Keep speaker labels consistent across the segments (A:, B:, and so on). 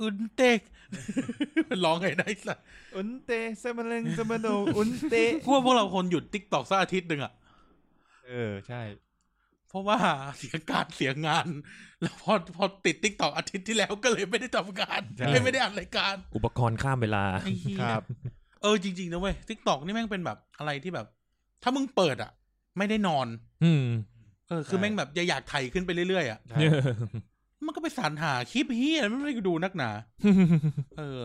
A: อึนเตก มัน ร้องไงได้สัส
B: อุนเตเซมาเลงเซมาโดอุนเต
A: กูว่าพวกเราคนหยุดติ๊กตอกสักอาทิตย์หนึ่งอะ
B: เออใช่
A: เพราะว่าเสียการเสียงาน แล้วพอพอติดติ๊กตอกอาทิตย์ที่แล้วก็เลยไม่ได้ทำงาน
B: ใช่
A: เลยไม่ได้อัดรายการ
C: อุปกรณ์ข้ามเวลา
A: ไอ้เหี้ย
B: ครับ
A: เออจริงๆนะเว้ยติ๊กตอกนี่แม่งเป็นแบบอะไรที่แบบ ถ้ามึงเปิดอะไม่ได้นอน
C: อืม
A: เออคือ
B: ใช่
A: แม่งแบบอยากไถขึ้นไปเรื่อยๆอะ
B: ใช่
A: มันก็ไปสรรหาคลิปเฮียมันไม่ได้ดูนัก หนา เออ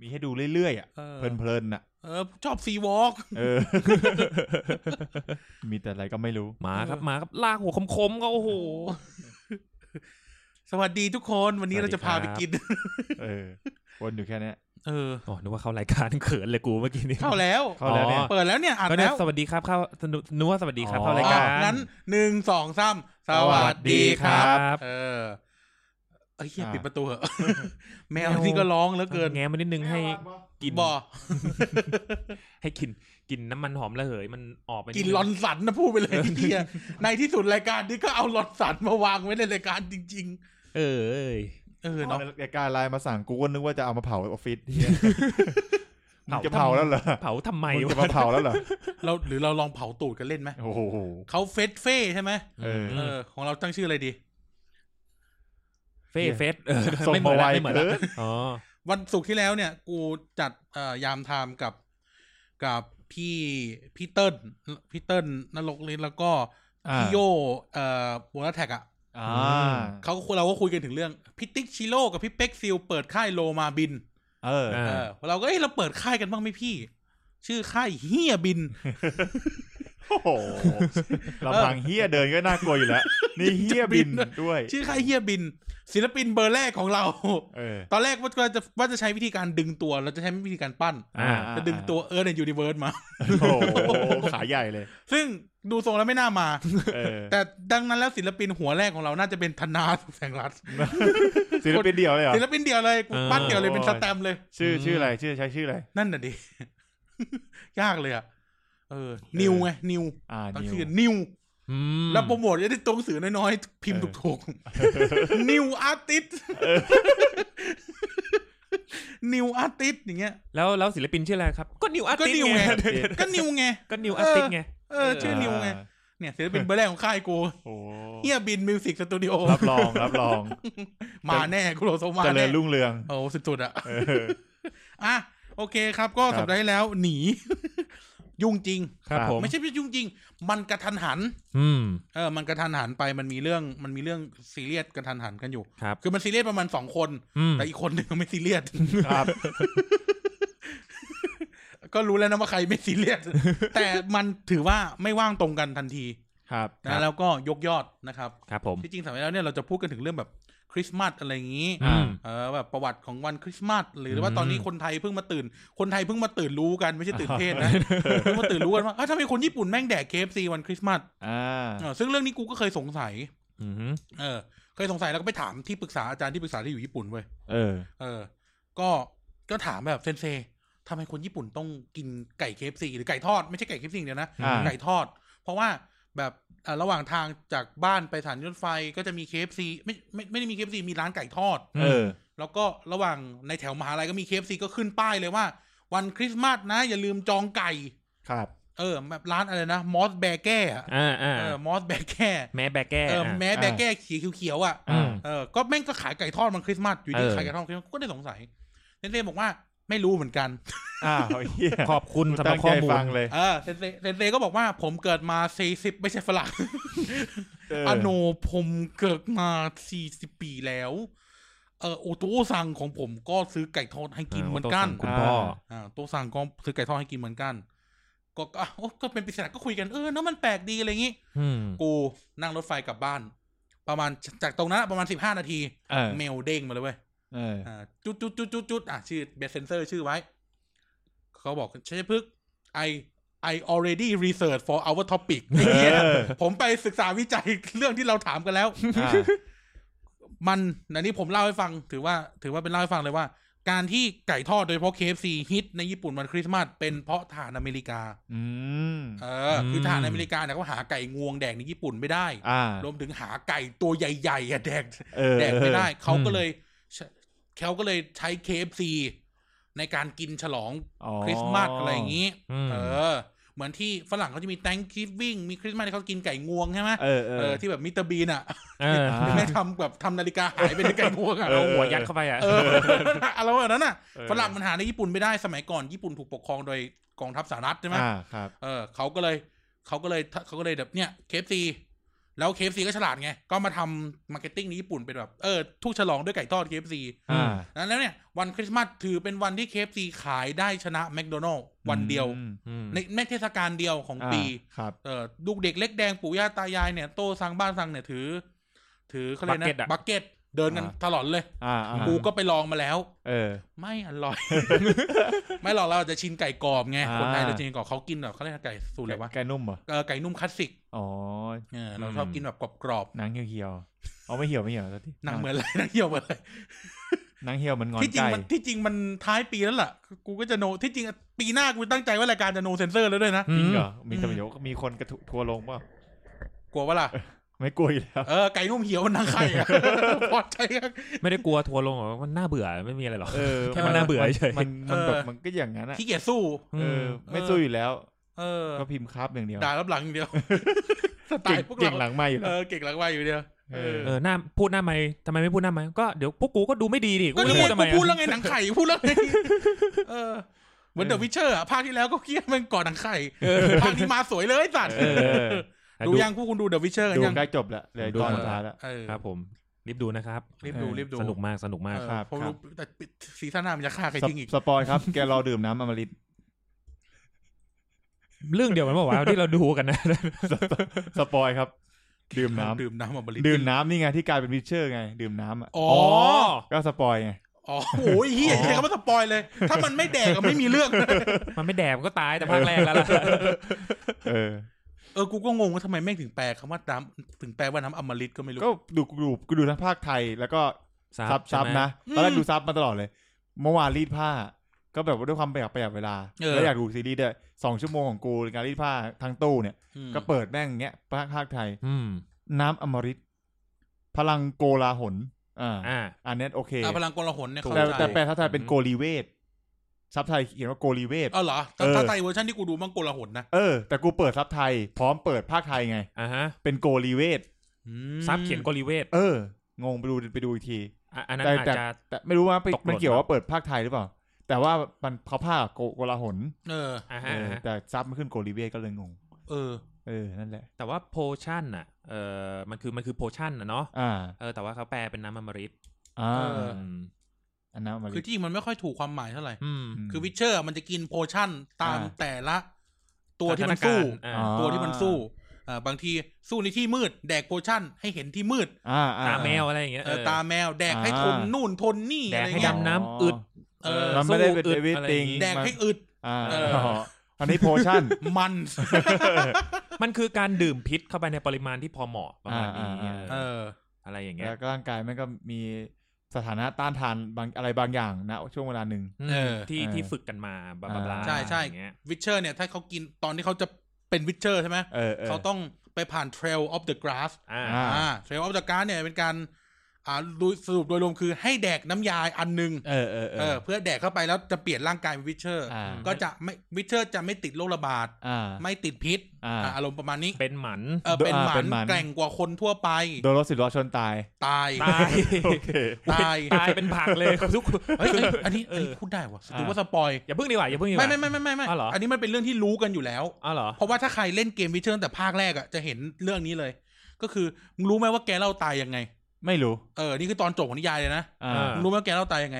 B: มีให้ดูเรื่อยๆอ่ะ
A: เออ
B: เพลินๆน่ะ
A: เออ ชอบซีวอล์ก
B: เอ อ มีแต่อะไรก็ไม่รู้
C: ห มาครับหมาครับลากหัวคมๆก็โอ้โห
A: สวัสดีทุกคนวันนี้
C: สวั
A: เรา
C: สดี
A: จะพา
C: ครับ
A: ไปกิน
B: เออวนอยู่แค่เนี้ย
A: เออ
C: อ๋อนึกว่าเข้ารายการเขินเลยกูเมื่อกี้นี้
A: เข้าแล้ว
B: เข้าแล้วเนี่ย
C: อ๋อ
A: เปิดแล้วเนี่ยอัด
C: ก็เนี่ย
A: แล้ว
C: สวัสดีครับเข้านึกว่าสวัสดีครับ
B: อ๋อ
C: เข้ารายการ
A: อ่ะงั้นหนึ่งสองสามสวัสดีครับ เออเอ้ยเหี้ย
B: อ่า
A: ปิดประตูเหอะ แมวนี่ก็ร้องเหลือเกิน
C: แง้มมานิดนึงให้กิน
A: บ่อ
C: ให้กินกินน้ำมันหอมระเหยมันออกไป
A: กิน
C: ดง
A: ลอนสันนะพูดไปเลย
C: เออ
A: ไอ้เฮียในที่สุดรายการนี้ก็เอาลอนสันมาวางไว้ในรายการจริง
C: เออเอ้ย
A: ๆ เออ
B: เนาะ
A: เนาะ
B: รายการไลน์มาสั่งกูก็นึกว่าจะเอามาเผาออฟฟิศเหี้ยมึ
C: เผาง
B: จะเผา
C: ทำ
B: แล้วเหรอ
C: เผาทำไม
B: มึงจะ
C: วะ
B: มาเผาแล้วเหรอ
A: เราหรือเราลองเผาตูดกันเล่นไหม
B: โอ้โห
A: เขาเฟสเฟ่ใช่ไหม
B: เออ
A: เออของเราตั้งชื่ออะไรดี
C: เฟ่เฟสเออ
B: ส่ง
C: ไม่เหมื
B: มา
C: อน
B: ไว
C: ละไม่เหมือนละ
B: เกิน
C: อ๋อ
A: วันศุกร์ที่แล้วเนี่ยกูจัดเอ่อยามไทม์กับกับพี่พี่เติ้ลพี่เติ้ลนรกฤทธิ์แล้วก็พี่โยเอ่อบัวแท็กอ่ะ
B: อ่า
A: เขาก็คุยเราก็คุยกันถึงเรื่องพี่ติ๊กชิโร่กับพี่เป็กซิลเปิดค่ายโลมาบิน
B: เออ
A: เออเราก็เอ้ยเราเปิดค่ายกันบ้างไหมพี่ ชื่อค่ายเฮียบิน
B: โอ้โหลำพังเฮียเดินก็น่ากลัวอยู่แล้ว นี่เฮียบินด้วย
A: ชื่อค่ายเฮียบิน ศิลปินเบอร์แรกของเรา
B: เออ
A: ตอนแรกว่าจะว่าจะใช้วิธีการดึงตัว เราจะใช้วิธีการปั้น
C: อ่า
B: อ่า
A: จะดึงตัวเออในยูนิเวิร์สมา
B: โอ้โหขาใหญ่เลย
A: ซึ่งดูทรงแล้วไม่น่ามา
B: เออ
A: แต่ดังนั้นแล้วศิลปินหัวแรกของเราน่าจะเป็นธนาสุขแสงรัตน์
B: ศิลปินเดียวเลยเหรอ
A: ศิลปินเดียวเลยกู
C: เออ
A: ปั้นเดียวเลยเป็น
B: โอ้
A: ส
B: ย
A: แตมป์เลย
B: ชื่อชื่ออะไร ชื่อใช้ชื่ออะไร
A: นั่นน่ะดิ ยากเลยอ่ะ เออ นิวไง นิว
B: อ่า
A: ตั้ง
B: นิว
A: ชื่อนิว
C: อืม
A: แล้วโปรโมทจะได้ตัวหนังสือน้อยๆ พิมพ์ถูกๆ นิวอาร์ติส นิวอาร์ติสอย่างเงี้ย
C: แล้วแล้วศิลปินชื่ออะไรครับ ก็นิวอาร์
A: ก็
C: ติ
A: นิ
C: ส
A: วไง
C: ไง
A: ก็นิวไง
C: ก็นิวอาร์ติสไง
A: เออ ชื่อนิวไง
B: า
A: เนี่ยศิลปินเบอร์แรกของค่ายกู
B: โอ้
A: เฮียบินมิวสิกสตูดิโอ
B: รับรองรับรอง
A: มาแน่กูโรโซมา
B: เจริ
A: แน่
B: ญรุ่งเรือง
A: โอ้สุดๆอ่ะ
B: เออ
A: อ่ะโอเคครับก็
B: ครับ
A: สัปดาห์ที่แล้วหนี ยุ่งจริง
C: ครับผม
A: ไม่ใช่ไม่ยุ่งจริง มันกระทันหัน
C: อืม
A: เออ มันกระทันหันไปมันมีเรื่องมันมีเรื่องซีเรียสกระทันหันกันอยู่
C: ครับ
A: คือมันซีเรียสประมาณสองคน
C: อืม
A: แต่อีกคนหนึ่งไม่ซีเรียส
B: ครับ
A: ก็รู้แล้วนะว่าใครไม่ซีเรียส แต่มันถือว่าไม่ว่างตรงกันทันที
B: ครับ
A: นะแล้วก็ยกยอดนะครับ
C: ครับผม
A: ที่จริงสัปดาห์ที่แล้วเนี่ยเราจะพูดกันถึงเรื่องแบบคริสต์มาสอะไรอย่างนี้
C: อืม
A: เออแบบประวัติของวันคริสต์มาสหรือว่า
C: อืม
A: ตอนนี้คนไทยเพิ่งมาตื่น คนไทยเพิ่งมาตื่นรู้กันไม่ใช่ตื่นเทศนะ เพิ่งมาตื่นรู้กันว่าเอ้าทำไมคนญี่ปุ่นแม่งแดกเคฟซีวันคริสต์มาส
B: อ่า
A: เออซึ่งเรื่องนี้กูก็เคยสงสัย
C: อืม
A: เออ เคยสงสัยแล้วก็ไปถามที่ปรึกษาอาจารย์ที่ปรึกษาที่อยู่ญี่ปุ่นเว้ย
B: เออ
A: เออ ก็ก็ถามแบบเซนเซทำไมคนญี่ปุ่นต้องกินไก่เคฟซีหรือไก่ทอดไม่ใช่ไก่เคฟซีเดียวนะ
B: อ่า
A: ไก่ทอด เพราะว่าแบบเอ่อระหว่างทางจากบ้านไปสถานีรถไฟก็จะมีเคฟซีไม่ไม่ไม่ได้มีเคฟซีมีร้านไก่ทอด
B: เออ
A: แล้วก็ระหว่างในแถวมหาลัยก็มีเคฟซีก็ขึ้นป้ายเลยว่า วันคริสต์มาสนะ อย่าลืมจองไก่
B: ครับ
A: เออ แบบร้านอะไรนะ มอสแบแก้อะ
C: อ่าอ่า
A: เออมอสแบแก้
C: แม่แบกแก้
A: เออแม้แบแก้ขีเขียวๆอ่ะ
C: อืม
A: เออก็แม่งก็ขายไก่ทอดมันคริสต์มาสอยู่ดี
C: เออ
A: ขายไก่ทอดมันคริสต์มาสก็ได้สงสัยเซนเซ่บอกว่าไม่รู้เหมือนกัน
B: อ้าวเฮีย
C: ขอบคุณสำหรั
B: ตั้
C: บ
B: ง
C: ข้
B: ใจ
C: อมูล
B: ฟังเลย
A: เออเซนเซ่เซนเซ่ก็บอกว่าผมเกิดมาสี่สิบไม่ใช่ฝรั่ง
B: เออ
A: อ
B: อ
A: โนผมเกิดมาสี่สิบปีแล้ว เออโอโตซังของผมก็ซื้อไก่ทอดให้กินเหมือนกัน
C: โต้สั่งคุณพ่อ
A: อ่าตัวสั่งก็ซื้อไก่ทอดให้กินเหมือนกัน ก็ก็อ่ะโอ้ก็เป็นปริศนาก็คุยกันเออเนาะมันแปลกดีอะไรอย่างงี้
C: อืม
A: กูนั่งรถไฟกลับบ้าน ประมาณจากตรงนั้นอะประมาณสิบห้านาที
B: เออ
A: เมลเด้งมาเลยเว้ย
B: เออ
A: อ่าจุดจุดจุดจุดจุดอ่ะชื่อเบสเซนเซอร์ชื่อไว้ เขาบอกชัยพฤกษ์ I I already research for our topic ไอ้เหี้ย
B: เออ
A: ผมไปศึกษาวิจัยเรื่องที่เราถามกันแล้ว
B: อ่า
A: มันอันนี้ผมเล่าให้ฟังถือว่า ถือว่าเป็นเล่าให้ฟังเลยว่า การที่ไก่ทอดโดยเฉพาะ KFC ฮิตในญี่ปุ่นวันคริสต์มาสเป็นเพราะทหารอเมริกา
B: อืม
A: เออ คือทหารอเมริกาเนี่ยเขาหาไก่งวงแดกในญี่ปุ่นไม่ได้
B: อ่าร
A: วมถึงหาไก่ตัวใหญ่ๆอะแดก
B: เออ
A: แดกไม่ได้ เขาก็เลย เขาก็เลยใช้ KFC ในการกินฉลอง
B: อ๋อ
A: คริสต์มาสอะไรอย่างนี้
C: อืม
A: เออ เหมือนที่ฝรั่งเขาจะมี Thanksgiving มีคริสต์มาสที่เขากินไก่งวงใช่ไหม
B: เออเอ
A: เออ
B: อ
A: ที่แบบมิสเตอร์บีนอ่ะ
C: เออ
B: อ่า
A: ไม่ทำแบบทำนาฬิกาหายไปในไก่งวงอ่ะ
B: เอ
C: เอา
B: อ
C: หัวยัดเข้าไปอ่ะ
A: เอออะไรแบบนั้นน่ะ
C: เออ
A: ฝรั่งมันหาในญี่ปุ่นไม่ได้สมัยก่อนญี่ปุ่นถูกปกครองโดยกองทัพสหรัฐใช่ไหม
B: อ่าครับ
A: เออเขาก็เลยเขาก็เลยเขาก็เลยแบบเนี่ยเคฟซีแล้วเคฟซีก็ฉลาดไง ก็มาทำมาร์เก็ตติ้งในญี่ปุ่นเป็นแบบเออทุกฉลองด้วยไก่ทอดเคฟซี
B: อ่า
A: แล้วเนี่ยวันคริสต์มาสถือเป็นวันที่เคฟซีขายได้ชนะแม d โดนัล s วันเดียว
B: อืม
C: อืม
A: ในในเทศกาลเดียวของปี
B: อ่าครับ
A: เออลูกเด็กเล็กแดงปู่ย่าตายายเนี่ยโตสั่งบ้านสั่งเนี่ยถือ ถือเขาเลยกนะบักเก็ตเดินกัน
B: อ่า
A: ตลอดเลย
B: อ่าอ่า
A: กูก็ไปลองมาแล้ว
B: เออ
A: ไม่อร่อย ไม่หรอกเราจะชินไก่กรอบไง
B: อ่า
A: คนไทยเราจะชินกรอบเขากินแบบเขาเรียกไก่สูตรอะไรวะ
B: ไก่นุ่มเหรอ
A: เออไก่นุ่มคลาสสิก
B: อ๋อ
A: เออเราชอบกินแบบกรอบ
B: หนังเหี่ยวๆอ๋อไม่เหี่ยวไม่เหี่ยวสักที
A: ๆหนังเหมือนอะไรหนังเหี่ยวเหมือนอะไร
B: หนังเหี่ยวเหมันงอน
A: ที่จริง
B: ไก่
A: มันที่จริงมันท้ายปีแล้วล่ะกูก็จะโนที่จริงปีหน้ากูตั้งใจว่ารายการจะโนเซนเซอร์แล้วด้วยนะ
B: จริงเหรอ
A: อืม
B: มีแต่เดี๋ยวมีคนกระทุทัวร์ลงเปล่าก
A: ลัวว่าล่ะ
B: ไม่กลัวอยู่แล้ว
A: เออไก่นุ่มเหี่ยวมันหนังไข่อะ พอใจครับ
C: ไม่ได้กลัวทัวร์ลงหรอกมันน่าเบื่อไม่มีอะไรหรอก
B: เออ
C: แค่มันน่าเบื่อเฉย
B: มันมันแบบ
A: เออ
B: มันก็อย่างนั้นอะ
A: ขี้เกียจสู้
B: เออ
A: เออ
B: ไม่สู้อยู่แล้ว
A: เออ
B: ก็พิมพ์ครับอย่างเดียว
A: ด่ารับหลังอย่างเดียว สไต
B: เก่ง
A: ล์พวก
B: เก่
A: เรา
B: งหลังไม่อยู่
A: เอ
B: แล้ว
A: อเก่งหลังไวอยู่เดียวเออ
C: เออหน้าพูดหน้าไม่ทำไมไม่พูดหน้าไม่ก็เดี๋ยวพวกกูก็ดูไม่ดีดิ
A: ก็
C: จะ
A: นี่ไง
C: พูดทำไม
A: กูพูด
C: อะ
A: แล้วไงหนังไข่พูดแล้วไง
B: เออ
A: เหมือน
B: เอ
A: เด
B: อ
A: อะวิเชอร์อะภาคที่แล้วก็เคียดมันก่อนหนังไข่ภาคนี้มาสวยเลยไอ้สัตว์
B: เออ
A: ดูยังพวกคุณดูเดอะวิเชอร์กัน
B: ดู
A: ยัง
B: ใกล้จบละเหลยตอนสุดท้ายละ
A: เออ
C: ครับผมรีบดูนะครับ
A: รีบดู
B: เออ
A: รีบดู
C: สนุกมากสนุกมาก
A: เออ
B: ครับ
A: ผมรู้แต่ซีซั่นหน้ามันจะฆ่าใครทิ้งอีก
B: สปอยครับ แกรอดื่มน้ำอมฤต
C: เรื่องเดียวกันเปล่าวะที่เราดูกันนะ
B: สปอยครับ ดื่มน้ำ
A: ดื่มน้ำอมฤต
B: ดื่มน้ำนี่ไงที่กลายเป็นวิเชอร์ไง ดื่มน้ำอ่ะ
A: อ๋อ
B: ก็สปอยไง
A: อ๋อโอ้ยเฮียใช้คำว่าสปอยเลย ถ้ามันไม่แดก ก็ไม่มีเรื่อง
C: มันไม่แดกมันก็ตายแต่ภาคแรกแล้วล่ะ
B: เออ
A: เออกูก็งงว่าทำไมแม่งถึงแปลคำว่าน้ำถึงแปลว่าน้ำอมฤตก็ไม่รู้
B: ก็ดูดูกูดูทั้งภาคไทยแล้วก็ซับซับนะ
A: อืม
B: ตอนแรกดูซับมาตลอดเลย เมื่อวานรีดผ้า ก็แบบว่าด้วยความประหยัดประหยัดเวลา
A: เออ
B: แล้วอยากดูซีรีส์ด้วยสองชั่วโมงของกูในการรีดผ้าทั้งตู้เนี่ย
A: อืม
B: ก็เปิดแม่งอย่างเงี้ยภาคภาคไทย
C: อืม
B: น้ำอมฤตพลังโกลาหลอ่า
C: อ่า
B: อันเนี้ยโอเค
A: อ่ะพลังกลหนเนี่ยเขา
B: แต่
A: ใจ
B: แต่แปลทับไทยเป็น
C: อืม
B: โกลีเวทซับไทยเขียนว่าโกลีเวท
A: เอาเหรอแต่
B: เออ
A: ถ้าไทยเวอร์ชันที่กูดูมันกลหนนะ
B: เออ แต่กูเปิดซับไทย พร้อมเปิดภาคไทยไง
C: อ่าฮะ
B: เป็นโกลีเวท
A: อืม
C: ซับเขียนกอลิเวท
B: เออ งงไปดูไปดูอีกที
C: อ่ะอันนั้น
B: แต่
C: อาจ
B: แต่
C: จะ
B: แต่ไม่รู้ว่าไป
C: ตกหล่น
B: มันเกี่ยวว่าเปิดภาคไทยหรือเปล่า แต่ว่ามันเขาภาคโกโกลาหล
A: เออ
C: อ่า
B: เอ
C: ฮะ
B: อ
C: อ่าฮะ
B: แต่ซับมันขึ้นโกลีเวทก็เลยงง
A: เออ
B: เออ นั่นแหละ
C: แต่ว่าโพชั่นอ่ะเออมันคือมันคือโพชั่นอ่ะเนาะ
B: อ่า
C: เออแต่ว่าเขาแปลเป็นน้ำอมฤต
B: อ่า
A: เอ
C: อืม
B: อันนั้นเอามา
A: คือที่จริงมันไม่ค่อยถูกความหมายเท่าไหร่
C: อืม
A: คือ
B: วิ
A: วิเชอร์มันจะกินโพชั่นตาม
B: อ่า
A: แต่ละ ตัวที่มันสู้
C: อ่า
B: อ๋อ
A: ตัวที่มันสู้อ่าบางทีสู้ในที่มืด แดกโพชั่นให้เห็นที่มืด
B: อ่าอ่
C: ตาแมวอะไรอย่างเงี้ย
A: เออ
C: เออ
A: ตาแมว แดกให้ทนนู่นทนนี่
C: แด
A: อะ
C: ก
A: ไร
C: ให้
A: เงี้ย
C: ดำน้ำอึด
A: เออ
B: มันไม่ได้เป็น
C: สู้
B: เด
C: อึด
B: วิด
C: อะไร
B: ติง
C: อย่างงี้
A: แดกให้อึด
B: อ่า
A: เออ
B: อันนี้โพชั่น
A: มัน
C: มันคือการดื่มพิษเข้าไปในปริมาณที่พอเหมาะประมาณนี้
B: อ่าอ่า
C: เอ
A: เอ
C: อ
A: อ
C: อะไรอย่างเงี้ย
B: แล้วก็ร่างกายมันก็มีสถานะต้านทานบางอะไรบางอย่างนะช่วงเวลาหนึ่ง
A: เออ
C: ที่
B: เออ
C: ที่ฝึกกันมาบลาบลาบลา
A: ใช่ใช่
C: อย่างเงี้ย
A: วิเชอร์เนี่ยถ้าเขากินตอนที่เขาจะเป็นวิเชอร์ใช่ไหม
B: เออเออ
A: เขาต้องไปผ่าน Trail of the Grass
C: อ่า
B: อ่า
A: อ่า Trail of the Grass เนี่ยเป็นการอ่าโดยสรุปโดยรวมคือให้แดกน้ำยาอันหนึ่ง
B: เออเออเอ
A: เอ
B: อ
A: อเพื่อแดกเข้าไปแล้วจะเปลี่ยนร่างกายเป็นวิเชอร์
B: อ่า
A: ก็จะไม่วิเชอร์จะไม่ติดโรคระบาด
B: อ่า
A: ไม่ติดพิษ
B: อ่า
A: อ่าอารมณ์ประมาณนี้
C: เป็นหมัน
A: เออเป็นหมั
B: อ่าเป็น นหมัน
A: แกร่งกว่าคนทั่วไป
B: โดนรถสิบล้อชนตาย
A: ตาย
C: ตาย
B: โอเค
A: ตาย
C: ตายเป็นผักเลยทุกคน
A: เฮ้ยเอ้ยอันนี้อันนี้พูดได้วะ
B: อ่า
A: ถือว่าสปอย
C: อย่าพึ่งดีกว่าอย่าพึ่งดีก
A: ไม่
C: ว่า
A: ไม่ไม่ไม่ไม่ไม่
C: อ้าวเหรออั
A: นนี้มันเป็นเรื่องที่รู้กันอยู่แล้ว
C: อ้าวเหรอ
A: เพราะว่าถ้าใครเล่นเกมวิเชอร์ตั้งแต่ภาคแรกอ่ะจะเห็นเรื่องนี้เลย ก็คือมึงรู้ไหมว่าแกเล่าตายยังไง
B: ไม่รู้
A: เออนี่คือตอนจบของนิยายเลยนะ
B: อ่า
A: มึงรู้ไหมว่าแกเล่าตายยังไง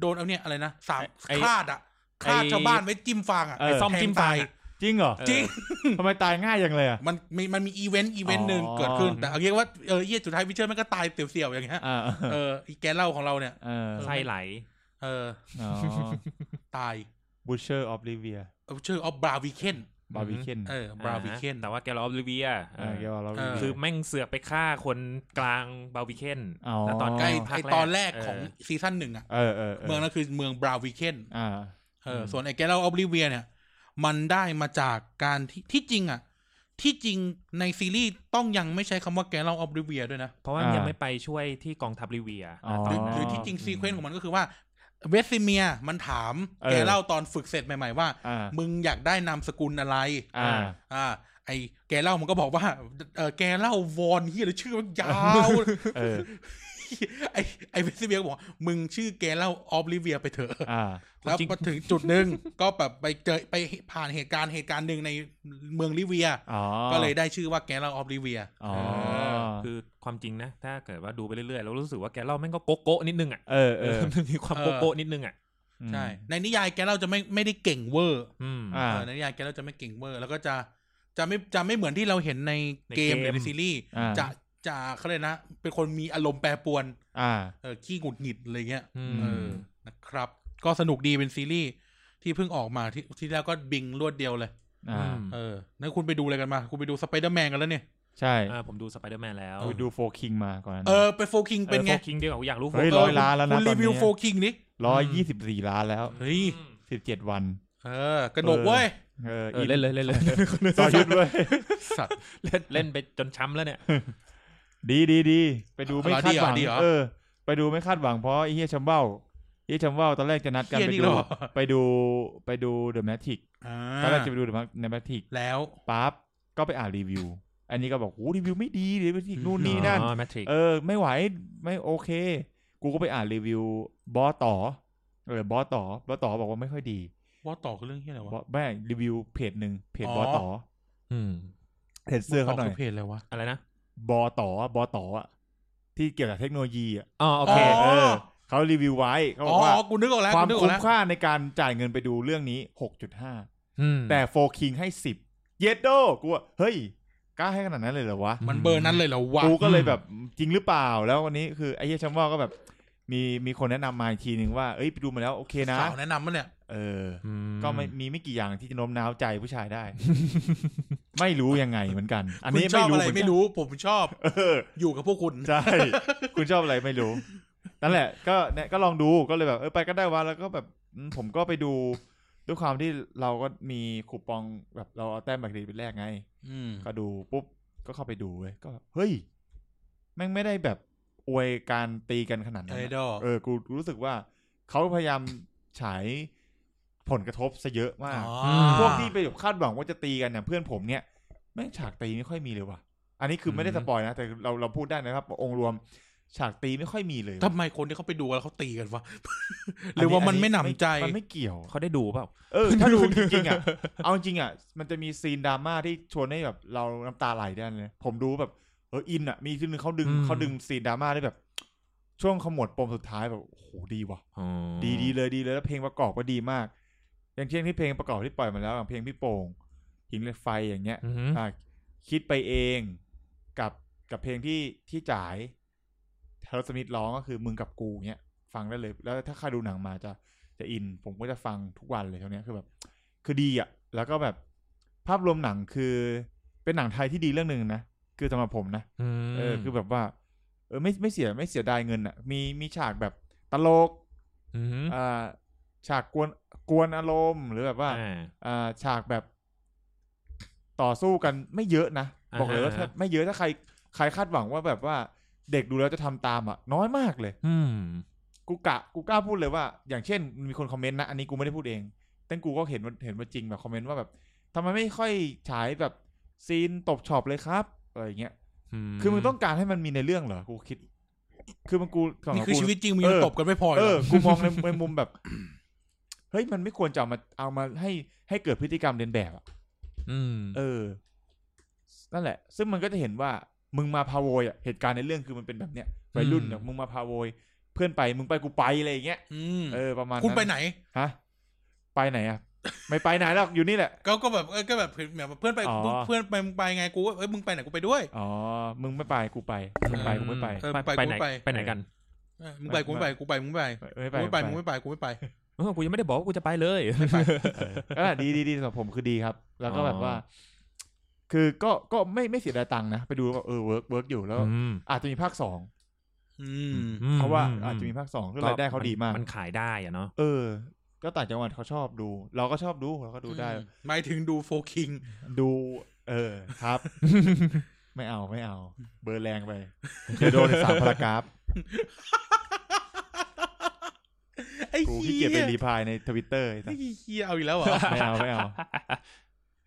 A: โดนเอาเนี่ยอะไรนะสามคาดอ่ะคาดชาวบ้านไว้จิ้มฟางอ่ะ
B: เออ
A: ไอ้
C: ซ่อม
A: แท
C: จิ้มฟั
A: ต
C: น
A: ย
C: อะ
B: จริงเหรอ
C: เออ
A: จริง
B: ทำไมตายง่ายจังเลยอ่ะ
A: มันมีมันมีอีเวนต์อีเวนต์หนึ่ง
B: อ๋อ
A: เกิดขึ้น แต่เอาเรียกว่าเออเฮียสุดท้ายวิเชอร์มันก็ตายเสี่ยวๆ อย่างเงี้ย
B: อ่า
A: เอออีแกเล่าของเราเนี่ย
B: เออ
C: ไส้ไหล
A: เออ
B: อ๋อ
A: ตาย
B: Butcher of Rivia
A: ชื่อออฟบราวิเคน
C: ม
B: Barbican
A: เออบราวิเคน
C: แต่ว่าแกรอบลิเวีย
B: เออเกี่ยวกับเรา
A: า
C: คือแม่งเสือกไปฆ่าคนกลางบาวิเคน
B: อ๋อ
C: แล้วตอน
A: ใกล้
C: ภา
A: ไอ
C: ค
A: ตอนแรกของ
C: เ
A: ซีซั่นหนึ่งอ่ะ
B: เออเออ
A: เมือง
B: นั้น
A: นั้นคือเมืองบราวิเคน
B: อ่า
A: เออส่วนไอแกเล่าออฟลิเวียเนี่ย มันได้มาจากการที่ที่จริงอ่ะ ที่จริงในซีรีส์ต้องยังไม่ใช้คำว่าแกเราออฟริเวียด้วยนะ
C: เพราะว่า
B: อ่ายั
C: ยังไม่ไปช่วยที่กองทัพลิเวีย
B: อ๋อ
C: ต
A: ห
C: น
A: รือ
C: นั้น
A: หรือที่จริงซีเควนต์ของมันก็คือว่าเวสซิเมียมันถาม
B: เออ
A: แกเล่าตอนฝึกเสร็จใหม่ ๆ ว่า
B: อ่า
A: มึงอยากได้นามสกุลอะไร
B: อ่า
A: อ่า ไอแกเล่ามันก็บอกว่าเออแกเล่าวอนเฮียอะไรชื่อมันยาว
B: เออ
A: ไอไอเวสซิเมียก็บอกว่ามึงชื่อแกเล่าออฟลิเวียไปเถอะ
B: อ่า
A: แล้ว
C: จริง
A: มาถึงจุดหนึ่ง ก็แบบไปเจอไปผ่านเหตุการณ์เหตุการณ์หนึ่งในเมืองลิเวีย
B: อ๋อ
A: ก็เลยได้ชื่อว่าแกเล่าออฟลิเวีย
B: อ๋อ
C: เออคือความจริงนะ ถ้าเกิดว่าดูไปเรื่อยๆ แล้วรู้สึกว่าแกเล่าแม่งก็โกโก้นิดนึงอ่ะ
B: เออเออ
C: มันมีความ
A: เออ
C: โกโก้นิดนึงอ่ะ
A: ใช่ ในนิยายแกเล่าจะไม่ไม่ได้เก่งเวอร์
C: อืม
B: อ่า
A: เออในนิยายแกเราจะไม่เก่งเวอร์แล้วก็จะจะไม่จะไม่เหมือนที่เราเห็นใน
C: ใน
A: เก
C: เก
A: ม
C: ม
A: หรือในซีรีส์
B: อ่า
A: จะจะเขาเลยกนะ เป็นคนมีอารมณ์แปรปรวน
B: อ่า
A: เออขี้หงุดหงิดอะไรเงี้ย
C: อืม
A: เออนะครับ ก็สนุกดีเป็นซีรีส์ที่เพิ่งออกมาที่ที่แล้วก็บิงรวดเดียวเลย
B: อ่า
A: เออนั่นคุณไปดูอะไรกันมา คุณไปดูสไปเดอร์แมนกันแล้วเนี่ย
B: ใช่
C: อ่าผมดูสไปเดอร์แมนแล้ว
B: ไปดูโฟคิงมาก่อนนะ
A: เออไปโฟคิงเป็นไง
C: โฟคิงเดียวกับอยากรู้โฟ
B: เฮ้ย
C: กิง
B: ร้อล้านแล้วนะ
A: คุณ
B: ตอนนี้
A: รีวิวโฟคิงนี่
B: ร้อยยี่สิบสี่ล้านแล้ว
A: เฮ้ย
C: อืม
B: สิบเจ็ดวัน
A: เออกระหนกเว้ย
B: เออ
C: เออเล่นเลยเล่นเลย
B: ต่อยุดเว้ย
A: สัตว์
C: เล่นเล่นไปจนช้ำแล้วเนี่ย
B: ดีดีดีไปดูไม่
A: อ๋อ
B: คาดหวัง
A: ดีเหรอดีเหรอ
B: เออ ไปดูไม่คาดหวังเพราะไอ้เฮียชัมเบ้าเฮียชัมเบ้าตอนแรกจะนัด กัน
A: เหี้ย
B: ไป
A: นี่
B: ดู
A: เหรอ
B: ไปดูไปดูเดอะแมทริก
A: อ่า
B: ตอนแรกจะไปดูเดอะแมทริก
A: แล้ว
B: ปั๊บก็ไปอ่านรีวิว อันนี้ก็บอกหูรีวิวไม่ดีเดอะแมทริ กนู่นนี่นั่น
C: อ๋อแมทริก
B: เออ ไม่ไหวไม่โอเค กูก็ไปอ่านรีวิวบอสต่อเออบอสต่อบอสต่อบอกว่าไม่ค่อยดี
A: ว่าต่อคือเรื่องที่อะไร
B: บอ
A: วะ
B: สแม่งรีวิวเพจหนึ่งเพจ
A: อ๋อ
B: บอสต่อเพจเสื้อเขาหน่อย
A: ต่คืเพจอะไรวะ
C: อะไรนะ
B: บอสต่อบอสต่ออะที่เกี่ยวกับเทคโนโลยีอะ
C: อ๋อโอ
B: โอ
C: เค
B: เค
A: อ๋อ
B: เออเขารีวิวไว้เขาบ
A: อ๋
B: อกว่า
A: อกูนึกออกแล้ว
B: ความ
A: กูนึกออก
B: คุ้ม
A: แล้ว
B: ค่าในการจ่ายเงินไปดูเรื่องนี้ 6.5
C: ม
B: แต่โฟคิงให้ 10 เยดโดกูว่าเฮ้ยกล้าให้ขนาดนั้นเลยเหรอวะ
A: มันเบอร์นั้นเลยเหรอวะ
B: กูก็เลยแบบจริงหรือเปล่าแล้ววันนี้คือไอ้เฮียชัมว่าก็แบบ มีมีคนแนะนำมาอีกทีหนึ่งว่า เอ้ยไปดูมาแล้วโอเคนะ
A: สาวแนะนำมันเนี่ย
B: เออ
C: อื
B: ก็ไม่มีไม่กี่อย่างที่จะโน้มน้าวใจผู้ชาย ได้ ไม่รู้ยังไงเหมือนกัน อัน
A: คุณ
B: นี้
A: ช
B: ไม่
A: อบ
B: รู้
A: อะไร
B: เหมือน
A: ไม่
B: กัน
A: รู้ผมชอบ
B: เออ
A: อยู่กับพวกคุณ
B: ใช่ คุณชอบอะไรไม่รู้ นั่นแหละ ก็เนี่ยก็ลองดูก็เลยแบบเออไปก็ได้วะแล้วก็แบบอืมผมก็ไปดูด้วยความที่เราก็มีคูปองแบบเราเอาแต้มบัตรเครดิตไปแลกไง
A: อืม
B: ก็ดูปุ๊บก็เข้าไปดูเว้ยก็แบบเฮ้ย แม่งไม่ได้แบบอวยการตีกันขนาด
A: ไอ
B: นั้น
A: ดอ
B: อะ
A: ล
B: เออ กูรู้สึกว่าเขาพยายามฉายผลกระทบซะเยอะมาก พวกที่ไปแบบคาดหวังว่าจะตีกันเนี่ยเพื่อนผมเนี่ยแม่งฉากตีไม่ค่อยมีเลยว่ะ อันนี้คือไม่ได้สปอยนะ แต่เราเราพูดได้นะครับ องค์รวมฉากตีไม่ค่อยมีเลยว่ะ
A: ทำไมคนที่เขาไปดูแล้วเขาตีกันวะ หรือว่ามันไม่หนำใจ
B: มันไม่เกี่ยว
C: เขาได้ดูเปล่า
B: เอ อ ถ้าดูจริงๆอ่ะ เอาจริงอ่ะ มันจะมีซีนดราม่าที่ชวนให้แบบเราน้ำตาไหลได้เลย ผมดูแบบเอออินอ่ะ มีซีนหนึงเขาดึง
C: อืม
B: เขาดึงซีนดราม่าได้แบบ ช่วงขมวดปมสุดท้ายแบบโอ้โหดีว่ะ
C: อ๋อ
B: ดีดีเลยดีเลยแล้วเพลงประกอบก็ดีมาก อย่างเช่นที่เพลงประกอบที่ปล่อยมาแล้วอย่างเพลงพี่โป่งหินเหล็กไฟอย่างเงี้ย
C: อืม
B: อ่ะคิดไปเองกับกับเพลงที่ที่จ่ายทารสมิธร้องก็คือมึงกับกูเนี้ยฟังได้เลย แล้วถ้าใครดูหนังมาจะจะอิน ผมก็จะฟังทุกวันเลยเท่านี้ยคือแบบ คือดีอ่ะ แล้วก็แบบภาพรวมหนังคือเป็นหนังไทยที่ดีเรื่องหนึ่งนะ คือสำหรับผมนะ
C: ม
B: เออคือแบบว่า เออไม่ไม่เสียไม่เสียดายเงินอ่ะ มีมีฉากแบบตลก
C: อืม
B: อ่าฉากกวนกวนอารมณ์หรือแบบว่า
C: อ่า
B: อ่าฉากแบบต่อสู้กันไม่เยอะนะ
C: อ่าฮะ
B: บอกเลยว่า
C: อ่าฮะ
B: ถ้าไม่เยอะถ้าใครใครคาดหวังว่าแบบว่าเด็กดูแล้วจะทำตามอ่ะ น้อยมากเลย
C: อืม
B: กูกะกูกล้าพูดเลยว่า อย่างเช่นมีคนคอมเมนต์นะ อันนี้กูไม่ได้พูดเองแต่กูก็เห็นว่าเห็นว่าจริงแบบคอมเมนต์ว่าแบบทำไมไม่ค่อยฉายแบบซีนตบช็อปเลยครับอะไรอย่างเงี้ยคือมึงต้องการให้มันมีในเรื่องเหรอกูคิด คือมันกูสำห
A: นี่
B: รับ
A: คือ
B: กู
A: ชีวิตจริงมึง
B: เอ
A: ยัง
B: อ
A: ตบกันไม่พอ
B: เอ
A: เหร
B: อ
A: อ
B: กูมองในในมุมแบบ เฮ้ยมันไม่ควรจะเอามาเอามาให้ให้เกิดพฤติกรรมเลียนแบบอะ
C: อืม
B: เออ นั่นแหละ ซึ่งมันก็จะเห็นว่า มึงมาพาโวยอ่ะ เหตุการณ์ในเรื่องคือมันเป็นแบบเนี้ย วัยรุ่นเนี่ยมึงมาพาโวย เพื่อนไป มึงไปกูไปอะไรอย่างเงี้ย
A: อืม
B: เออ ประมาณ
A: คุณไปไหน
B: ฮะ ไปไหนอ่ะ ไม่ไปไหนหรอก อยู่นี่แหละ
A: ก็ก็แบบเออก็แบบเหมือนเพื่อนไป
B: อ๋อ
A: เพื่อนไปมึงไปไงกูว่าเอ้ยมึงไปไหนกูไปด้วย
B: อ๋อ มึงไม่ไป กูไป มึงไป กูไม่ไป
A: เออไป
C: ไป
A: กู
C: ไหน
A: ไป
C: ไปไหนกัน
A: เออมึงไปกูไม่ไปกูไปมึงไม่ไป
B: ไม่
A: กู
B: ไป
A: ไม่ไปมึงไม่ไปกูไม่ไป
C: เออกูยังไม่ได้บอกว่ากูจะไปเลย
B: ก็ดีดีดีสำหรับผมคือดีครับ แล้วก็แบบว่า
C: อ๋อ
B: คือก็ ก็ไม่ ไม่เสียดายตังค์นะ ไปดูว่าเออ เวิร์กเวิร์กอยู่ แล้ว
C: อืม
B: อาจจะมีภาคสอง
A: อืม
C: อืม
B: เพราะว่าอาจจะมีภาคสองคือรายได้เขาดีมาก
C: มันขายได้อะเนาะ
B: เออ ก็ต่างจังหวัดเขาชอบดู เราก็ชอบดู เราก็ดูได้
A: อืมหมายถึงดูโฟคิง
B: ดู เออครับ ไม่เอาไม่เอา เบอร์แรงไป เดี๋ยวโดนในสามพารากราฟ
A: ไอ้
B: กูขี้
A: เหี้
B: เกียจไป
A: ย
B: รีพลายในทวิตเตอร์
A: ไอ้เหี้ย เอาอีกแล้วเหรอ
B: ไม่เอาไม่เอา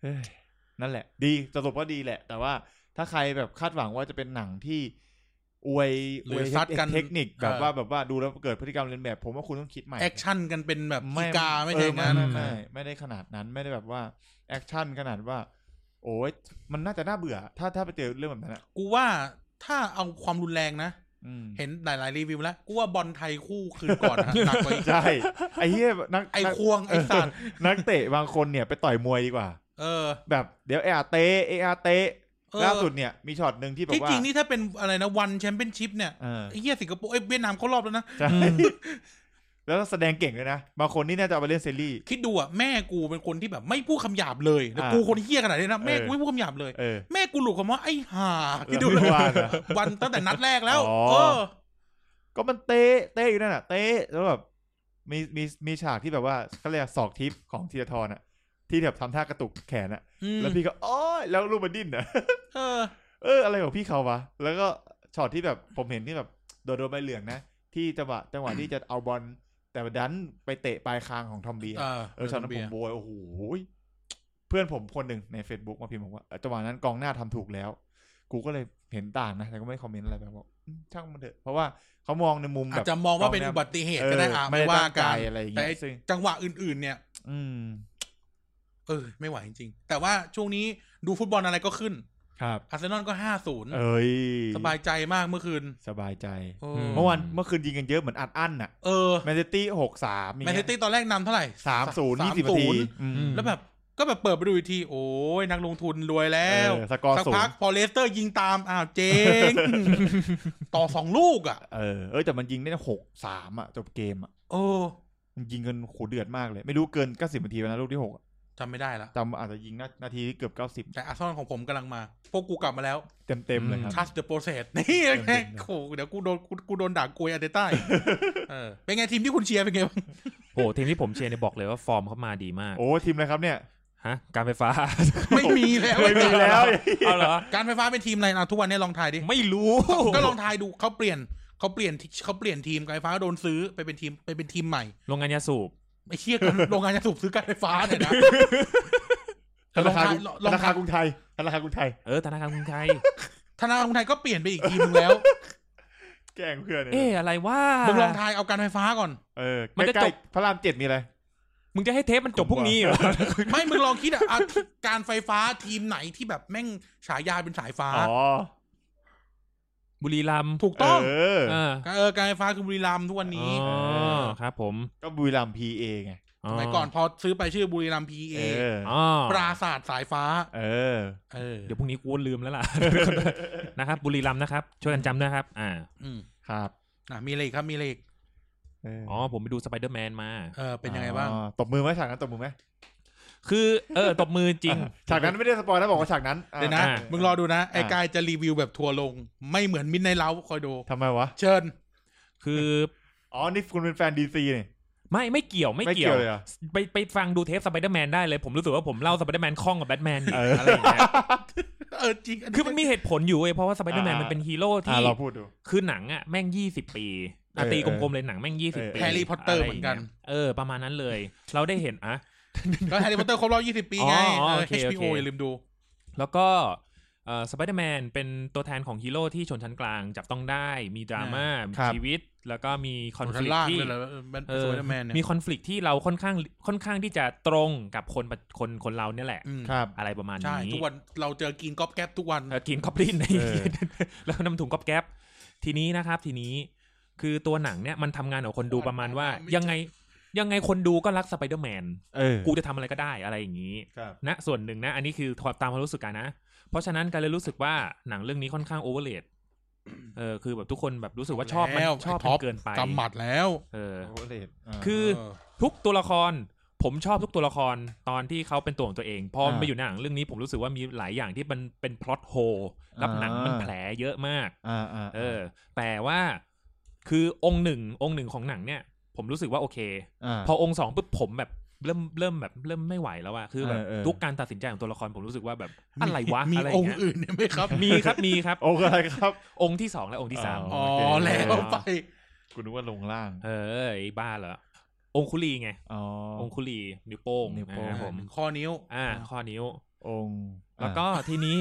B: เฮ้ยนั่นแหละ ดีสรุปว่าดีแหละ แต่ว่าถ้าใครแบบคาดหวังว่าจะเป็นหนังที่ อวย
A: ห
B: อ
A: รือ
B: วย
A: ซัดกัน
B: เทคนิคแบบ
A: เออ
B: ว่าแบบว่าดูแล้วเกิดพฤติกรรมเลียนแบบ ผมว่าคุณต้องคิดใหม่
A: แอคชั่นกันเป็นแบบ
B: ไม่
A: อีกาไม่
B: เอ
A: ใช่
B: อ
A: งั้น
B: ไม่ไม่ไม่ไม่ได้ขนาดนั้นไม่ได้แบบว่าแอคชั่นขนาดว่า โอ้ยมันน่าจะน่าเบื่อ ถ้าถ้าไปเจอเรื่องแบบนั้นอะ
A: กูว่าถ้าเอาความรุนแรงนะ
B: อืม
A: เห็นหลาย ๆ รีวิวแล้ว กูว่าบอลไทยคู่คืนก่อน นะหนักกว่าอีก
B: ใช่ไอ้เหี้ยนัก
A: ไอ้
B: นัก
A: ควงไอ้สัตว์
B: นักเตะบางคนเนี่ยไปต่อยมวยดีกว่า
A: เออ
B: แบบเดี๋ยวเออาเตะเออาเตะ
A: เออ
B: ล่าสุดเนี่ยมีช็อตหนึ่งที่แบบ
A: ที่
B: ว่า
A: จริงนี่ถ้าเป็นอะไรนะวันแชมเปี้ยนชิพเนี่ย
B: เออ
A: ไอ้เหี้ยสิงคโปร์ไอ้ยเวียดนามเขารอบแล้วนะ
B: ใช่
A: อืม
B: แล้วแสดงเก่งเลยนะบางคนนี่น่าจะเอาไปเล่นซีรีส์
A: คิดดูอ่ะแม่กูเป็นคนที่แบบไม่พูดคำหยาบเลยแล้ว
B: อ่ากู
A: กูคนเหี้ยขนาดนี้นะแม่
B: เออ
A: กูไม่พูดคำหยาบเลย
B: เออ
A: แม่กูหลุดคำว่าไอ้ห่าคิดดู
B: เออว่านะ
A: วันตั้งแต่นัดแรกแล้ว
B: อ๋อ
A: เออ
B: ก็มันเตะเตะอยู่นั่นน่ะ เตะแล้วแบบมีมีมีฉากที่แบบว่าเขาเรียกศอกทิปของธีรทรอ่ะ ที่แบบทำท่ากระตุกแขนอ่ะ
A: อืม
B: แล้วพี่ก็อ้อยแล้วลูกมันดิ้นอ่ะ
A: เออ
B: เอออะไรของพี่เขาวะ แล้วก็ช็อตที่แบบผมเห็นที่แบบโดนโดนใบเหลืองนะ ที่จังหวะจังหวะที่จะเอาบอลแต่ดันไปเตะปลายคางของทอมเบียร์
A: เออ
B: เออช็อตนั้นผมโวยโอ้โหเพื่อนผมคนหนึ่งใน Facebook มาพิมพ์บอกว่าเออจังหวะนั้นกองหน้าทำถูกแล้ว กูก็เลยเห็นต่างนะแต่ก็ไม่คอมเมนต์อะไรแบบว่าอืมช่างมันเถอะเพราะว่าเขามองในมุม
A: อา
B: แบ
A: จ
B: บ
A: จะมองว่าเป็นอุบัติเหตุก็ได้อ่ะ
B: เออ
A: ไม่ว่ากัน
B: ไม่ได้ตั้งใจอะไรอย่าง
A: แต่
B: เงี้ย
A: ไอ้
B: ซึ่ง
A: จังหวะอื่น ๆ เนี่ย
B: อืม
A: เออ ไม่ไหวจริงๆ แต่ว่าช่วงนี้ดูฟุตบอลอะไรก็ขึ้น
B: ครับ
A: อาร์เซนอลก็ห้าศูนย์
B: เอ้ย
A: สบายใจมากเมื่อคืน
B: สบายใจ
A: เออ
C: ม
B: เมื่อวันเมื่อคืนยิงกันเยอะเหมือนอัดอั้นน่ะ
A: เออ
B: แมนซิตี้หกสาม
A: แมนซิตี้ตอนแรกนำเท่าไหร่
B: สามศูนย์ยี่สิบนาทีอืม
A: แล้วแบบ ก็แบบเปิดไปดูอีกที โอ้ยนักลงทุนรวยแล้ว
B: เออสกอร์
A: สั
B: ศูน
A: พัก
B: ย์
A: พอเลสเตอร์ยิงตาม อ้าวเจ๊ ง ต่อสองลูกอ่ะ
B: เออเออแต่มันยิงได้หกสามอ่ะจบเกมอ่ะ
A: เออ
B: มันยิงกันโหเดือดมากเลย ไม่รู้เกินเก้าสิบนาทีไปนะลูกที่หกอะ
A: จำไม่ได้ละ
B: จำอาจจะยิงนานาทีที่เกือบเก้าสิบ
A: แต่อาร์เซนอลของผมกำลังมา พวกกูกลับมาแล้ว
B: เต็มเต็มๆเลยครับ
A: ทัชเดอะโปรเซสนี่
B: เต็ม
A: ไง
B: ๆเลย
A: โอ้เดี๋ยวกูโดนกูกูโดนด่ากุยอาร์เต ต้าอีกเออเป็นไงทีมที่คุณเชียร์เป็นไงบ้าง
C: โหทีมที่ผมเชียร์เนี่ยบอกเลยว่าฟอร์มเขามาดีมาก
B: โอ้ทีมอะไรครับเนี่ย
C: ฮะ การไฟฟ้า
A: ไม่มีแล้ว
B: ไม่มีแล้ว
C: เอาเหรอ
A: การไฟฟ้าเป็นทีมอะไรอ่ะทุกวันนี้ลองทายดิ
C: ไม่รู้
A: ก็ลองทายดูเขาเปลี่ยนเขาเปลี่ยนเขาเปลี่ยนทีมการไฟฟ้าโดนซื้อไปเป็นทีมไปเป็นทีมใหม่
C: โรงงานยาสูบ
A: ไอ้เชี่ยกัน โรงงานจะสูบซื้อการไฟฟ้าเนี่ยนะ
B: ธนาคาร
A: ลอง
B: ธนาคาร
A: ทาย
B: กรุงไทยธนาคารกรุงไทย
C: เออธนาคารกรุงไทย
A: ธนาคารกรุงไทยก็เปลี่ยนไปอีกทีมนึงแล้ว
B: แกล้งเพื่อนเนี่ย
C: เอ๊ะอะไรว่า
A: มึงลองทายเอาการไฟฟ้าก่อน
B: เออ
C: มันจะ
B: ใกล้
C: จบ
B: ๆพระรามเจ็ดมีอะไร
C: มึงจะให้เทปมันจบพรุ่งนี้เหรอ
A: ไม่มึงลองคิดอ่ะ อ่ะการไฟฟ้าทีมไหนที่แบบแม่งฉายาเป็นสายฟ้า
B: อ๋อ
C: บุรีรัมย์
A: ถูกต้อง
B: เออ
C: เออ
A: เออการไฟฟ้าคือบุรีรัมย์ทุกวัน
C: อ๋
A: นี้
C: อ
B: เออ
C: ครับผม
B: ก็บุรีรัมพีเอไง
A: สมัยก่อนพอซื้อไปชื่อบุรีรัมย์พีเอ
B: เออ
C: อ๋อ
A: ปราศาสตร์สายฟ้า
B: เออ
A: เออ
C: เดี๋ยวพรุ่งนี้กูลืมแล้วล่ะ นะครับ บุรีรัมย์นะครับ ช่วยกันจำนะครับ อ่า
A: อืม
B: ครับ
A: อ่ะมีอะไรอีกครับมีอะไรอีก
B: เออ
C: อ๋อผมไปดูสไปเดอร์แมนมา
A: เออเป็นยังไงบ้าง
B: อ๋อตบมือไหมฉากนั้นตบมือไหม
C: คือเออตบมือ จริง
B: อ่ะฉากนั้นไม่ได้สปอยนะบอกว่าฉากนั้นอ่ะ
A: เดี๋ยวนะ
C: อ่า
A: มึงรอดูนะ ไอ้กายจะรีวิวแบบทัวร์ลง ไม่เหมือนมินในเล้าคอยดู
B: ทำไมวะ
A: เชิญ
C: คือ
B: อ๋อ นี่คุณเป็นแฟนดีซีนี่
C: ไม่ไม่เกี่ยวไม่
B: ไม่เกี่
C: เกี่
B: ย
C: ยวว
B: เลยเหรอ
C: ไปไปฟังดูเทปสไปเดอร์แมนได้เลย ผมรู้สึกว่าผมเล่าสไปเดอร์แมนคล่องกับแบทแมนอีกอะไรอย่างเงี้ย
A: เออจริง
C: คือมันมีเหตุผลอยู่เว้ยเพราะว่าสไปเดอร์แมน
B: อ่ามั
C: มันเป็นฮีโร่
B: อ่ะ
C: ที่
B: เราพูดดู
C: คือหนังอ่ะแม่งยี่สิบปีอะ
B: เออ
C: ตีกลมๆเลยหนังแม่งยี่
B: เอ
C: สิบ
B: อ
C: ปี
A: แฮร์รี่พอตเตอร์เหมือนกัน
C: เออ ประมาณนั้นเลย เราได้เห็นอะ
A: ก็แฮร์รี่พอตเตอร์ครบรอบ 20 ปีไง
C: อ๋อ
A: เอ
C: โอ
A: อ
C: เคโอเค
A: HBO อย่าลืมดู
C: แล้วก็สไปเดอร์แมนเป็นตัวแทนของฮีโร่ที่ชนชั้นกลางจับต้องได้มีดราม่า
B: ครับ
C: ชีวิต แล้วก็มีคอนฟ
A: ชั้
C: lict
A: ล่าง
C: ที่
A: เลยเหรอเป็น
C: เออ
A: สไปเดอร์แมนเนี่ย
C: มีคอน lict ที่เราค่อนข้างค่อนข้างที่จะตรงกับคนปัจคนคนเราเนี่ยแหละ
A: อืม
B: ครับ
C: อะไรประมาณนี้
A: ใช่ ทุกวันเราเจอกินก๊อบแก๊บทุกวัน
C: เออกินกอบลินไอ้
B: เออ
C: เหี้ยแล้วนำถุงกอบแก๊บทีนี้นะครับ ทีนี้คือตัวหนังเนี่ยมันทำงานกับคนดูประมาณว่า
A: ไม่
C: ยังไงยังไงคนดูก็รักสไปเดอร์แมน
B: เออ
C: กูจะทำอะไรก็ได้อะไรอย่างนี้
B: ครับ
C: นะส่วนหนึ่งนะ อันนี้คือตามความรู้สึกกันนะ เพราะฉะนั้นการเลยรู้สึกว่าหนังเรื่องนี้ค่อนข้างโอเวอร์เลดเออคือแบบทุกคนแบบรู้สึกว่าชอบมัน
A: แล้ว
C: ชอบ
A: ไท็
C: มั
A: อป
C: นเกินไป
A: กำหมัดแล้ว
C: เออ
B: โอเลดา
C: คือ
A: เออ
C: ทุกตัวละคร ผมชอบทุกตัวละครตอนที่เขาเป็นตัวของตัวเองพอ
B: อ่า
C: ไปอยู่ในหนังเรื่องนี้ผมรู้สึกว่ามีหลายอย่างที่มันเป็นพล็อตโฮแล้ว
B: อ่า
C: หนังมันแผลเยอะมาก
B: อ่าอ่า
C: เออ แต่ว่าคือองค์หนึ่งองค์หนึ่งของหนังเนี่ย ผมรู้สึกว่าโอเค
B: อ่า
C: พอองค์สองปุ๊บผมแบบ เริ่มเริ่มแบบเริ่มไม่ไหวแล้วอะคือแบบ
B: เออเออ
C: ทุกการตัดสินใจของตัวละครผมรู้สึกว่าแบบ
A: มี
C: อะไรวะ
A: มี
C: อะไรอ
A: อย่างค์
C: งเงี้ย
A: อื่นเนี่ยไหมครับ
C: มีครับมีครับ
B: โอเคครับ
C: องค์ที่สองและองค์ที่สาม
B: อ๋
A: อ๋อ
B: โเค
A: แล้วไป
B: กูนึกว่าลงล่าง
C: เออไอ้บ้าเหรอองคุลีไง
B: อ๋อ
C: องคุลีนิ้วโป้ง
B: นิ้วโป้ง
C: นะครับผม
A: ข้อนิ้ว
C: อ่า ข้อนิ้ว
B: องค์
C: แล้วก็ทีนี้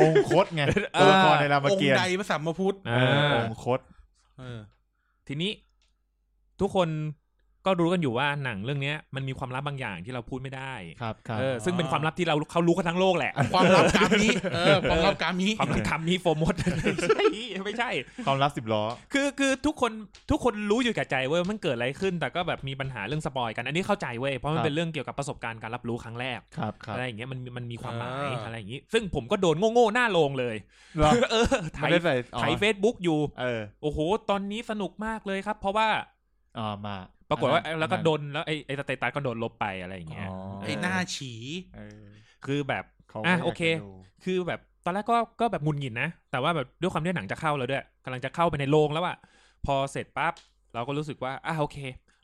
B: องค์คดไงตัวละครในราม
A: อง
B: เกีย
A: ค์
B: รติ
A: ใดพระสัมมาพุทธ
B: เอ
C: อ่า
B: อองค์คด
A: เออ
C: ทีนี้ ทุกคนก็รู้กันอยู่ว่าหนังเรื่องเนี้ย มันมีความลับบางอย่างที่เราพูดไม่ได้
B: ครับครับ
C: เออซึ่งเป็นความลับที่เราเขารู้กันทั้งโลกแหละ
A: ความลับกามนี้ เออ ความลับกามนี้
C: ความลับคำนี้โฟมด ไม่ ใช่ไม่ใช่
B: ความลับสิบล้อ
C: คือคือทุกคนทุกคนรู้อยู่แก่ใจเว้ยมันเกิดอะไรขึ้น แต่ก็แบบมีปัญหาเรื่องสปอยกันอันนี้เข้าใจเว้ยเพราะมัน
B: ครับ
C: เป็นเรื่องเกี่ยวกับประสบการณ์การรับรู้ครั้งแรก
B: ครับครับ
C: อะไรอย่างเงี้ยมันมีมันมีความหมาย
A: อ่า
C: อะไรอย่างงี้ ซึ่งผมก็โดนโง่ๆหน้าโรงเลย
B: เหรอ
C: เออไถ
B: ไม่ได้ใส่อ๋อ
C: ไถเฟซบุ๊กอยู่
B: เออ
C: โอ้โห ตอนนี้สนุกมากเลยครับ เพราะว่า
B: อ๋อมา
C: ปรากฏว่า
B: อั
C: แล้วก็โดนแล้วไอ้ไอ้สเตตัสก็โดนลบไปอะไรอย่า
B: อ๋
C: งเงี้ย
B: อ
A: ไอ้หน้าฉี
B: เออ
C: คือแบบ
B: เขา
C: อ่ะ
B: ไม่ยาก
C: โอเค
B: จะดู
C: คือแบบตอนแรกก็ก็แบบหงุนหงิดนะ แต่ว่าแบบด้วยความที่หนังจะเข้าแล้วด้วยกำลังจะเข้าไปในโรงแล้วอะพอเสร็จปั๊บเราก็รู้สึกว่าอ่ะโอเค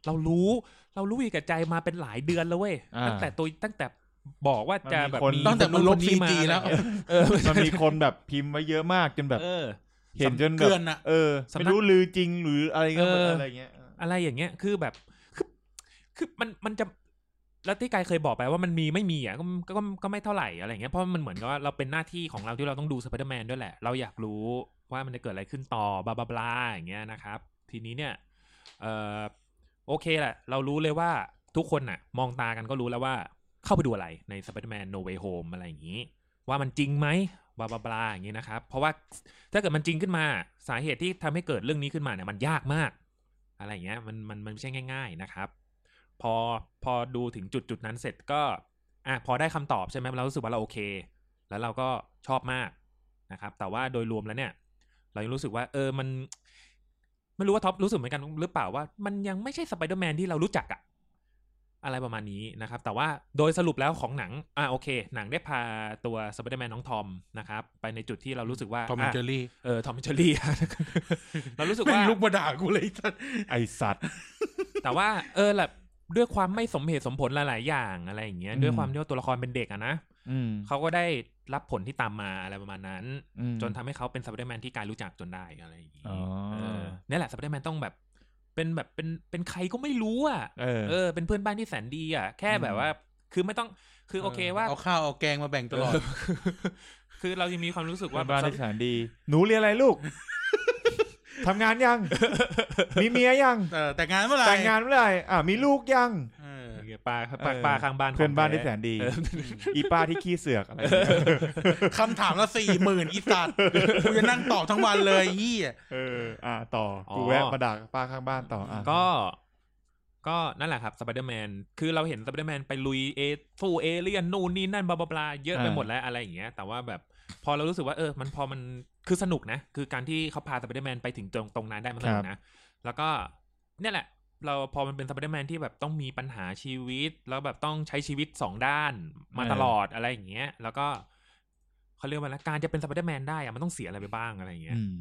C: เรารู้เรารู้อยู่แกับใจมาเป็นหลายเดือนแล้วเว้ย
B: อ่า
C: ตั้งแต่ตัวตั้งแต่บอกว่าจะแบบ
B: มันมีคน
A: ตั้งแต่มันลบ
C: คา
A: CG แล้ว
C: เออ
B: มันมีคนแบบพิมพ์ไว้เยอะมากจนแบบ
C: เออ
B: เห็นจนแบ
A: เกือบ นอะ
B: เออ
C: สำนัก
B: ไม่รู้ลือจริงหรืออะไรก็
C: เอออ
B: อะไรเงี้ย
C: อะไรอย่างเงี้ย คือแบบ คือ คือมัน มันจะ แล้วที่กายเคยบอกไปว่ามันมีไม่มีอ่ะ ก็ ก็ ก็ไม่เท่าไหร่อะไรอย่างเงี้ย เพราะมันเหมือนกับว่าเราเป็นหน้าที่ของเราที่เราต้องดูสไปเดอร์แมนด้วยแหละ เราอยากรู้ว่ามันจะเกิดอะไรขึ้นต่อบลาบลาบลาอย่างเงี้ยนะครับ ทีนี้เนี่ย เอ่อ โอเคแหละ เรารู้เลยว่าทุกคนน่ะ มองตากันก็รู้แล้วว่า เข้าไปดูอะไรในสไปเดอร์แมนโนเวโฮมอะไรอย่างงี้ ว่ามันจริงไหมบลาบลาบลาอย่างงี้นะครับ เพราะว่าถ้าเกิดมันจริงขึ้นมาสาเหตุที่ทำให้เกิดเรื่องนี้ขึ้นมาเนี่ยมันยากมาก อะไรอย่างเงี้ยมันมันมันไม่ใช่ง่าย ๆนะครับ พอพอดูถึงจุดจุดนั้นเสร็จก็อ่ะพอได้คำตอบใช่ไหมเรารู้สึกว่าเราโอเค แล้วเราก็ชอบมากนะครับ แต่ว่าโดยรวมแล้วเนี่ย เรายังรู้สึกว่าเออมัน ไม่รู้ว่าท็อปรู้สึกเหมือนกันหรือเปล่าว่า มันยังไม่ใช่สไปเดอร์แมนที่เรารู้จักอะอะไรประมาณนี้นะครับ แต่ว่าโดยสรุปแล้วของหนังอ่ะโอเค หนังได้พาตัวสไปเดอร์แมนน้องทอมนะครับ ไปในจุดที่เรารู้สึกว่า
A: ทอมแอนด์เจอรี่
C: เออทอมเจอรี่ เรารู้สึก
A: เป็น
C: ว่า
A: ลูกมาด่ากูเลยจ้ะ
B: ไอสัตว์
C: แต่ว่าเออแหละด้วยความไม่สมเหตุสมผลหลาย ๆ อย่างอะไรอย่างเงี้ย
B: อืม
C: ด้วยความที่ว่าตัวละครเป็นเด็กอะนะ
B: อืม
C: เขาก็ได้รับผลที่ตามมาอะไรประมาณนั้น
B: อืม
C: จนทำให้เขาเป็นสไปเดอร์แมนที่กายรู้จักจนได้อะไรอย่างงี้
B: อ๋อ
C: เออเนี่ยแหละสไปเดอร์แมนต้องแบบ เป็นแบบเป็นเป็นใครก็ไม่รู้อ่ะ
B: เออ
C: เออเป็นเพื่อนบ้านที่แสนดีอ่ะแค่
B: อืม
C: แบบว่า คือไม่ต้องคือโอเคว่า
A: เอาข้าวเอาแกงมาแบ่งตลอด
C: เออคือเรายังมีความรู้สึกว่า
B: ว่าบ้านในสถานดี หนูเรียนอะไรลูก ทำงาน ยัง มีเมียยัง
A: เออแต่งงานเมื่อไหร่
B: แต่งงานเมื่อไหร่อ่ามีลูกยัง
A: เออ
C: ปลาปลาปลาข้างบ้านขง
B: เพื่อนบ้านที่แส
C: ท้
B: นดี
C: เออ
B: อีป้าที่ขี้เสือกอะไรเงี้ย
A: คำถามละสี่หมื่นอีสัตว์กูจะนั่งตอบทั้งวันเลยเฮีย
B: เออ อ่าต่ออ
C: อ
B: กูแวะมาด่าป้าข้างบ้านต่ออ่ะ
C: ก็ก็นั่นแหละครับสไปเดอร์แมนคือเราเห็นสไปเดอร์แมนไปลุยเอสู้เอเลี่ยนนู่นนี่นั่นบลาบลาบลาเยอะไปหมดแล้วอะไรอย่างเงี้ย แต่ว่าแบบพอเรารู้สึกว่าเออ มันพอมันคือสนุกนะ คือการที่เขาพาสไปเดอร์แมนไปถึงตรงตรงนั้นได้มันสนุกนะ แล้วก็เนี่ยแหละ เราพอมันเป็นสไปเดอร์แมนที่แบบต้องมีปัญหาชีวิต แล้วแบบต้องใช้ชีวิตสองด้านมาตลอดอะไรอย่างเงี้ย แล้วก็เขาเรียกว่าอะไรการจะเป็นสไปเดอร์แมนได้อะมันต้องเสียอะไรไปบ้างอะไรอย่างเงี้ย
B: อืม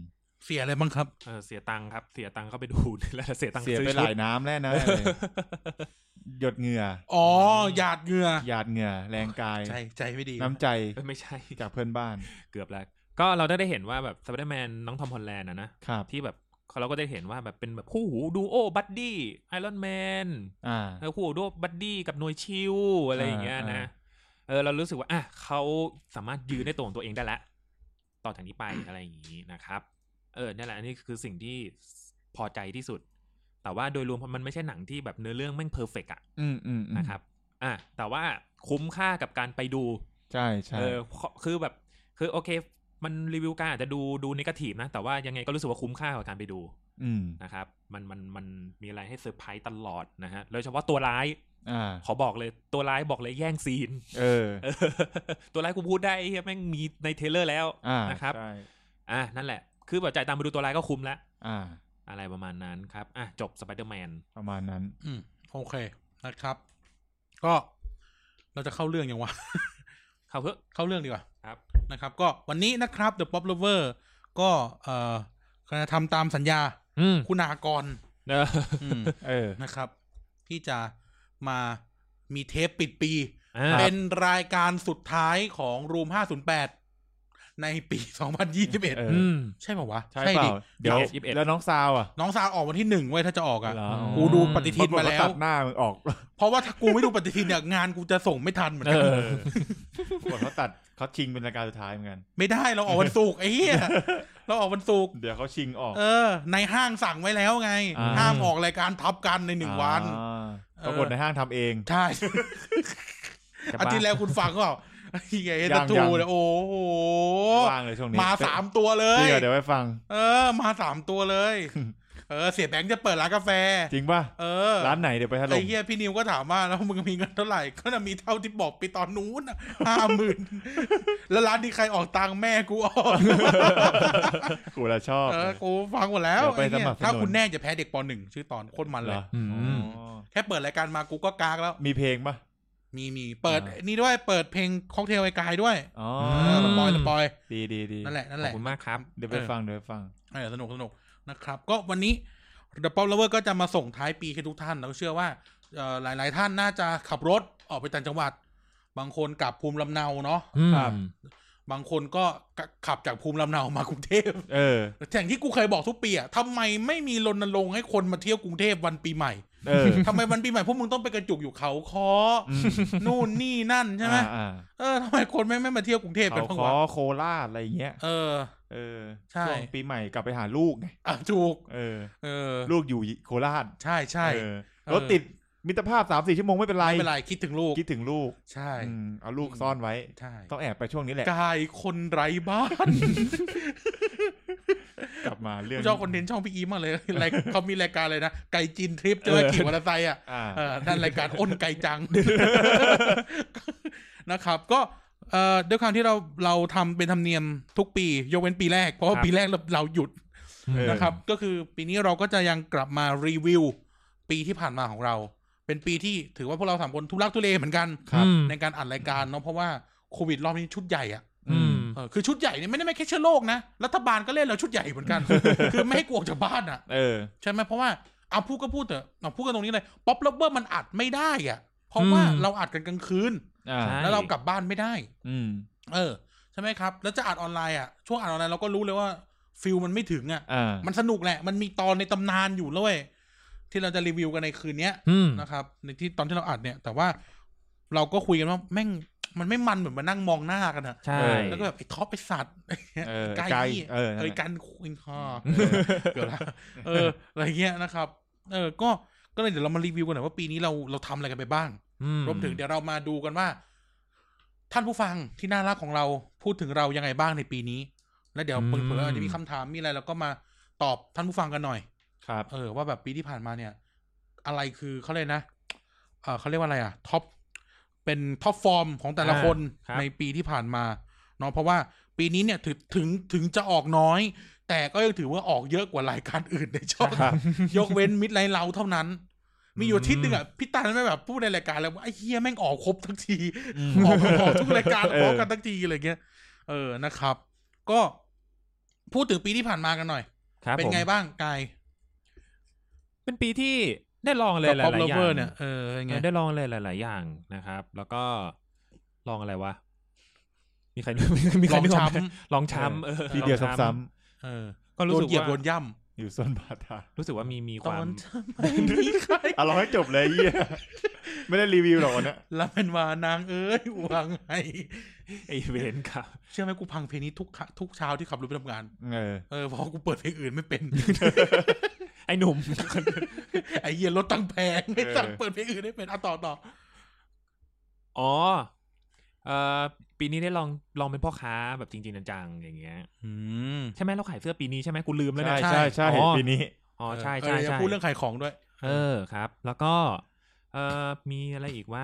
A: เสียอะไรบ้างครับ
C: เออเสียตังค์ครับเสียตังค์เข้าไปดู นี่แหละเสียตังค์
B: เสีย
C: ซื้อ
B: ไปห
C: ชุ
B: ลา
C: ด
B: ยน้ำแน่นะเลยหยดเหงื่อ
A: อ๋อหยาดเหงื่อ
B: หยาดเหงื่อ แรงกาย
A: ใจใจไม่ดี
B: น้ำใจ
C: เอ้ยไม่ใช่
B: จากเพื่อนบ้าน
C: เกือบแล้ว ก็เราได้ได้เห็นว่าแบบสไปเดอร์แมนน้องทอมฮอลแลนด์อะนะครับ ที่แบบเราก็ได้เห็นว่าแบบเป็นแบบคู่หูดูโอบัดดี้ไอรอนแมน
B: อ่า
C: แล้วคู่หูดูโอบัดดี้กับหน่วยชิวอะไรอย่างเงี้ยนะ
B: อ่า
C: เออเรารู้สึกว่าอ่ะเขาสามารถยืนในตัวของตัวเองได้ละต่อจากนี้ไปอะไรอย่างงี้นะครับ เออนี่นแหละอันนี้คือสิ่งที่พอใจที่สุด แต่ว่าโดยรวมมันไม่ใช่หนังที่แบบเนื้อเรื่องแม่งเพอร์เฟกอะ
B: อืมอืมอืม
C: นะครับ อ่ะแต่ว่าคุ้มค่ากับการไปดู
B: ใช่ใช่
C: เออขอคือแบบ คือโอเค มันรีวิวการอาจจะดูดูนิเกทีฟนะ แต่ว่ายังไงก็รู้สึกว่าคุ้มค่ากับการไปดู
B: อืม
C: นะครับ มันมันมันมีอะไรให้เซอร์ไพรส์ตลอดนะฮะ โดยเฉพาะตัวร้าย
B: อ่า
C: ขอบอกเลย ตัวร้ายบอกเลยแย่งซีน
B: เออ
C: เออตัวร้ายกูพูดได้ไอ้เฮียแม่งมีในเทรลเลอร์แล้ว
B: อ่า
C: นะครับ
B: ใช่
C: อ่ะนั่นแหละ คือแบบจ่ายตามไปดูตัวร้ายก็คุ้มละ
B: อ่า
C: อะไรประมาณนั้นครับ อ่ะจบสไปเดอร์แมน
B: ประมาณนั้น
A: อืมโอเคนะครับ ก็เราจะเข้าเรื่องยังวะ
C: เข้าเพื่อะ
A: เข้าเรื่องดีกว่า
C: ครับ
A: นะครับ ก็วันนี้นะครับ The Pop Lover ก็เอ่อจะทำตามสัญญา
C: อืม
A: คุณากร
C: เออ
A: อืม
B: เออ
A: นะครับ ที่จะมา มีเทปปิดปี
C: อ่า
B: ครับ
A: เป็นรายการสุดท้ายของรูม 508 ในปี
B: เอ
A: 2021
B: อ
C: อืม
A: ใช่ไหมวะ
B: ใช่เปล่า
A: ดิ
B: เดี๋ยว
C: ยี่สิบเอ็ด
B: แล้วน้องซาวอ่ะ
A: น้องซาวออกวันที่หนึ่งเว้ยถ้าจะออกอ่ะ
B: เหรอ
A: กูดูปฏิทิน
B: ปรกฏ
A: มาแล้ว
B: ตัดหน้ามึงออก
A: เพราะว่าถ้ากูไม่ดูปฏิทินเนี่ย งานกูจะส่งไม่ทันเหมือน
C: เอ
A: กัน
C: อ
B: กดเขาตัดเขาชิงเป็นรายการสุดท้ายเหมือนกัน
A: ไม่ได้เราออกวันศุกร์ไอ้เหี้ยเราออกวันศุกร์
B: เดี๋ยวเขาชิงออก
A: เออ ในห้างสั่งไว้แล้วไง
C: อ่า
A: ห้ามออกรายการทับกันในหนึ่งวัน
B: อ่า
A: เออ
B: ปรากฏในห้างทำเอง
A: ใช่
B: จะ
A: อาทิตย์
B: บ้
A: แล้วคุณฟังเปล่าไอ้เหี้ยเอต
B: ยัง
A: ทู
B: ยัง
A: เนี่ยโอ้โห
B: ว่างเลยช่วงนี้
A: มาสามตัวเล
B: เดี๋
A: ย
B: ยวเดี๋ยวไปฟัง
A: เออ มาสามตัวเลย เออ เสียแบงค์จะเปิดร้านกาแฟ
B: จริงป่ะ
A: เออ
B: ร้านไหนเดี๋ยวไปถล่
A: ไอ้
B: ม
A: เฮียพี่นิวก็ถามว่าแล้วมึงมีเงินเท่าไหร่ ก็จะมีเท่าที่บอกไปตอนนู้นห้าหมื่นแล้วร้านที่ใครออกตังค์แม่กูออก
B: กูละชอบ
A: เออ กูฟังหมดแล้ว
B: เดี๋ยวไป
A: ไอ้เหี้ย
B: สมัครสนุน
A: ถ้าคุณแน่จะแพ้เด็กปหนึ่งชื่อตอนโคตรมัน
B: เห
A: เลย
B: รอ
C: อืม
B: อ๋อ
A: แค่เปิดรายการมากูก็กากแล้ว
B: มีเพลงป่ะ
A: มีมีเปิด
B: อ่า
A: นี่ด้วยเปิดเพลงค็อกเทลไอ้กายด้วย
B: อ๋อ
A: เอ
B: อ
A: อสป
C: ม
A: อยล์สปอยล์
B: ดีดีดี
A: นั่นแหละนั่น
C: ข
A: แห
C: อบ
A: ละ
C: คุณมากครับ
B: เดี๋ยวไปฟังเดี๋ยวไปฟัง
A: เออสนุกสนุกนะครับ ก็วันนี้ The Pop Lover ก็จะมาส่งท้ายปีให้ทุกท่าน แล้วเชื่อว่าเอ่อหลาย ๆ ท่านน่าจะขับรถออกไปต่างจังหวัด บางคนกลับภูมิลำเนาเนาะ
C: อืม
B: ครับ
A: บางคนก็กะขับจากภูมิลำเนามากรุงเทพ
B: เออ
A: อย่างที่กูเคยบอกทุกปีอะทำไมไม่มีรณรงค์ให้คนมาเที่ยวกรุงเทพวันปีใหม่
B: เออ
A: ทำไมวันปีใหม่พวกมึงต้องไปกระจุกอยู่เขาคอ
B: อืม
A: นู่นนี่นั่นใช่ไหม
B: อ่า
A: เออทำไมคนไม่งไม่มาเที่ยวกรุงเทพ
B: ๆ
A: กัน
B: เขา
A: บ้าง
B: ขอ
A: วะ
B: โคราชอะไรอย่างเงี้ย
A: เออ
B: เออ
A: ใช่
B: วงปีใหม่กลับไปหาลูกไง
A: อ่ะถูก
B: เออ
A: เออ
B: ลูกอยู่โคราช
A: ใช่ใช่
B: เออ
A: เออ
B: รถติดมิตรภาพสามสี่ชั่วโมงไม่เป็นไร
A: ไม่เป็นไรคิดถึงลูก
B: คิดถึงลูก
A: ใช่
B: อืมเอาลูกซ่อนไว้
A: ใช่
B: ต้องแอบไปช่วงนี้แหละ
A: กายคนไร้บ้าน
B: กลับมาเรื่อง
A: ชอบคอนเทนต์ช่องพี่อีมากเลย รายเขามีรายการเลยนะ ไก่จีนทริปเจอขี่มอเตอร์ไซค์อ่ะ
B: อ่า
A: เออนั่นรายการอ้นไก่ จัง นะครับ ก็เอ่อด้วยความที่เราเราทำเป็นธรรมเนียมทุกปี ยกเว้นปีแรก เพราะว่า
C: ครับ
A: ปีแรกเราเราหยุด
B: เออ
A: นะครับ ก็คือปีนี้เราก็จะยังกลับมารีวิว ปีที่ผ่านมาของเรา เป็นปีที่ถือว่าพวกเราสามคนทุลักทุเลเหมือนกัน
B: ครับ
C: อืม
A: ในการอัดรายการเนาะเพราะว่าโควิดรอบนี้ชุดใหญ่อ่ะ
C: อืม
A: เออคือชุดใหญ่เนี่ยไม่ได้ไม่แค่เชื้อโรคนะ รัฐบาลก็เล่นเราชุดใหญ่เหมือนกัน คือไม่ให้กลัวจากบ้านอ่ะ
B: เออ
A: ใช่ไหมเพราะว่าเอาพูดก็พูดเถอะเอาพูดกันตรงนี้เลยป๊อปเลเวอร์มันอัดไม่ได้อ่ะ เพราะว่า
C: อืม
A: เราอัดกันกลางคืน
B: อ่า
C: ใช่
A: แล้วเรากลับบ้านไม่ได้
B: อืม
A: เออ ใช่ไหมครับ แล้วจะอัดออนไลน์อ่ะช่วงอัดออนไลน์เราก็รู้เลยว่าฟิลมันไม่ถึงอ่ะ
B: อ่า
A: มันสนุกแหละ มันมีตอนในตำนานอยู่แล้วเว้ยที่เราจะรีวิวกันในคืนเนี้ย
C: อืม
A: นะครับในที่ตอนที่เราอัดเนี่ย แต่ว่าเราก็คุยกันว่าแม่งมันไม่มันเหมือนมานั่งมองหน้ากันอะ
C: ใช่
B: เออ
A: แล้วก็แบบไอ้ท็อปไอ้สัตว์
B: เออ
A: ไกล
B: ไกล
A: นี่
B: เออนั่น
A: เอ้ย
B: แหละ
A: กันคุยคอ เกือบละเอออะไรเงี้ยนะครับ เออก็ก็เลยเดี๋ยวเรามารีวิวกันหน่อยว่าปีนี้เราเราทำอะไรกันไปบ้าง
C: อื
A: รวมถึงเดี๋ยวเรามาดูกันว่า ท่านผู้ฟังที่น่ารักของเราพูดถึงเรายังไงบ้างในปีนี้ แล้วเดี๋ยวเผื่อๆอาจจะมีคำถามมีอะไรเราก็มาตอบท่านผู้ฟังกันหน่อย
B: ครับ
A: เออว่าแบบปีที่ผ่านมาเนี่ย อะไรคือเขาเลยกนะเออเขาเรียกว่าอะไรอ่ะท็อปเป็นท็อปฟอร์มของแต่ละคน
C: อ่าครับ
A: ในปีที่ผ่านมาเนาะเพราะว่าปีนี้เนี่ยถึงถึงถึงจะออกน้อย แต่ก็ยังถือว่าออกเยอะกว่ารายการอื่นในช่อง
B: ครับ
A: ยกเว้นมิดไลน์เราเท่านั้น มีอยู่อาทิตย์หนึ่งอ่ะพี่ตาลไม่แบบพูดในรายการแล้วว่าไอ้เฮียแม่งออกครบทั้งที ออกออกทุกรายการ
B: เออ
A: พร้อมกันทั้งทีอะไรเงี้ยเออนะครับ ก็พูดถึงปีที่ผ่านมากันหน่อย
C: ครับ
A: เป็น
C: ผม
A: ไงบ้างกาย
C: เป็นปีที่ได้ลองอะไร
A: กับ
C: ห
A: ป๊อป
C: ลา
A: เล
C: ยๆอย่า
A: เวอร์
C: ง
A: เนี่ยเออยังไง
C: เออได้ลองอะไรหลาย ๆ อย่างนะครับ แล้วก็ลองอะไรวะ มีใครรู้ มีใค
A: ล
C: ร
A: อง
C: นึกออกไหม
A: ช้ำ
C: ลองช้ำเออ
B: ทีเดียว
C: ลอง
B: ซ้ำ
A: เออ
C: ก็รู้
A: โดน
C: สึก
A: เหยียบ
C: ว่า
A: โดนย่
B: ๆอยู่ส้นบาทา
C: รู้สึกว่ามีมี
A: ำ
C: ค
A: ตอ
C: วาม
A: นทำไมมีใคร
B: อ่ะเราให้จบเลยไอ้เหี้ ยไม่ได้รีวิวหรอกวันเนี้ย
A: แล้วเป็นวานางเอ้ยวางไง
C: ไอเวนครับ
A: เชื่อไหมกูพังเพลงนี้ทุกค่ะทุกเช้าที่ขับรถไปทำงาน
B: เออ
A: เออเพราะกูเปิดเพลงอื่นไม่เป็น
C: ไอหนุ่ม
A: ไอ้เหี้ยรถตั้งแพงไอ้สั่ง
B: เออ
A: เปิดเพลงอื่นไม่เป็นอ่ะต่อต่อ
C: อ๋อเอ่อปีนี้ได้ลองลองเป็นพ่อค้าแบบจริง ๆ จัง ๆ อย่างเงี้ย
A: อืม
C: ใช่ไหมเราขายเสื้อปีนี้ใช่ไหมกูลืมแล้ว
B: ใช่
C: เนี่ย
B: ใช่ใช่
C: อ๋อ
B: ปีนี้
C: อ๋อใช่ใช่
A: เอออย่า
C: ใช่
A: พูดเรื่องขายของด้วย
C: เออครับ แล้วก็ เอ่อมีอะไรอีกวะ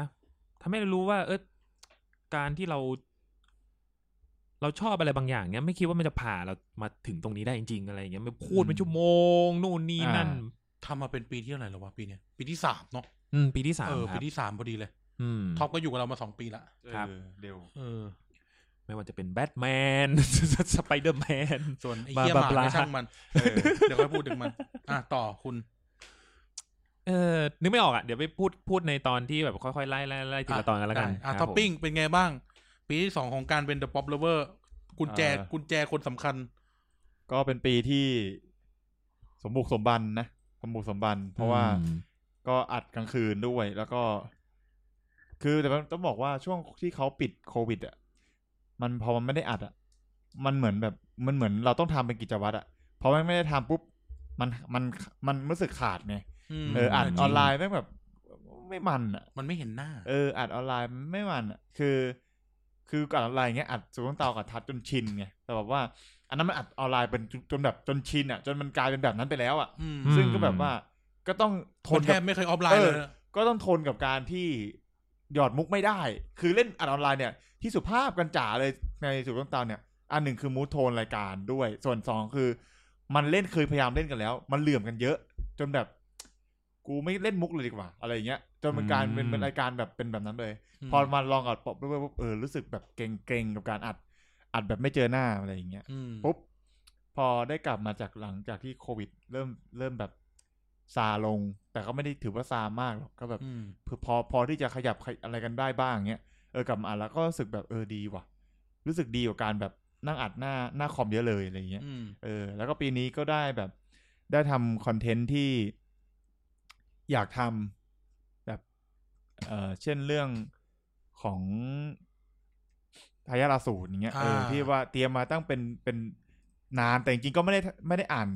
C: ทำให้เรารู้ว่า เออการที่เรา เราชอบอะไรบางอย่างเนี้ยไม่คิดว่ามันจะผ่าเรามาถึงตรงนี้ได้จริงๆอะไรอย่างเงี้ยมันพูดเป็นชั่วโมงนู่นนี่นั่น
B: อ่า
A: ทำมาเป็นปีที่เท่าไหร่แล้ววะปีเนี้ยปีที่สามเนาะ
C: อืม ปีที่สาม
A: เออ
C: ค
A: ปี
C: รับ
A: ที่สามพอดีเลย
C: อืม
A: ท็อปก็อยู่กับเรามาสองปีละ
C: ครับ
B: เออเร็ว
A: เออ
C: ไม่ว่าจะเป็นแบทแมน สไปเดอร์แมน
A: ส่วนไอ้
C: บา
A: เหี้ยห
C: บา
A: มา
C: บลา
A: ไม่ช่างมัน
B: เออ
A: เดี๋ยวค่อยพูดถึงมัน อ่ะต่อคุณ
C: เออนึกไม่ออกอ่ะเดี๋ยวไปพูดพูดในตอนที่แบบค่อยๆไล่ไล่ไล่ทีละตอนกันแล้วกัน
A: ได้อ่ะ
C: ครับ
A: ท็อปปิ้งเป็นไงบ้าง ปีที่สองของการเป็น The Pop Lover กุญแจ
B: อ่า
A: กุญแจคนสำคัญ
B: ก็เป็นปีที่สมบุกสมบันนะสมบุกสมบัน
C: ผม
B: เพราะว่า
C: อืม
B: ก็อัดกลางคืนด้วย แล้วก็ คือแต่ว่าต้องบอกว่าช่วงที่เขาปิดโควิด อ่ะ มันพอมันไม่ได้อัดอ่ะ มันเหมือนแบบมันเหมือนเราต้องทำเป็นกิจวัตรอ่ะพอมันไม่ได้ทำปุ๊บมันมันมันรู้สึกขาดไง
A: ม
B: เอออัด
A: จริง
B: ออนไลน์แม่งแบบไม่มันอ่ะ
A: มันไม่เห็นหน้า
B: เอออัดออนไลน์ไม่มันอะคือ คือก่อนออนไลน์เงี้ยอัดสูงเตากับทัดจนชินไงแต่แบบว่า อันนั้นมันอัดออนไลน์เป็นจนจนแบบจนชินอ่ะ จนมันกลายเป็นแบบนั้นไปแล้วอ่ะ
A: อืม
B: ซึ่งก็แบบว่าก็ต้องท
A: คน
B: น
A: แทบ
B: กั
A: บ ไม่เคยออฟไลน์
B: เอ
A: เล
B: อ
A: ยนะ
B: ก็ต้องทนกับการที่หยอดมุกไม่ได้ คือเล่นอัดออนไลน์เนี่ยที่สุภาพกันจ๋าเลยในสูงเตาเนี่ย อันหนึ่งคือมูทโทนรายการด้วย ส่วนสองคือ มันเล่นเคยพยายามเล่นกันแล้ว มันเหลื่อมกันเยอะ จนแบบ กูไม่เล่นมุกเลยดีกว่า อะไรอย่างเงี้ยจนมันกลายเป็นเป็นรายการแบบเป็นแบบนั้นเลย พอมาลองอัดป๊อปด้วยปุ๊บเออรู้สึกแบบเกรงๆกับการอัด อัดแบบไม่เจอหน้าอะไรอย่างเงี้ย
A: อืม
B: ปุ๊บพอได้กลับมาจากหลังจากที่โควิด เริ่มเริ่มแบบซาลง แต่ก็ไม่ได้ถือว่าซามากหรอกก็แบบ
A: อืม
B: พอพอที่จะขยับขยอะไรกันได้บ้างเงี้ยเออกลับมาอัดแล้วก็รู้สึกแบบเออดีว่ะ รู้สึกดีกว่าการแบบนั่งอัดหน้าหน้าคอมเยอะเลยอะไรอย่างเงี้ย
A: อืม
B: เออแล้วก็ปีนี้ก็ได้แบบได้ทำคอนเทนต์ที่อยากทำแบบเออเช่นเรื่องของทายาทอสูรอย่างเงี้ยเอออา ที่ว่าเตรียมมาตั้งเป็นเป็นนานแต่จริงๆก็ไม่ได้ไม่ได้อ่าน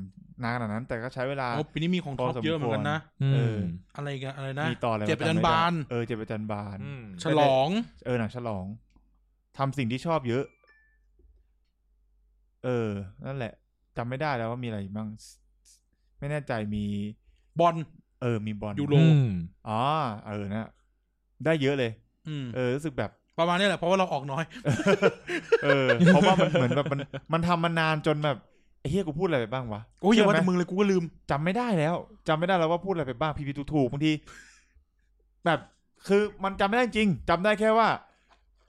B: นานขนาดนั้น แต่ก็ใช้เวลา
A: โอ้ปีนี้มีของท็อป
B: พอสมควร
A: เยอะเหมือนกันนะ
B: เออ
A: อะไรกันอะไรนะ
B: มีตอนอะไร
A: เจ็บประจันบาน
B: เออเจ็บประจันบาน
C: อืม
A: ฉลอง
B: เออหนังฉลองทำสิ่งที่ชอบเยอะ เออ นั่นแหละจำไม่ได้แล้วว่ามีอะไรอีกบ้าง ไม่แน่ใจมี
A: บอล
B: เออ มีบอล
A: ยูโร
C: อืม
B: อ๋อ เออนะ ได้เยอะเลย
A: อืม
B: เออ รู้สึกแบบ
A: ประมาณนี้แหละเพราะว่าเราออกน้อย
B: เออ เพราะว่ามันเหมือนแบบมัน มันทำมานานจนแบบไอ้เฮียกูพูดอะไรไปบ้างวะ
A: โอ้ยอย่าว่า
B: เชื่
A: แต่
B: ไห
A: มึงเลยกูก็ลืม
B: จำไม่ได้แล้วจำไม่ได้แล้วว่าพูดอะไรไปบ้างพีพีถูกๆบางที แบบ คือมันจำไม่ได้จริงจำได้แค่ว่า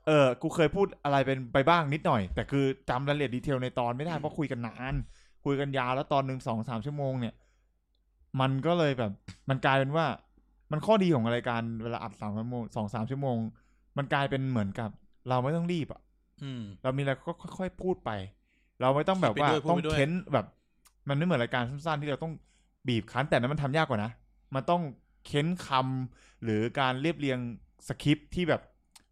B: เออ กูเคยพูดอะไรเป็นไปบ้างนิดหน่อย แต่คือจำรายละเอียดดีเทลในตอนไม่ได้เพราะคุยกันนาน คุยกันยาวแล้วตอนหนึ่งสองสามชั่วโมงเนี่ย มันก็เลยแบบ มันกลายเป็นว่า มันข้อดีของรายการเวลาอัดสามชั่วโมงสองสามชั่วโมง มันกลายเป็นเหมือนกับ เราไม่ต้องรีบอะ
A: อืม
B: เรามีอะไรก็ค่อยๆพูดไป เราไม่ต้องแบบว่า
A: คิดไปด้วยพูด
B: ต้อง
A: ไปด้วย
B: เค้นแบบ มันไม่เหมือนรายการสั้นๆที่เราต้องบีบคั้นแต่นั้นมันทำยากกว่านะ มันต้องเค้นคำหรือการเรียบเรียงสคริปต์ที่แบบ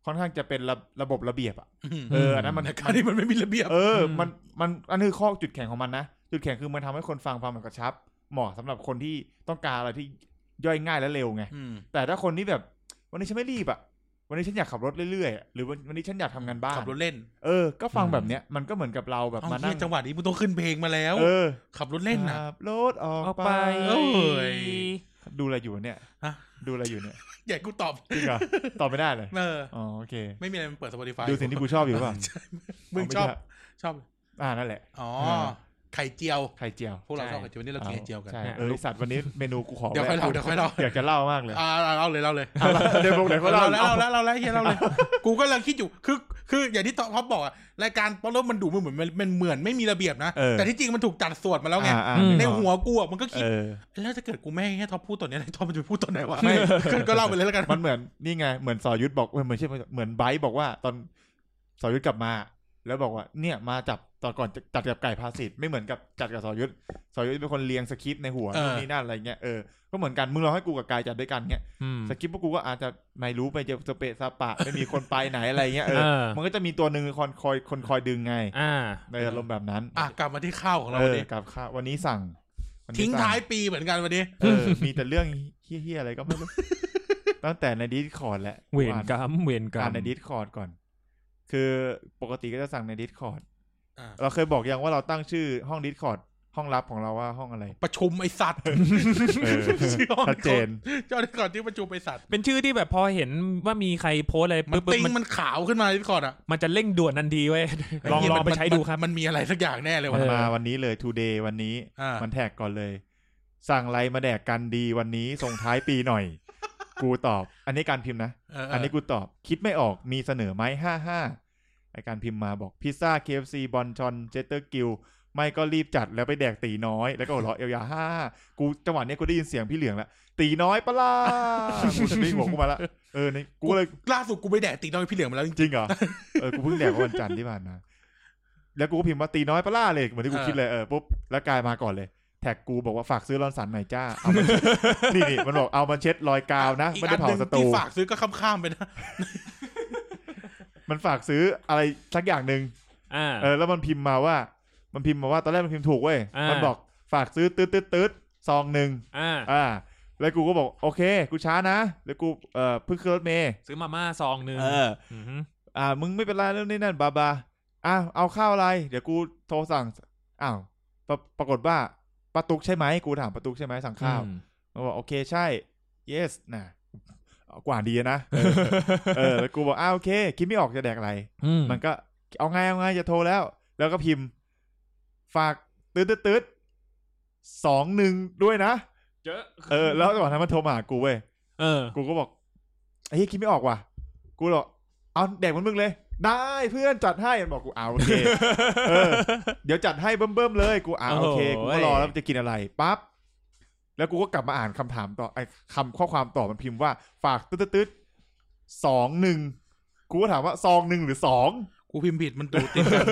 B: ค่อนข้างจะเป็นระระบบระเบียบอะเอออันนั้นมัน
A: รายการนี้มันไม่มีระเบียบ
B: เออ มันมันอันนี้คือข้อจุดแข็งของมันนะจุดแข็งคือมันทำให้คนฟังฟังแบบกระชับ เหมาะสำหรับคนที่ต้องการอะไรที่ย่อยง่ายและเร็วไง
A: ม
B: แต่ถ้าคนที่แบบ วันนี้ฉันไม่รีบอะวันนี้ฉันอยากขับรถเรื่อยๆอะหรือวันวันนี้ฉันอยากทำงานบ้าน
A: ขับรถเล่น
B: เออ ก็ฟังแบบเนี้ย มันก็เหมือนกับเราแบบ
A: เอา
B: มา
A: เฮี
B: นั่
A: ย
B: ง
A: จังหวะนี้มึงต้องขึ้นเพลงมาแล้ว
B: เออ
A: ขับรถเล่นนะ
B: ขับรถออก
C: ออก
B: ไป
C: ไป
A: เอ้ย
B: ดูอะไรอยู่เนี่ย
A: ฮะ
B: ดูอะไรอยู่เนี่ย
A: ใหญ่กูตอบ
B: จริงเหรอ ตอบไม่ได้เลย
A: เออ
B: อ๋อ โอเค
A: ไม่มีอะไรมันเปิด Spotify
B: ดูสิ่งที่กูชอบอยู่หรือเปล่า
A: ใช่มึงชอบ
B: เาไม่ได้
A: ชอบ
B: อ่า นั่นแหละ
A: อ๋อ
B: เออ
A: ไข่เจียว
B: ไข่เจียว
A: พวกเราชอบไข่เจียววันนี้เรากินไข่เจียวกัน
B: ใช่เออไอ้สัตว์วันนี้เมนูกูขอ
A: เดี๋ยวค่อยเล่าเดี๋ยวค่อยเล่า
B: อยากจะเล่ามากเลย
A: อ่าเล่าเลยเล่าเลย
B: เอาละเดี๋ยวบอกเดี๋ยวเขา
A: เรา
B: เล่า
A: แล้วเราแล้วเราแล้วเฮียเราเลย กูก็กำลังคิดอยู่คือคืออย่างที่ท็อปบอกอะรายการป๊อปรถมันดูมันเหมือนมันเหมือนไม่มีระเบียบนะ
B: เออ
A: แต่ที่จริงมันถูกจัดสวดมาแล้วไง
B: อ่าอ่า
A: ในหัวกูอะมันก็คิด
B: เออ
A: แล้วถ้าเกิดกูไม่ให้ท็อปพูดตอนนี้ยท็อปมันจะไปพูดตอนไหนวะ
B: ไม่
A: ก็ก็เล่าไปเลยแล้วกัน
B: มันเหมือนนี่ไง เหมือนสอยุทธบอกเออเหมือนใช่เหมือนไบร์ทบอกว่า ตอนสอยุทธกลับมา แล้วบอกว่า เนี่ยมาจับตอนก่อนจะจัดกับไก่พาสิตไม่เหมือนกับจัดกับสอยุทธสอยุทธเป็นคนเรียงสคริปต์ในหัว
A: เออ
B: นู่นนี่นั่นอะไรเงี้ยเออก็เหมือนกันมึงลองให้กูกับกายจัดด้วยกันเงี้ย
C: อืม
B: สคริปต์พวกกูก็อาจจะไม่รู้ไปเจอสเปะซาปะ ไม่มีคนไปไหนอะไรเงี้ยเอ
C: เอ
B: อ
C: อ
B: มันก็จะมีตัวหนึ่งคอยคอยคนคอยดึงไง
C: อ่า
B: ในอารมณ์แบบนั้น
A: อ่ะกลับมาที่ข้าวของเรา
B: เอ
A: วัน
B: อ
A: นี้
B: กับข้าววันนี้สั่งวันนี้
A: ทิ้ง
B: สั่
A: ท้ายปีเหมือนกันวันนี้
B: เออ มีแต่เรื่องเฮี้ยๆอะไรก็ไม่ รู้ ตั้งแต่ในดิสคอร์ดแหละ
C: เวรกรรม เวรกรร
B: อ่าม นในดิสคอร์ดก่อน คือปกติก็จะสั่งในดิสคอร์ด
A: อ่า
B: เราเคยบอกยังว่าเราตั้งชื่อห้องดิสคอร์ดห้องลับของเราว่าห้องอะไร
A: ประชุมไอสัต ว์
B: เออ
A: ชื่อห้อง
B: ชัดเจน
A: เจ้าที่ก่อนที่ประชุมไอสัตว์
C: เป็นชื่อที่แบบพอเห็นว่ามีใครโพสต์อะไร
A: มัน
C: ปุ๊บปุ๊บ
A: ติ้ง
C: มัน
A: มันขาวขึ้นมาที่ก่อนอ่ะ
C: มันจะเร่งด่วนทันทีเว้ยลอง
A: เหี้ย
C: ลอ
A: มั
C: ง
A: น
C: ไปใช้
A: มัน
C: ดูครับ
A: มันมีอะไรสักอย่างแน่เลย
C: อ
A: ว่ะ
C: อ
B: มาวันนี้เลย today วันนี้
A: อ่ามั
B: มันแท็กก่อนเลย สั่งอะไรมาแดกกันดีวันนี้ส่งท้ายปีหน่อย กูตอบ อันนี้การพิมพ์นะ
A: เออเออ
B: อันนี้กูตอบคิดไม่ออกมีเสนอไหมห้าห้าไอการพิมพ์มาบอกพิซซ่า KFC บอลชอนเจสเตอร์กิล ไม่ก็รีบจัดแล้วไปแดกตีน้อยแล้วก็หัวเราะเอลยาห้ากูจังหวะเนี้ยกูได้ยินเสียงพี่เหลืองละตีน้อยปะล่ะกูจะวิ่งหัวกูมาละเออนี่กูเลย
A: ล่าสุดกูไปแดกตีน้อยพี่เหลืองมาแล้วจริง
B: จริงเหรอ เออ กูเพิ่งแดกเมื่อวันจันทร์ที่ผ่านมา แล้วกูก็พิมพ์ว่าตีน้อยปะล่าเลย เหมือนที่กู
A: เออ
B: คิดเลย เออ ปุ๊บ แล้วกายมาก่อนเลย แท็กกูบอกว่าฝากซื้อรอนสันหน่อยจ้า เอามา นี่นี่มันบอกเอามาเช็ดรอยกาวนะ
A: อีก
B: ไม่
A: อั
B: ได้
A: น
B: เผา
A: หนึ่ง
B: สตู
A: ที่ฝากซื้อก็ข้ามๆไปนะ
B: มันฝากซื้ออะไรสักอย่างหนึ่ง
C: อ่า
B: เออ แล้วมันพิมพ์มาว่า มันพิมพ์มาว่า ตอนแรกมันพิมพ์ถูกเว้ย
C: อ่ามั
B: มันบอกฝากซื้อตืดตืดตืดซองหนึ่ง
C: อ่า
B: อ่า แล้วกูก็บอกโอเค กูช้านะ แล้วกู เอ่อ เพิ่งขึ้นรถเมย์
C: ซื้อมาม่าซองหนึ่ง
B: เออ
C: อฮึ
B: อ่ามึงไม่เป็นไรเรื่องนี้นั่นบาบาอ่ะเอาข้าวอะไร เดี๋ยวกูโทรสั่งอ้าวปรปรากฏว่าป้าตุกใช่ไหมกูถามป้าตุกใช่ไหมสั่งข้าว
C: อืม
B: มันบอกโอเคใช่ yes นะเอากว่าดีนะเอ อเออแล้วกูบอกอ้าวโอเค คิดไม่ออกจะแดกอะไร
C: อืม
B: มันก็เอาไงเอาไงจะโทรแล้ว แล้วก็พิมพ์ ฝากตืดตืดตืดสองหนึ่งด้วยนะ
C: เยอะ
B: เออแล้วก่อนนั้นมันโทรมาหากูเว้ย
C: เออ
B: กูก็บอกไอ้ยคิดไม่ออกว่ะ กูบอกเอาแดกมันมึงเลย ได้เพื่อนจัดให้มันบอกกูเอาโอ เค เออ เดี๋ยวจัดให้เบิ่มๆเลย กูอ่า
C: โอ้
B: โอ
C: โห
B: เค กูก็รอแล้วมันจะกินอะไรปั๊บ แล้วกูก็กลับมาอ่านคำถามต่อไอ้คำข้อความต่อมันพิมพ์ว่าฝากตึ๊ดตึ๊ดสองหนึ่งกูก็ถามว่าซองหนึ่งหรือสอง
A: กูพิมพ์ผิดมันตูดติด กัน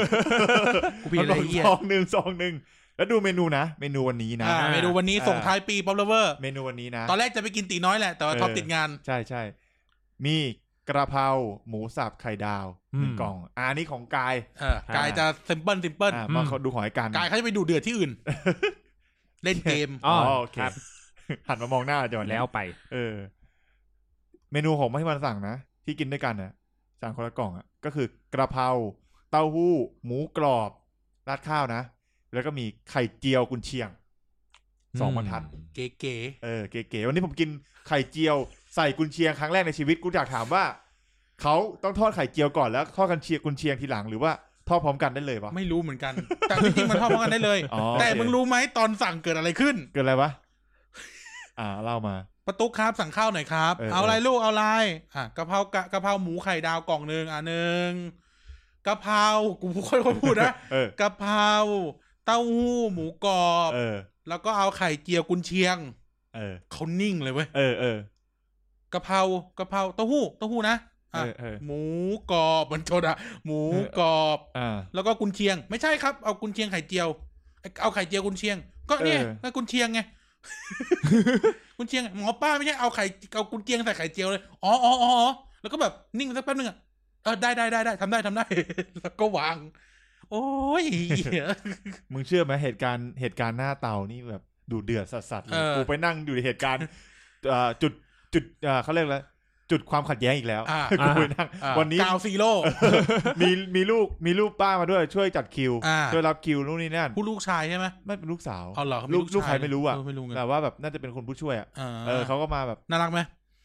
A: กูพิม
B: มั
A: พ์อะไร
B: บอก
A: เงี้ย
B: ซองหนึ่งซองหนึ่งแล้วดูเมนูนะ เมนูวันนี้นะ
A: อ่าเมนูวันนี้
B: อ่า
A: ส่งท้ายปีป๊อปเลเวอร์
B: เมนูวันนี้นะ
A: ตอนแรกจะไปกินตีน้อยแหละ แต่ว่า
B: เออ
A: ท็อปติดงาน
B: ใช่ใช่ มีกระเพราหมูสับไข่ดาวหนึ่ง
C: อืม
B: กล่อง อ่านี่ของกาย
A: เออกายจะซิมเปิลซิมเปิล
B: อ่ามาเขาดูของไอ้กัน
A: กายเขาจะไปดูเดือดที่ อื่น เล่นเกม
C: อ๋อ
B: โอเค
C: ครับ
B: หันมามองหน้าจอน
C: แล้วไป
B: เออ เมนูของที่มันสั่งนะ ที่กินด้วยกันนะสั่งคนละกล่องอ่ะ ก็คือกระเพราเต้าหู้ หมูกรอบ ราดข้าวนะ แล้วก็มีไข่เจียวกุนเชียง สองบรรทัด
A: เก๋
B: เออเก๋ๆวันนี้ผมกินไข่เจียวใส่กุนเชียงครั้งแรกในชีวิตกูอยากถามว่าเขาต้องทอดไข่เจียวก่อนแล้วทอดกันเชียงกุนเชียงทีหลังหรือว่าทอดพร้อมกันได้เลยวะ
A: ๆไม่รู้เหมือนกัน แต่จริงๆมันเท่ากันได้เลย
B: อ๋อ
A: แต่มึงรู้ไหมตอนสั่งเกิดอะไรขึ้น
B: เกิดอะไรวะอ่าเล่ามา
A: ประตูครับสั่งข้าวหน่อยครับ
B: เออ
A: เอาอะไรลูกเอาอะไรอ่ะกะเพรากะกะเพราหมูไข่ดาวกล่องหนึ่งอ่ะหนึ่งกะเพรากูค่อยๆพูดนะ
B: เออก
A: ะเพราเต้าหู้หมูกรอบ
B: เออ
A: แล้วก็เอาไข่เจียวกุนเชียง
B: เออ
A: เขานิ่งเลยเว้ย
B: เออเออ
A: กะเพรากะเพราเต้าหู้เต้าหู้นะอ่ะ
B: เออเออ
A: หมูกรอบเหมือนโทษอะหมูกรอบ
B: อ่า
A: แล้วก็กุนเชียง ไม่ใช่ครับเอากุนเชียงไข่เจียวเอาไข่เจียวกุนเชียง ก็เนี่ย
B: เออ
A: ก็กุนเชียงไง กุนเชียงหมอป้าไม่ใช่เอาไข่เอากุนเชียงใส่ไข่เจียวเลยอ๋ออ๋ออ๋ออ๋อแล้วก็แบบนิ่งสักแป๊บนึงอ่ะเออได้ได้ได้ได้ทำได้ทำได้ แล้วก็วาง โอ้ย
B: มึงเชื่อไหมเหตุการณ์เหตุการณ์หน้าเตานี่แบบดูเดือดสัสๆเล
A: เอยอ
B: กูไปนั่งอยู่ในเหตุการณ์ เอ่อจุดจุดเอ่อเขาเรียกแล้วจุดความขัดแย้งอีกแล้ว
A: อ่า
B: กูไปนั่ง
A: อ่า
B: วันนี้
A: กาวซีโร่
B: มีมีลูกมีลูกป้ามาด้วยช่วยจัดคิว
A: อ่า
B: ช่วยรับคิวนู่นนี่นั่น
A: ผู้ลูกชายใช่ไหม
B: ไม่เป็นลูกสาว
A: เอาเหรอเขามี
B: ลูกลูก
A: ชาย
B: ใครไม่รู้อ่ะ
A: เไม่รู้ไง
B: แต่ว่าแบบน่าจะเป็นคนผู้ช่วยอ่ะ
A: อ่า
B: เออเขาก็มาแบบ
A: น่ารักไหม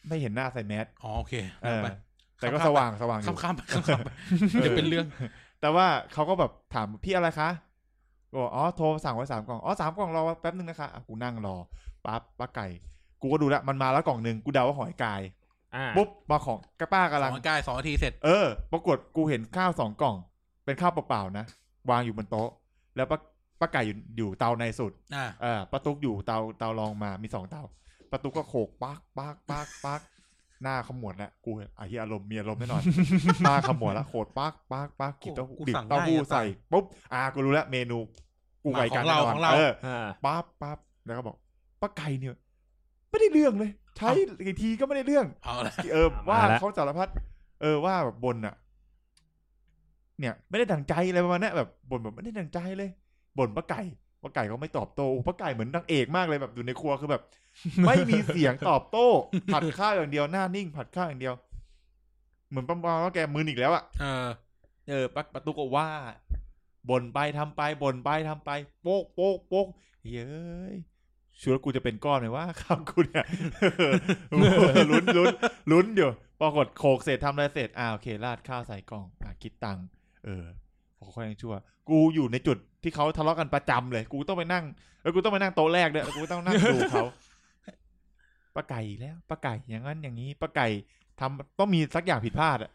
B: ไม่เห็นหน้าใส่แมส
A: อ๋อโอเค
B: เออ
A: ไป
B: แต่ก็สว่างสว่างอ
A: ข้าม
B: ยู่
A: ข้ามๆไปข้ามๆไปเดี๋ยวเป็นเรื่อง
B: แต่ว่าเขาก็แบบถามพี่อะไรคะก็บอกอ๋อโทรสั่งไว้สามกล่อง อ๋อสามกล่องรอแป๊บนึงนะคะอ่ะกูนั่งรอปั๊บป้าไก่ กูก็ดูแล้วมันมาแล้วกล่องหนึ่งกูเดาว่าหอยกาย
C: อ่า
B: ปุ๊บมาของกระป้ากำ
A: ส
B: ลั
A: อง งกายสองนาทีเสร็จ
B: เออ ปรากฏกูเห็นข้าวสองกล่อง เป็นข้าวเปล่าๆนะ วางอยู่บนโต๊ะ แล้วป้าป้าไก่อยู่อยู่เตาในสุด
A: อ่า
B: เออป้าตุ๊กอยู่เตาเตารองมามีสองเตาป้าตุ๊กก็โขกปักปักปักปักหน้าขมวดแล้วกูไอ้เหี้ยอารมณ์มีอารมณ์แน่นอน หน้าขมวดแล้วโขดปักปักปักกินเต้าหู้
A: กู
B: ดิบ
A: สั่ง
B: เต้าหู้
A: ได้อะ
B: ใส่ปุ๊บอ่ากูรู้แล้วเมนูกูไก่กัน
A: ของเรา
B: แน่นน
A: ของเรา
B: เออ
C: อ่า
B: ปั๊บปั๊บแล้วก็บอกป้าไก่เนี่ย ไม่ได้เรื่องเลย ใช้กี่ทีก็ไม่ได้เรื่อง
A: เอาละ
B: เออว่า
C: มาละ
B: เขาสารพัดเออว่าแบบบนอะเนี่ย ไม่ได้ดังใจอะไรประมาณเนี้ยแบบบนแบบไม่ได้ดังใจเลยบนป้าไก่ป้าไก่ก็ไม่ตอบโต้โอ้ป้าไก่เหมือนนางเอกมากเลยแบบอยู่ในครัวคือแบบ ไม่มีเสียงตอบโต้ผัดข้าวอย่างเดียวหน้านิ่ง ผัดข้าวอย่างเดียว เหมือนประมาณว่าแกมึนอีกแล้วอะ
A: เออ
B: เออปักประตูก็ว่าบนไปทำไปบนไปทำไป โป๊กโป๊กโป๊กเย้ยชัวร์กูจะ เป็นก้อนไหมว่าข้าวกูเนี่ย ลุ้นลุ้นลุ้นอยู่ปรากฏโขกเสร็จทำอะไรเสร็จอ่าโอเค ราดข้าวใส่กล่องอ่าคิดตังค์เออผมค่อยยังชั่ว กูอยู่ในจุดที่เขาทะเลาะกันประจำเลย กูต้องไปนั่งแล้วกูต้องไปนั่งโต๊ะแรกด้วยแล้วกูต้องนั่งดู เขาป้าไก่อีกแล้วป้าไก่อย่างนั้นอย่างนี้ป้าไก่ทำต้องมีสักอย่างผิดพลาดอะ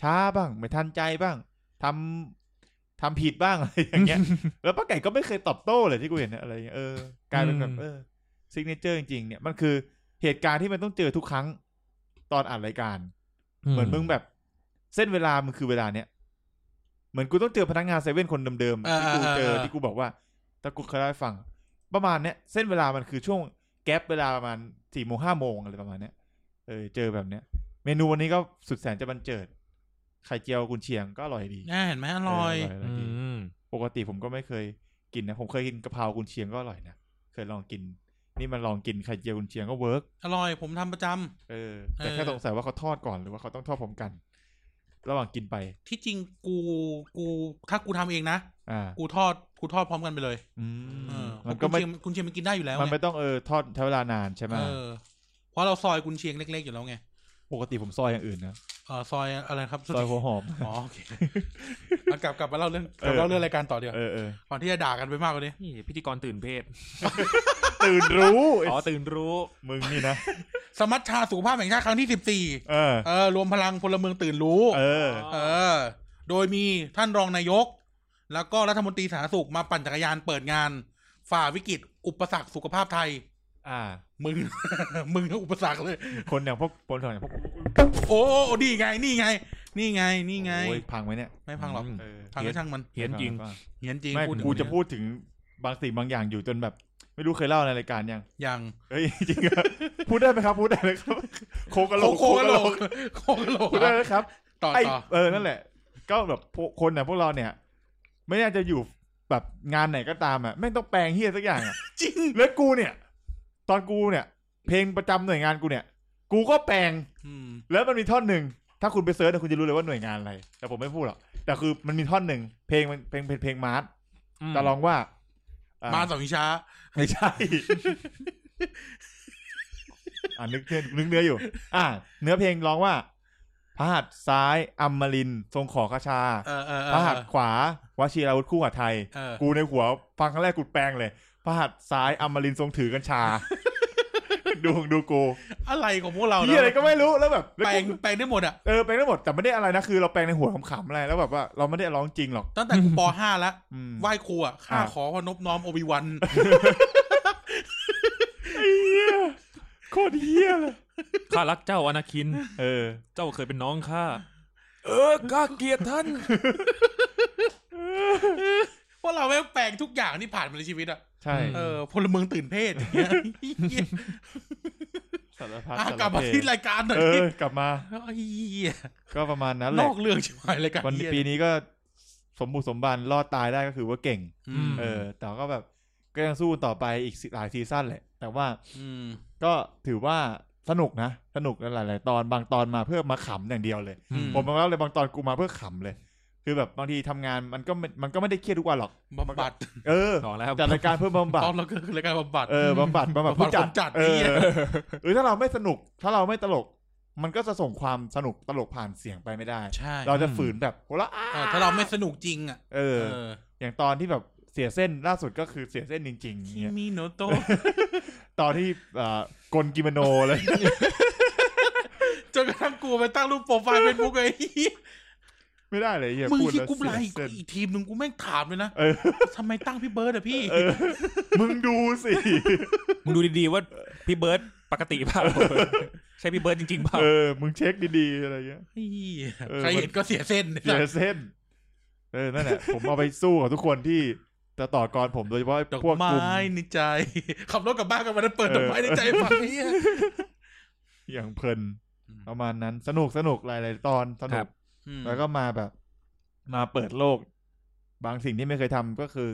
B: ช้าบ้าง ไม่ทันใจบ้างทำ ทำผิดบ้าง อะไรอย่างเงี้ย แล้วป้าไก่ก็ไม่เคยตอบโต้เลยที่กูเห็นนะอะไรอย่างเงี้ยเออกลายเป็นแบบ
C: อืม
B: เออซิกเนเจอร์จริงๆเนี่ยมันคือเหตุการณ์ที่มันต้องเจอทุกครั้งตอนอัดรายการ เหมือนมึงแบบ เส้นเวลามันคือเวลาเนี้ยเหมือนกูต้องเจอพนักงานเซเว่นคนเดิมๆ
A: อ่า
B: ที่กูเจอ
A: อ่าอ่า
B: ที่กูบอกว่าตะกูเคยเล่าให้ฟัง ประมาณเนี้ยเส้นเวลามันคือช่วงแกปเวลาประมาณสี่โมงห้าโมงอะไรประมาณเนี้ยเออเจอแบบเนี้ย เมนูวันนี้ก็สุดแสนจะบันเจิด ไข่เจียวกุนเชียงก็อร่อยดี
A: น่าเห็นไหมอร่อย
B: เอออร่อยดี ปกติผมก็ไม่เคยกินนะ ผมเคยกินกะเพรากุนเชียงก็อร่อยนะ เคยลองกิน นี่มันลองกินไข่เจียวกุนเชียงก็เวิร์ก
A: อร่อย ผมทำประจำ
B: เออแต่แค่
A: เออ
B: สงสัยว่าเขาทอดก่อนหรือว่าเขาต้องทอดพร้อมกัน ระหว่างกินไป
A: ที่จริงกูกูถ้ากูทำเองนะ
B: อ่า
A: กูทอดกูทอดพร้อมกันไปเลย
B: อื
A: เอ
B: ม
A: อ
B: มัน
A: เพ
B: ก็
A: ราะ
B: ไม่
A: กุนเชียงคุณเชียงมันกินได้อยู่แล้ว
B: มัน
A: ไง
B: ไม่ต้องเออทอดใช้เวลานานใช่ไหม
A: เออเพราะเราซอยกุนเชียงเล็กๆอยู่แล้วไง
B: ปกติผมซอยอย่างอื่นนะ
A: เออซอยอะไรครับ
B: ซอยหัวหอม
A: อ๋อโอเคเอากลับกลับมาเล่าเรื่องก
B: เอ
A: ลับ
B: อ
A: เล่าเรื่องรายการต่อเดี๋ยว
B: เออเออ
A: ก่อนที่จะด่ากันไปมากกว่านี้
C: นี่พิธีกรตื่นเพศ
B: ตื่นรู้ไอ้
C: อ๋อตื่นรู้
B: มึงนี่นะ
A: สมัชชาสุขภาพแห่งชาติครั้งที่สิบสี่
B: เออ
A: เออรวมพลังพลเมืองตื่นรู้
B: เออ
A: เออ โดยมีท่านรองนายก แล้วก็รัฐมนตรีสาธารณสุขมาปั่นจักรยานเปิดงาน ฝ่าวิกฤต อุปสรรคสุขภาพไทย
B: อ่า
A: มึง มึงอุปสรรคเลย
B: คนอย่างพวกคนอย่างพวก
A: โอ้โอ้นี่ไง นี่ไง นี่ไง นี่ไง
B: โอ้ยพังไหมเนี่ย
A: ไม่พังหรอก
B: เออ
A: พังก็ช่างมัน
C: เหียนจริง
A: เหียนจริง
B: ไม่
A: ถึง
B: กูจะพูดถึงบางสิ่งบางอย่างอยู่จนแบบ ไม่รู้เคยเล่าในรายการยัง
A: อย่าง
B: เอ้ยจริงเหรอพูดได้ไหมครับ พูดได้ไหมครับ โคกะโหลก
A: โคกะโหลกโคกะโหลก
B: พูดได้ไหมครับ
A: ต่อ
B: ไอ
A: ต่อ
B: เออนั่นแหละ ก็แบบพวกคนเนี่ยพวกเราเนี่ย ไม่น่าจะอยู่แบบงานไหนก็ตามอ่ะไม่งต้องแปลงเฮียสักอย่างอ่ะ
A: จริง
B: แล้วกูเนี่ย ตอนกูเนี่ย เพลงประจำหน่วยงานกูเนี่ย กูก็แปลง
A: อืม
B: แล้วมันมีท่อนหนึ่งถ้าคุณไปเซิร์ชเนี่ยคุณจะรู้เลยว่าหน่วยงานอะไร แต่ผมไม่พูดหรอกแต่คือมันมีท่อนหนึ่งเพลงมันเพลงเพลงเพลงมาร์ทแต่ลองว่าอ่ะ
A: มาสองวิชา
B: ไม่ใช่ อ่านึกเนื้อนึกเนื้ออยู่ อ่า เนื้อเพลงร้องว่าพระหัตถ์ซ้ายอมรินทร์ทรงขอคชา
A: เออเออเอ
B: พระ
A: อ
B: หัตถ์ขวาวชิราวุธคู่หัไทย
A: เออ
B: กูในหัวฟังครั้งแรกกูแปลงเลยพระหัตถ์ซ้ายอมรินทร์ทรงถือกัญชา ดูดูกู
A: อะไรของพวกเรา
B: ที่อะไรก็ไม่รู้แล้วแบบ
A: แปลงแปลงได้หมดอะ
B: เออแปลงได้หมดแต่ไม่ได้อะไรนะคือเราแปลงในหัวขำๆอะไรแล้วแบบว่าเราไม่ได้ร้องจริงหรอก
A: ตั้งแต่ กูป .5 แล้ว
B: อืม
A: ไหว้ครูอ่ะข้า
B: อ่า
A: ขอพนบน้อมโอบิวัน
B: โคตรเฮี้ยเลย
C: ข้ารักเจ้าอนาคิน
B: เออ
C: เจ้าเคยเป็นน้องข้า เออข้าเกลียดท่าน
A: พวกเราแม่งแปลงทุกอย่างที่ผ่านมาในชีวิตอ่ะ
B: ใช่
A: เออพลเมืองตื่นเพศอย่างเงี้ยเหี้ย
B: สารพัด
A: อ่ะ
B: สาร
A: กลับมา
B: เพ
A: ที่รายการหน่อย
B: เอ
A: ดิ
B: อกลับมา
A: เอ้ยเหี้ย
B: ก็ประมาณนั้นแห
A: น
B: ละ
A: อกเรื่องชิบหายรายการ
B: วัน
A: เหี้ย
B: ปีนี้ก็สมบุกสมบันรอดตายได้ก็คือว่าเก่ง
A: อืม
B: เออ แต่ก็แบบก็ยังสู้ต่อไปอีกสิหลายซีซั่นแหละ แต่ว่า
A: ม
B: ก็ถือว่าสนุกนะ สนุกหลาย ๆ ตอนบางตอนมาเพื่อมาขำอย่างเดียวเลย
C: อืม
B: ผมบางแล้วเลยบางตอนกูมาเพื่อขำเลย คือแบบบางทีทำงานมันก็ไม่มันก็ไม่ได้เครียดทุกวันหรอก
A: บำบัด
B: เออ
C: ต่อแล้ว
B: จัดรายการเพื่อบำบัด
A: ตอนเราก็คือรายการบำบัด
B: เออบำบัดบำบัด
A: บำบัด
B: ผู้จัด
A: คนจัด
B: เอ
A: ไอ้
B: อ
A: เหี้ย
B: หรือถ้าเราไม่สนุก ถ้าเราไม่ตลก มันก็จะส่งความสนุกตลกผ่านเสียงไปไม่ได้
A: ใช่
B: เราจะฝืนแบบโหละอ้า
A: เออถ้าเราไม่สนุกจริงอ่ะ
B: เออ
A: เออ
B: อย่างตอนที่แบบเสียเส้นล่าสุดก็คือเสียเส้นจริงๆ
A: คิ
B: เนี่ย
A: มิโนโตะ
B: ตอนที่เอ่อกลกิโมโนเลย
A: จนกระทั่งกูไปตั้งรูปโปรไฟล์เฟซบุ๊กไอ้เหี้ย
B: ไม่ได้เลยเฮีย
A: มึง
B: พูด
A: ที่
B: แล้ว
A: กูไล
B: เสีย
A: น์
B: เส้น
A: อีกทีมหนึ่งกูแม่งถามเลยนะ
B: เออ
A: ทำไมตั้งพี่เบิร์ดอะพี่
B: เออ มึงดูสิ
C: มึงดูดีๆว่าพี่เบิร์ดปกติเปล่าใช่พี่เบิร์ดจริงๆเปล่า
B: เออ มึงเช็คดีๆอะไรเงี้ย
A: เฮ้ย
B: เออ
A: ใครเห็นก็เสียเส้น
B: เสียเส้น เออนั่นแหละผมเอาไปสู้กับทุกคนที่จะต่อกรผมโดยเฉพาะ
A: ดอก
B: พวก
A: ไม้
B: กลุ่ม
A: ในใจ ขับรถกลับบ้านกันวันนั้นเปิด
B: เออ
A: ดอกไม้ในใจฟังไอ้เหี้ย
B: อย่างเพลิน
A: อืม
B: ประมาณนั้นสนุกสนุกหลายๆตอนสนุก
A: อืม
B: แล้วก็มาแบบ มาเปิดโลก บางสิ่งที่ไม่เคยทำก็คือ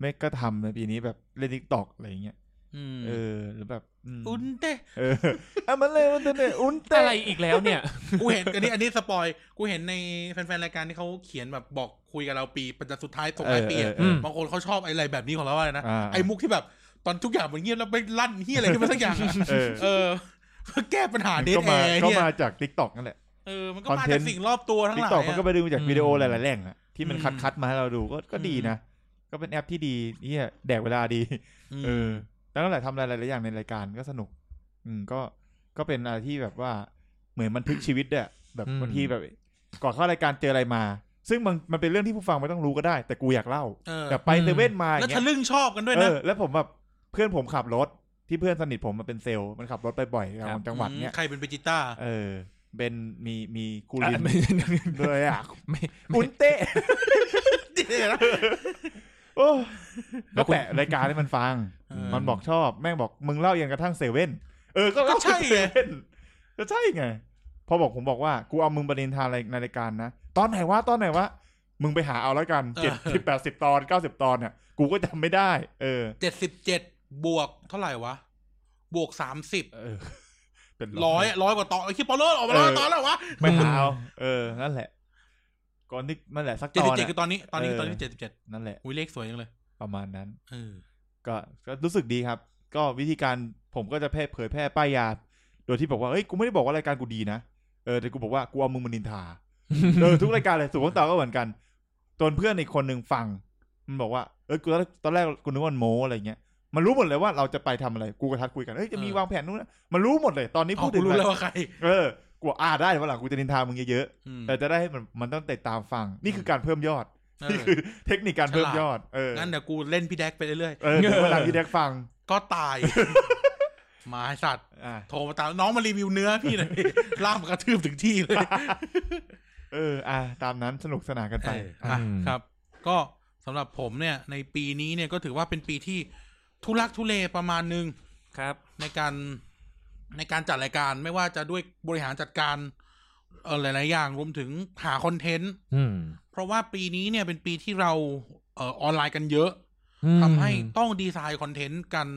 B: ไม่ก็ทำในปีนี้แบบเล่นทิกตอกอะไรอย่างเงี้ย
A: อืม
B: เออหรือแบบม
A: อุ้นเต้
B: เอ อเอามาเลยมันเตะอุ้นเตะ
C: อะไรอีกแล้วเนี่ย
A: กูเห็นอันนี้อันนี้สปอย กูเห็นในแฟนๆรายการที่เขาเขียนแบบบอกคุยกับเราปีปัจจุสุดท้ายส่งท้ายปีอะ
B: เออเออ
C: ม
A: บางคนเขาชอบไอ้อะไรแบบนี้ของเรา อะไรนะ
B: อ่า
A: ไอ้มุกที่แบบตอนทุกอย่างมันเงียบแล้วไปลั่นเฮียอะไรขึ้นมาสักอย่างอะ
B: เออ
A: เออแก้ปัญหาเด
B: เอ
A: ทแอ
B: อก็มา
A: ร์
B: ก็
A: เนี่ย
B: มาจากทิกตอกนั่นแหละ
A: เออมันก็
B: คอน
A: มา
B: เทน
A: จา
B: ต์
A: กสิ่งรอบตัวทั้ง
B: ทิ
A: ห
B: ก
A: ลาย
B: ตอกมัน
A: อะ
B: ก็ไปดึงมาจากวิดีโอ
C: อืม
B: หลายๆแหล่งอะที่มัน
A: อืม
B: คัดคัดๆมาให้เราดูก็ก็
A: อืม
B: ดีนะ ก็เป็นแอปที่ดีเนี่ยแดกเวลาดี เออแล้วนั่นแหละทำหลายๆอย่างในรายการก็สนุก อืมก็ก็เป็นอะไรที่แบบว่าเหมือนบันทึกชีวิตด้วยแบบ
C: อืม
B: บางทีแบบก่อนเข้ารายการเจออะไรมา ซึ่งมันมันเป็นเรื่องที่ผู้ฟังไม่ต้องรู้ก็ได้ แต่กูอยากเล่า
A: เออ
B: แบบไปเซเว่นมาอ
A: แล้ว
B: ย่างเงี้ย
A: ทะลึ่งชอบกันด้วยนะ
B: เออแล้วผมแบบเพื่อนผมขับรถที่เพื่อนสนิทผมมันเป็นเซลล์มันขับรถไปบ่อย
C: ครั
B: ตาม
C: บ
B: จังหวัดเนี้ย
A: ใครเป็นเบจิต้า
B: เออ เป็นมีมีกู
C: อ่ะ
B: ลิน
C: ไม่
B: เลยอ่ะ
C: ไม่ไม่
B: อุนเต้โอ้แล้วแปะรายการให้มันฟัง
A: เออ
B: มันบอกชอบแม่งบอกมึงเล่ายันกระทั่งเซเว่นเออก็เล่า
A: ก็ใช่ไง
B: เซเว่นก็ใช่ไงพอบอกผมบอกว่ากูเอามึงประเด็นทานอะไรในรายการนะตอนไหนวะตอนไหนวะมึงไปหาเอาแล้วกันเจ็ดสิบแปดสิบตอนเก้าสิบตอนเนี่ยกูก็จำไม่ได้ เออ
A: เจ็ดสิบเจ็ดบวกเท่าไหร่วะ บวกสามสิบ
B: เออ เป็น
A: ร้อยร้อยกว่าตอนไอ้คิปโปโลออกมาร้อยกว่าตอนแล้ววะ
B: ไม่หาเอาเออ นั่นแหละ ก่อนนึกนั่นแหละสักต
A: เจ็ด
B: อ
A: สิ
B: น
A: บเจ็ด
B: อะ
A: คือตอนนี้ตอนนี้ตอนนี้เจ็ดสิบเจ็ด
B: นั่นแหละ
A: อุ้ยเลขสวยจังเลย
B: ประมาณนั้น
A: เออ
B: ก็ก็รู้สึกดีครับ ก็วิธีการผมก็จะแพร่เผยแพร่ป้ายยา โดยที่บอกว่า เอ้ย กูไม่ได้บอกว่ารายการกูดีนะ เออ แต่กูบอกว่า กูเอามึงมานินทา เอ อ ทุกรายการเลย สุขของเตาก็เหมือนกันจนเพื่อนอีกคนหนึ่งฟัง มันบอกว่า เออกูตอนแรกกูนึกว่ามันโมอะไรเงี้ย มันรู้หมดเลยว่าเราจะไปทำอะไร กูกับทัดคุยกัน เอ้ย จะมีวางแผนนู่นนะมันรู้หมดเลย ตอนนี้
A: เอา
B: พูด
A: กู
B: ถึง
A: รู้
B: อะไร
A: แล้วว่าใคร
B: เออ กูอ่าได้วันหลังกูจะนินทามึงเยอะ
A: อืม
B: ๆแต่จะได้ให้มันมันต้องติดตามฟัง นี่คือการเพิ่มยอด
A: เอ
B: นี่
A: อ
B: คือเทคนิคการเพิ่มยอด เออ
A: งั้นเดี๋ยวกูเล่นพี่แดกไปเรื่อย
B: เออเดี๋ยววันหลังพี่แดกฟัง
A: ๆ ก็ตาย มาไอ้สัตว์
B: อ่า
A: โทรมาตามน้องมารีวิวเนื้อพี่ หน่อย ล่ามกระทืบถึงที่เลย
B: เออ อ่า ตามนั้นสนุกสนานกันไป
A: เอออ่ะ
C: อืม
A: ครับ ก็สำหรับผมเนี่ย ในปีนี้เนี่ยก็ถือว่าเป็นปีที่ทุลักทุเลประมาณหนึง
C: ครับ
A: ในการในการจัดรายการไม่ว่าจะด้วยบริหารจัดการเอ่อหลาย ๆ อย่างรวมถึงหาคอนเทนต์
C: อืม
A: เพราะว่าปีนี้เนี่ยเป็นปีที่เราเอ่อออนไลน์กันเยอะ
C: อืม
A: ทำให้ต้องดีไซน์คอนเทนต์กัน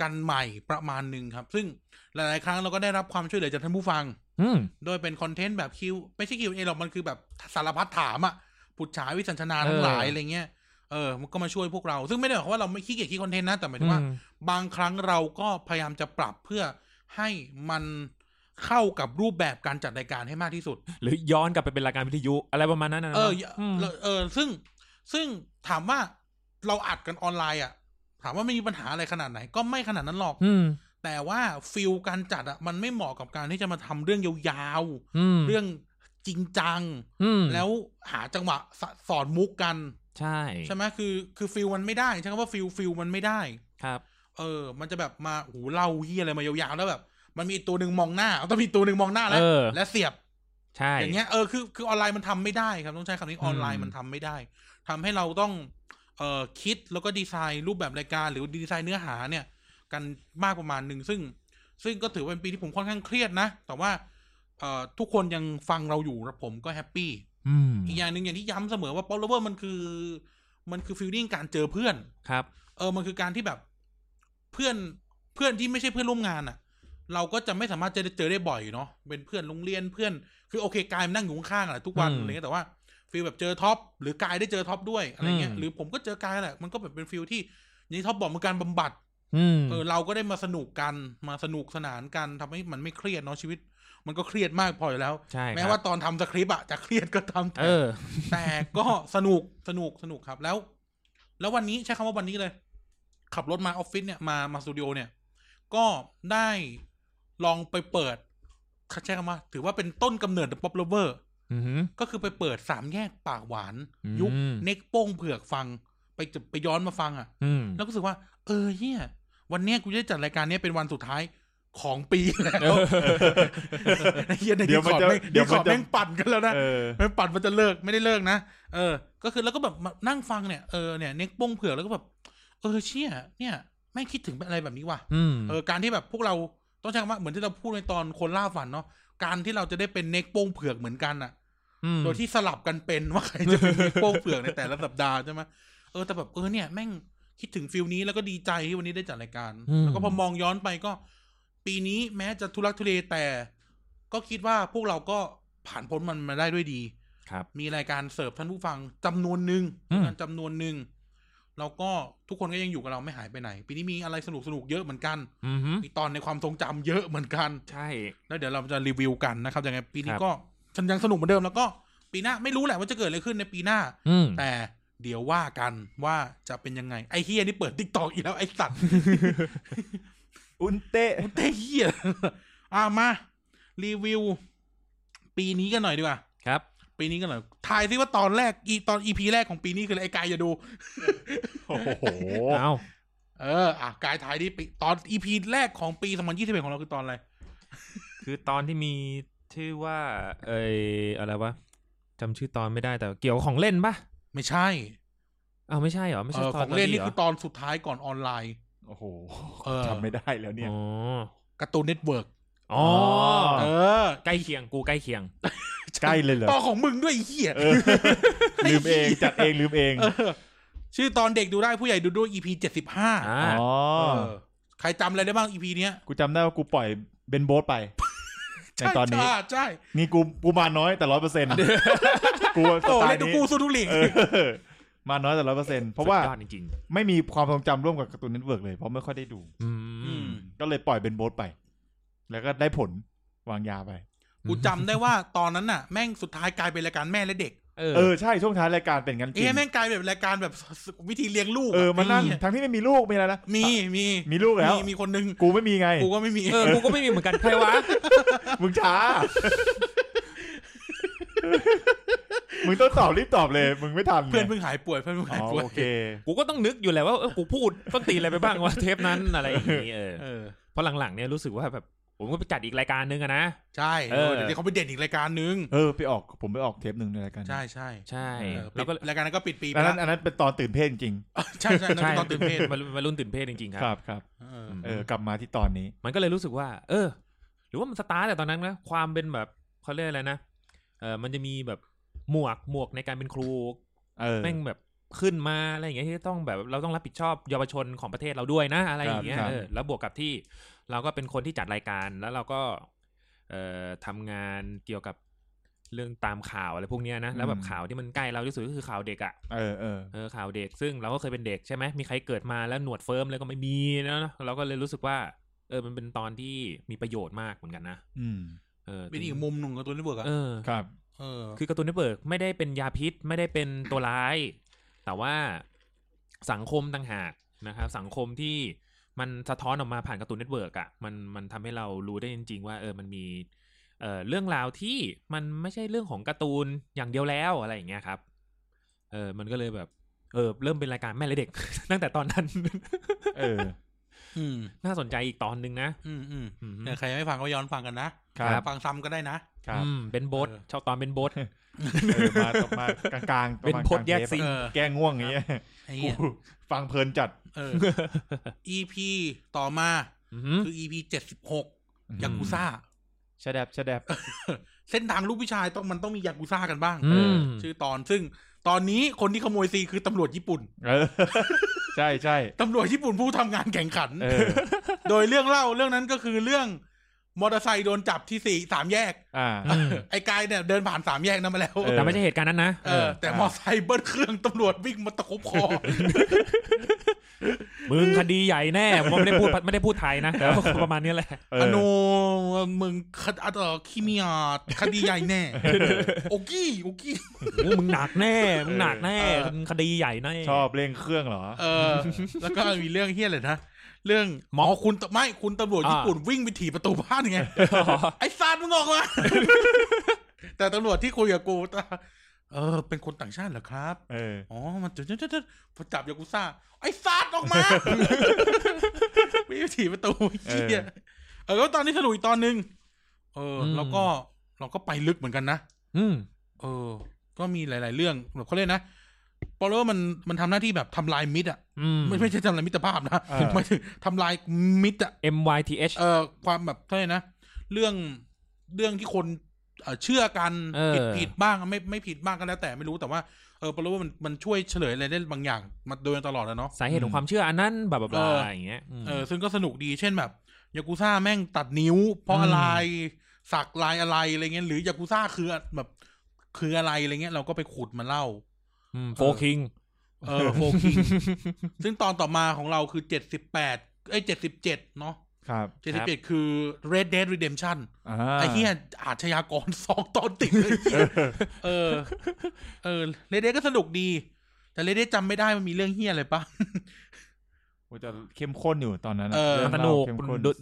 A: กันใหม่ประมาณหนึ่งครับ ซึ่งหลาย ๆ ครั้งเราก็ได้รับความช่วยเหลือจากท่านผู้ฟัง
C: อืม
A: โดยเป็นคอนเทนต์แบบคิวไม่ใช่คิวเอหรอกมันคือแบบสารพัดถามอะผุดฉายวิสัญชนาทั้งหลายอะไรเงี้ยเออมันก็มาช่วยพวกเรา ซึ่งไม่ได้หมายความว่าเราไม่ขี้เกียจคิดคอนเทนต์นะ แต่หมายถึงว่า
C: อืม
A: บางครั้งเราก็พยายามจะปรับเพื่อให้มันเข้ากับรูปแบบการจัดรายการให้มากที่สุด
C: หรือย้อนกลับไปเป็นรายการวิทยุอะไรประมาณนั้นนะ
A: เออ
C: อืม
A: เออ ซึ่ง ซึ่งถามว่าเราอัดกันออนไลน์อ่ะ ถามว่าไม่มีปัญหาอะไรขนาดไหน ก็ไม่ขนาดนั้นหรอก
C: อืม
A: แต่ว่าฟิลการจัดอ่ะ มันไม่เหมาะกับการที่จะมาทำเรื่องยาว
C: อืม
A: ๆ เรื่องจริงจัง
C: อืม
A: แล้วหาจังหวะสสอนมุกกัน
C: ใช่
A: ใช่ไหมคือ คือฟิลมันไม่ได้ใช่คำว่าฟิลฟิลมันไม่ได้
C: ครับ
A: เออ มันจะแบบมาโหเล่าเฮียอะไรมายาวๆแล้วแบบ มันมีตัวหนึ่งมองหน้าเอาต้องมีตัวหนึ่งมองหน้าแล้ว
C: เออ
A: และเสียบ
C: ใช่
A: อย่างเงี้ยเออคือคือออนไลน์มันทำไม่ได้ครับ ต้องใช้คำนี้ออนไลน์มันทำไม่ได้ทำให้เราต้องเอ่อคิดแล้วก็ดีไซน์รูปแบบรายการหรือดีไซน์เนื้อหาเนี่ย กันมากประมาณหนึ่งซึ่ง ซึ่งก็ถือว่าเป็นปีที่ผมค่อนข้างเครียดนะ แต่ว่าเอ่อทุกคนยังฟังเราอยู่และผมก็แฮปปี้
C: อืม
A: อีกอย่างหนึ่งอย่างที่ย้ำเสมอว่าป๊อปเลเวอร์มันคือ มันคือฟีลลิ่งการเจอเพื่อน
C: ครับ
A: เออ มันคือการที่แบบเพื่อนเพื่อนที่ไม่ใช่เพื่อนร่วมงานอะเราก็จะไม่สามารถจะได้เจอได้บ่อยเนาะ เป็นเพื่อนโรงเรียนเพื่อน คือโอเคกายมันนั่งอยู่ข้างๆอะทุกวัน
C: อืม
A: อะไรเงี้ยแต่ว่าฟีลแบบเจอท็อปหรือกายได้เจอท็อปด้วยอะไรเงี้ย
C: อืม
A: หรือผมก็เจอกายแหละ มันก็แบบเป็นฟีลที่อย่างที่ท็อปบอกมันการบำบัด
C: อืม
A: เออเราก็ได้มาสนุกกันมาสนุกสนานกันทำให้มันไม่เครียดเนาะชีวิต มันก็เครียดมากพออยู่แล้ว
C: ใช่
A: แม้
C: ครับ
A: ว่าตอนทำสคริปต์อะจะเครียดก็ทำ
C: เอ
A: แต่
C: อ
A: แต่ก็สนุกสนุกสนุกครับแล้ว แล้ววันนี้ใช้คำว่าวันนี้เลย ขับรถมาออฟฟิศเนี่ยมามาสตูดิโอเนี่ย ก็ได้ลองไปเปิดใช้คำว่าถือว่าเป็นต้นกำเนิด The Pop Lover
C: อืม
A: ก็คือไปเปิดสามแยกปากหวาน
C: อืม
A: ยุคเน็กโป้งเผือกฟัง ไปจะไปย้อนมาฟังอะ่ะ
C: อืม
A: แล้วก็รู้สึกว่า เออเฮียวันเนี้ยกูจะได้จัดรายการเนี้ยเป็นวันสุดท้ายของปีแล้วไอ้เฮียในดี
B: เดี๋ยว
A: ค
B: มัน
A: อร์ด
B: จะ
A: แม่งดี
B: เดี๋ยว
A: คอ
B: มั
A: น ร์ด
B: จะ
A: แม่งปั่นกันแล้วนะ
B: เออ
A: ไม่ปัดมันจะเลิกไม่ได้เลิกนะเออ ก็คือแล้วก็แบบมานั่งฟังเนี่ยเออเนี่ยเน็กป้งเผือกแล้วก็แบบ เออเชี่ยเนี่ยแม่งคิดถึงอะไรแบบนี้ว่ะ
C: อืม
A: เออการที่แบบพวกเราต้องใช้คำว่าเหมือนที่เราพูดในตอนคนล่าฝันเนาะการที่เราจะได้เป็นเน็กป้งเผือกเหมือนกันอะโดยที่สลับกันเป็นว่าใครจะเป็นเน็กป้งเผือกในแต่ละสัปดาห์ใช่ไหมเออแต่แบบเออเนี่ยแม่งคิดถึงฟิลนี้แล้วก็ดีใจที่วันนี้ได้จัดรายการ
C: อืม
A: แล้วก็พอมองย้อนไปก็ ปีนี้แม้จะทุลักทุเลแต่ ก็คิดว่าพวกเราก็ผ่านพ้นมันมาได้ด้วยดี
C: ครับ
A: มีรายการเสิร์ฟท่านผู้ฟังจำนวนหนึ่ง
C: อืม
A: รายการจำนวนหนึ่งแล้วก็ทุกคนก็ยังอยู่กับเราไม่หายไปไหน ปีนี้มีอะไรสนุกสนุกๆเยอะเหมือนกัน
C: อืม
A: มีตอนในความทรงจำเยอะเหมือนกัน
C: ใช่
A: แล้วเดี๋ยวเราจะรีวิวกันนะครับยังไงปีนี้
C: ครับ
A: ก็ฉันยังสนุกเหมือนเดิมแล้วก็ปีหน้าไม่รู้แหละว่าจะเกิดอะไรขึ้นในปีหน้า
C: อืม
A: แต่เดี๋ยวว่ากันว่าจะเป็นยังไงไอ้เฮียนี่เปิดติ๊กตอกอีกแล้วไอ้สัตว์
B: อุนเต้
A: เต้เฮี ยอ่ะมา รีวิว ปีนี้กันหน่อยดีกว่า
C: ครับ
A: ปีนี้กันเหรอทายซิว่าตอนแรกอีตอนอีพีแรกของปีนี้คืออะไรไอ้กายอย่าดู
B: โอ้โห
C: เอ้า
A: เอออ่ะกายทายดิปีตอนอีพีแรกของปีสองพันยี่สิบเอ็ดของเราคือตอนอะไร
C: คือตอนที่มีชื่อว่า เอออะไรวะจำชื่อตอนไม่ได้แต่เกี่ยวของเล่นปะ
A: ไม่ใช่
C: อ้าวไม่ใช่เหรอไม่
A: เอ
C: ใช่
A: อ
C: ตอ
A: ข
C: น
A: องเล่นนี่
C: หร
A: คือตอนสุดท้ายก่อนออนไลน์
B: โอ้โห
A: เออ
B: จำไม่ได้แล้วเนี่ย
C: อ๋อ
A: การ์ตูนเน็ตเวิร์ก
C: อ๋อ
B: อ๋อ
A: เออ
C: ใกล้เคียงกูใกล้เคียง
B: ใกล้เลยเหรอ
A: ตอนของมึงด้วยไอ้เหี้ย
B: เออลืมเองจัดเองลืมเอง
A: เออ ชื่อตอนเด็กดูได้ผู้ใหญ่ดูด้วยอีพีเจ็ดสิบห้า
C: อ่า
B: อ๋อ
A: ใครจำอะไรได้บ้างอีพีเนี้ย
B: กูจำได้ว่ากูปล่อยเบนโบสไปใน
A: ใช่
B: ตอนนี้
A: ใช่ใช่
B: นี่กูกูมาน้อยแต่ร้อยเปอร์เซ็นต์กูส
A: โต
B: ไต
A: เล่
B: ล์
A: นดู
B: นี้
A: กูสู้ทุกหลีก
B: เออมาน้อยแต่ร้อยเปอร์เซ็นต์เพราะว่า
C: สุดยอดจริง
B: ไม่มีความทรงจำร่วมกับการ์ตูนเน็ตเวิร์กเลยเพราะไม่ค่อยได้ดู
C: ๆอืม
B: ก็เลยปล่อยเบนโบสไป แล้วก็ได้ผลวางยาไป
A: กูจำได้ว่าตอนนั้นน่ะ แม่งสุดท้ายกลายเป็นรายการแม่และเด็ก
C: เออ
B: เออใช่ช่วงท้ายรายการเป็นงั้นจริ
A: เอ้ย
B: ง
A: แม่งกลายเป็นรายการแบบวิธีเลี้ยงลูกะ
B: เออมานั่ง
A: ไเหี้ย
B: ทั้งที่ไม่มีลูกมีอะไรนะ
A: มีมี
B: มีลูกแล้ว
A: มีมีคนนึง
B: กูไม่มีไง
A: กูก็ไม่มี
C: เออ กูก็ไม่มีเหมือนกันใครวะ
B: มึงช้า มึงต้องตอบรีบตอบเลย มึงไม่ทันไง
A: เพื่อนเพิ่งหายป่วยเพื่อนเพิ่ง
B: อ๋
A: หาย
B: อ
A: ป่วย
B: โอเค
C: กูก็ต้องนึกอยู่แหละว่าเออกูพูดต้องตีอะไรไปบ้างวะเท ปนั้นอะไรอย่างนี้เออ
A: เออ
C: เพราะหลังๆเนี่ยรู้สึกว่าแบบ ผมก็ไปจัดอีกรายการนึงอะนะ
A: ใช่
C: เอ
A: เอ
C: อ
A: อเดี๋ยวนี้เขาไปเด่นอีกรายการนึง
B: เออไปออกผมไปออกเทปหนึ่งในรายการ
A: ใช่ใช่
C: ใช่
A: เออ
C: แล้ว
A: ปิ
C: ก็
A: ดรายการนั้นก็ปิดปีไป
B: อัน
A: แล้
B: นั้
A: วน
B: อันนั้นเป็นตอนตื่นเพศจริง
A: ใช่ใช่นั่น
C: ใช่
A: คือตอนตื่นเพศ
C: วัยวัยรุ่นตื่นเพศจริงๆ
B: ๆ
C: ครั
B: ครับ บครับ
A: เออ
B: เออกลับมาที่ตอนนี้
C: มันก็เลยรู้สึกว่า เออ หรือว่ามันสตาร์ทแต่ตอนนั้นนะความเป็นแบบเขาเรียกอะไรนะเออมันจะมีแบบหมวกหมวกในการเป็นครู
B: เออ
C: แม่งแบบขึ้นมาอะไรอย่างเงี้ยที่ต้องแบบเราต้องรับผิดชอบเยาวชนของประเทศเราด้วยนะอะไรอย่างเงี้ย
B: ครับ
C: เออแล้วบวกกับที่เราก็เป็นคนที่จัดรายการแล้วเราก็เอ่อทำงานเกี่ยวกับเรื่องตามข่าวอะไรพวกเนี้ยนะแล้วแบบข่าวที่มันใกล้เราที่สุดก็คือข่าวเด็กอะ
B: เออเออ
C: เออข่าวเด็กซึ่งเราก็เคยเป็นเด็กใช่ไหมมีใครเกิดมาแล้วหนวดเฟิร์มเลยก็ไม่มีนะเราก็เลยรู้สึกว่า เออมันเป็นตอนที่มีประโยชน์มากเหมือนกันนะ
B: อืม
C: เออ
A: เป็นอีกมุมหนึ่งของตัวนี้เวิร์กอะ
C: เออ
B: ครับ
A: เออ
C: คือการ์ตูนเน็ตเวิร์กไม่ได้เป็นยาพิษไม่ได้เป็นตัวร้าย แต่ว่าสังคมต่างหากนะครับสังคมที่มันสะท้อนออกมาผ่านการ์ตูนเน็ตเวิร์กอ่ะมันมันทำให้เรารู้ได้จริง ๆ ว่าเออมันมีเอ่อเรื่องราวที่มันไม่ใช่เรื่องของการ์ตูนอย่างเดียวแล้วอะไรอย่างเงี้ยครับ เออมันก็เลยแบบ เออ เริ่มเป็นรายการแม่และเด็ก ตั้งแต่ตอนนั้น
B: เออ
A: อืม
C: น่าสนใจอีกตอนหนึ่งนะ
A: อืมอืม
C: อืม
A: เนี่ยใครยังไม่ฟังก็ย้อนฟังกันนะครับ ฟังซ้ำก็ได้นะ
B: ครับ
C: อืมเป็นโบส
A: เออ
C: ชอบตอนเป็นโบส
B: เออมาตรงมากลางๆประ
C: เป็น
B: มาณ
C: พจ
B: ลาง
C: น์แยก
B: ทป
C: สี
A: เอ
B: อะ
A: อ
B: แก้ง่วงอย่างเงี้ย
A: ไอ้เหี้ย
B: กูฟังเพลินจัด
A: เออ EP ต่อมาคือ EP เจ็ดสิบหกยากุซ่า
B: ชะแดบชะแดบ
A: เส้นทางลูกผู้ชายต้องมันต้องมียากุซ่ากันบ้าง
C: อืม
A: ชื่อตอนซึ่งตอนนี้คนที่ขโมยซีนคือตำรวจญี่ปุ่น
B: เอ อ ใช่ใช่
A: ตำรวจญี่ปุ่นผู้ทำงานแข่งขัน
B: เออ
A: โดยเรื่องเล่าเรื่องนั้นก็คือเรื่อง มอเตอร์ไซค์โดนจับที่สี่สามแยก
B: อ่า
C: อืม
A: ไอ้กายเนี่ยเดินผ่านสามแยกนั้นมาแล้ว
B: เออ
C: แต่ไม่ใช่เหตุการณ์นั้นนะ
A: เออ แต่มอเตอร์ไซค์เบิ้ลเครื่องตำรวจวิ่งมาตะคบคอ
C: มึงคดีใหญ่แน่ผมไม่ได้ พูดไม่ได้พูดไทยนะแต่ว่าประมาณนี้แหละ
B: เ
A: อโนมึงคดอะเอ่อคิมิอาคดีใหญ่แน่ โอกี้โอกี้
C: มึงหนักแน่มึงหนักแน่
A: เออ
C: มึงคดีใหญ่แน่
B: ชอบเร่งเครื่องเหรอ
A: เออ แล้วก็มีเรื่องเฮี้ยเลยนะ เรื่องหมอคุณตไม่คุณตำรวจ
C: อ่า
A: ญี่ปุ่นวิ่งไปถีบประตูบ้านไง ไอ้ซาดมึงออกมา แต่ตำรวจที่คุยกับกูตาเออ เป็นคนต่างชาติเหรอครับ
B: เออ
A: อ๋อ มันจุดจุดจุดจุดพอจับยากุซ่า ไอ้ซาดออก มา วิ่งไปถีบประตูเฮียเออแล้วตอนนี้สนุกอีกตอนหนึ่งเอออ
C: ม
A: แล้วก็เราก็ไปลึกเหมือนกันนะ
C: อืม
A: เออ ก็มีหลาย ๆ เรื่องแบบเขาเรียกนะปอลว่ามันมันทำหน้าที่แบบทำลายมิตรอ่ะ
C: อืม
A: ไม่ไม่ใช่ทำลายมิตรภาพนะ
B: เออ
A: หมายถึงทำลายมิตรอ่ะ
C: M Y T H
A: เอ่อความแบบเท่าไหร่นะเรื่องเรื่องที่คนเอ่อเชื่อกัน
C: เออ
A: ผิดผิดบ้างไม่ไม่ผิดบ้างก็แล้วแต่ไม่รู้แต่ว่าเออปรว่ามันมันช่วยเฉลยอะไรได้บางอย่างมาโดยตลอดแล้วเนาะ
C: สาเหตุของความเชื่ออันนั้นบลาบลาบลาอย่างเงี้ยม
A: เออซึ่งก็สนุกดีเช่นแบบยากุซ่าแม่งตัดนิ้ว เพราะอะไรสักลายอะไรอะไรเงี้ยหรือยากุซ่าคือแบบคืออะไรอะไรเงี้ยเราก็ไปขุดมาเล่า
C: โฟคิง
A: เออโฟกิง ซึ่งตอนต่อมาของเราคือเจ็ดสิบแปดเอ้ยเจ็ดสิบเจ็ดเนาะ
B: ครับ
A: เจ็ดสิบเจ็ดคือ Red Dead Redemption
B: อ่า
A: ไอ้ เหี้ยอาชญากร สองตอนติดเลยเหี้ยเออ เออเลเดก็สนุกดี แต่เลเดจำไม่ได้มันมีเรื่องเหี้ยอะไรปะ
B: กูจะเข้มข้นอยู่ตอนนั้นอะ
A: เออ
B: เรื่
C: มัน
B: ง
C: ส
B: เล่า
C: นุก
B: เข้มข้น
C: ด้วย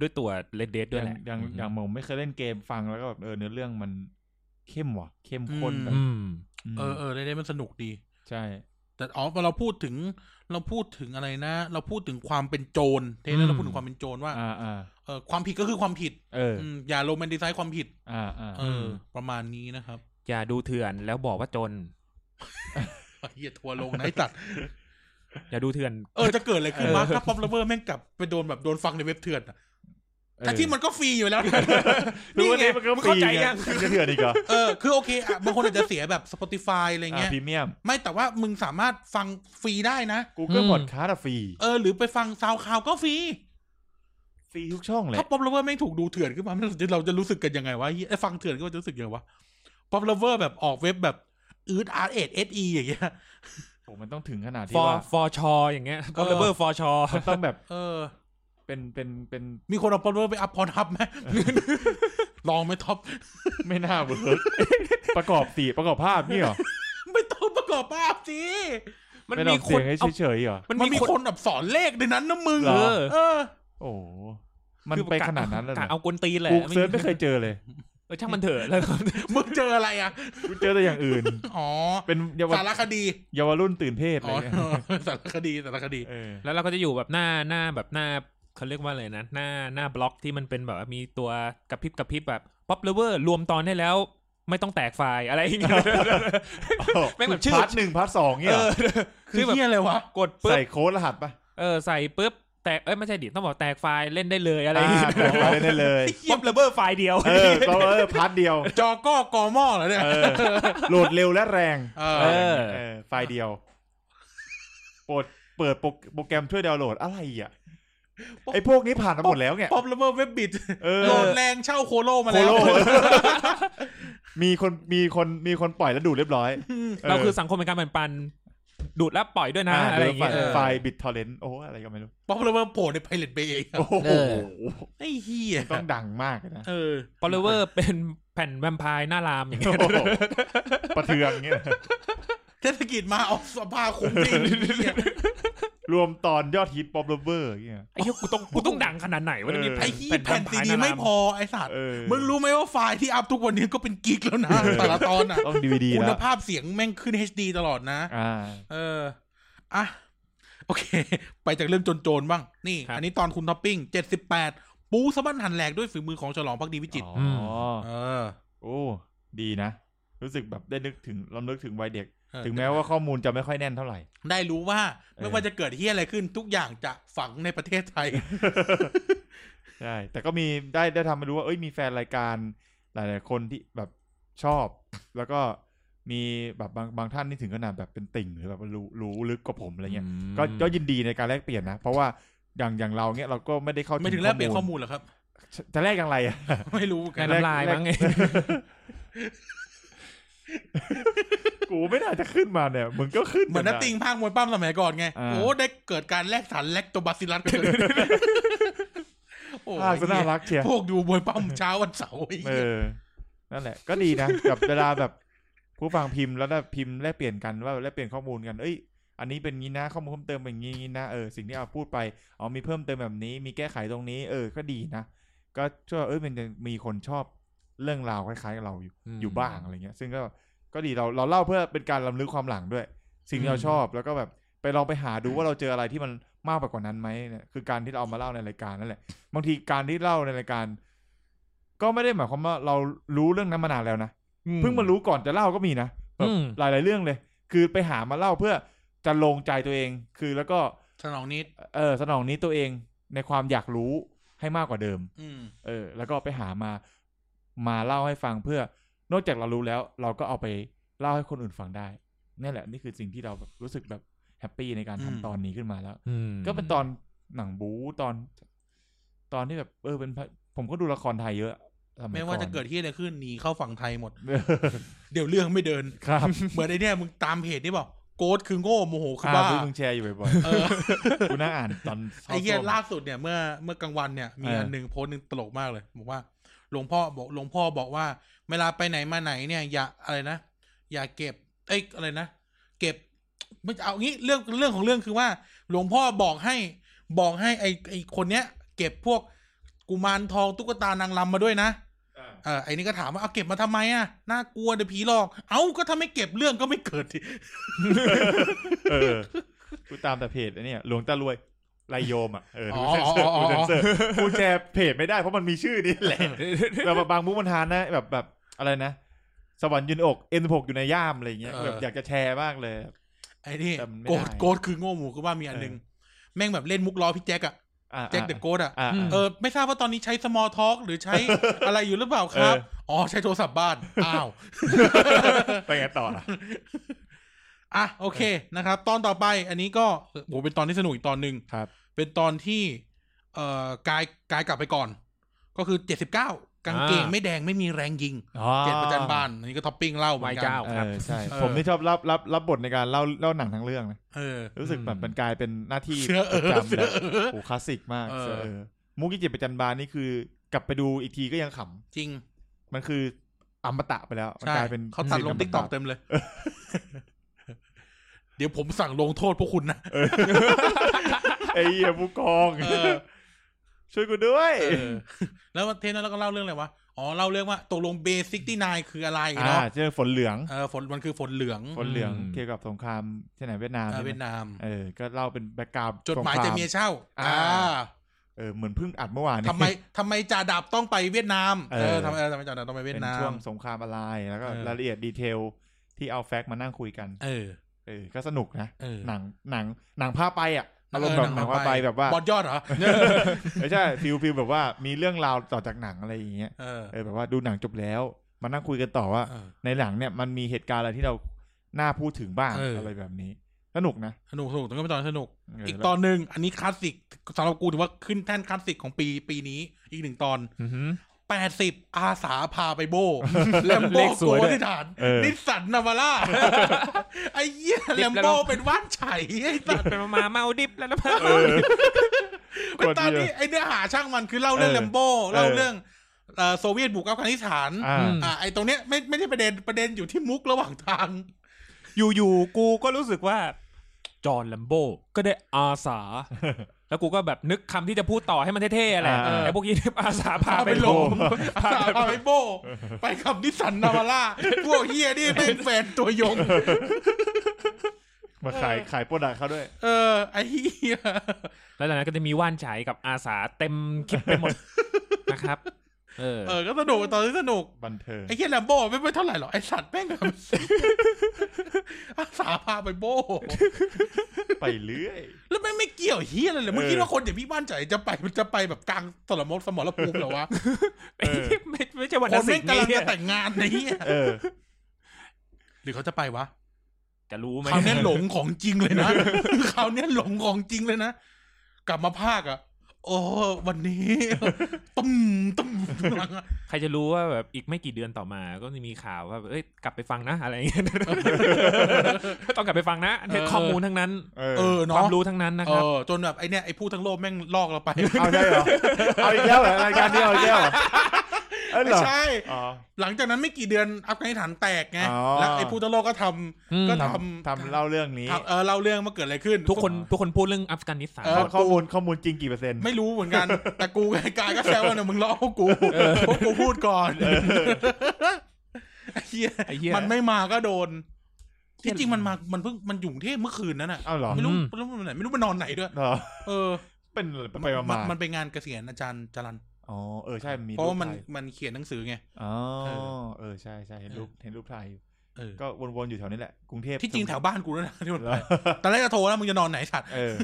C: ด้วยตัวเลดเดดด้
B: ด้
C: ว
B: วย ย
C: แห
B: แห
C: ละ
B: ละอย่างอย่างผมไม่เคยเล่นเกมฟังแล้วก็แบบเออเนื้อเรื่องมัน เข้มว่ะ เข้มข้น
A: อื
B: แบบ
C: อืม
B: ม
A: เออเออได้ได้มันสนุกดี
B: ใช่
A: แต่อ๋อพอเราพูดถึงเราพูดถึงอะไรนะ เราพูดถึงความเป็นโจรเท
C: อื
A: นั้
C: ม
A: นเราพูดถึงความเป็นโจรว่า
B: อ่าอ่า
A: เออความผิดก็คือความผิด
B: เอออ
A: มอย่าโรแมนติไซส์ความผิด
B: อ่าอ่า
A: เออ ประมาณนี้นะครับ
C: อย่าดูเถื่อนแล้วบอกว่าจน
A: เฮียทัวร์ลงนะไอ้ตัด
C: อย่าดูเถื่อน
A: เออจะเกิดอะไรขึ้นวะถ้าป๊อปเลเวอร์แม่งกลับไปโดนแบบโดนฟังในเว็บเถื่อนอะแต่ที่มันก็ฟรีอยู่แล้วนะ
B: รู้
A: นี่
B: ว่า
A: ไง
B: นี่มันก็
C: มึงเข้าใจ
B: ฟรีไ
C: ยัง
B: มันจะเถื่อนอีกเหรอ
A: เออคือโอเคอะบางคนอาจจะเสียแบบ Spotify อะไร
B: อ่า
A: เงี้ย
B: พรีเมียม
A: ไม่แต่ว่ามึงสามารถฟังฟรีได้นะ
B: Google
C: อืม
B: Podcast อะฟรี
A: เออ หรือไปฟังซาวคาวก็ฟรี
B: ฟรีทุกช่องแหละ
A: ถ้าป๊อปเลเวอร์ไม่งถูกดูเถื่อนขึ้นมาเราจะเราจะรู้สึกกันยังไงวะเหี้ยไอ้ฟังเถื่อนก็จะรู้สึกยังไงวะป๊อปเลเวอร์แบบออกเว็บแบบอืดอาร์เอสเอสีอย่างเงี้ย
B: โอ้มันต้องถึงขนาด
C: ฟ
B: ที่
C: อ
B: ว่า
C: ฟอชออย่างเงี้ยคอมเบอร์ฟอชอ
B: มันต้องแบบ
A: เออ
B: เป็นเป็นเป็น
A: มีคนเอาป๊อปเลเวอร์ไปอัพพอนับไหม ลองไหมท็อป
B: ไม่น่าเวิร์ก ประกอบสีประกอบภาพนี่เหรอ
A: ไม่ต้องประกอบภาพสิ
C: มัน
B: ไม่
C: มี
B: มี
C: ค
B: เสี
C: น
B: ยงให้
C: เอา
B: เฉยๆเหรอ
C: มัน
A: มัน
C: มี
A: มี
C: ค
A: คน นแบบสอนเลขในนั้นนะมึง
B: เหรอ
A: เออ
B: โอ้โหมัน
C: คือ
B: ไปขนาดนั้นเลยเหร
C: กะ
B: อ
C: เอากวนตีนแหละ
B: กู
C: ไม่
B: เซิร์ชไม่เคยเจอเลย
C: เออช่างมันเถอะแล้ว
A: มึงเจออะไรอ่ะ
B: กูเจอแต่อย่างอื่น
A: อ๋อ
B: เป็นเยาว
A: สารคดี
B: เยาวรุ่นตื่นเพศอะไร
A: อ๋อ
B: เงี้ย
A: สารคดีสารคดี
B: เออ
C: แล้วเราก็จะอยู่แบบหน้าหน้าแบบหน้าเขาเรียกว่าอะไรนะหน้าหน้าบล็อกที่มันเป็นแบบว่ามีตัวกระพริบกระพริบแบบป๊อปเลเวอร์รวมตอนได้แล้ว ไม่ต้องแตกไฟล์อะไรอย่างเงี้ย แม่งแบบชื่อ
B: พาร์ทหนึ่งพาร์ทสองเนี่ยเหรอ
A: คือเฮียอะไรวะ
C: กดปุ๊บ
B: ใส่โค้ดรหัสปะ
C: เออใส่ปุ๊บแตกเอ้ยไม่ใช่ดิต้องบอกแตกไฟล์เล่นได้เลยอะไรอย่าง
B: อ่า
C: เงี้ย
B: แตกไฟล์ได้เลย
C: ป๊อปเลเวอร์ไฟล์เดียว
B: เออเราเออพาร์ทเดียว
A: จอก้อกอม่อเหรอเนี่ย
B: เออ โหลดเร็วและแรง
A: เออ
B: เออ ไฟล์เดียวโปรดเปิดโปรโปรแกรมช่วยดาวน์โหลดอะไรอ่ะ ไอพวกนี้ผ่านมาหมดแล้วเนี่ย
A: ป๊อปเลเวอร์เว็บบิด
B: เออ
A: โหลดแรงเช่าโคโลมา
B: โค
A: แล้ว
B: โล มีคนมีคนมีคนปล่อยแล้วดูดเรียบร้อย
C: เราคือสังคมเป็นการแบ่งปัน ดูดแล้วปล่อยด้วยนะ อะไรอย่างเงี้ย
B: ดู
C: เออ
B: ไฟล์บิตทอร์เรนต์โอ้อะไรก็ไม่ รู้
A: ป๊อปเลเวอร์โผล่ในไพเรตเบย์
B: โอ้โห
A: ไอ้เฮีย
B: ต้องดังมาก นะ
A: เออ
C: ฟอลเลเวอร์ เป็นแผ่นแวมไพร์หน้ารามอย่างเงี้ย
B: โอ้โหประเทืองเนี่ย
A: เทศกิจมาเอาสภาคุมที่เฮีย
B: รวมตอนยอดฮิตป๊อปเลเวอร์เงี้ย
C: ไอ้เหี้ยกูต้องกูต้องดังขนาดไหนวะเนี่ยมี
A: ไอ้เฮียแผ่น
C: ว
A: ซี
C: พร์
A: ดี
C: หาราม
A: ไม่พอไอ้สัตว์
B: เออ
A: มึงรู้ไหมว่าไฟล์ที่อัพทุกวันนี้ก็เป็นกิกแล้วนะ แต่ละตอนอ่ะ
B: ต้องดีวีดี
A: คุ
B: แล้
A: ณ
B: ว
A: ภาพเสียงแม่งขึ้น HD ตลอดนะ
B: อ่า
A: เออ อ่ะ โอเค ไปจากเรื่องโจรๆบ้าง นี่ อันนี้ตอนคุณท็อปปิ้ง 78 ปูสะบั้นหันแหลกด้วยฝีมือของฉลองพักดีวิจิตร
B: อ๋อ
A: เออ
B: โอ้ดีนะ รู้สึกแบบได้นึกถึงลำลึกถึงวัยเด็ก
A: เออ
B: ถึงแม้ว่าข้อมูลจะไม่ค่อยแน่นเท่าไหร่
A: ได้รู้ว่า
B: เอ
A: ไม่
B: อ
A: ว่าจะเกิดเฮียอะไรขึ้นทุกอย่างจะฝังในประเทศไทย
B: ใช่แต่ก็มีได้ได้ทำมารู้ว่า เอ้ยมีแฟนรายการ หลาย ๆ คนที่แบบชอบ แล้วก็มีแบบบางบางท่านนี่ถึงขนาดแบบเป็นติ่งหรือแบบรู้รู้ลึกกว่าผมอะไรเงี้ยก็ก็ยินดีในการแลกเปลี่ยนนะ เพราะว่าอย่างอย่างเราเนี้ยเราก็ไม่ ได้เข้า
A: ไม่ถึงแลกเปลี่ยนข้อมูลเหรอครับ
B: จะแลกอย่างไรอะ
A: ไม่รู้
C: แผ่
A: กัน น
C: น้ำลายมั้งไง
B: กูไม่น่าจะขึ้นมาเนี่ยมึงก็ขึ้น
A: เหมือนนัต
B: กัได้
A: ติงภาคมวยปั้มสมัยก่อนไง
B: อ่า
A: โอ้ได้เกิดการแลกสารแลกตัวบาซิลัสกันเลยโอ้
B: ภาคซะน่าย รักเชียร์
A: พวกดูมวยปั้มเช้าวันเสาร์ไอ้
B: เอ
A: เหี้ย
B: อ นั่นแหละ ก็ดีนะ กับเวลาแบบผู้ฟังพิมพ์แล้วแบบพิมพ์แลกเปลี่ยนกันว่าแลกเปลี่ยนข้อมูลกัน เอ้ย อันนี้เป็นงี้นะข้อมูลเพิ่มเติมเป็นงี้งี้นะเออสิ่งที่เอาพูดไปเอามีเพิ่มเติมแบบนี้ มีแก้ไขตรงนี้ เออ ก็ดีนะก็ช่วยเอ้ยมันจะมีคนชอบเรื่องราวคล้ายๆกับเราอยู่ อยู่บ้างอะไรเงี้ย ซึ่งก็ก็ดีเราเราเล่าเพื่อเป็นการลํำลึกความหลังด้วย สิ่งที่เราชอบแล้วก็แบบไปลองไปหาดูว่าเราเจออะไรที่มันมากไปกว่านั้นไหมเนี่ยคือการที่เราเอามาเล่าในรายการนั่นแหละบางทีการที่เล่าในรายการ ก็ไม่ได้หมายความว่าเรารู้เรื่องนั้นมานานแล้วนะ
C: อื
B: เพิ่งมารู้ก่อนจะเล่าก็มีนะแบบ
C: อืม
B: หลาย ๆ เรื่องเลย คือไปหามาเล่าเพื่อจะลงใจตัวเอง คือแล้วก็
A: สนองนิด
B: เออสนองนี้ตัวเองในความอยากรู้ให้มากกว่าเดิม
A: อืม
B: เออแล้วก็ไปหามามาเล่าให้ฟังเพื่อนอกจากเรารู้แล้ว เราก็เอาไปเล่าให้คนอื่นฟังได้นี่แหละ นี่คือสิ่งที่เราแบบรู้สึกแบบแฮปปี้ในการทำ
A: อืม
B: ตอนนี้ขึ้นมาแล้ว
C: อืม
B: ก็เป็นตอนหนังบู๊ตอน ตอนที่แบบเออเป็นพระผมก็ดูละครไทยเยอะสย
A: ไม่ว่า
B: อน
A: จะเกิดเฮียอะไรขึ้นหนีเข้าฝั่งไทยหมด
B: เออ
A: เดี๋ยวเรื่องไม่เดิน
B: ครับ
A: เหมือนไอ้เนี่ยมึงตามเพจนี่บอกโกดคือโง่โมโหคือ
B: ข้า
A: บ้า
B: วที่มึงแชร์อยู่บ่อย
A: เออ
B: ๆกูน่าอ่านตอนศร้า
A: ไอ้เหี้ย
B: ส้ม
A: ล่าสุดเนี่ยเมื่อเมื่อกลางวันเนี่ยมี
B: เอออั
A: อันหนึ่งโพสต์หนึ่งตลกมากเลยบอกว่าหลวงพ่อบอกหลวงพ่อบอกว่า เวลาไปไหนมาไหนเนี่ย อย่าอะไรนะอย่าเก็บเอ้ยอะไรนะเก็บไม่เอางี้เรื่องเรื่องของเรื่องคือว่า หลวงพ่อบอกให้บอกให้ไอ้ไอ้คนเนี้ย เก็บพวกกุมารทองตุ๊กตานางรำมาด้วยนะ เออไอ้นี่ก็ถามว่าเอาเก็บมาทำไมอ่ะน่ากลัวเดี๋ยวผีหลอก เอ้าก็ถ้าไม่เก็บเรื่องก็ไม่เกิด ที
B: เออกูตามแต่เพจไอ้เนี่ยหลวงตารวยไรโยมอ่ะเออ
A: อ๋อ
B: ดูเซ็น
A: อ๋อ
B: เซ
A: อ๋
B: อร์ดู
A: อ
B: เซ็
A: อ๋อ
B: นเซอร์กูแชร์เพจไม่ได้เพราะมันมีชื่อนี่แหละ แต่แบบบางมุกมันทานนะแบบแบบอะไรนะ สวรรค์ยืนอกเอ็นหกอยู่ในย่ามอะไรอย่างเงี้ยแบบอยากจะแชร์มากเลย
A: ไอ้นี่
B: แต่มันไม่
A: โกรธ
B: ได้
A: โกรธคือโง่หมูคือว่ามีอันหนึง
B: เอ
A: แม่งแบบเล่นมุกล้อพี่แจ็คอะ
B: อ่า
A: แจ็คเดอะโกดอะ
B: อ่า
A: เออไม่ทราบว่าตอนนี้ใช้ small talk หรือ ใช้ อะไรอยู่หรือเปล่าครับ
B: เออ
A: อ๋อใช้โทรศัพท์บ้าน อ้าว
B: ไปไงต่อล่ะ
A: อ่ะโอเคนะครับ ตอนต่อไปอันนี้ก็โหเป็นตอนที่สนุกอีกตอนหนึ่ง
B: ครับ
A: เป็นตอนที่ เอ่อกายกายกลับไปก่อน ก็คือเจ็ดสิบเก้ากางเกง
C: อ่า
A: ไม่แดงไม่มีแรงยิง
B: อ๋อ
A: เจ็ดประจันบานอันนี้ก็ท็อปปิ้งเหล่าเหมือน
C: วาย
A: กั
C: เจ้า
A: น
B: เอ
C: ครับ
B: อใช่
A: เออ
B: ผมนี่ชอบรับรับรับบทในการเล่าเล่าหนังทั้งเรื่องนะ
A: เออ
B: รู้สึก
C: อืม
B: แบบมันกลายเป็นหน้าที่
A: เสือเออ
B: ประจำ
A: เสื
B: เล
A: อย เออ
B: โอ้คลาสสิกมาก
A: เออ
B: เสือเออมุกกิจิตประจันบานนี่คือ กลับไปดูอีกทีก็ยังขำ
A: จริง
B: มันคืออมตะไปแล้วมัน
A: ใช่
B: กลายเป็น
A: เขาตัดลง
B: สิ่
A: ติ๊กตอก
B: มตะ
A: เต็มเลย เดี๋ยวผมสั่งลงโทษพวกคุณนะ
B: เออไอ้เหี้ยผู้กอง
A: เออ
B: ช่วยกูด้วย
A: เออ แล้วเทปนั้นเราก็เล่าเรื่องอะไรวะอ๋อเล่าเรื่องว่าตกลงเบสิกที่นายคืออะไร
B: อ่า
A: เนาะ
B: เจอฝนเหลือง
A: เออฝนมันคือฝนเหลือง
B: ฝนเหลือง
C: อืม
B: เกี่ยวกับสงครามที่ไหนเวียดนาม
A: เออ
B: ใช่ไหม
A: เวียดนาม
B: เออก็เล่าเป็นแบ็กกราว
A: จดหมายจะเมียเช่า อ่า
B: เออเหมือนเพิ่งอัดเมื่อวานนี้
A: ทำไมทำไมจ่าดาบต้องไปเวียดนาม
B: เอ
A: เอ
B: อ
A: อทำไมเออทำไมจ่าดาบต้องไปเวีย
B: เป็
A: ด
B: น
A: นาม
B: ช่วงสงครามอะไรแล้วก็
A: เออ
B: รายละเอียดดีเทลที่เอาแฟกต์มานั่งคุยกัน
A: เออ
B: เออก็สนุกนะ
A: เออ
B: หนังหนังหนังผ้าไปอ่ะอารมณ์แบบหนังผ้าไปแบบว่า
A: บอดยอดเหรอ
B: ไม่ใช่ฟิลฟิลแบบว่ามีเรื่องราวต่อจากหนังอะไรอย่างเงี้ย
A: เออ
B: เออแบบว่าดูหนังจบแล้วมานั่งคุยกันต่อว่า
A: เออ
B: ในหนังเนี่ยมันมีเหตุการณ์อะไรที่เราน่าพูดถึงบ้าง
A: เอออ
B: อะไรแบบนี้ สนุกนะ
A: สนุกสนุกต้องเป็นตอนสนุก
B: เ
A: อีกตอนหนึ่งอันนี้คลาสสิกสำหรับกูถือว่าขึ้นแท่นคลาสสิกของปีปีนี้อีกหนึ่งตอน
C: อือหือ
A: แปดสิบอาสาพาไปโบ แลมโบ
C: เลขส
A: โก
C: วยด้วย
A: ที่ฐาน
B: เออ
A: นิสสันนาวาร่า ไอ้เหี้ย
C: ดิ
A: แล
C: บ
A: ม
C: แล้ว
A: โบ
C: เนอะ
A: เป็นว่านไฉไอ้ สัตว์
C: เป็นมาเมาดิบแล้วนะพ่อ
A: เป็นตอนที่ไอเนื้อหาช่างมันคือเล่าเรื่อง
B: เออ
A: เลมโบ้เล่า
B: เออ
A: เรื่องเอ่อโซเวียตบุกอัฟกานิสถาน
B: อ่า
C: อืม
A: อ่าไอตรงเนี้ยไม่ไม่ใช่ประเด็นประเด็นอยู่ที่มุกระหว่างทาง
C: อยู่ๆกูก็รู้สึกว่า จอห์นลัมโบก็ได้อาสา แล้วกูก็แบบนึกคำที่จะพูดต่อให้มันเท่ๆแหละ
B: อ่า
C: ไอ้พวกนี้อาสาพา
A: พา
C: ไป
A: ไป
C: โล
A: โล
C: ง
A: มพาพาไปโบ้ไปขับนิสสันนาวาร่าพวกเฮียนี่เป็นแฟนตัวยง
B: มาขายขายโปรดักต์เขาด้วย
A: เออ ไอเฮีย
C: แล้วจากนั้นก็จะมีว่านฉายกับอาสาเต็มคลิปไปหมด นะครับ เออ
A: เออก็สนุกตอนนี้สนุก
B: บันเทิง
A: ไอเฮียแลมโบ้ไม่ไม่เท่าไหร่หรอกไอสัตว์แม่งแบบอา สาพาไปโบ้
B: ไปเรื่อย
A: แล้วไม่งไม่เกี่ยวเฮียอะไรเลยมึง
B: เออ
A: คิดว่าคนอย่างพี่บ้านใจจะไปมันจะไปแบบกลางสมรสมรภูมิเหรอวะ
B: เออ
C: ไม่ไม่ใช่วัน
A: ค
C: นั้น น
A: แม่
C: สิ่
A: ง
C: ง
A: กำลัง
C: นี้
A: จะแต่งงานในเฮีย
B: เออ
A: หรือเขาจะไปวะ
C: จะรู้ไหม
A: คราวเนี้ยหลงของจริงเลยนะ คราวเนี้ยหลงของจริงเลยนะ กลับมาภาคอ่ะ โอ้วันนี้ ตุ้มตุ้มข้างหลังอะ
C: ใครจะรู้ว่าแบบอีกไม่กี่เดือนต่อมา ก็จะมีข่าวว่าเอ้ยกลับไปฟังนะอะไรอย่างเงี้ย ต้องกลับไปฟังนะอันนี้ข้อมูลทั้งนั้น
B: เออ
A: เออ
C: ควา
A: เนาะ
C: มรู้ทั้งนั้นนะ
A: เอ
C: ครับ
A: อจนแบบไอเนี้ยไอผู้ทั้งโลกแม่งลอกเราไป
B: เอาได้เหรอเอาอีกแล้วเหรอรายการนี้เอาอีกแล้วเหรอเออ
A: ไม่
B: เหรอ
A: ใช่
B: อ๋อ
A: หลังจากนั้นไม่กี่เดือนอัฟกานิสถานแตกไง
B: อ๋อ
A: แล้วไอผู้ทั้งโลกก็ทำ
C: อืม
A: ก็ทำ
B: ทำทำเล่าเรื่องนี้
A: ทำเออเล่าเรื่องมาเกิดอะไรขึ้น
C: ทุกคนทุกคนพูดเรื่องอัฟกานิสถาน
A: เออ
B: ข้อมูลข้อมูลจริงกี่เปอร์เซ็นต์
A: ไม่รู้เหมื อนกัน แต่กูกับไอ้กายก็แซวว่าเนี่ยมึงล้อพวกกูพวกกูพูดก่อนไอ้เหี้ย
C: ไอ้เหี้ย
A: มันไม่มาก็โดน
C: เหี้ย
A: ที่จริงมันมา มันเพิ่งมันอยู่กรุงเทพเมื่อคืนนั้นน่ะ
B: อ้าวเหรอ
A: ไม่รู้ไม่รู้มันไหนไม่รู้มันนอนไหนด้วย
B: เหรอ
A: เออ
B: เป็นไปๆ
A: น
B: มาน
A: ไปงานเกษียณอาจารย์จรัน
B: ๆอ๋อเออใช่มี
A: เพราะว่ามัน
B: รูปถ่ย
A: มันเขียนหนังสือไง
B: อ๋อ
A: เออ
B: เออใช่ใช่เห็นรูปเห็นรูปถ่ายอยู่
A: เออ
B: ก็วนๆอยู่แถวนี้แหละกรุงเทพ
A: ที่จริงแถวบ้านกูนั่นนะที่มัน
B: แล้ว
A: ตอนแรกจะโทรแล้วมึงจะนอนไหนสัตว์
B: เออ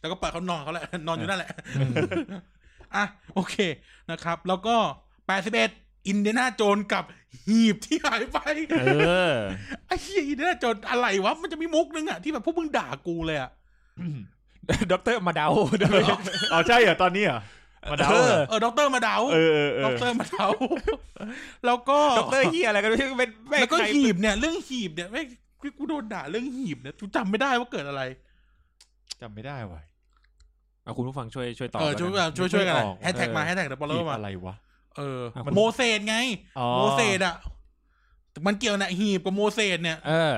A: แต่ก็เปิดเขานอนเขาแหละ นอนอยู่นั่นแหละ
C: อืม
A: อ่ะโอเคนะครับ แล้วก็แปดสิบเอ็ดอินเดยนาโจนกับหีบที่หาย ไป
C: เออ
A: ไอ้เหี้ยอีเนี่ยจนอะไรวะ มันจะมีมุกนึงอ่ะ ที่แบบพวกมึงด่ากูเลยอ่ะ
C: ด็อกเตอร์มาเดา
B: อ๋อใช่เหรอตอนนี้เหรอมาเดาเหรอ
A: เออด็อกเตอร์มาเดา
B: เออเออเอ
A: ด็อ
B: อก
A: เตอร์มา เดา แล้วก็
C: ด็อกเตอร์เฮียอะไรกันไม่ใช่เป็นม่ง
A: แล้วก็
C: ใคร
A: หีบเนี่ย เรื่องหีบเนี่ยแม่งกูโดนด่าเรื่องหีบเนี่ยกูจำไม่ได้ว่าเกิดอะไร
B: จำไม่ได้ว่ะ
C: เอาคุณผู้ฟังช่วยช่วยตอบ
A: เออช่วย
C: แล้วกัน
A: ช่วยช่วยกัน
B: ไม่ออก
A: แฮชแท็กมา
C: เออ
A: แฮชแท็กเดบอลเลอ
B: หี
A: ร์
B: บ
A: มา
B: อะไรวะ
A: เออ
C: อ่ะคุณ
A: โมเสสไง
B: อ๋อ
A: โมเสสอ่ะ มันเกี่ยวน่ะหีบกับโมเสสเนี่ย
C: เออ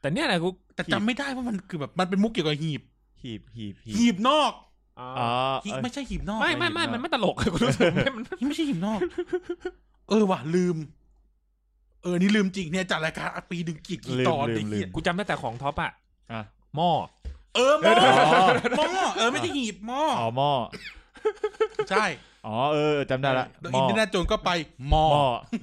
C: แต่เนี่ยนะกู
A: แต่จำไม่ได้ว่ามันคือแบบมันเป็นมุกเกี่ยวกับหีบ
B: หีบหีบหี
A: หี
B: บบ
A: นอก
C: อ๋อ
B: อ๋อ
A: หีบ
B: เอ้ย
A: ไม่ใช่หีบนอก
C: ไม่ไม่ไม่มันไม่ตลกกูรู้สึกไม่มัน
A: หีบไม่ใช่หีบนอก เออว่ะลืม เออนี่ลืมจริงเนี่ยจัดรายการปีดึงกี่กี่
B: ลืม
A: ตอน
B: ลืม
A: ไอ้เหี้ย
B: ลืม
C: กูจำได้แต่ของท็อปอะ
B: อ่ะ
C: หม้อ
A: เออหม้อ
B: อ๋อ
A: หม้อเออไม่ใช่หีบหม้อ
B: อ๋อหม้อ
A: ใช่
B: อ๋อเออจำได้ละ
A: แล้ว
B: ห
A: อิ
B: ม้
A: น
B: อ
A: เดียนาโจนก็ไปหม้อ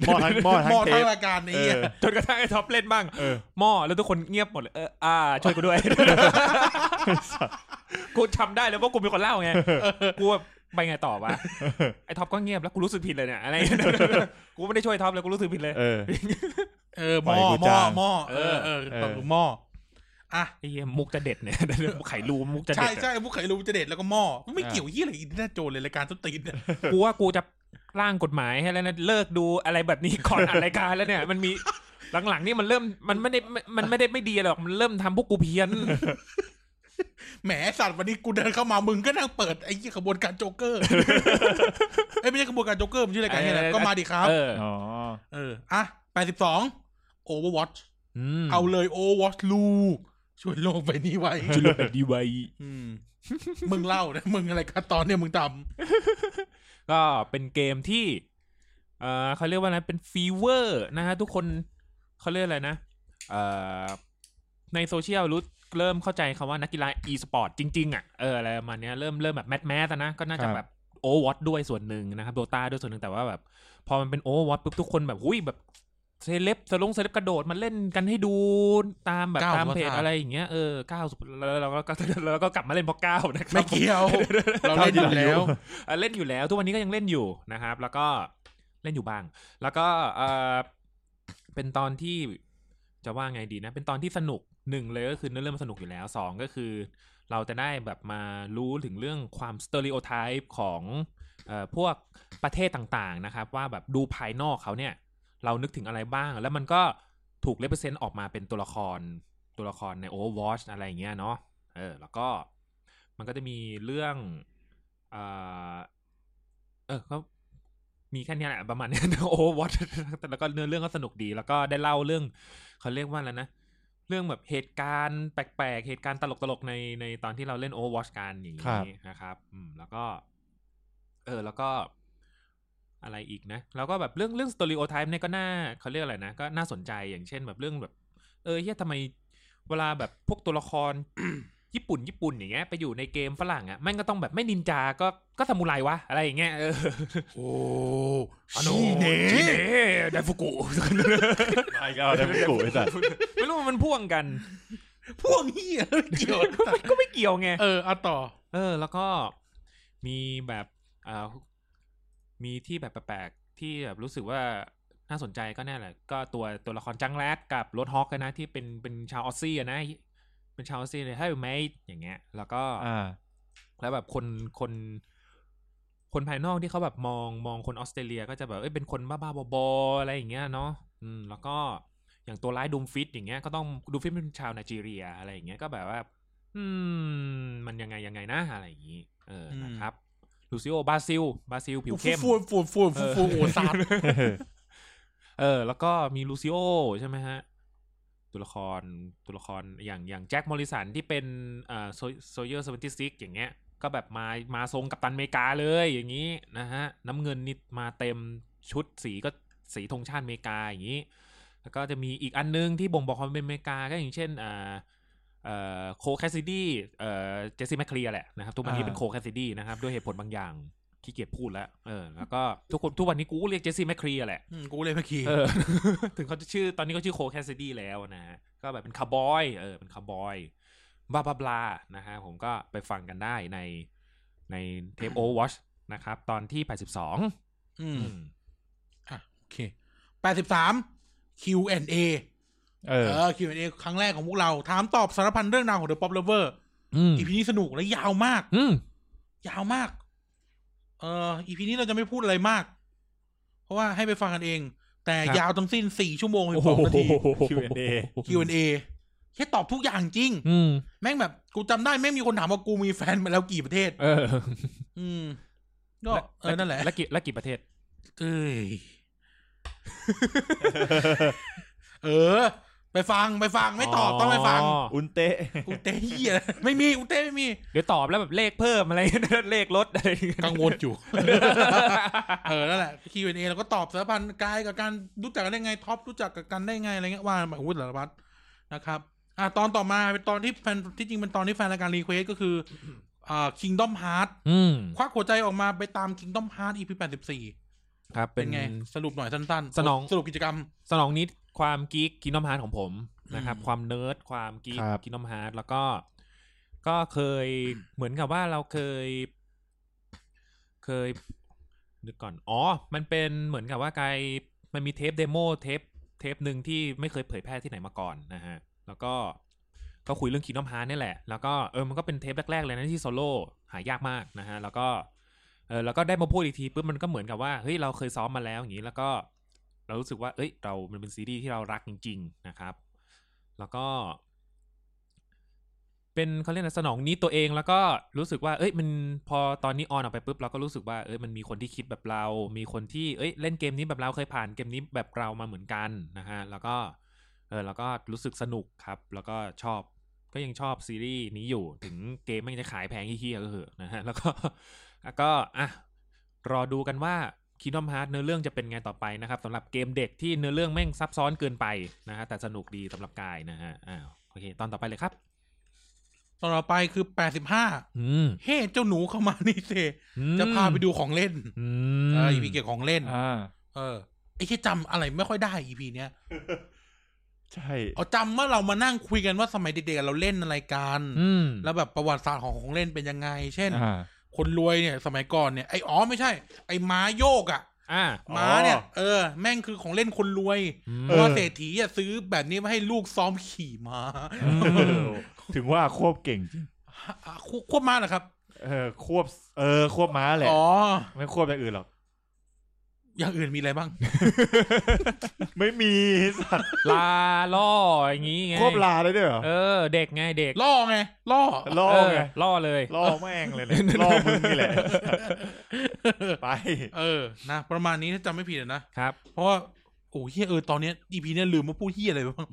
B: หม้อหม้อทั้ง
A: ห
B: หม้อ
A: ม้อ
B: ทั้งเท
A: ทั้ง
B: ป
A: รายการไอ้
B: เอ
A: เหี้ย
B: อ
C: จนกระทั่งไอ้ท็อปเล่นบ้าง
B: เออ
C: หม้อแล้วทุกคนเงียบหมดเลยเอออ่าช่วยกูด้วย กูจำได้เลยว่ากูเป็นคนเล่าไงกูแบบไปไงต่อวะไอ้ท็อปก็เงียบแล้วกูรู้สึกผิดเลยเนี่ยอะไร กูไม่ได้ช่วย ท็อปเลยกูรู้สึกผิดเลย
B: เออ
A: เออหม้อ
B: ปล่อยกู
A: หม้อ
B: จ้าง
A: หม้อเออเออ
B: เออ
A: ปล่อยกูหม้ออ่ะ
C: ไอ้เหี้ยมุกจะเด็ดเนี่ย ไข่รูมุกจะเด็
A: ใช่
C: ด
A: ใช่พวกไข่รู้จะเด็ดแล้วก็หม้อไม่เกี่ยวเหี้ยอะไรกับอินเดียนาโจนเลยรายการต้นตีนเนี่ย
C: กูว่ากูจะร่างกฎหมายให้แล้วนะเลิกดูอะไรแบบนี้ก่อนอัดรายการแล้วเนี่ย มันมีหลังๆนี่มันเริ่มมันไม่ได้มันไม่ได้ไม่ดีหรอกมันเริ่มทำพวกกูเพี้ยน
A: แหมสัตว์วันนี้กูเดินเข้ามามึงก็นั่งเปิดไอ้ยี่ขบวนการโจ๊กเกอ ร์ เอ้ยไม่ใช่ขบวนการโจ๊กเกอร์มันชื่อรายการอะไร
C: เออ
A: ก็มาดิครับ
C: เออ
B: อ๋อ
A: เอออ่ะแปดสิบสองโอเวอร์วอช
C: ม
A: เอาเลยโอเวอร์วอชลูกช่วยโลกไปนี้ไว้
C: จุลเป็นดีไว
A: อืมมึงเล่านะ มึงอะไรกันตอนเนี่ยมึงท
C: ก็เป็นเกมที่เออเขาเรียกว่าอะไรเป็นฟีเวอร์นะฮะทุกคนเขาเรียกอะไรนะเออในโซเชียลรู้เริ่มเข้าใจคำว่านักกีฬา e สปอร์ตจริง ๆ อ่ะเอออะไรประมาณเนี้ยเริ่มเริ่มแบบแมสแมสนะก็น่าจะแบบโอวอตด้วยส่วนหนึ่งนะครับโดตาด้วยส่วนหนึ่งแต่ว่าแบบ พอมันเป็นโอวอตปุ๊บทุกคนแบบหุ้ยแบบเซเลบสลงเซเลบกระโดดมาเล่นกันให้ดูตามแบบตามเพจอะไรอย่างเงี้ยเออเก้าแล้วเราก็เราก็กลับมาเล่นพอเก้านะค
A: ำ
C: รับ
A: ไม่เกี่ยว เราเล่นอยู่แล้ว
C: เอ่อเล่นอยู่แล้ว ทุกวันนี้ก็ยังเล่นอยู่นะครับ แล้วก็เล่นอยู่บ้าง แล้วก็เออเป็นตอนที่จะว่าไงดีนะ เป็นตอนที่สนุกหนึ่งเลยก็คือเนื้อเรื่องมันสนุกอยู่แล้วสองก็คือ เราจะได้แบบมารู้ถึงเรื่องความสเตอริโอไทป์ของเอ่อพวกประเทศต่างๆนะครับ ว่าแบบดูภายนอกเขาเนี่ย เรานึกถึงอะไรบ้าง แล้วมันก็ถูกเลเ r อร์เซนต์ออกมาเป็นตัวละครตัวละครใน Overwatch อะไรอย่างเงี้ยเนาะเออ แล้วก็มันก็จะมีเรื่องเออเออก็มีแค่เนี้ยแหละประมาณเนี้ย โอวอชแล้วก็เนื้อเรื่องก็สนุกดี แล้วก็ได้เล่าเรื่องเขาเรียกว่าแล้วนะ เรื่องแบบเหตุการณ์แปลกๆ เหตุการณ์ตลกๆ ในในตอนที่เราเล่น Overwatch กันอย่าง
B: ครับ
C: นี้นะครับ อืม แล้วก็ เออ แล้วก็อะไรอีกนะ แล้วก็แบบเรื่องเรื่องสตอริโอไทป์เนี่ยก็น่าเขาเรียกอะไรนะ ก็น่าสนใจอย่างเช่นแบบเรื่องแบบ เออเฮียทำไมเวลาแบบพวกตัวละคร ญี่ปุ่นญี่ปุ่นอย่างเงี้ยไปอยู่ในเกมฝรั่งอ่ะแม่งก็ต้องแบบไม่นินจาก็ก็ซามูไรวะอะไรอย่างเงี้ยเออ
A: โอ้
C: อะโ
A: ชีเน่
C: ชี เน่ไดฟุกุ
B: ไม่ก็ได้ไม่กูไอ้สัตว์
C: ไม่รู้ว่ามันพ่วงกัน
A: พวกเหี้ยไม่เกี่ ยว
C: ก็ไม่เกี่ยวไง
A: เออเอาต่อ
C: เออ แล้วก็มีแบบอ่ามีที่แบบแปลกๆที่แบบรู้สึกว่าน่าสนใจก็แน่แหละ ก็ตัวตัวละครจังแรดกับรถฮอกนะ ที่เป็นเป็นชาวออสซี่อะนะ เป็นชาวออสซี่เลยให้ไหมอย่างเงี้ย แล้วก็
B: อ่า
C: แล้วแบบคนคนคนภายนอกที่เขาแบบมองมองคนออสเตรเลียก็จะแบบเอ้ยเป็นคนบ้าๆบอๆอะไรอย่างเงี้ยเนาะอืมแล้วก็อย่างตัวร้ายดูมฟิตอย่างเงี้ยก็ต้องดูมฟิตเป็นชาวไนจีเรียอะไรอย่างเงี้ยก็แบบว่า อืม มันยังไงยังไงนะอะไรอย่างงี้ เออ
A: อืม
C: นะครับลูซิโอบาซิลบาซิลผิวเข้ม
A: ฟูฟูฟูฟูฟูโอ้สาด
C: เออ แล้วก็มีลูซิโอใช่ไหมฮะ ตัวละครตัวละครอย่างอย่างแจ็คมอริสันที่เป็นเอ่อโซเยอร์เซเวนตี้ซิกอย่างเงี้ย ก็แบบมามาทรงกับตันอเมริกาเลยอย่างนี้นะฮะ น้ำเงินนี่มาเต็มชุดสีก็สีธงชาติอเมริกาอย่างนี้ แล้วก็จะมีอีกอันนึงที่บ่งบอกความเป็นอเมริกาก็อย่างเช่นอ่าเอ่อโคแคสซิดี้เอ่อเจสซี่แมคเคลียร์แหละนะครับ ทุกวันนี้
B: อ่า
C: เป็นโคแคสซิดี้นะครับ ด้วยเหตุผลบางอย่างขี้เกียจพูดแล้วเออแล้วก็ทุกคนทุกวันนี้กูก็เรียกเจสซี่แมคเคลียร์แหละ
A: อืมกูเลยไม่เกี่ยว
C: เอ อ ถึงเขาจะชื่อตอนนี้เขาชื่อโคแคสซิดี้แล้วนะฮะ ก็แบบเป็นคาร์บอย เออ เป็นคาร์บอยบลาบลาบลานะฮะ ผมก็ไปฟังกันได้ในในเทปโอวอชนะครับ ตอนที่ 82
A: อื
C: อื
A: ม
C: ม
A: อ่ะโอเคแปดสิบสาม Q&A
B: เอ
A: เอ
B: อ
A: อ Q&A ครั้งแรกของพวกเรา ถามตอบสารพันเรื่องราวของ The Pop Lover
C: อืม
A: อีพีนี้สนุกและยาวมาก
C: อืม
A: ยาวมาก เอออีพีนี้เราจะไม่พูดอะไรมาก เพราะว่าให้ไปฟังกันเอง แต่ยาวทั้งสิ้นสี่ชั่วโมงสิบสองนาที
B: Q&A
A: Q&A แค่ตอบทุกอย่างจริง
C: อืม
A: แม่งแบบ กูจำได้ แม่งมีคนถามว่ากูมีแฟนมาแล้วกี่ประเทศ
C: เออ
A: อืม ก็เออนั่นแหละ
C: แล้วกี่แล้วกี่ประเทศ
A: เอ้ย เออ ไปฟังไปฟังไม่ตอบต้องไปฟัง
B: อุนเตะ
A: อุเต้เหี้ยไม่มีอุเต้ไม่มี
C: เดี๋ยวตอบแล้วแบบเลขเพิ่มอะไร เลขลดอะไรอย่างเงี้ย
A: กังวลอยู่ เออ นั่นแหละ Q&A เราก็ตอบสารพันกายกับการรู้จักกันได้ไงท็อปรู้จักกับกันได้ไงอะไรเงี้ยว่ามาอุ้ยสารพัดนะครับ อ่ะตอนต่อมาเป็นตอนที่แฟนที่จริงเป็นตอนที่แฟนรายการรีเควสก็คืออ่า Kingdom Heart
C: อืม
A: ควักหัวใจออกมาไปตาม Kingdom Heart EP 84
C: ครับเป็
A: เป็น นไง สรุปหน่อยสั้นๆ
C: สนอง
A: สรุปกิจกรรม
C: สนองนิดความกิ๊กกินน้ำฮาร์ดของผมนะครับ
A: อืม
C: ความเนิร์ดความกิ๊ก
B: ครับ
C: กินน้ำฮาร์ดแล้วก็ ก็เคยเหมือนกับว่าเราเคย เคยนึกก่อน อ๋อ มันเป็นเหมือนกับว่าไกายมันมีเทปเดโมเทปเทปหนึ่งที่ไม่เคยเผยแพร่ที่ไหนมาก่อนนะฮะ แล้วก็ก็คุยเรื่องคีนอมฮาร์นี่ยแหละ แล้วก็เออมันก็เป็นเทปแรกๆเลยนะที่โซโล่หายากมากนะฮะ แล้วก็เออแล้วก็ได้มาพูดอีกทีปุ๊บมันก็เหมือนกับว่าเฮ้ยเราเคยซ้อมมาแล้วอย่างนี้ แล้วก็เรารู้สึกว่า เอ้ย เรามันเป็นซีรีส์ที่เรารักจริง ๆ นะครับ แล้วก็ เป็นเขาเรียกนะสนองนี้ตัวเองแล้วก็รู้สึกว่า เอ้ยมันพอตอนนี้ออนออกไปปุ๊บเราก็รู้สึกว่าเอ้ยมันมีคนที่คิดแบบเรา มีคนที่เอ้ยเล่นเกมนี้แบบเราเคยผ่านเกมนี้แบบเรามาเหมือนกันนะฮะแล้วก็เออแล้วก็รู้สึกสนุกครับ แล้วก็ชอบก็ยังชอบซีรีส์นี้อยู่ถึงเกมมันจะขายแพงเฮี้ยๆก็เหอะนะ ฮะแล้วก็ แล้วก็อ่ะรอดูกันว่า Kingdom Hearts เนื้อเรื่องจะเป็นไงต่อไปนะครับสำหรับเกมเด็กที่เนื้อเรื่องแม่งซับซ้อนเกินไปนะฮะแต่สนุกดีสำหรับกายนะฮะอ้าวโอเคตอนต่อไปเลยครับ
A: ตอนต่อไปคือ 85
C: อืม
A: เฮ้เจ้าหนูเข้ามานี่เซจะพาไปดูของเล่น
C: อื
A: เอ
C: ม
A: อ EP เกี่ยวกับของเล่น
B: อ่า
A: เออไอ้ที่จำอะไรไม่ค่อยได้ EP เนี้ย
B: ใช่
A: เอาจำว่าเรามานั่งคุยกันว่าสมัยเด็กๆเราเล่นอะไรกัน
C: อืม
A: แล้วแบบประวัติศาสตร์ของของเล่นเป็นยังไง เช่น
B: อ่า
A: คนรวยเนี่ยสมัยก่อนเนี่ยไอ้อ๋อไม่ใช่ ไอ้ม้าโยกอะ่ะ
C: อ่า
B: อ๋อ
A: ม้าเนี่ย เออ แม่งคือของเล่นคนรวยเพ
B: เอ
A: ราะ
B: อ
A: ว่าเศรษฐีอะซื้อแบบนี้มาให้ลูกซ้อมขี่ม้า
C: อืม
B: เออถึงว่าควบเก่งจริง
A: อ่ะควบควบม้าเหรอครับ
B: เออ ควบ เออ ควบม้าแหละ
A: อ๋อ
B: ไม่ควบอย่างอื่นหรอก
A: อย่างอื่นมีอะไรบ้าง
B: ไม่มีสัตว์
C: ลาล่ออย่างงี้ไง
B: ควบลาได้ด้วยเหรอ
C: เออ เด็กไงเด็ก
A: ล่อไงล่อ
B: ล่อ
C: เ
B: ไง
C: ล่อเลย
B: ล่อแม่งเลยเนี่ยล่อมึงนี่แหละ ไป
A: เออนะประมาณนี้ถ้าจำไม่ผิดอะนะ
C: ครับ
A: เพราะว่าโอ้เฮียเออตอนเนี้ย EP เนี่ยลืมว่าพูดเฮียอะไรไปบ้าง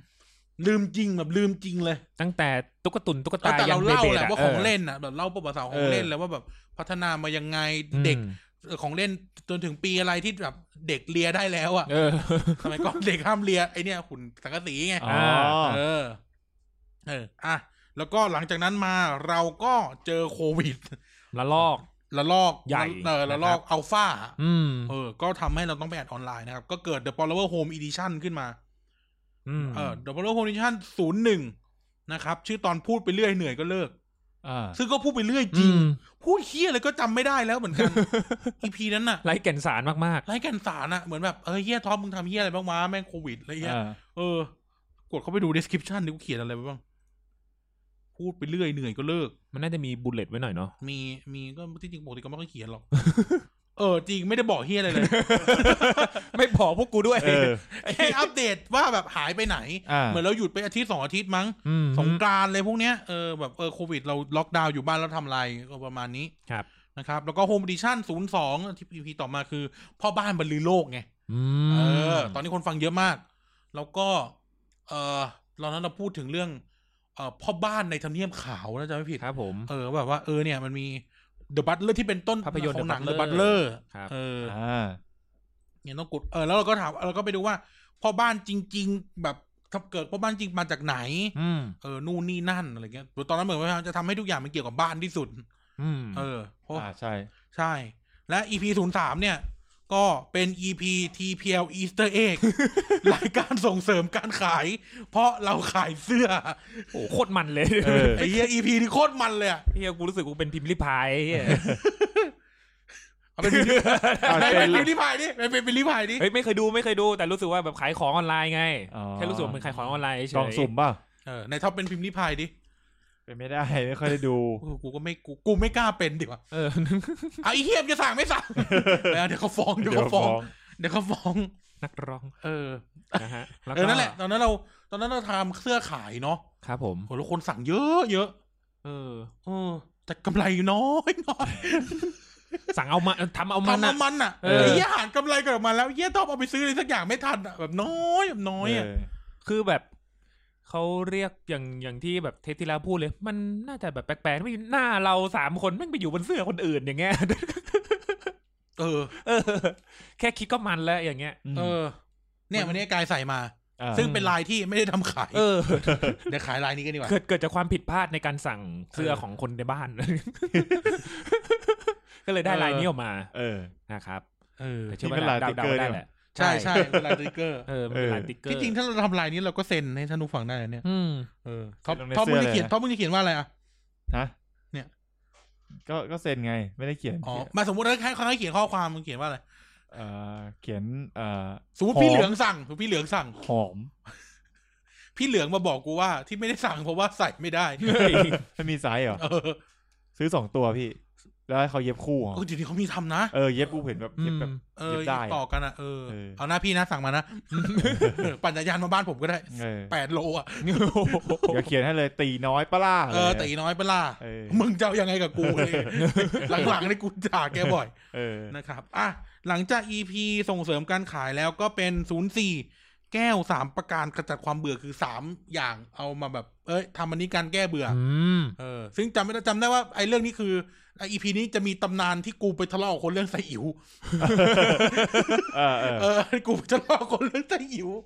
A: ลืมจริงแบบลืมจริงเลย
C: ตั้งแต่ตุ๊กตุนตุ๊ก
A: แต่
C: ตา
A: แต่
C: ยั
A: เรา
C: นเบ
A: เล่า
C: เบ
A: แห
C: ด
A: ละ
C: อะ
A: ว่า
C: อ
A: ของ
C: อ
A: เล่นน่ะแบบเล่าประวัติศาสตร์ของเล่นแล้วว่าแบบพัฒนามายังไงเด็กเอ่อของเล่นจนถึงปีอะไรที่แบบเด็กเลียได้แล้วอ่ะ
C: เออ
A: สมัยก่อน เด็กห้ามเลียไอเนี่ยหุ่นสังกะสีไง
B: อ๋อ
A: เออ เอออ่ะแล้วก็หลังจากนั้นมาเราก็เจอโควิด
C: ละลอก
A: ละลอก
C: ใหญ่
A: เออละลอก
C: นะครับ
A: อัลฟ่า
C: อืม
A: เออ ก็ทำให้เราต้องไปอัดออนไลน์นะครับ ก็เกิด The Follower Home Edition ขึ้นมา
C: อืม
A: เออ The Follower Home Edition 01 นะครับ ชื่อตอนพูดไปเรื่อยเหนื่อยก็เลิก
B: อ่า
A: ซึ่งก็พูดไปเรื่อยจ
C: อื
A: ริง
C: ม
A: พูดเฮี้ยอะไรก็จำไม่ได้แล้วเหมือน กัน อีพีนั้นน่ะ
C: ไร้แก่นสารมาก
A: ไร้กันสารน่ะ เหมือนแบบเออเฮี้ยท็อปมึงทำเฮี้ยอะไรบ้างวะแม่งโควิดอะไรเงี้ย
B: อ่า
A: เออกดเข้าไปดู description ดิกูเขียนอะไรไปบ้าง พูดไปเรื่อยเหนื่อยก็เลิก
C: ๆ มันน่าจะมีบุลเลตไว้หน่อยเนาะ
A: มีมีก็ที่จริงปกติก็ไม่ค่อยเขียน หรอก เออ จริงไม่ได้บอกเฮี้ยอะไรเลย
C: ไม่พอพวกกู ด้วย
B: เออ
A: แค่อัปเดตว่าแบบหายไปไหน
B: อ่า
A: เหมือนเราหยุดไปอาทิตย์สองอาทิตย์มั้ง
C: ม
A: สงกรานต์เลยพวกเนี้ยเออแบบเออโควิดเราล็อกดาวน์อยู่บ้านแล้วทำอะไรก็ประมาณนี้
C: ครับ
A: นะครับแล้วก็โฮมดิชั่นศูนย์สองที่พีพีต่อมาคือ พ่อบ้านบรรลือโลกไง
C: อืม
A: เออ ตอนนี้คนฟังเยอะมาก แล้วก็ เออตอนนั้นเราพูดถึงเรื่อง เออพ่อบ้านในทำเนียมขาวนะจะไม่ผิด
C: ครับผม
A: เออแบบว่าเออเนี่ยมันมีเดอะบัตเลอร์ที่เป็นต้น
C: ภาพยนตร์
A: ของหนังเด
C: The
A: อะบัตเลอ
C: Butler
A: ร์
C: ครับ
A: เออ
B: อ่า
A: เนี่ยต้องกดเออแล้วเราก็ถามเราก็ไปดูว่า พ่อบ้านจริง ๆ แบบถ้าเกิดพ่อบ้านจริงมาจากไหน
C: อืม
A: เออนู่นนี่นั่นอะไรเงี้ยตอนนั้นเหมือนว่าจะทำให้ทุกอย่างมันเกี่ยวกับบ้านที่สุด
C: อืม
A: เออเพราะ
B: อ่า ใช่
A: ใช่ และ EP ศูนย์สามเนี่ย ก็เป็น EP TPL Easter Egg รายการส่งเสริมการขาย เพราะเราขายเสื้อ
C: โอ้โหโคตรมันเลย
B: เออ
A: ไอ้เหี้ย EP ที่โคตรมันเลยอะ
C: เฮียกูรู้สึกกูเป็นพิมพ์ริพายไอ้เหี้ย
A: เอา เป็นรี
B: อ่า
A: ไหนเป็
B: เป็
A: น นรีพายดิเป็นเป็นรีพายดิ
C: เฮ้ยไม่เคยดูไม่เคยดูแต่รู้สึกว่าแบบขายของออนไลน์ไง
B: อ๋อ
C: แค่รู้สึกว่ามันขายของออนไลน์เฉย
B: กล่องสุ่มป่ะ
A: เออในท็อปเป็นพิมพ์รีพายดิ
B: เป็นไม่ได้ ไม่ค่อยได้ดู
A: โอ้โหกูก็ไม่กูกูไม่กล้าเป็นดิวะ
C: เอ อ
A: อ่ะไอ้เหี้ยมนจะสั่งไม่ สั่งแล้วเดี๋ยวเขาฟ้องเดี๋ยวเขาฟ้องเดี๋ยวเขาฟ้อง
C: นักร้อง
A: เออ
C: นะฮะ
A: เออนั่นแหละ ตอนนั้นเรา ตอนนั้นเราทำเสื้อขายเนาะ
C: ครับผม
A: โหแล้วคนสั่งเยอะเยอะ
C: เออ
A: เออแต่กำไรน้อยน้อย
C: สั่งเอามาทำเอามั
A: มัน น
C: อะ
A: อะมันอะ
C: เออ
A: ไอ้เหี้ยหารกำไรกลับมาแล้วไอ้เหี้ยต้องเอาไปซื้ออะไรสักอย่างไม่ทันอะแบบน้อยแบบน้อยอะ
B: เออ
C: คือแบบ เขาเรียกอย่างอย่างที่แบบเทปที่แล้วพูดเลย มันน่าจะแบบแปลกๆไม่หน้าเราสามคนไม่งไปอยู่บนเสื้อคนอื่นอย่างเงี้ย
A: เออ
C: เออ แค่คิดก็มันแล้วอย่างเงี้ย
A: เออ เนี่ยวันนี้กายใส่มา
B: ม
A: ซึ่งเป็นลายที่ไม่ได้ทำขาย
C: เอ อ
A: เดี๋ยวขายลายนี้กันดีกว่า
C: เกิดเกิดจากความผิดพลาดในการสั่งเสื้อ
A: เออ
C: ของคนในบ้ าน ก็เลยได้ลายนี้ออกมา
B: เออ
C: นะครับ
A: เออ
C: แต่เชื่อว่า
B: นี่เป็นลาย
C: เดา
B: ติ๊กเกอร์
C: เดาได้
B: ด้วย
C: แหละ
A: ใช่ใช่เป็นลายสติกเกอร์
C: เออมันเป็นลาย
B: เออ
C: ติ๊กเกอร์
A: ที่จริงถ้าเราทำลายนี้เราก็เซ็นให้ท่านผู้ฟังได้นะเนี่ย
C: อืม
A: เออท็อป
B: เซ็น
A: ท็อป
B: ลงในเสื้
A: มึ
B: อง เลย
A: จะเขียน
B: นะ
A: ท็อปมึงจะเขียนว่าอะไรอ่ะ
B: ฮะ
A: เนี่ย
B: ก็ก็เซ็นไง ไม่ได้เขียน
A: อ๋อมาสมมติถ้าใครเขาให้เขียนข้อความมึงเขียนว่าอะไร
B: เอ่อเขียนเอ่อ
A: สมมติ
B: หอม
A: พี่เหลืองสั่งสมมุติพี่เหลืองสั่ง
B: หอม
A: พี่เหลืองมาบอกกูว่าที่ไม่ได้สั่งเพราะว่าใส่ไม่ได้
B: ไม่มีไซส์เหรอ
A: เออ
B: ซื้อสองตัวพี่ แล้วให้เขาเย็บคู่เหรอ
A: เออเดี๋ยวนี้เขามีทำนะ
B: เออเย็บกูเห็นแบบเย็บแบบ
A: เออ
B: เย็บได้
A: ต่อกันอ่ะเออ
B: เออ
A: เอาหน้าพี่นะสั่งมานะ เออปั่นจักรยานมาบ้านผมก็ได้
B: เออ
A: แปดโลอ่ะ
B: เดี๋ยวเขียนให้เลยตีน้อยปะล่า
A: เออ
B: ลย
A: ตีน้อยเปะล่า
B: เออ
A: มึงจะเอายังไงกับกูเลยหลังๆนี่กูด่าแกบ่อย
B: เออ
A: นะครับอ่ะหลังจาก EP ส่งเสริมการขายแล้วก็เป็น 04 แก้ว 3 ประการกระจัดความเบื่อคือ 3 อย่างเอามาแบบ เอ้ยทำอันนี้การแก้เบื่ออ
C: อืม
A: เออ ซึ่งจำไม่ได้จำได้ว่าไอ้เรื่องนี้คือไอ้ EP นี้จะมีตำนานที่กูไปทะเลาะกับคนเรื่องไซอิ๋ว
B: เออเออ
A: เออกูไปทะเลาะกับคนเรื่องไซอิ๋ว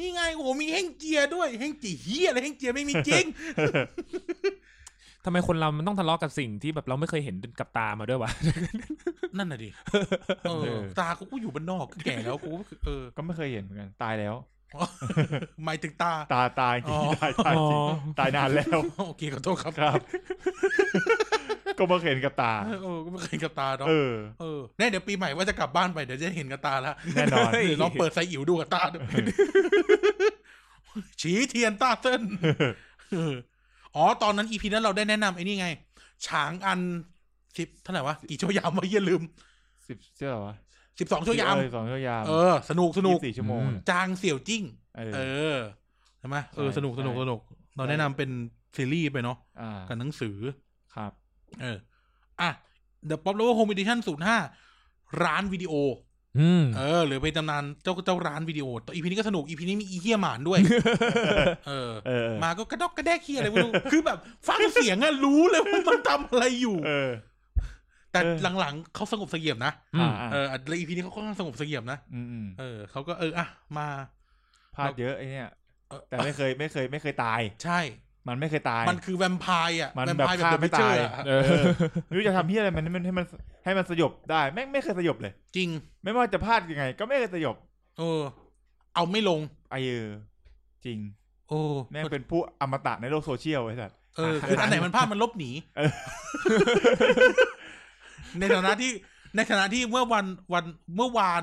A: นี่ไงโอ้โหมีเฮงเจียด้วยเฮงจีเฮียอะไรเฮงเจียไม่มีจริง
C: ทำไมคนเรามันต้องทะเลาะกับสิ่งที่แบบเราไม่เคยเห็นกับตามาด้วยวะ
A: นั่นน่ะดิเออตากูก็อยู่บ้านนอกแก่แล้วกูก็คือเออ
B: ก็ไม่เคยเห็นเหมือนกันตายแล้ว
A: หมายถึงตา
B: ตาตายจริง
A: อ๋อ
B: ตายตายจริง
C: อ๋อ
B: ตายนานแล้ว
A: โอเคขอโทษครับ
B: ครับ ก็มาเห็นกับตา
A: เออเออก็ไม่เคยเห็นกับตาเนาะ
B: เออ
A: เออเนี่ยเดี๋ยวปีใหม่ว่าจะกลับบ้านไปเดี๋ยวจะเห็นกับตาละ
B: แน่นอน
A: เดี๋ยวลองเปิดไซอิ๋วดูกับตาดูฉีเทียนตาเต้นเอออ๋อ ตอนนั้นอีพีนั้นเราได้แนะนำไอ้นี่ไง ฉางอันสิบเท่าไหร่วะ กี่ชั่วยามวะเยี่ยลืม
B: สิบเชื่อเหรอวะ
A: สิบสองชั่วยาม
B: เออสองชั่วยาม
A: เออ สนุกสนุก
B: ยี่สิบสี่ชั่วโมง
C: อืม
A: จางเสี่ยวจิ้ง
B: เออ
A: เออใช่ไหมเออ
B: ใช่
A: สนุกสนุก
B: ใช่
A: สนุกเราแนะนำเป็นซีรีส์ไปเนาะ
B: อ่า
A: กับหนังสือ
B: ครับ
A: เออ อ่ะ The Pop Lover Home Edition 05 ร้านวิดีโอ
C: อืม
A: เออ หรือไปตำนานเจ้าเจ้าร้านวิดีโอต่ออีพีนี้ก็สนุกอีพีนี้มีอีเฮียหมานด้วย เออ
B: เออ
A: มาก็กระดอกกระแดกเฮียอะไรไม่รู้ คือแบบ ฟังเสียงอะรู้เลยว่ามันทำอะไรอยู่
B: เออ
A: แต่
B: เออ
A: หลังๆเขาสงบเสงี่ยมนะ
C: อืม
B: อ่า
A: เออแล้วอีพีนี้เขาค่อนข้างสงบเสงี่ยมนะ
B: อืมอืม
A: เออเขาก็เออ อ่ะ มา
B: พลาดเยอะไอเนี่ย
A: เออ
B: แต่ไม่เคยไม่เคยไม่เคยตาย
A: ใช่
B: มันไม่เคยตาย
A: มันคือแวมไพร์อะ
B: มัน
A: แวม
B: แบบ
A: ไพร์แบบ
B: ฆ่า
A: เดอะ
B: ไม่
A: วิเชอ
B: ตา
A: ย ร์อะ
B: เออไม่รู้จะทำเฮียอะไรมันมันให้มันให้มันสยบได้แม่งไม่เคยสยบเลย
A: จริง
B: ไม่ว่าจะพลาดยังไง ก็ไม่เคยสยบ
A: เออ เอาไม่ลง
B: ไอเออจริง
A: โอ้
B: แม่งเป็นผู้อมตะในโลกโซเชียลไอ้สัตว์
A: เออคืออันไหนมันพลาดมันลบหนี
B: เออ
A: ในฐานะที่ในฐานะที่เมื่อวันวันเมื่อวาน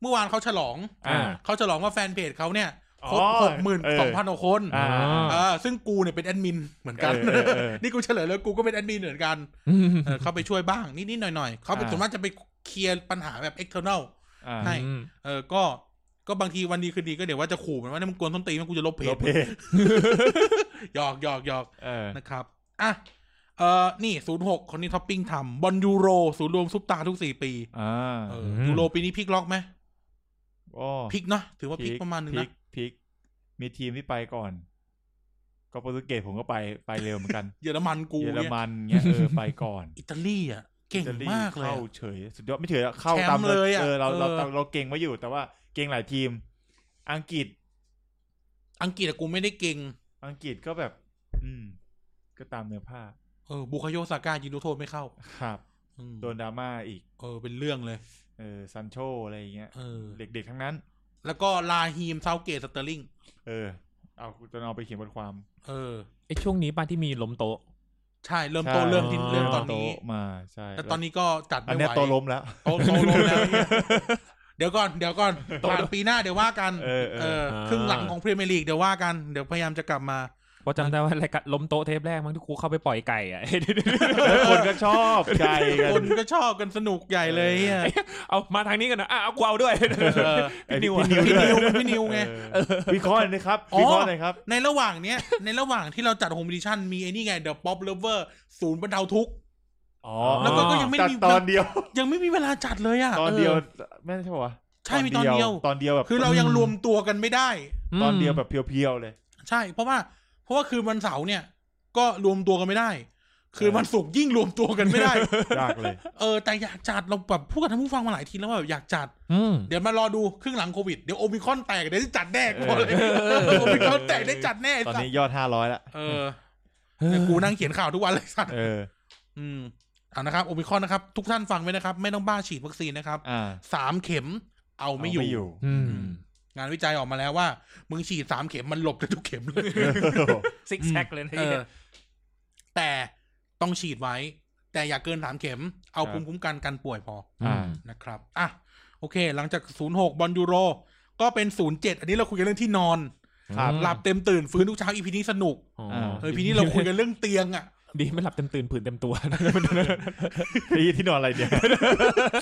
A: เมื่อวานเขาฉลอง
B: อ่า
A: เขาฉลองว่าแฟนเพจเขาเนี่ยครบ
B: อ๋อ
A: หกหมื่น
B: เออ
A: สองพันคน
B: อ่า
A: เออซึ่งกูเนี่ยเป็นแอดมินเหมือนกัน
B: เออเออเออ
A: นี่กูเฉลยแล้วกูก็เป็นแอดมินเหมือนกันเออเขาไปช่วยบ้างนิดๆหน่อยๆเขาเป็นส่วนมากจะไปเคลียร์ปัญหาแบบ external
B: อ่า
A: ให้ เออก็ก็บางทีวันดีคืนดีก็เดี๋ยวว่าจะขู่มันว่าเนี่ยมึงกวนต้นตีนมันกูจะลบเพ
B: ล
A: จ
B: บเพจ
A: หยอกหยอกหยอก
B: เออ
A: นะครับ อ่ะ เออนี่ 06 คนนี้ท็อปปิ้งทำบอลยูโร ศูนย์รวมซุปตาทุกสี่ปี
B: อ่า
A: เออ
C: ม
A: ยูโรปีนี้พลิกล็อกไหม
B: โอ้
A: พลิกเนาะ ถือว่าพลิกประมาณนึง
B: พลิ
A: นะ
B: กพลิกมีทีมที่ไปก่อน ก็โปรตุเกสผมก็ไปไปเร็วเหมือนกัน
A: เยอรมันกู
B: เยอร
A: เนี่ย
B: มันเงี้ยเออ ไปก่อน
A: อิตาลีอ่ะ เก่ง
B: อิตลี
A: มากเลย
B: เข้า
A: อะ
B: เฉยสุดยอดไม่เฉยอะเข้า
A: แชมป์
B: ตาม
A: เลยอะ
B: เออเราเรา
A: เออ
B: เราเราเก่งไว้อยู่ แต่ว่าเก่งหลายทีม อังกฤษ
A: อังกฤษอะกูไม่ได้เก่ง
B: อังกฤษก็แบบ อืม ก็ตามเนื้อผ้า
A: เออ บุคโยสาก้ายิงลูกโทษไม่เข้า
B: ครับ
A: อืม
B: โดนดราม่าอีก
A: เออ เป็นเรื่องเลย
B: เออซันโชอะไรอย่างเงี้ย
A: เออ
B: เด็กๆทั้งนั้น
A: แล้วก็ลาฮีมเซาเกตสเตอร์ลิง
B: เออ เอาจนเอาไปเขียนบทความ
A: เออ
C: ไอช่วงนี้ป้าที่มีล้มโต๊ะ
A: ใช่ เริ่มโตเริ่มที่
C: อ๋อ
A: เรื่องตอนนี้
B: โะมาใช่
A: แต่ตอนนี้ก็จัด
B: อั
A: ไม่
B: น
A: ไห
B: เนี้ยว โตะล้มแล้ว
A: โตโตลงแล้วเนี่ยเดี๋ยวก่อน เดี๋ยวก่อนผ่านปีหน้าเดี๋ยวว่ากัน
B: เออเอ
A: เอ
B: อ
A: อ
C: เออ
A: ครึ่งหลังของพรีเมียร์ลีกเดี๋ยวว่ากัน เดี๋ยวพยายามจะกลับมา
C: เพราะจำได้ว่ารายการล้มโต๊ะเทปแรกมั้งที่ครูเข้าไปปล่อยไก่อะ
B: แล้วคนก็ชอบใจกัน
A: คนก็ชอบกันสนุกใหญ่เลยอ่ะ
C: เอามาทางนี้กันนะอ่ะเอากูเอาด้วย
A: เออ
B: ไอ้
C: พี่นิ
B: พี่นิ
C: ว
B: ว
A: พี่
B: ด้วย
A: นิวพี่นิวไง
B: เออวิเคราะห์หน่อยครับ
A: อ๋อ
B: วิเคราะห์หน่อยครับ
A: ในระหว่างเนี้ย ในระหว่างที่เราจัดโฮมดิชั่นมีไอ้นี่ไงเดอะป๊อปเลเวอร์ศูนย์บรรเทาทุกข์
B: อ๋อ
A: แล้วก็ก็ยังไม่
B: จัด
A: มี
B: ตอนเดียว
A: ยังไม่มีเวลาจัดเลยอ่ะ
B: ตอนเดียว
A: ออ
B: ไม่ใช่ปะวะ
A: ใช่มีตอนเดียว
B: ตอนเดียวแบบ
A: คือเรายังรวมตัวกันไม่ได้
C: ม
B: ตอนเดียวแบบเพียวๆเลย
A: ใช่ เพราะว่า เพราะว่าคืนวันเสาร์เนี่ย ก็รวมตัวกันไม่ได้ คืนวันศุกร์ยิ่งรวมตัวกันไม่ได้
B: ยากเลย
A: เออแต่อยากจัดเราแบบพูดกับท่านผู้ฟังมาหลายทีแล้วว่าแบบอยากจัด
C: อืม
A: เดี๋ยวมารอดูครึ่งหลังโควิด เดี๋ยวโอมิครอนแตกเดี๋ยวจะจัดแน่กูบอกเลย
C: เออ
A: โอมิครอนแตกได้จัดแน่ไอ้
B: ตอน
A: สัต
B: นี้
A: ว์
B: ยอดห้าร้อยละ
A: เออเนี่ยกูนั่งเขียนข่าวทุกวันเลยสัตว์
B: เออ
A: อืมเอานะครับโอมิครอนนะครับ ทุกท่านฟังไว้นะครับ ไม่ต้องบ้าฉีดวัคซีนนะครับ
B: อ่า
A: สามเข็มเอาไม่อยู่
B: เาอยู่
C: อืม
A: งานวิจัยออกมาแล้วว่า มึงฉีดสามเข็มมันหลบได้ทุกเข็มเลย
C: ซิกแซกเลยนะเนี่ย
A: แต่ต้องฉีดไว้ แต่อย่าเกินสามเข็ม เอา
B: ครับ
A: ภูมิคุ้มกันกันป่วยพอ
B: อ่า
A: นะครับ อ่ะ โอเค หลังจาก 06 บอลยูโร ก็เป็น 07 อันนี้เราคุยกันเรื่องที่นอน
B: ครับ
A: หลับเต็มตื่น ฟื้นทุกเช้า อีพีนี้สนุก
C: อ๋อ
A: เออพีนี้เราคุยกันเรื่องเตียงอ่ ะ
C: ดีไม่หลับเต็มตื่นผื่นเต็มตัวนะ
B: ที่ที่น อนอะไร เนี่ย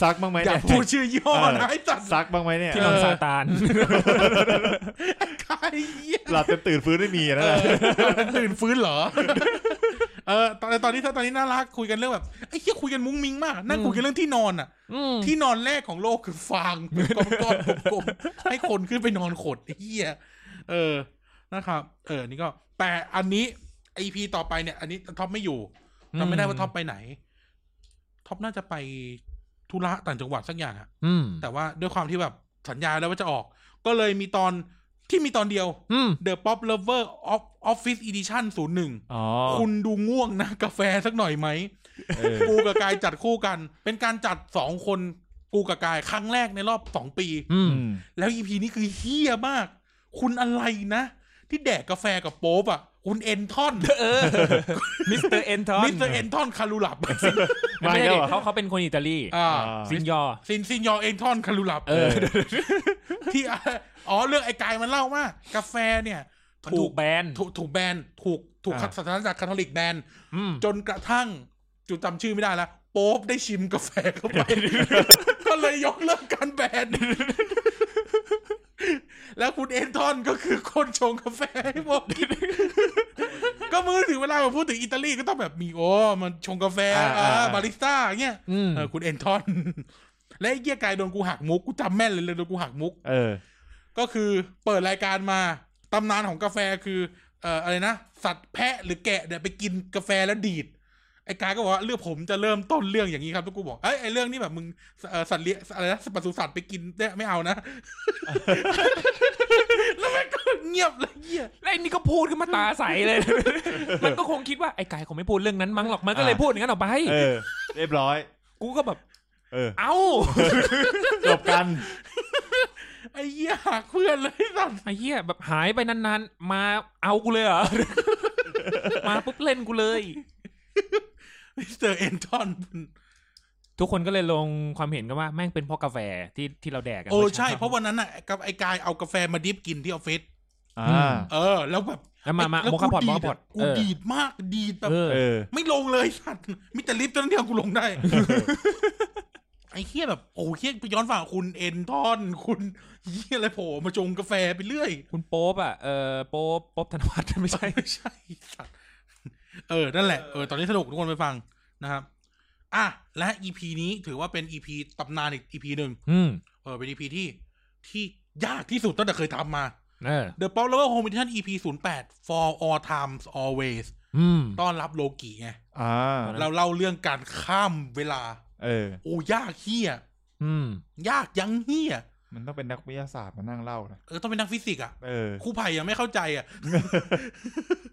B: ซักบ้างไหม
A: อ
B: เนี่
A: ย่าย พูดชื่อย่อนะไอ้สัตว์
B: ซักบ้างไหมเนี่ย
C: ที่นอนซาตาน
A: ใครเหี้ย
B: หลับเต็มตื่นฟื้นไม่มีนะ
A: ตื่นฟื้นเหรอ เออ ตอนตอนนี้ถ้าตอนนี้น่ารักคุยกันเรื่องแบบไอ้เหี้ยคุยกันมุ้งมิ้งมาก นั่งคุยกันเรื่องที่นอนอ่ะ ที่นอนแรกของโลกคือฟางเป็นก้อนๆกลมๆให้คนขึ้นไปนอนขดไอ้เฮียเออนะครับ เออ นี่ก็ แต่อันนี้ไอพีต่อไปเนี่ย อันนี้ท็อปไม่อยู่จำไม่ได้ว่าท็อปไปไหนท็อปน่าจะไปธุระต่างจังหวัดสักอย่างอะ
C: อืม
A: แต่ว่าด้วยความที่แบบสัญญาแล้วว่าจะออก ก็เลยมีตอนที่มีตอนเดียว
C: อืม
A: The Pop Lover of Office Edition 01
B: อ๋อ
A: คุณดูง่วงนะกาแฟสักหน่อยไหม
B: เออ
A: กูกับกายจัดคู่กัน เป็นการจัดสองคนกูกับกายครั้งแรกในรอบสองปี
C: อื
B: อื
C: ม
B: ม
A: แล้วอีพีนี้คือเฮี้ยมาก คุณอะไรนะ ที่แดกกาแฟกับโป๊ปอ่ะ คุณเอนทอน
C: เออ มิสเตอร์เอนทอน
A: มิสเตอร์เอนทอนคารู ลับ
C: ไม่
B: ไม่ได้
C: ได้
B: เหรอ
C: เขาเขาเป็นคนอิตาลี
A: อ่า
B: อ่า
C: ซินยอ
A: ซินซินยอเอนทอนคารูลับ
C: เออ
A: ที่ อ่ะอ๋อเรื่องไอ้กายมันเล่าว่ากาแฟเนี่ย
C: มันถูกแบน
A: ถูกถูกแบนถูกถูก
B: อ่า
A: ศาสนาจากรคาทอลิกแบน
C: อืม
A: จนกระทั่งจุดจำชื่อไม่ได้แล้วโป๊ปได้ชิมกาแฟเข้าไป ก็เลยยกเลิกการแบน แล้วคุณเอนทอนก็คือคนชงกาแฟให้โป๊ปกิน ก็มือถึงเวลามาพูดถึงอิตาลีก็ต้องแบบมีโอ้มันชงกาแฟ
B: อ่า
A: อ่า
B: อ่า
A: บาริสต้าอย่างเงี้ย
C: อืม
A: เออคุณเอนทอน และไอ้เยี่ยกายโดนกูหักมุก กูจำแม่นเลยเลยโดนกูหักมุก
B: เออ
A: ก็คือเปิดรายการมาตำนานของกาแฟคือเอ่ออะไรนะสัตว์แพะหรือแกะเนี่ยไปกินกาแฟแล้วดีดไอ้กายก็บอกว่าเรื่องผมจะเริ่มต้นเรื่องอย่างนี้ครับแล้วกูบอกเอ้ยไอ้เรื่องนี้แบบมึงเอ่อสัตว์เลี้ยงอะไรนะปศุสัตว์ไปกินเนี่ยไม่เอานะ แล้วแม่งก็เงียบเลยเหี้ย
C: แล้วไอ้นี่ก็พูดขึ้นมาตาใสเลย มันก็คงคิดว่าไอ้กายคงไม่พูดเรื่องนั้นมั้งหรอก มันก็เลย
B: อ่า
C: พูดอย่างนั้นออกไป
B: เออ เรียบร้อย
C: กูก็แบบ
B: เออ
C: เอ้า
B: จบกัน
A: ไอ้เหี้ยหักเพื่อนเลยสัตว์
C: ไอ้เหี้ยแบบหายไปนานๆ มาเอากูเลยเหรอ มาปุ๊บเล่นกูเลย
A: มิสเตอร์เอนทอน
C: ทุกคนก็เลยลงความเห็นกันว่าแม่งเป็นเพราะกาแฟที่ที่เราแดกกัน
A: โอ้
C: มื่ช้
A: ใช่ เพราะวันนั้นน่ะกับไอ้กายเอากาแฟมาดิฟกินที่ออฟฟิศ
B: อ่า
A: เออ แล้วแบบ
C: แล้วมามา
A: แล้ว
C: โมคาพอด
A: กู
C: โม
A: ดี
C: คา
A: ด
C: พอด
A: กูดีดมากดีดแบบ
C: เออ
B: เออ
A: ไม่ลงเลยสัตว์มิแต่ลิฟต์เท่านั้นที่เอากูลงได้ ไอ้เคียแบบโอ้เคียไปย้อนฝั่งคุณเอนทอน คุณเฮียอะไรโผล่มาจงกาแฟไปเรื่อย
C: คุณโป๊ปอ่ะเออโป๊ปโป๊ปธนวัฒน์ไม่ใช่
A: ไม่ใช่สัตว์เออ นั่นแหละ เออ ตอนนี้สนุกทุกคนไปฟังนะครับ อ่ะ และอีพีนี้ถือว่าเป็นอีพีตำนานอีกอีพีหนึ่ง
C: อืม
A: เออเป็นอีพีที่ที่ยากที่สุดตั้งแต่เคยทำมา
C: เออ
A: The Power Level Home Edition EP 08 For All Times Always
C: อืม
A: ต้อนรับโลกิไง
B: อ่า
A: เราเล่าเรื่องการข้ามเวลา
B: เออ
A: โอ้ยากเฮีย
C: อืม
A: ยากยังเฮีย
B: มันต้องเป็นนักวิทยาศาสตร์มานั่งเล่านะ
A: เออต้องเป็นนักฟิสิกส์อ่ะ
B: เออ
A: ครูไผ่ยังไม่เข้าใจ อ่ะ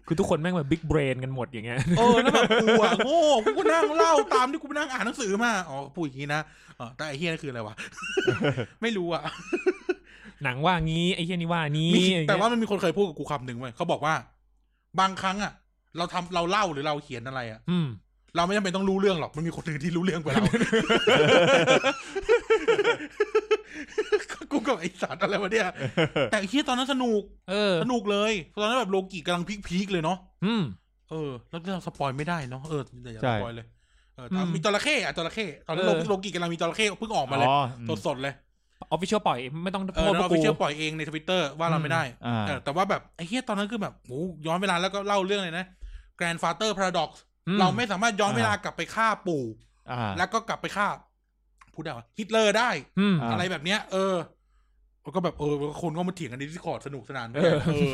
C: คือทุกคนแม่งแบบบิ๊กเบรนกันหมดอย่างเงี้ย
A: เออแล้วแบบกูอ่ะโง่กูก็นั่งเล่าตามที่กูไปนั่งอ่านหนังสือมาอ๋อพูดอย่างนี้นะอ๋อแต่ไอ้เฮียนั่นคืออะไร วะ ไม่รู้อ่ะ
C: หนังว่างี้ไอ้เฮียนี่ว่านี้
A: มี
C: อย่างเงี้ย
A: แต่ว่ามันมีคนเคยพูดกับกูคำหนึ่งไว้ยเขาบอกว่า บางครั้งอ่ะ เราทำเราเล่าหรือเราเขียนอะไรอ่ะ
C: อืม
A: เราไม่จำเป็นต้องรู้เรื่องหรอกมันมีคนอื่นที่รู้เรื่องก ว่าเรา กูกับไอสารอะไรวะเนี่ยแต่ไอ้เฮียตอนนั้นสนุก
C: เออ
A: สนุกเลยตอนนั้นแบบโลกิกำลังพีคๆเลยเนาะ
C: อืม
A: เออ แล้วเราสปอยไม่ได้เนาะ เอออย่า
B: ใช่
A: สปอยเลย เออแต่
C: อืม
A: มีจระเข้อะจระเข้ตอนนั้น
C: เออ
A: โลกิโลกิกำลังมีจระเข้เพิ่งออกมาเลย
B: อ๋ออืม
A: สดๆเลย
C: ออฟฟิเชียลปล่อยไม่ต้อง
A: เออ
C: โทษพ
A: เรา
C: วก
A: ไป
C: กู
A: เชื่อปล่อยเองในทวิตเตอร์ว่าเรา
C: อืม
A: ไม่ได้
B: อ่า
A: เออแต่ว่าแบบไอ้เฮียตอนนั้นคือแบบโอ้ย้อนเวลาแล้วก็เล่าเรื่องเลยนะ Grandfather Paradox
C: อื
A: เราไม่สามารถย้อนเวลากลับไปฆ่าปู่
B: อ่า
A: แล้วก็กลับไปฆ่าพูดได้ว่าฮิตเลอร์ได้
C: อืม
B: อ่า
A: อะไรแบบเนี้ย เออ แล้วก็แบบเออคนก็มาเถียงกันในดิสคอร์ดสนุกสนานด้วยเออ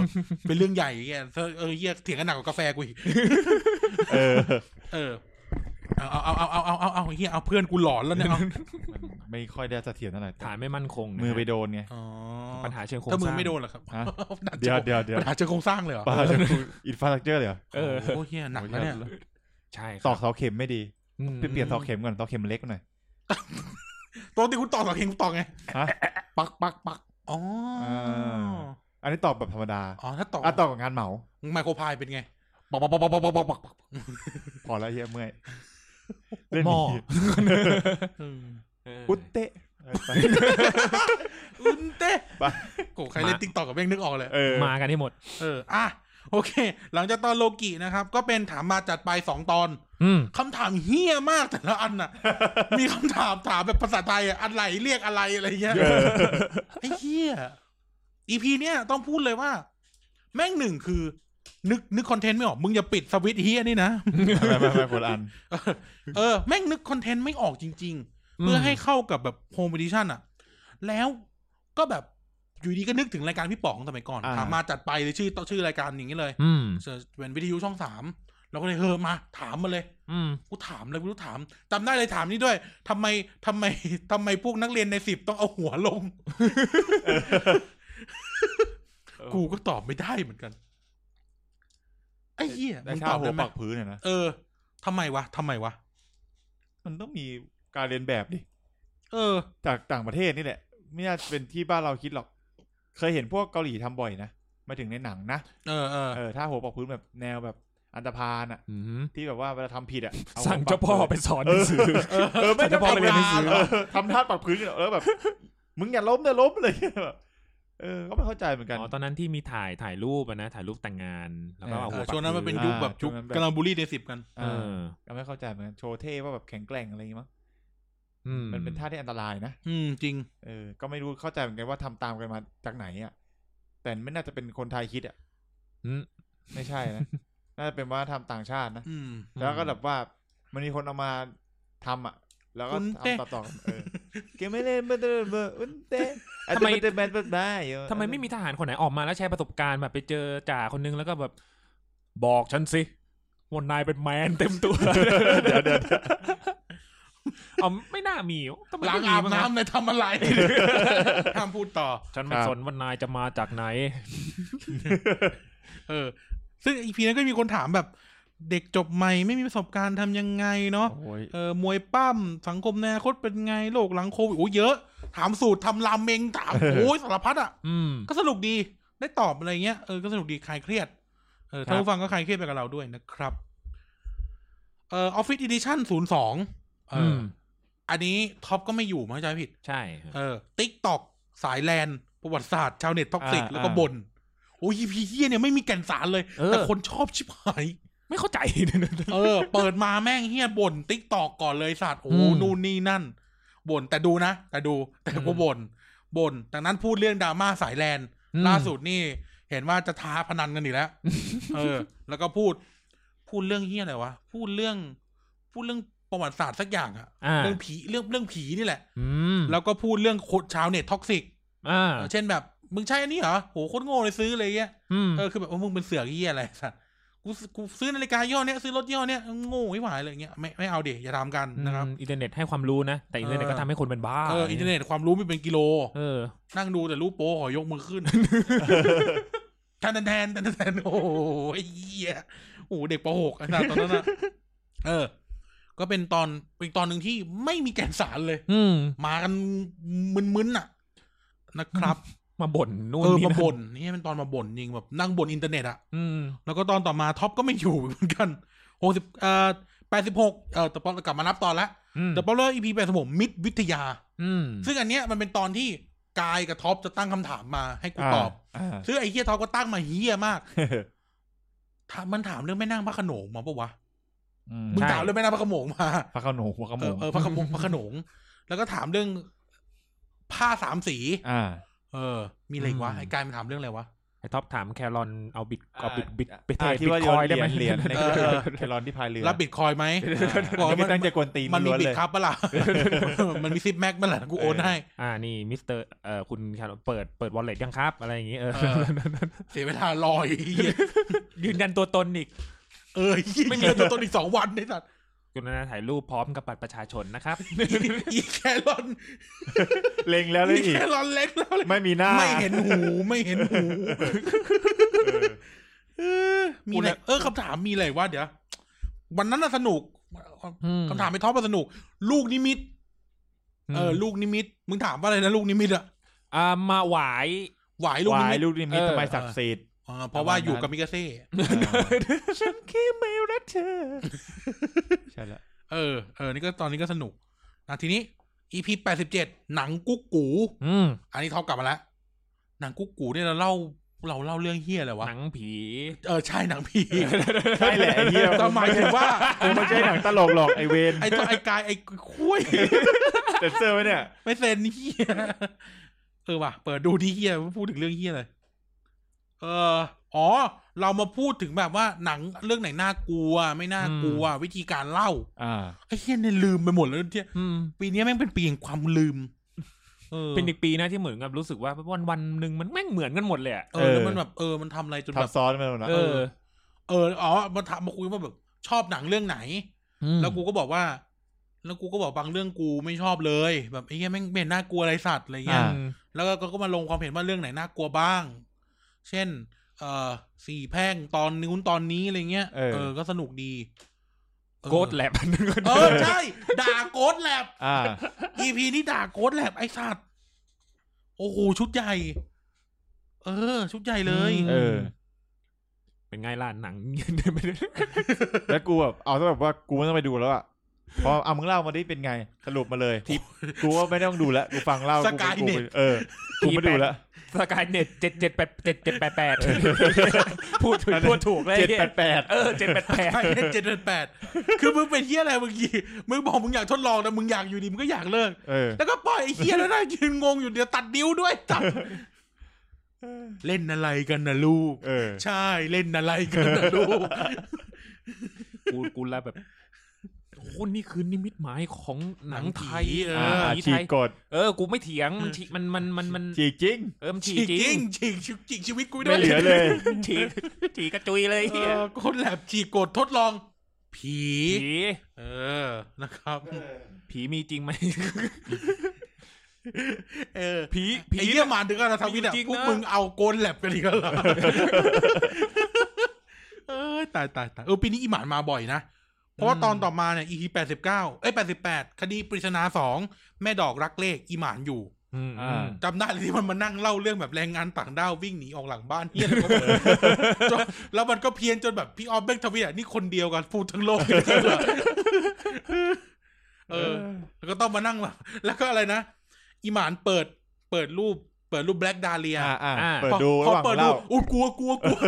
A: เป็นเรื่องใหญ่แกเออเฮียเถียงกันหนักกว่ากาแฟกูอีก
B: เออ
A: เออ เอาเอาเอาเอาเอาเอาเอาเฮียเอาเพื่อนกูหลอนแล้วเนี่ยเอา
B: มันไม่ค่อยได้เสถียรเท่าไหร่
C: ฐานไม่มั่นคงนะ
B: มือไปโดนไง
A: อ๋อ
C: ปัญหาเชิงโครงส
A: ถ้า
C: ร้าง
A: มึงไม่โดนเหรอครับ
B: ฮะ
A: ปัญหา
B: เดี๋ยว
A: เชิง
B: เดี๋ยวเดี๋ยว
A: ปัญหาเชิงโครงสร้างเลยเหรอ
B: ปาจะอินฟาสตรักเจอร์เลยเหรอ
C: เออ
A: โอ้เฮียหนักนะเนี่ย
C: ใช่
B: ตอกเสาเข็มไม่ดี
C: ม
B: เปลี่ยนเสาเข็มก่อนเสาเข็มเล็กหน่อย
A: ปกติคุณตอกเสาเข็มคุณตอกไง
B: ฮะปักปักปัก
A: อ๋ออา
B: อันนี้ตอกแบบธรรมดา
A: อ๋อ ถ้าตอก
B: อ่ะตอกกับงานเหมา
A: ไมโครพายเป็นไง
B: ปักปักปักปักปักปักปักปักพอแล้วเฮียเมื่อยเล่น
C: หม้อ
B: นี้
C: เออ
B: อุตเตะเออไป
A: อุนเต้
B: ไป
A: โกใครเล่น
C: มา
A: ติ๊กตอกกับแม่งนึกออกเลย
B: เออ
C: มากันให้หมด
A: เออ อ่ะ โอเค หลังจากตอนโลกินะครับ ก็เป็นถามมาจัดไปสองตอน
C: อืม
A: คำถามเฮี้ยมากแต่ละอันน่ะ มีคำถามถามแบบภาษาไทยอ่ะอันไหนเรียกอะไรอะไรเงี้ย
B: เออ
A: ไอ้เฮี้ยอีพีเนี้ยต้องพูดเลยว่า แม่งหนึ่งคือ นึกนึกคอนเทนต์ไม่ออกมึงอย่าปิดสวิตช์เฮี้ยนี่นะ
B: ไม่ไม่ไม่คนละอัน
A: เออเออ แม่งนึกคอนเทนต์ไม่ออกจริง ๆ
C: อืม
A: เพื่อให้เข้ากับแบบโฮม e ดิชั่นอ่ะ แล้วก็แบบอยู่ดีก็นึกถึงรายการพี่ป๋องสมัยก่อน
B: อ่า
A: ถามมาจัดไปเลยชื่อต่อชื่อรายการอย่างนี้เลย
C: อืม
A: เสิร์ชเป็นวิทยุช่องสามเราก็เลยเฮอมา ถามมาเลย
C: อืม
A: กูถามเลยกูรู้ถามจำได้เลยถามนี่ด้วยทำไมทำไมทำไมพวกนักเรียนในสิบต้องเอาหัวลง กูก็ตอบไม่ได้เหมือนกัน ไอ้เหี้ย
B: ได้
A: มึง
B: ข้า
A: ต
B: ว
A: อบได้
B: หัว
A: ไหม
B: ปักพื้นเนี่ยนะ
A: เออทำไมวะทำไมวะ
B: มันต้องมีการเรียนแบบดิ
A: เออ
B: จากต่างประเทศนี่แหละ ไม่น่าจะเป็นที่บ้านเราคิดหรอก เคยเห็นพวกเกาหลีทำบ่อยนะหมายถึงในหนังนะ
A: เออเออ
B: เออถ้าหัวปักพื้นแบบแนวแบบอันตรพาลอ่ะ
C: อืม
B: ที่แบบว่าเวลาทำผิดอ่ะอ
C: สั่ง
B: หัว
C: เจ้า
B: ปัก
C: พ่อไป
B: พื้น
C: สอนหนังสือ
B: เออเออไม่
C: สั่งเจ้าพ่อไปเรียนหนังสือ
B: เออทำท่าปักพื้นแล้วแบบ มึงอย่าล้มนะล้มเลยแบบเออก็ไม่เข้าใจเหมือนกัน
C: อ๋อตอนนั้นที่มีถ่ายถ่ายรูปอะนะถ่ายรูปแต่งงานแล้วก็
B: เออ
C: เอา
A: เออ
C: หัวปัก
A: ช่วงนั้นมันเป็น
C: พื้
A: ยุคแบบยุค
B: อ่าช่วงนั้นแบบ
A: กำลังบูลลี่เดสิบกัน
B: เอ
C: เอ
B: อ
C: อ
B: ก็ไม่เข้าใจเหมือนกันโชว์เท่ว่าแบบแข็งแกร่งอะไรอย่างงี้มั้ง
C: อืม
B: มันเป็นท่าที่อันตรายนะ
A: อืมจริง
B: เออก็ไม่รู้เข้าใจเหมือนกันว่าทำตามกันมาจากไหนอ่ะ แต่ไม่น่าจะเป็นคนไทยคิดอ่ะ
C: อืม
B: ไม่ใช่นะ น่าจะเป็นว่าทำต่างชาตินะ
A: อืม
B: แล้วก็แบบว่ามันมีคนเอามาทำอ่ะ แล้วก็
A: คุณเต้
B: ทำต่อต่อๆเออเกมไม่เล่นไม่เล่นเบอร์อุ้นเต้
C: ทำไม
B: อาจจะเป็นแมนเป็นได้เออ
C: ทำไมไม่มีทหารคนไหนออกมาแล้วแชร์ประสบการณ์แบบไปเจอจ่าคนนึงแล้วก็แบบบอกฉันสิว่านายเป็นแมนเต็ม ตัว
B: เดี๋ยวเดี๋ยว
C: เอาไม่น่ามีทำไม
A: ล้าง
C: ไม่มี
A: อาบ
C: บ้าง
A: น้ำในทำอะไร ห้ามพูดต่อ
C: ฉันไม่สนว่านายจะมาจากไหน
A: เออ ซึ่งอีพีนั้นก็มีคนถามแบบ เด็กจบใหม่ไม่มีประสบการณ์ทำยังไงเนาะ
B: โอ้ย
A: เออมวยปั้มสังคมในอนาคตเป็นไงโลกหลังโควิดโอ้เยอะ ถามสูตรทำรามเมงถาม โอ้ยสารพัดอ่ะ
C: อืม
A: ก็สนุกดีได้ตอบอะไรเงี้ยเออก็สนุกดีคลายเครียดเออท่านผู้ฟังก็คลายเครียดไปกับเราด้วยนะครับ เอ่อออฟฟิศอีดิชั่นศูนย์สองเออ
C: ม
A: ออันนี้ท็อปก็ไม่อยู่มั้งจำไม่ผิด
C: ใช่
A: เออติ๊กตอกสายแลนประวัติศาสตร์ชาวเน็ตท็อกซิกแล้วก็บน่นโอ้ยพีเฮียเนี่ยไม่มีแก่นสารเลย
C: เออ
A: แต่คนชอบชิบหาย
C: ไม่เข้าใจ
A: เออ เปิดมาแม่งเฮียบ่นติ๊กตอกก่อนเลยสัตว์โอ้
C: อืม
A: นู่นนี่นั่นบ่นแต่ดูนะ แต่ดูแต่ก็
C: อืม
A: บ่นบ่นจากนั้นพูดเรื่องดราม่าสายแลน
C: อืม
A: ล่าสุดนี่ เห็นว่าจะท้าพนันกันอีก แล้ว เออ แล้วก็พูด พูดเรื่องเฮียอะไรวะพูดเรื่อง พูดเรื่องประวัติศาสตร์สักอย่างอะ
C: อ่า
A: เรื่องผีเรื่องเรื่องผีนี่แหละ
C: อืม
A: แล้วก็พูดเรื่องโคตรชาวเน็ตท็อกซิก
C: อ่า
A: เออเช่นแบบ มึงใช้อันนี้เหรอโหโคตรโง่เลยซื้อเลยเงี้ย
C: อืม
A: เออคือแบบว่ามึงเป็นเสือกไอ้เหี้ยอะไรสัตว์กูซื้อกูซื้อนาฬิกาย่ห้อเนี้ยซื้อรถย่ห้อเนี้ยโง่ไม่ไหวายเลยเงี้ยไม่ไม่เอาเดี๋ยวอย่าทำกันนะครับ
C: อืมอินเทอร์เน็ตให้ความรู้นะ แต่อินเทอร์เน็ต
A: เออ
C: ก็ทำให้คนเป็นบ้า
A: เอออินเทอร์เน็ตความรู้ไม่เป็นกิโล
C: เออ
A: นั่งดูแต่รูปโป้ขอยกมือ ขึ้นแทนแทนแทนแทนโอ้โหไอ้เหี้ยโอ้โหเด็กประหกขนาดตอนนั้นอะเออ ก็เป็นตอนเป็นตอนหนึ่งที่ไม่มีแกนสารเลย
C: อืม
A: มากันมึนๆน่ะ นะครับ
C: มาบ่นนู่น
A: เออ
C: นี่
A: มา
C: นะ
A: บ่นนี่เป็นตอนมาบ่นจริงแบบนั่งบ่นอินเทอร์เน็ตอะ
C: อืม
A: แล้วก็ตอนต่อมาท็อปก็ไม่อยู่เหมือน กันหกสิบเอ่อแปดสิบหกเอ่อแต่ป๊อปกลับมานับตอนละ
C: อืม
A: แต่ป๊อปเลอร์อีพีแปดสิบหกมิดวิทยา
C: อืม
A: ซึ่งอันเนี้ยมันเป็นตอนที่กายกับท็อปจะตั้งคำถามมาให้กูตอบ
B: า
A: ซึ่งไอ้เฮียท็อปก็ตั้งมาเฮียมาก
B: เออ
A: ถามมันถามเรื่องแม่นั่งพระโขนงมาปะวะ
B: อืม
A: มึงถามเรื่องแม่นั่งพระโขนงมา
B: พระขนงพระข
A: เอ
B: ม
A: อง เออพระโขนงพระโขนง แล้วก็ถามเรื่องผ้าสามสี
B: อ่า
A: เออ มีอะไรอีกวะไอ้กายมันถามเรื่องอะไรวะ
C: ไอ ท็อปถามแครอนเอาบิตเอาบิตบิต
B: อ่ะ
C: ไปเทร
B: อ่ะ
C: ด
B: คิ
C: บิ
B: ดว่า
C: ตคอยน์
B: โน
C: ได้ไหม
B: เหรียญใน
A: เออเออ
B: แคลอนที่พายเรือ
A: รับบิตคอยน์ไหม บบ อ
B: อก
A: กว่ามั
B: ไม่
A: น
B: ตั้งใจกวนตีน
A: มันมี
B: ล้วน
A: บิต
B: เลย
A: ครับปะล่ะ มันมีซิปแม็กมันแหละกูโอนให้
C: อ่านี่มิสเตอร์เอ่อคุณแครอนเปิดเปิดวอลเล็ตยังครับ อะไรอย่างงี้เออ
A: เออ เสียเวลารอย
C: ยืนยันตัวตนอีก
A: เออเหี้ยไม่มีเงินตัวต้นอีกสองวันไอ้สัตว์
C: คุณนาถ่ายรูปพร้อมกับบัตรประชาชนนะครับ
A: อีแครอน
B: เล็งแล้วเลย
A: อี
B: อีก
A: แครอนเล็กแล้วเลย
B: ไม่มีหน้า
A: ไม่เห็นหูไม่เห็น หูเออมีอะไรเออคำถามมีอะไรวะเดี๋ยว วันนั้นน่ะสนุก
C: อื
A: คำถามไม่ท็อปมาสนุก ลูกนิมิต เออ
C: ม
A: ลูกนิมิต มึงถามว่าอะไรนะลูกนิมิตอะ
C: อ่ามาหวาย
A: หวายลูก
B: วา
A: นิ
B: ย
A: มิต
B: ลูกนิมิต
C: เออ
B: ทำไมศักดิ์สิทธิ์
A: อ่าเพราะว่าอยู่กับมิกาเซ่
B: ฉันแค่ไม่รักเธอ ใช่แล้ว
A: เออ เออ นี่ก็ตอนนี้ก็สนุกนะทีนี้ EP แปดสิบเจ็ดหนังกุ๊กกู
C: อืม
A: อันนี้ท็อปกลับมาแล้ว หนังกุ๊กกูเนี่ยเราเล่า เราเล่าเรื่องเฮี้ยอะไรวะ
C: หนังผี
A: เออ ใช่หนังผี
B: ใช่แหละไอ้เฮีย
A: แต่หมายถึงว่า
B: กูไม่ใช่หนังตลกหรอกไอเวน
A: ไอ้ตัวไอ้กายไอ้คุย
B: เซ็นเซอร์ไว้เนี่ย
A: ไม่เซนเฮี้ย เออว่ะ เปิดดูที่เฮี้ยพูดถึงเรื่องเฮี้ยเลยเออ อ๋อ เรามาพูดถึงแบบว่าหนังเรื่องไหนน่ากลัว ไม่น่ากลัว วิธีการเล่า
B: อ่า
A: ไอ้เฮี้ยเนี่ยลืมไปหมดแล้วเนี่ย
C: อืม
A: ปีนี้แม่งเป็นปีแห่งความลืม เออ
C: เป็นอีกปีนะที่เหมือนกับรู้สึกว่าวันวันๆหนึ่งมันแม่งเหมือนกันหมดเลยอะ
A: เออ
B: เออ
A: แล้วมันแบบเออมันทำอะไรจนแบบ
B: ทำซ้อนมาแล้วนะ
C: เออ
A: เอออ๋อมาถามมาคุยว่าแบบ ชอบหนังเรื่องไหน
C: ม
A: แล้วกูก็บอกว่า แล้วกูก็บอกบางเรื่องกูไม่ชอบเลย แบบไอ้เหี้ยแม่งไม่เห็นน่ากลัวอะไรสัตว์อะไร
C: อื
A: เงี้ย
C: ม
A: แล้วก็ก็มาลงความเห็นว่าเรื่องไหนน่ากลัวบ้าง เช่น เออสี่แพร่งตอนนู้นตอนนี้อะไรเงี้ย
B: เออ
A: ก็สนุกดีเออ
C: โกดแลบ
A: เออใช่ด่าโกดแลบ
B: อ่า
A: อีพีนี้ด่าโกดแลบไอ้สัตว์โอ้โหชุดใหญ่ เออ ชุดใหญ่เลย
C: ม
B: เออ
C: เป็นไงล่ะหนัง ไม่ได้
B: แล้วกูแบบเอาซะแบบว่ากูไม่ต้องไปดูแล้วอ่ะพอเอามึงเล่ามาดิเป็นไง สรุปมาเลยทิปกูก็ไม่ต้องดูแล้วกูฟังเล่า
A: ส
B: กู
A: กาย
B: กู
A: เน็ต
B: เออกูไม่ดูแล้ว
C: สกายเน็ตเจ็ดเจ็ดแปดเจ็ดเจ็ดแปดแปดพูดถูก พูดถูกเลย
B: เจ็ด
C: ไอ้เหี้ย
B: แปดแปด
C: เออเจ็ดแปดแปด
A: ไอ้เจ็ดเดือนแปดคือมึงเป็นเฮียอะไรเมื่อกี้มึงบอกมึงอยากทดลองแต่มึงอยากอยู่ดีมึงก็อยากเลิก
B: เออ
A: แล้วก็ปล่อยไอ้เฮียแล้วนะยืนงงอยู่เดี๋ยวตัดนิ้วด้วย ตัดเล่นอะไรกันนะลูก
B: เออ
A: ใช่เล่นอะไรกันนะลูก
C: กูกูแล้วแบบโอ้โหนี่คือนิมิตหมายของหนังไทย
A: หนังผีเออ
B: อ่า
C: หนังผี
B: ฉี
C: ไท
B: ก
C: ย
B: กด
C: เออ กูไม่เถียง มันฉีกมันมันมันมัน
B: ฉีกจริง
C: เออมันฉีก
A: ฉีก
C: จ
A: จ
C: ริ
A: ริ
C: ง
A: งฉีกฉีกฉีกชีวิตกู
B: ไม่
A: ด้วย
B: เหลือเลย
C: ฉีกฉีกกระจุยเลย
A: เอ
C: เฮีย
A: อโกดแลบฉีกกดทดลอง ผี
C: ผี
A: เออนะครับ
C: ผีมีจริงไหม
A: เออ
C: ผีผี
A: ไอ้เยี่ย
C: นะ
A: มาถึงกันนะทำวิเนี่ย
C: จริงๆ
A: พวก
C: นะ
A: มึงเอาโกนแลบกันอีกแล้วเหรอ เอ้ยตายตายตายเออปีนี้อีหมานมาบ่อยนะ เพราะว่าตอนต่อมาเนี่ย EP แปดสิบเก้าเอ้ยแปดสิบแปดคดีปริศนาสองแม่ดอกรักเลขอีหมานอยู่
C: อืมอืม
B: อ่า
A: จำได้เลยที่มันมานั่งเล่าเรื่องแบบแรงงานต่างด้าววิ่งหนีออกหลังบ้านเฮียอะไรก็ไม่รู้จนแล้วมันก็เพี้ยนจนแบบพี่ออฟเบกทวีตอะนี่คนเดียวกันพูดทั้งโลกเออ แล้วก็ต้องมานั่งแบบ แล้วก็อะไรนะ อีหมานเปิด เปิดรูป เปิดรูปแบล็กดาเลีย
B: อ่าอ่าเปิดดู
A: พ
B: ระ
A: อ
B: หว่าง
A: เปิดรู
B: เล่า
A: ปอุ้ยกลัวกลัวกลัว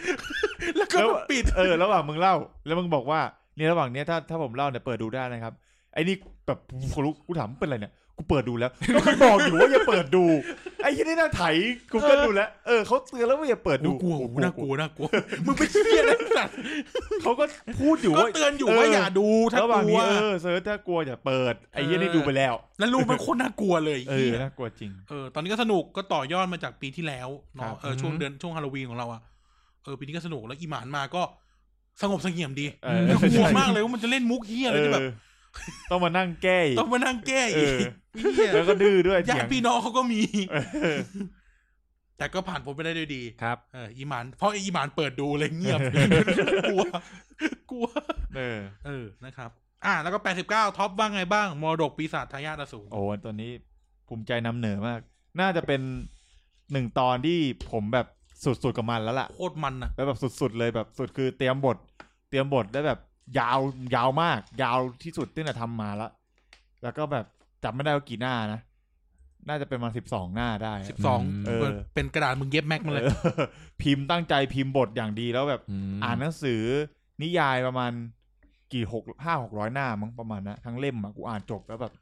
A: แล้วก็
B: แล้ว
A: มาปิด
B: เออ ระหว่างมึงเล่า แล้วมึงบอกว่าเนี่ยระหว่างเนี้ยถ้าถ้าผมเล่าเนี่ยเปิดดูได้นะครับ ไอ้นี่แบบกูรู้กูถามเป็นอะไรเนี่ย กูเปิดดูแล้วก็มันบอกอยู่ว่าอย่าเปิดดู ไอ้ที่นี่น่าไถกู
A: เอ
B: ก็
A: อ
B: ดูแล้ว เออเขาเตือนแล้วว่าอย่าเปิดดู
A: อุ้ยกลัวโอ้โหน่ากลัวน่ากลัว มึงไปเชี่ยอะไรสัตว์
B: เขาก็พูดอยู่
A: ก็
B: ว่า
A: เตือนอยู่
B: เออ
A: ว่าอย่าดูถ้า
B: ระ
A: ก
B: หว่าง
A: ลัว
B: นี้เออเซิร์ชถ้ากลัวอย่าเปิด ไอ้
A: เออ
B: เหี้ยนี่ดูไปแล้ว
A: แล้วรูปมันโคตรน่ากลัวเลย
B: เอ
A: เหี้
B: อย น่ากลัวจริง
A: เออ ตอนนี้ก็สนุกก็ต่อยอดมาจากปีที่แล้ว
B: ครั
A: เนาะ
B: บ
A: เออช่วงเดือนช่วงฮาโลวีนของเราอะเออปีนี้ก็สนุกแล้วอีหมานมาก็สงบเสงี่ยมดี
B: เออ
A: น่ากลัวมากเลยว่ามันจะเล่นมุกเฮี้ยอะไรที่แบบ
B: เออต้องมานั่งแก้อีก
A: ต้องมานั่งแก้อีก
B: เออ
A: เหี้ย
B: แล้วก็ดื้อด้วย
A: ญา
B: เถีย
A: ติ
B: ง
A: พี่น้องเขาก็มี
B: เออ
A: แต่ก็ผ่านพ้นไปได้ด้วยดี
C: ครับ
A: เอออีหมานเพราะไอ้อีหมานเปิดดูเลยเงีย บ กลัวกลัว
B: เออ
A: เออนะครับ อ่ะแล้วก็แปดสิบเก้าท็อปบ้างไงบ้างมรดกปีศาจทายาทอสูร
B: โอ้ตอนนี้ภูมิใจนำเหนือมาก น่าจะเป็นหนึ่งตอนที่ผมแบบสุดๆกับมันแล้วล่ะ
A: โคตรมันอ่ะ
B: แล้วแบบสุดๆเลยแบบสุดคือเตรียมบท เตรียมบทได้แบบยาวยาวมาก ยาวที่สุดที่จะทำมาละแล้วก็แบบจำไม่ได้ว่ากี่หน้านะ น่าจะเป็นมาสิบสองหน้าได้
A: สิบสอง
B: เออ
A: เป็นกระดาษมึงเย็บแม็กมาเลย
B: เอ อพิมพ์ตั้งใจพิมพ์บทอย่างดีแล้วแบบ อ่านหนังสือนิยายประมาณกี่หกห้าหกร้อยหน้ามั้งประมาณนะทั้งเล่มอ่ะกูอ่านจบแล้วแบบ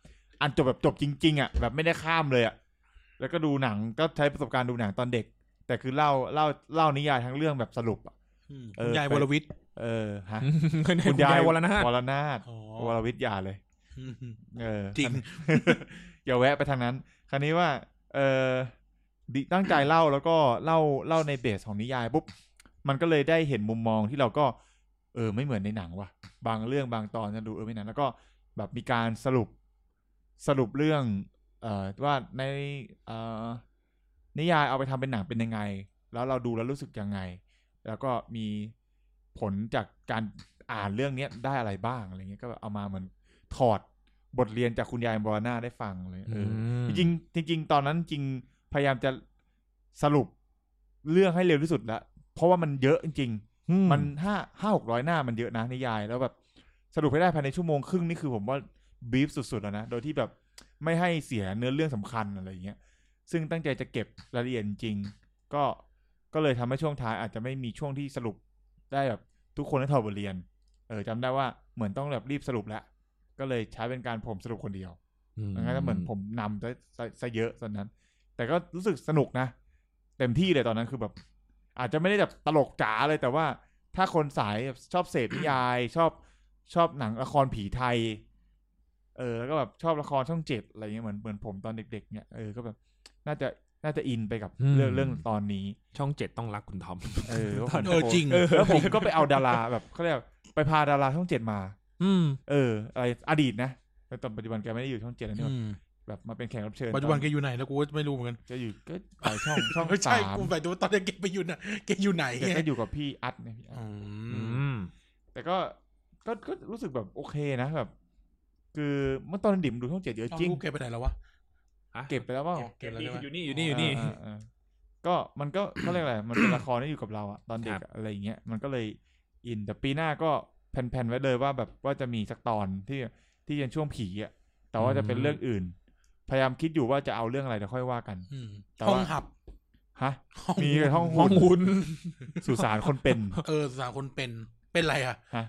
B: อ่านจบแบบจบจริง ๆ อ่ะ แบบไม่ได้ข้ามเลยอ่ะ แล้วก็ดูหนังก็ใช้ประสบการณ์ดูหนังตอนเด็ก แต่คือเล่าเล่าเล่านิยายทั้งเรื่องแบบสรุปอะ
A: อืม
B: เอ
A: คุ
B: อ
A: ณยาย
B: ไป
A: วรวิทย์
B: เออ ฮะ
C: คุณยายวรนาถ
B: วรนาถ
A: อ๋อ
B: วรวิทยาเลย
A: อืม
B: เออ
A: จริง
B: อย่าแวะไปทางนั้น คราวนี้ว่า เออดิตั้งใจเล่าแล้วก็เล่าเล่าในเบสของนิยายปุ๊บมันก็เลยได้เห็นมุมมองที่เราก็ เออ ไม่เหมือนในหนังว่ะ บางเรื่องบางตอนจะดูเออไม่นั้น แล้วก็แบบมีการสรุปสรุปเรื่อง เอ่อว่าในเอ่อนิยายเอาไปทำเป็นหนังเป็นยังไง แล้วเราดูแล้วรู้สึกยังไง แล้วก็มีผลจากการอ่านเรื่องเนี้ยได้อะไรบ้างอะไรเงี้ยก็เอามาเหมือนถอดบทเรียนจากคุณยายบอนาได้ฟังเลยเอออ
C: ม
B: จริงๆจริง ๆ ตอนนั้นจริงพยายามจะสรุปเรื่องให้เร็วที่สุดละเพราะว่ามันเยอะจริง
C: อื
B: ๆ มันห้าห้าหกร้อยหน้ามันเยอะนะนิยายแล้วแบบสรุปให้ได้ภายในชั่วโมงครึ่งนี่คือผมว่าบีฟสุดๆแล้วนะโดยที่แบบไม่ให้เสียเนื้อเรื่องสำคัญอะไรอย่างเงี้ย ซึ่งตั้งใจจะเก็บรายละเอียดจริง ก็ก็เลยทำให้ช่วงท้ายอาจจะไม่มีช่วงที่สรุปได้แบบทุกคนได้ถอดบทเรียน เออจำได้ว่าเหมือนต้องแบบรีบสรุปแล้ว ก็เลยใช้เป็นการผมสรุปคนเดียวงั้นก็เหมือนผมนำซะซะซะเยอะตอนนั้น แต่ก็รู้สึกสนุกนะ เต็มที่เลยตอนนั้นคือแบบ อาจจะไม่ได้แบบตลกจ๋าเลยแต่ว่าถ้าคนสายแบบชอบเสพนิยาย ชอบชอบหนังละครผีไทย เออแล้วก็แบบชอบละครช่องเจ็ดอะไรเงี้ยเหมือนเหมือนผมตอนเด็ก ๆ เนี่ยเออก็แบบน่าจะน่าจะอินไปกับ
C: อืม
B: เรื่องเรื่องตอนนี้
C: ช่องเจ็ดต้องรักคุณทอม
B: เอ อว่าผม
A: เออจริง
B: เออแล้วผมก็ไปเอาดาราแบบเขาเรียกไปพาดาราช่องเจ็ดมา
C: อืม
B: เอออะไรอดีตนะแต่ตอนปัจจุบันแกไม่ได้อยู่ช่องเจ็ดแล้วนี่ห
A: อื
B: ว่าม แบบมาเป็นแขกรับเชิญ
A: ปัจจุบันแกอยู่ไหนแล้วกูก็ไม่รู้เหมือนกัน
B: จะอยู่ก็หลายช่องช่อง
A: ไม่
B: สา
A: ใช่
B: ม
A: กูไปดูว่าตอนนี้แกไปอยู่ไหนแกอยู่ไหน
B: แต่ก็อยู่กับพี่อัดเนี่ยพี่อัด
A: อื
C: อื
A: ม
C: ม
B: แต่ก็ก็ก็รู้สึกแบบโอเคนะแบบ คือเมื่อตอนดิ่มนดูช่องเจ็ดเยอะ
A: เอา
B: จริง
A: ลูกแกไปไหนแล้ววะ
B: เก็บไปแล้วเปล่า
A: เก็บแล้วใช่ไหม
C: อยู่นี่อยู่นี่อยู่นี่
B: เออเออเออก็มันก็ เขาเรียกอะไรมันเป็นละครที่อยู่กับเราอะตอนเด็กอะอะไรอย่างเงี้ยมันก็เลยอินแต่ปีหน้าก็แผ่นๆไว้เลยว่าแบบว่าจะมีสักตอนที่ที่เป็นช่วงผีอะแต่ว่าจะเป็นเรื่องอื่น พยายามคิดอยู่ว่าจะเอาเรื่องอะไรเดี๋ยวค่อยว่ากัน
A: อืม
B: แต่ว่า
A: ห้องหับ
B: ฮะ
A: ห้อง
B: มีห้อง
C: ห้
B: หุ้
C: อน งหุ้น
B: สุสานคนเป็น
A: เออสามคนเป็นเป็นอะไรอ่ะ
B: ฮะ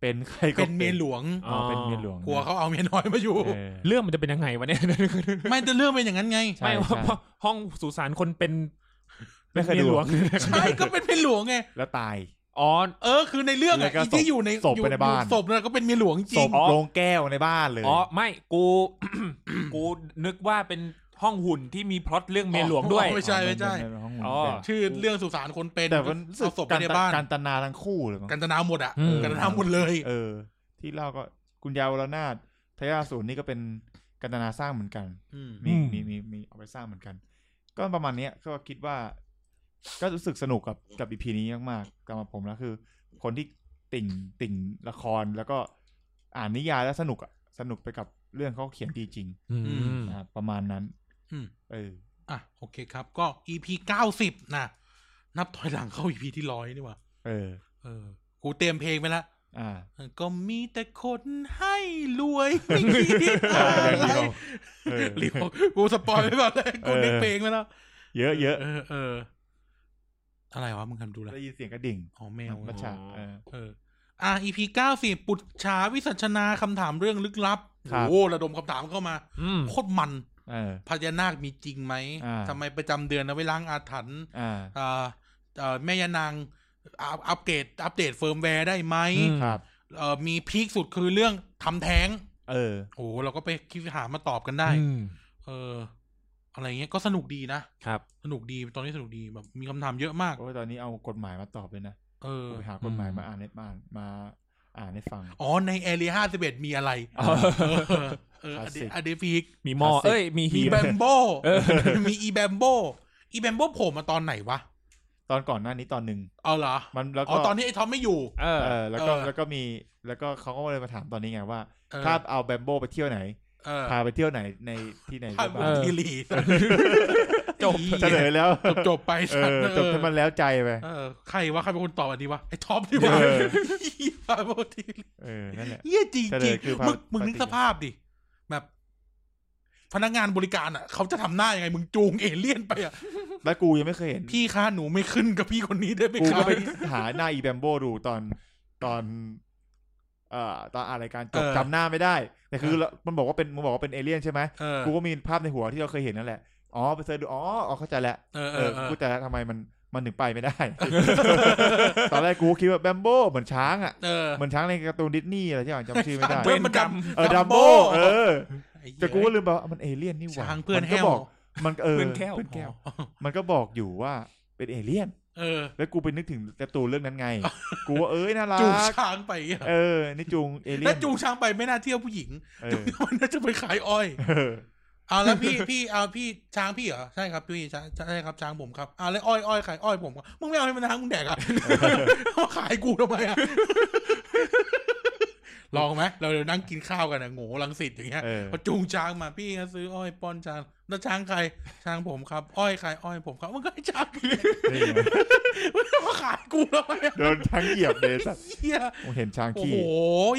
B: เป็นใครก็
A: เป็นเมียหลวง
B: อ๋อเป็นเมียหลวง
A: ผัวเขาเอาเมียน้อยมาอยู่
B: เออ
C: เรื่องมันจะเป็นยังไงวะเนี่ย
A: ไม่แต่เรื่องเป็นอย่างนั้นไง
B: ใช่
C: ไม่ว่าเพราะห้องสุสานคนเป็น
B: ไม่เคย
C: มี
B: ดู
C: หลวง
A: ใช่ก็เป็นเมียหลวงไง
B: แล้วตาย
C: อ๋อ
A: เออ คือในเรื่อง
B: แล้ว
A: อะ
B: ก็
A: อีที่อยู่ใน
B: ศพไปในบ้าน
A: ศพน่ะก็เป็นเมียหลวงจ
B: ศ
A: ริ
B: พ
A: ง
C: อ๋อ
B: ลงแก้วในบ้านเลย
C: อ๋อ ไม่ กู กูนึกว่าเป็นห้องหุ่นที่มีพล็อตเรื่องเมียหลวงด้วย
A: อ๋อไม่ใช่
B: ห้อง
C: อ๋อ
A: ชื่อเรื่องสุสานคนเป็น
B: แต่มันรู้สึ
A: เอา
B: ก
A: ศพไป
B: การ
A: ในบ้าน
B: การตนาทั้งคู่เลยมั้ง
A: กันตนาหมดอ่ะ
C: อืม
A: กันตนาหมดเลย
B: เออ ที่เล่าก็คุณยาวรนาถทายาศูนย์นี่ก็เป็นกันตนาสร้างเหมือนกัน
A: ม
B: มี
C: อืม
B: มีมีมีเอาไปสร้างเหมือนกัน ก็ประมาณเนี้ยก็คิดว่า ก็รู้สึกสนุกกับกับอีพีนี้มากๆสำหรับผมแล้วคือ คนที่ติ่งติ่งละครแล้วก็อ่านนิยายแล้วสนุกอะสนุกไปกับเรื่องเขาเขียนดีจริง
C: อืม
B: นะครับประมาณนั้น
A: อืม
B: เออ
A: อ่ะ โอเคครับ ก็ EP เก้าสิบนะ นับถอยหลังเข้า EP ที่ร้อยนี่หว่า
B: เออ
A: เออ กูเตรียมเพลงไปละ
B: อ่า
A: เออก็มีแต่คนให้รวยไม่คิดอะไร
B: เอ อ
A: หลิวกูสปอยไปก่อนเลยกูนึกเพลงไปแล้ว
B: เยอะเยอะ
A: เออเออ อะไรวะมึงทำดูอะไร
B: ได้ยินเสียงกระดิ่ง
A: อ๋อแมว
B: มัชชาเออ
A: เออ อ่ะ EP เก้าสิบปุจฉาวิสัชนาคำถามเรื่องลึกลับ
B: ครับ
A: โอ้ระดมคำถามเข้ามา
C: อืม
A: โคตรมัน
B: เออ
A: พญานาคมีจริงไหม
B: อ่า
A: ทำไมประจำเดือนนะไว้ล้างอาถรรพ์
B: อ่า
A: อ่าเอ่อแม่ยานางอัพอัปเกรดอัปเดตเฟิร์มแวร์ได้ไหม
B: ครับ
A: เอ่อมีพีคสุดคือเรื่องทำแท้ง
B: เออ
A: โอ้เราก็ไปคิดหามาตอบกันได้
C: อืม
A: เออ อะไรเงี้ยก็สนุกดีนะครับ สนุกดีตอนนี้สนุกดีแบบมีคำถามเยอะมาก
B: โอ้ยตอนนี้เอากฎหมายมาตอบเลยนะ
A: เออ
B: ไปหากฎหมาย
C: อืม
B: มาอ่านให้บ้านมาอ่านให้ฟัง
A: อ๋อ ในแอเรียห้าสิบเอ็ดมีอะไร
B: อ๋
A: เอ
B: อ
A: อเออ
B: คลา
A: อ
B: สสิ
A: ดี
B: ก
A: อดี พีก
C: มีหมอ
B: Classic
C: เอ้ย มีฮี
A: มี
C: ย
A: แบมโบ
C: เออ
A: มีอีแบมโบอีแบมโบโผล่มาตอนไหนวะ
B: ตอนก่อนหน้านี้ตอนหนึ่ง
A: เอาเหรอ
B: มันแล้ว
A: อ๋
B: ก็
A: อ ตอนนี้ไอ้ท็อปไม่อยู่
C: เออ
B: เออแล้วก็
A: เออ
B: แล้วก็มีแล้วก็เขาก็เลยมาถามตอนนี้ไงว่า
A: เออ
B: ถ้าเอาแบมโบไปเที่ยวไหน
A: เออ
B: พาไปเที่ยวไหนใน ที่ไหน
A: ภาพ
B: ได้บ้าง
C: เออ
A: ที รี
C: จบ
B: เฉลยแล้ว
A: จบ จบไป
B: เอ
A: สัตว์
B: อ
A: เออ
B: จบให้มันแล้วใจไป
A: เออ ใครวะ ใครเป็นคนตอบอันนี้วะ ไอ้ท็อปดีวะ
B: เออ
A: อี ภาพทีรี
B: เออนั่นแหละ
A: เยี่ยจริง
B: เฉล
A: จริ
B: ย
A: ง
B: คือภาพ
A: มึงมึง
B: ปฏิ
A: นึกสภาพดิ แบบ พนักงานบริการอ่ะ เขาจะทำหน้ายังไง มึงจูงเอเลี่ยนไปอ่ะ
B: แล้วกูยังไม่เคยเห็น
A: พี่คะหนูไม่ขึ้นกับพี่คนนี้ได้ไหม
B: กู
A: คะ
B: ก็ไปหาหน้าอีแบมโบดูตอนตอน เอ่อตอนอ่านรายการจบ
A: เออ
B: จำหน้าไม่ได้แต่คือมันบอกว่าเป็นมันบอกว่าเป็นเอเลี่ยนใช่ไหม
A: เออ
B: กูก็มีภาพในหัวที่เราเคยเห็นนั่นแหละ อ๋อไปเสิร์ชดูอ๋ออ๋อเข้าใจแล้ว
A: เออ
B: เอ
A: เอ
B: อ
A: อเออ
B: กูแต่ทำไมมันมันถึงไปไม่ ได้ ตอนแรกกูคิดว่าแบมโบเหมือนช้างอ่ะ
A: เออ
B: เหมือนช้างในการ์ตูนดิสนีย์อะไรที่อ่านจำชื่อไม่ได้
A: เพื่อนมันดำ
B: เออดัมโบเออ
A: ไอ้เหี้ย
B: แต่กูก็ลืมไปว่ามันเอเลี่ยนนี่หว่า
A: ช้างเพื่อน
B: มั
A: แห้
B: ก็
A: ว
B: บอกมันเออ
C: เพื่อนแก้ว
B: เพื่อนแก้ว มันก็บอกอยู่ว่าเป็นเอเลี่ยน
A: เออ
B: แล้วกูไปนึกถึงการ์ตูนเรื่องนั้น ไง กูว่าเอ้ยน่ารั
A: จูง
B: ก
A: ช้างไปเงี้ย
B: เออนี่จูงเอเลี่ย
A: ถ้าน จูงช้างไปไม่น่าเที่ยวผู้หญิง
B: เออ
A: มันน่าจะไปขายอ้อย
B: เออ
A: เอาแล้ว พี่ พี่เอาพี่ช้างพี่เหรอใช่ครับพี่ช้างใช่ครับช้างผมครับเอาแล้วอ้อยอ้อยขายอ้อยผมครับมึงไม่เอาให้มันทางมึงแดกอ่ะ มาขายกูทำไมอ่ะ ลองไหมเราเดี๋ยวนั่งกินข้าวกันอ่ะโง่ลังสิตอย่างเงี้ย
B: เอ อ
A: พอจูงช้างมาพี่ก็ซื้ออ้อยป้อนช้างแล้วช้างใครช้างผมครับ อ้อยขายอ้อยผมครับมันก็ให้ช้าง กิน
B: นี่
A: มึงเอามาขายกูทำไมอ่ะ
B: โดนช้างเหยียบเลยสัตว์
A: เฮีย
B: ผมเห็นช้าง
A: โอ้
B: ขี้
A: โห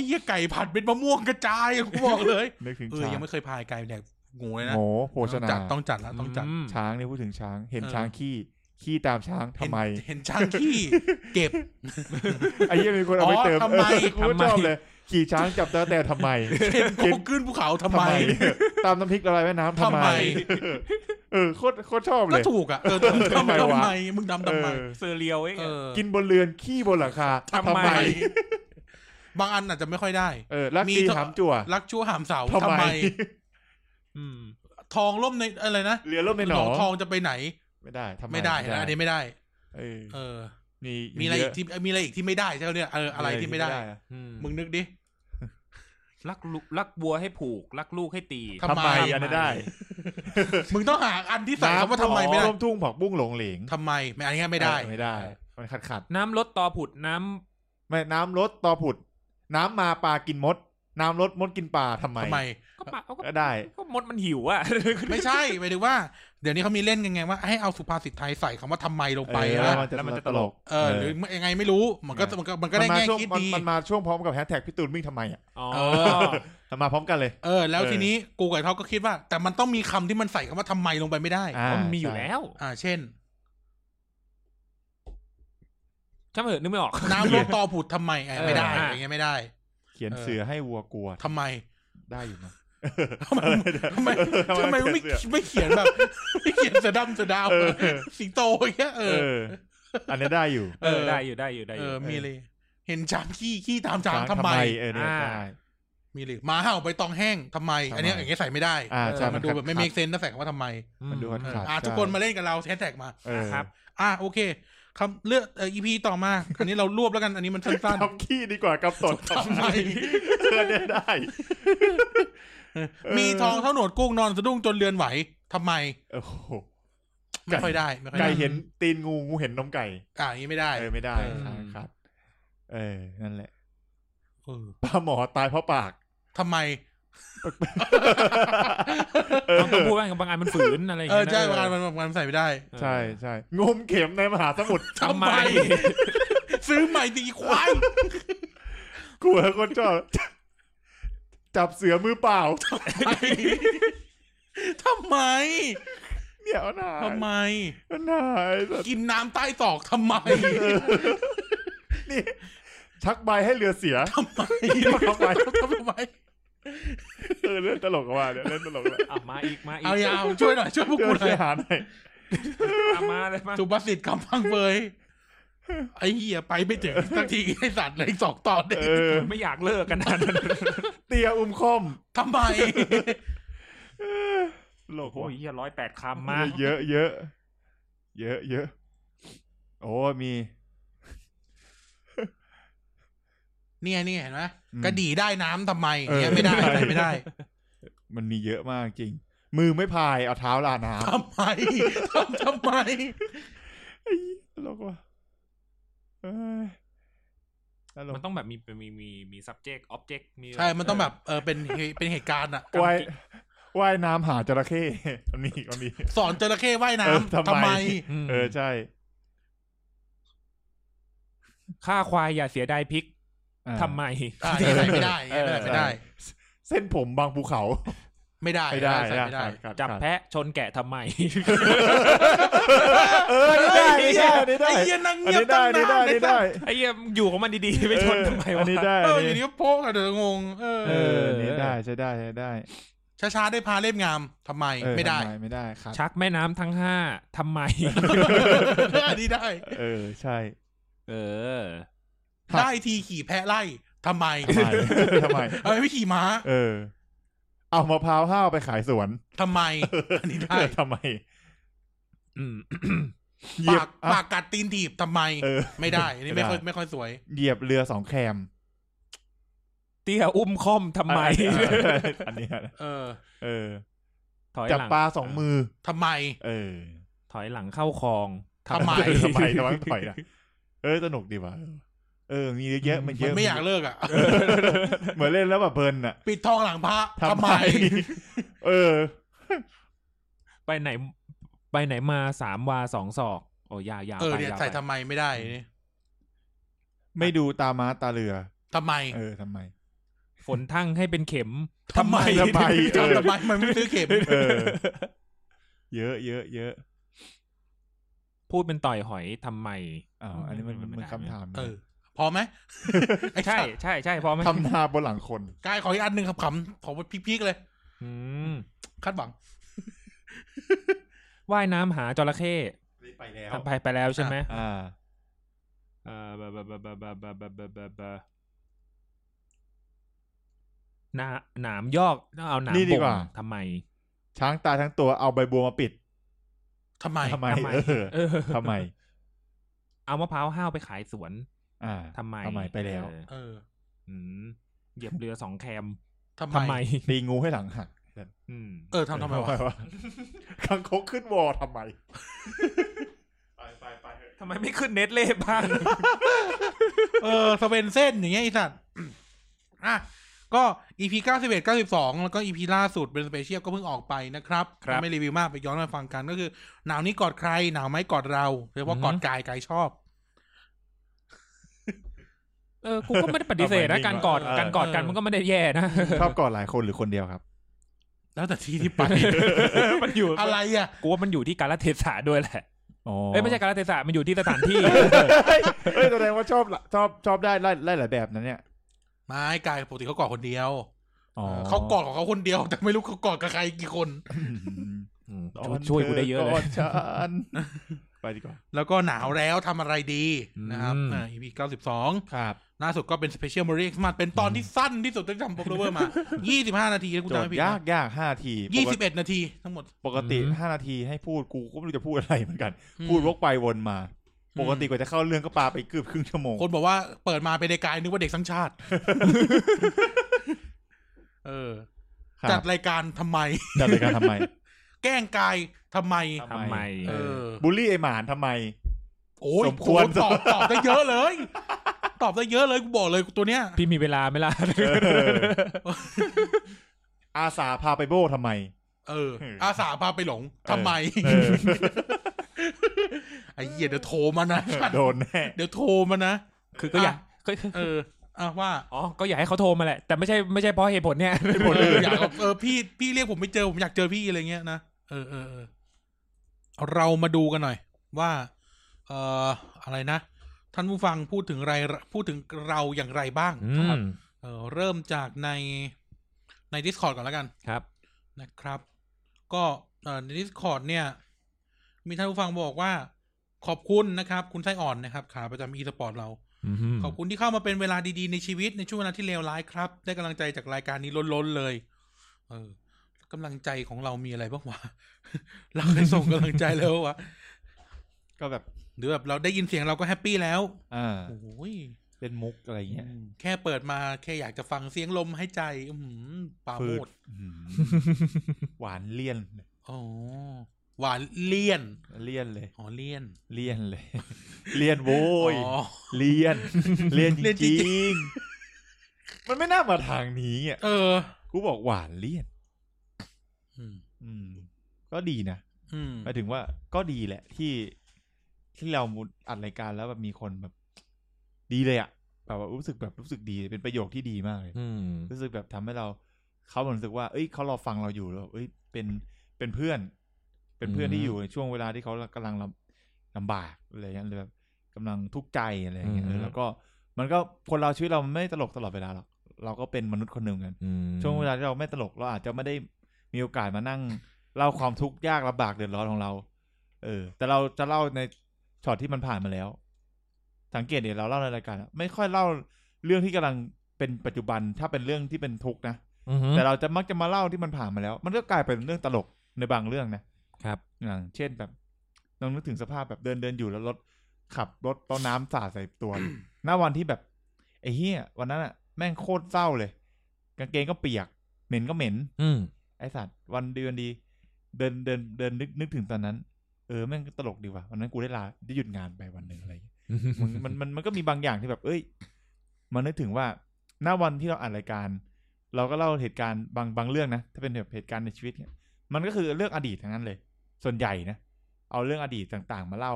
A: เฮียไก่ผัดเป็นมะม่วงกระจายอ่ะกูบอกเลย
B: นึกถึง
A: เออ
B: ช้าง
A: ยังไม่เคยพายไก่แดกโง่เลยนะ
B: โหโภชนา
A: จัดต้องจัดแล้วต้องจัด
C: ม
B: ช้างนี่พูดถึงช้าง เห็น
A: เออ
B: ช้างขี้ขี้ตามช้างทำไม
A: เห็นเห็นช้างขี้ เก็บ
B: ไอ้เหี้ยังมีคนเอาไปเติม
A: อ๋อทำไม
B: เออกูก็ชอบเลย ขี่ช้างจับตะแต่ทำไม
A: เห็นโกขึ้นภูเขาทำไม
B: ตามน้ำพริกละลายแม่น้ำทำ
A: ทำ
B: ไม
A: ไม
B: เออโคตรโคตรชอบเล
A: ก็
B: ย
A: ถูกอ่ะเออทำ
B: ทำไม
A: ทำ
B: วะ
A: ทำไมมึงทำทำไม
B: เออ
C: เซอร์เรียวเอง
A: เออ
B: กินบนเรือนขี้บนหลังคา
C: ทำไม
A: บางอันอาจจะไม่ค่อยได้
B: เออรัก
A: มี
B: ดี
A: เถอะ
B: ถามจั่ว
A: รักชั่วหามเสา
B: ทำไม
A: ทำไม
C: อืม
A: ทองล่มในอะไรนะ
B: เรือล่มในห
A: ห
B: น
A: น
B: อ
A: อง งทองจะไปไหน
B: ไม่ได้ทำไม
A: ไม่ได้นะอันนี้ไม่ได้
B: เออ
A: เออ
B: มี
A: มีอะไร
B: เย
A: อีกที่มีอะไรอีกที่ไม่ได้ใช่ไหมเนี่ยเอออะไรที่ไม่ได้
B: อะ
C: อืม
A: มึงนึกดิ
C: รักลูกรักบัวให้ผูก รักลูกให้ตี
A: ทำไม
B: ทำไมอันนี้ได้
A: มึงต้องหาอันที่ใส่คำว่าทำไมไม่ได้
B: ร่มทุ่งผักบุ้งหลงเหลง
A: ทำไมไม่อันนี้ไม่ได้
B: เออไม่ได้ มันขัดขัด
C: น้ำลดตอผุดน้
B: ๆไม่น้ำลดตอผุด น้ำมาปลากินมด น้ำลดมดกินปลาทำไม
A: ทำไม
C: ำก็ปะเอาก็
B: ก็ได้
C: ก็มดมันหิวอ่ะ
A: ไม่ใช่หมายถึงว่า เดี๋ยวนี้เขามีเล่นกันไงว่า ให้เอาสุภาษิตไทยใส่คำว่าทำไมลงไป
B: เออ
A: นะ
C: แล้วมันจะตลก
A: เออหรือยังไงไม่รู้มันก็มันก็มันก็ได้
B: มา
A: แง่
B: ช่วง
A: คิด
B: มัน
A: ดี
B: มันมาช่วงพร้อมกับแฮชแท็กพี่ตูนวิ่งทำไมอ่ะ
C: อ๋อ
A: เอ
B: มันมาพร้อมกันเลย
A: เออ แล้ว
B: เออ
A: ทีนี้กูกับเขาก็คิดว่า แต่มันต้องมีคำที่มันใส่คำว่าทำไมลงไปไม่ได้
B: อ่า
C: มันมีอยู่แล้ว
A: อ่า เช่น
C: ช่างมันเถอะนึกไม่ออก
A: น้ำลดตอผุดทำไมเออไม่ได้
C: เออ
A: อย่างเงี้ยไม่ได้
B: เขียนเสือให้วัวกลัว
A: ทำไม
B: ได้อยู่นะ
A: ทำไมทำไมทำไมไม่ไม่เขียนแบบ ไม่เขียนเสือดำเสือดาว
B: เออ
A: สิงโตอย่างเงี้ยเอ
B: เอ
A: อ
B: อ อันนี้ได้อยู่
C: เออได้อยู่ได้อยู่ได้อ
A: เอยู่ อมีเลยเห็นจามขี้ขี้ตามจามทำไม
B: เออเนี่ย
C: อ่า
B: ได้
A: มีหรือหมาเห่าใบตองแห้งทำไม
B: ทำไม
A: อันเนี้ยอย่างเงี้ยใส่ไม่ได้
B: อ่า
C: เออ
B: ใช่
A: มันดู
B: ขั
A: แบบไม่
B: ขั
A: make sense นะใส่คำว่าทำไม
B: มันดู
C: อื
B: มันขาด
A: อ่า
B: ใช่
A: ทุกคนมาเล่นกับเราแฮชแท็กมา
B: เออ
C: ครับ
A: อ่าโอเคคำเลือกเอ่อ EP ต่อมา อันนี้เรารวบแล้วกันอันนี้มันสั้น
B: ทำขี้ดีกว่ากำตด
A: ทำไม
B: เพื่อนเนี่ยได้
A: ๆ มีทองเท่าหนวดกุ้งนอนสะดุ้งจนเรือนไหวทำไม
B: โอ้โห
A: ไม่ค่อยได้ไม่ค่อย
B: ไก่
A: ได้
B: เห็นตีนงูงูเห็นนมไก่
A: อ่าอย่างนี้ไม่ได้
B: เออไม่ได้
A: เออ
B: ใช่ครับ เออ นั่นแหละ
A: เออ
B: ปลาหมอตายเพราะปาก
A: ทำไม
C: ต้องต้องพูดบ้างบางอันมันฝืนอะไรอย่าง
A: เออ
C: เงี้ย
A: ใช่
C: นะ
A: บางอันมันบางอันใส่ไม่ได้
C: เออ
B: ใช่ใช่งมเข็มในมหาสมุทร
C: ทำไม
A: ซื้อใหม่ดีควาย
B: กูเหรอคนชอบจับเสือมือเปล่า
A: ทำไม
B: เนี่ยเอาหนาย
A: ทำไม
B: เอาหนายสัตว์
A: กินน้ำใต้ตอกทำไม
B: นี่ชักใบให้เรือเสีย
A: ทำไม
B: ทำไม
A: ทำไม
B: เออเล่นตลกว่ะเนี่ยเล่นตลกว่ะ
C: อ่ะมาอีกมาอีก
A: เอายาวช่วยหน่อยช่วยพวก
B: เดี๋ย
A: กูห
B: ว
A: น่
B: ช่
A: อ
B: วย
A: ย
B: หาหน่อย
C: อ่ะมาเลยมา
A: สุภาษิตคำพังเบยไอ้เหี้ยไปไม่ถึงสักทีไอ้สัตว์เหลยสองตอนเนี่ย
B: เออ
C: ไม่อยากเลิกกันนาน
B: เตียอุ้มคอม
A: ทำไม
B: โลก
C: โอ้ยเฮียร้อยแปดคำ
B: มา
C: มา
B: เยอะเยอะเยอะเยอะโอ้มี
A: เนี่ยเนี่ยเห็นไหม
B: อืม
A: กระดี่ได้น้ำทำไม
B: เออ
A: เนี่ยไม่ได้ใส่ไม่ได้
B: มันมีเยอะมากจริง มือไม่พายเอาเท้าลาน้
A: ทำไมทำทำไม
B: ำไอ้โลกว่ะเอ้ยตลก
C: มันต้องแบบมีมีมีมี subject object มี
A: ใช่ มันต้องแบบเออเป็นเหตุเป็นเหตุการณ์อะ
B: ว่ายว่ายน้ำหาจระเข้ มันมีอีกมันมี
A: สอนจระเข้ว่าย
B: เออ
A: น้ำ
B: ทำไม
A: ทำไม
C: ม
B: เออใช่
C: ฆ่าควายอย่าเสียดายพริก
B: อ่า
C: ทำไม
A: อ่าเนี่ยใส่ไม่ได้เนี่ยไม่ได้ไม่ได้
B: เส้นผมบางภูเขา
A: ไม่ได้
B: ไม่ได้
A: ใส่ไม่ได้
B: ขาขา
C: จับ
B: ขาด
C: แพะชนแกะทำไม
B: เออได้ได้ได้ได้
A: ไอ้เหี้ยนั่ง
B: อัน
A: เงียบ
B: นี้ได้
A: ตั้ง
B: อันนี้
A: นานเลยสั
B: ได้อันนี้ได้
A: ตว์
C: ไอ้เหี้ยมึงอยู่ของมันดีๆ ไปชนทำไม
B: เอออั
C: วะ
B: นนี้ได้
A: เออ
B: อัน
A: อยู่
B: นี้
A: ดีก็โป๊กอะเดี๋ยวงงเออ
B: เอออันนี้ได้ใช้ได้ใช้ได้
A: ช้าๆได้พาเล่มงามทำไม
B: เออ
A: ไม่ได้
B: ทำไม่ได้ครับ
C: ชักแม่น้ำทั้งห้าทำไม
A: อันนี้ได้
B: เออใช่
C: เออ
B: ครับ
A: ได้ทีขี่แพะไล่ทำไม
B: ทำไมทำไม
A: เออไม่ขี่ม้า
B: เออ เอามะพร้าวห้าวไปขายสวน
A: ทำไม อันนี้ได้
B: ทำไม
C: อืม
B: เหยีย
A: ปา
B: บ
A: ก
B: อ่ะ
A: ปากกัดตีนถีบทำไม
B: เออ
A: ไม่ได้ อันนี้ไม่ค่อย
B: ไม่ได้
A: ไม่ค่อยสวย
B: เหยียบเรือสองแคม
C: เตี้ยอุ้มค่อมทำไม
B: อ่ะอันเนี้ย
A: เออ
B: เออ
C: ถอย
B: จับ
C: หลัง
B: ปลาสองมือ
A: ทำไม
B: เออ
C: ถอยหลังเข้าคลอง
A: ทำไม
B: ทำไมทำไมถอยนะเออสนุกดีว่ะเออ มีเยอะมันเย
A: มัน
B: อะ
A: ไม่อยากเลิกอ่ะ
B: เหมือนเล่นแล้วแบบเพลินอ่ะ
A: ปิดทองหลังพระทำไม
B: เออ
C: ไปไหน ไปไหนมาสามวาสองศอก โอ้ยาวยาว
A: เออ
C: ไป
A: เนี่ย
C: ยาว
A: ใส่
C: ไป
A: ทำไมไม่ได้นี่
B: ไม่ดูตาม้าตาเรือ
A: ทำไม
B: เออทำไม
C: ฝนทั้งให้เป็นเข็ม
A: ทำไม
B: ทำไมเออ
A: ทำทำไมมันไม่ซื้อเข็ม
B: เออ เยอะเยอะเยอะ
C: พูดเป็นต่อยหอยทำไม
B: อ้าวอันนี้มันมันคำถามนะ
A: เออ พอไหมไอ้
C: ใช่
A: ใช่
C: ใช่ใช่พอไหม
B: ทำนาบนหลังคน
A: กายขออีกอันหนึ่งขำๆขอพีคๆเลย
C: อืม
A: คาดหวัง
C: ว่ายน้ำหาจระเข้
B: ไปแล้ว
C: ทำไปไปแล้วใช่ไหม
B: อ่า
C: เออบะบะบะบะบะบะบะบะบะบะหนาหนามยอกต้องเอาหนาม
B: นี่ดี
C: บ่ง
B: กว่า
C: ทำไม
B: ช้างตายทั้งตัวเอาใบบัวมาปิด
A: ทำไม
B: ทำไม
C: ทำไม
B: เออ
C: เออ
B: ทำไม
C: เอามะพร้าวห้าวไปขายสวน
B: อ่า
C: ทำไม
B: ทำไมไปแล้ว
C: เออ
A: เออ
C: อืมเหยียบเรือสองแคม
A: ทำ
C: ทำ
A: ไม
C: ไม
B: ตีงูให้หลังหัก
C: อืม
A: เออทำทำไมวะ
B: คังคกขึ้นวอทำไม ไปไปไป
C: ทำไมไม่ขึ้นเน็ตเล่บ้าง
A: เออสเวนเซ่นอย่างเงี้ยไอสัตว์ อ่ะ ก็อีพีเก้าสิบเอ็ดเก้าสิบสองแล้วก็อีพีล่าสุดเป็นสเปเชียลก็เพิ่งออกไปนะครับ
C: ครับ
A: ไม่รีวิวมากไปย้อนมาฟังกันก็คือ หนาวนี้กอดใคร หนาวไหมกอดเราโดยเฉพาะกอดกายกายชอบ
C: เออ กูก็ไม่ได้ปฏิเสธนะ การกอด การกอดกันมันก็ไม่ได้แย่นะ
B: ชอบกอดหลายคนหรือคนเดียวครับ
A: แล้วแต่ที่ ที่ไป
C: มันอยู่
A: อะไรอ่ะ
C: กูว่ามันอยู่ที่การละเทศะด้วยแหละ
B: อ๋อ
C: เอ้ยไม่ใช่การละเทศะมันอยู่ที่สถานที่
B: เอ้ยแสดงว่าชอบละชอบชอบได้ไล่ไล่หลายแบบนะเนี่ย
A: ไม้กายปกติเขากอดคนเดียว
B: อ๋อ
A: เออเขากอดของเขาคนเดียว แต่ไม่รู้เขากอดกับใครกี่คน
C: ช่วยช่วยกูได้เยอะเลย
B: กดฉัน ไปดีกว่า
A: แล้วก็หนาวแล้วทำอะไรดีนะครับ
C: อืม
A: อีพีเก้าสิบสอง
B: ครับ
A: ล่าสุดก็เป็นสเปเชียลมอริเอ็กซ์มาเป็นตอนที่สั้นที่สุดที่ทำป๊อปเวอร์มายี่สิบห้านาทีนะคุณ
B: โจ
A: จำ
B: ท
A: ไม่
B: ย์
A: ผิดนะ
B: ยากยากห้านาที
A: ยี่สิบเอ็ดนาทีทั้งหมด
B: ปกติ
C: อืม
B: ห้านาทีให้พูดกูก็ไม่รู้จะพูดอะไรเหมือนกัน
A: อืม
B: พูดวกไปวนมา ปกติกว่าจะเข้าเรื่องก็ปาไปเกือบครึ่งชั่วโมง
A: คนบอกว่าเปิดมาเป็นในกายนึกว่าเด็กสังชา ติ เออ
B: ครับ
A: จัดรายการทำไม
B: จัดรายการทำไม
A: แกล้งกายทำไม
B: ครับ
C: ทำไม
A: เออ
B: บูลลี่ไอหมานทำไม
A: โอ้ย
B: สมควร
A: โอ้โหตอบตอบได้เยอะเลย ตอบได้เยอะเลยกูบอกเลยตัวเนี้ย
C: พี่มีเวลาไหมล่ะ
B: เอออาสาพาไปโบ้ทำไม
A: เออ
B: เอออ
A: อาสาพาไปหลงทำไม
B: เออ
A: ไอ้เหี้ยเดี๋ยวโทรมานะ
B: โดนแน่
A: เดี๋ยวโทรมานะ
C: คือก็อยากก็
A: เอออ่ะว่า
C: อ๋อ ก็อยากให้เขาโทรมาแหละ แต่ไม่ใช่ไม่ใช่เพราะเหตุผลเนี่ย
A: เอออยากเออพี่พี่เรียกผมไม่เจอ ผมอยากเจอพี่อะไรเงี้ยนะ เออเออเออเรามาดูกันหน่อย ว่า เอ่ออะไรนะ ท่านผู้ฟังพูดถึงไรพูดถึงเราอย่างไรบ้าง
C: อื
A: นะครับ
C: ม
A: เออเริ่มจากในใน Discord ก่อนแล้วกัน
C: ครับ
A: นะครับ ก็เอ่อใน Discord เนี่ย มีท่านผู้ฟังบอกว่า ขอบคุณนะครับ คุณไส้อ่อนนะครับ ขาประจำ e-sport เรา
C: อืม
A: ขอบคุณที่เข้ามาเป็นเวลาดีๆในชีวิตในช่วงเวลาที่เลวร้ายครับ ได้กำลังใจจากรายการนี้ล้นๆเลย เออกำลังใจของเรามีอะไรบ้างวะ เราได้ส่งกำลังใจแล้ววะ
B: ก็แบบ
A: หรือแบบเราได้ยินเสียงเราก็แฮปปี้แล้ว
B: อ่า
A: โอ้ย
B: เล่นมุกอะไรเงี้ย
A: แค่เปิดมาแค่อยากจะฟังเสียงลมหายใจ อืมปรา
B: ฟื
A: โม
B: ด
A: ด
B: อืมหวานเลี่ยน
A: อ๋อหวานเลี่ยน
B: เลี่ยนเลย
A: อ๋อเลี่ยน
B: เลี่ยนเลย เลี่ยนโว้ย
A: อ๋อ
B: เลี่ย น เลี่ยน
A: เลี่ยน
B: จ
A: จริ
B: ริ
A: ง
B: งๆมันไม่น่ามาทางนี้อ่ะ
A: เออ
B: กูบอกหวานเลี่ยน
A: อืม
B: อืม ก็ดีนะ
A: อืม
B: หมายถึงว่าก็ดีแหละที่ที่เราอัดรายการแล้วแบบมีคนแบบ ดีเลยอะแบบว่ารู้สึกแบบรู้สึกดีเป็นประโยคที่ดีมากเลย
C: อืม
B: รู้สึกแบบทำให้เราเขาเหมือนรู้สึกว่าเอ้ยเขารอฟังเราอยู่แล้วเอ้ยเป็นเป็นเพื่อน เป็นเพื่อน
C: อืม
B: ที่อยู่ในช่วงเวลาที่เขากำลังลำลำบากอะไรอย่างเงี้ยหรือแบบกำลังทุกข์ใจอะไรอย่างเงี้ย
C: อืม
B: เออแล้วก็มันก็คนเราชีวิตเรามันไม่ตลกตลอดเวลาหรอกเราก็เป็นมนุษย์คนหนึ่งเหมือนกัน
C: อืม
B: ช่วงเวลาที่เราไม่ตลกเราอาจจะไม่ได้ มีโอกาสมานั่งเล่าความทุกข์ยากลำบากเดือดร้อนของเรา เออ แต่เราจะเล่าในช็อตที่มันผ่านมาแล้ว สังเกตเดี๋ยวเราเล่าในรายการอะไม่ค่อยเล่าเรื่องที่กำลังเป็นปัจจุบันถ้าเป็นเรื่องที่เป็นทุกข์นะ
C: อือฮึ
B: แต่เราจะมักจะมาเล่าที่มันผ่านมาแล้ว มันก็กลายเป็นเรื่องตลกในบางเรื่องนะครับ อย่างเช่นแบบลองนึกถึงสภาพแบบเดินเดินอยู่แล้วรถขับรถต้นน้ำสาดใส่ตัวเลย หน้าวันที่แบบไอ้เหี้ยวันนั้นอะแม่งโคตรเศร้าเลย กางเกงก็เปียก เหม็นก็เหม็น
C: อืม
B: ไอสัตว์วันดีวันดี เดินเดินเดินนึกนึกถึงตอนนั้น เออแม่งก็ตลกดีว่ะวันนั้นกูได้ลาได้หยุดงานไปวันหนึ่งอะไรอย่างเงี้ย มันมันมันมันก็มีบางอย่างที่แบบ เอ้ย มันนึกถึงว่า หน้าวันที่เราอ่านรายการ เราก็เล่าเหตุการณ์บางบางเรื่องนะ ถ้าเป็นแบบเหตุการณ์ในชีวิตเนี่ย มันก็คือเรื่องอดีตทั้งนั้นเลย ส่วนใหญ่นะ เอาเรื่องอดีตต่างๆ มาเล่า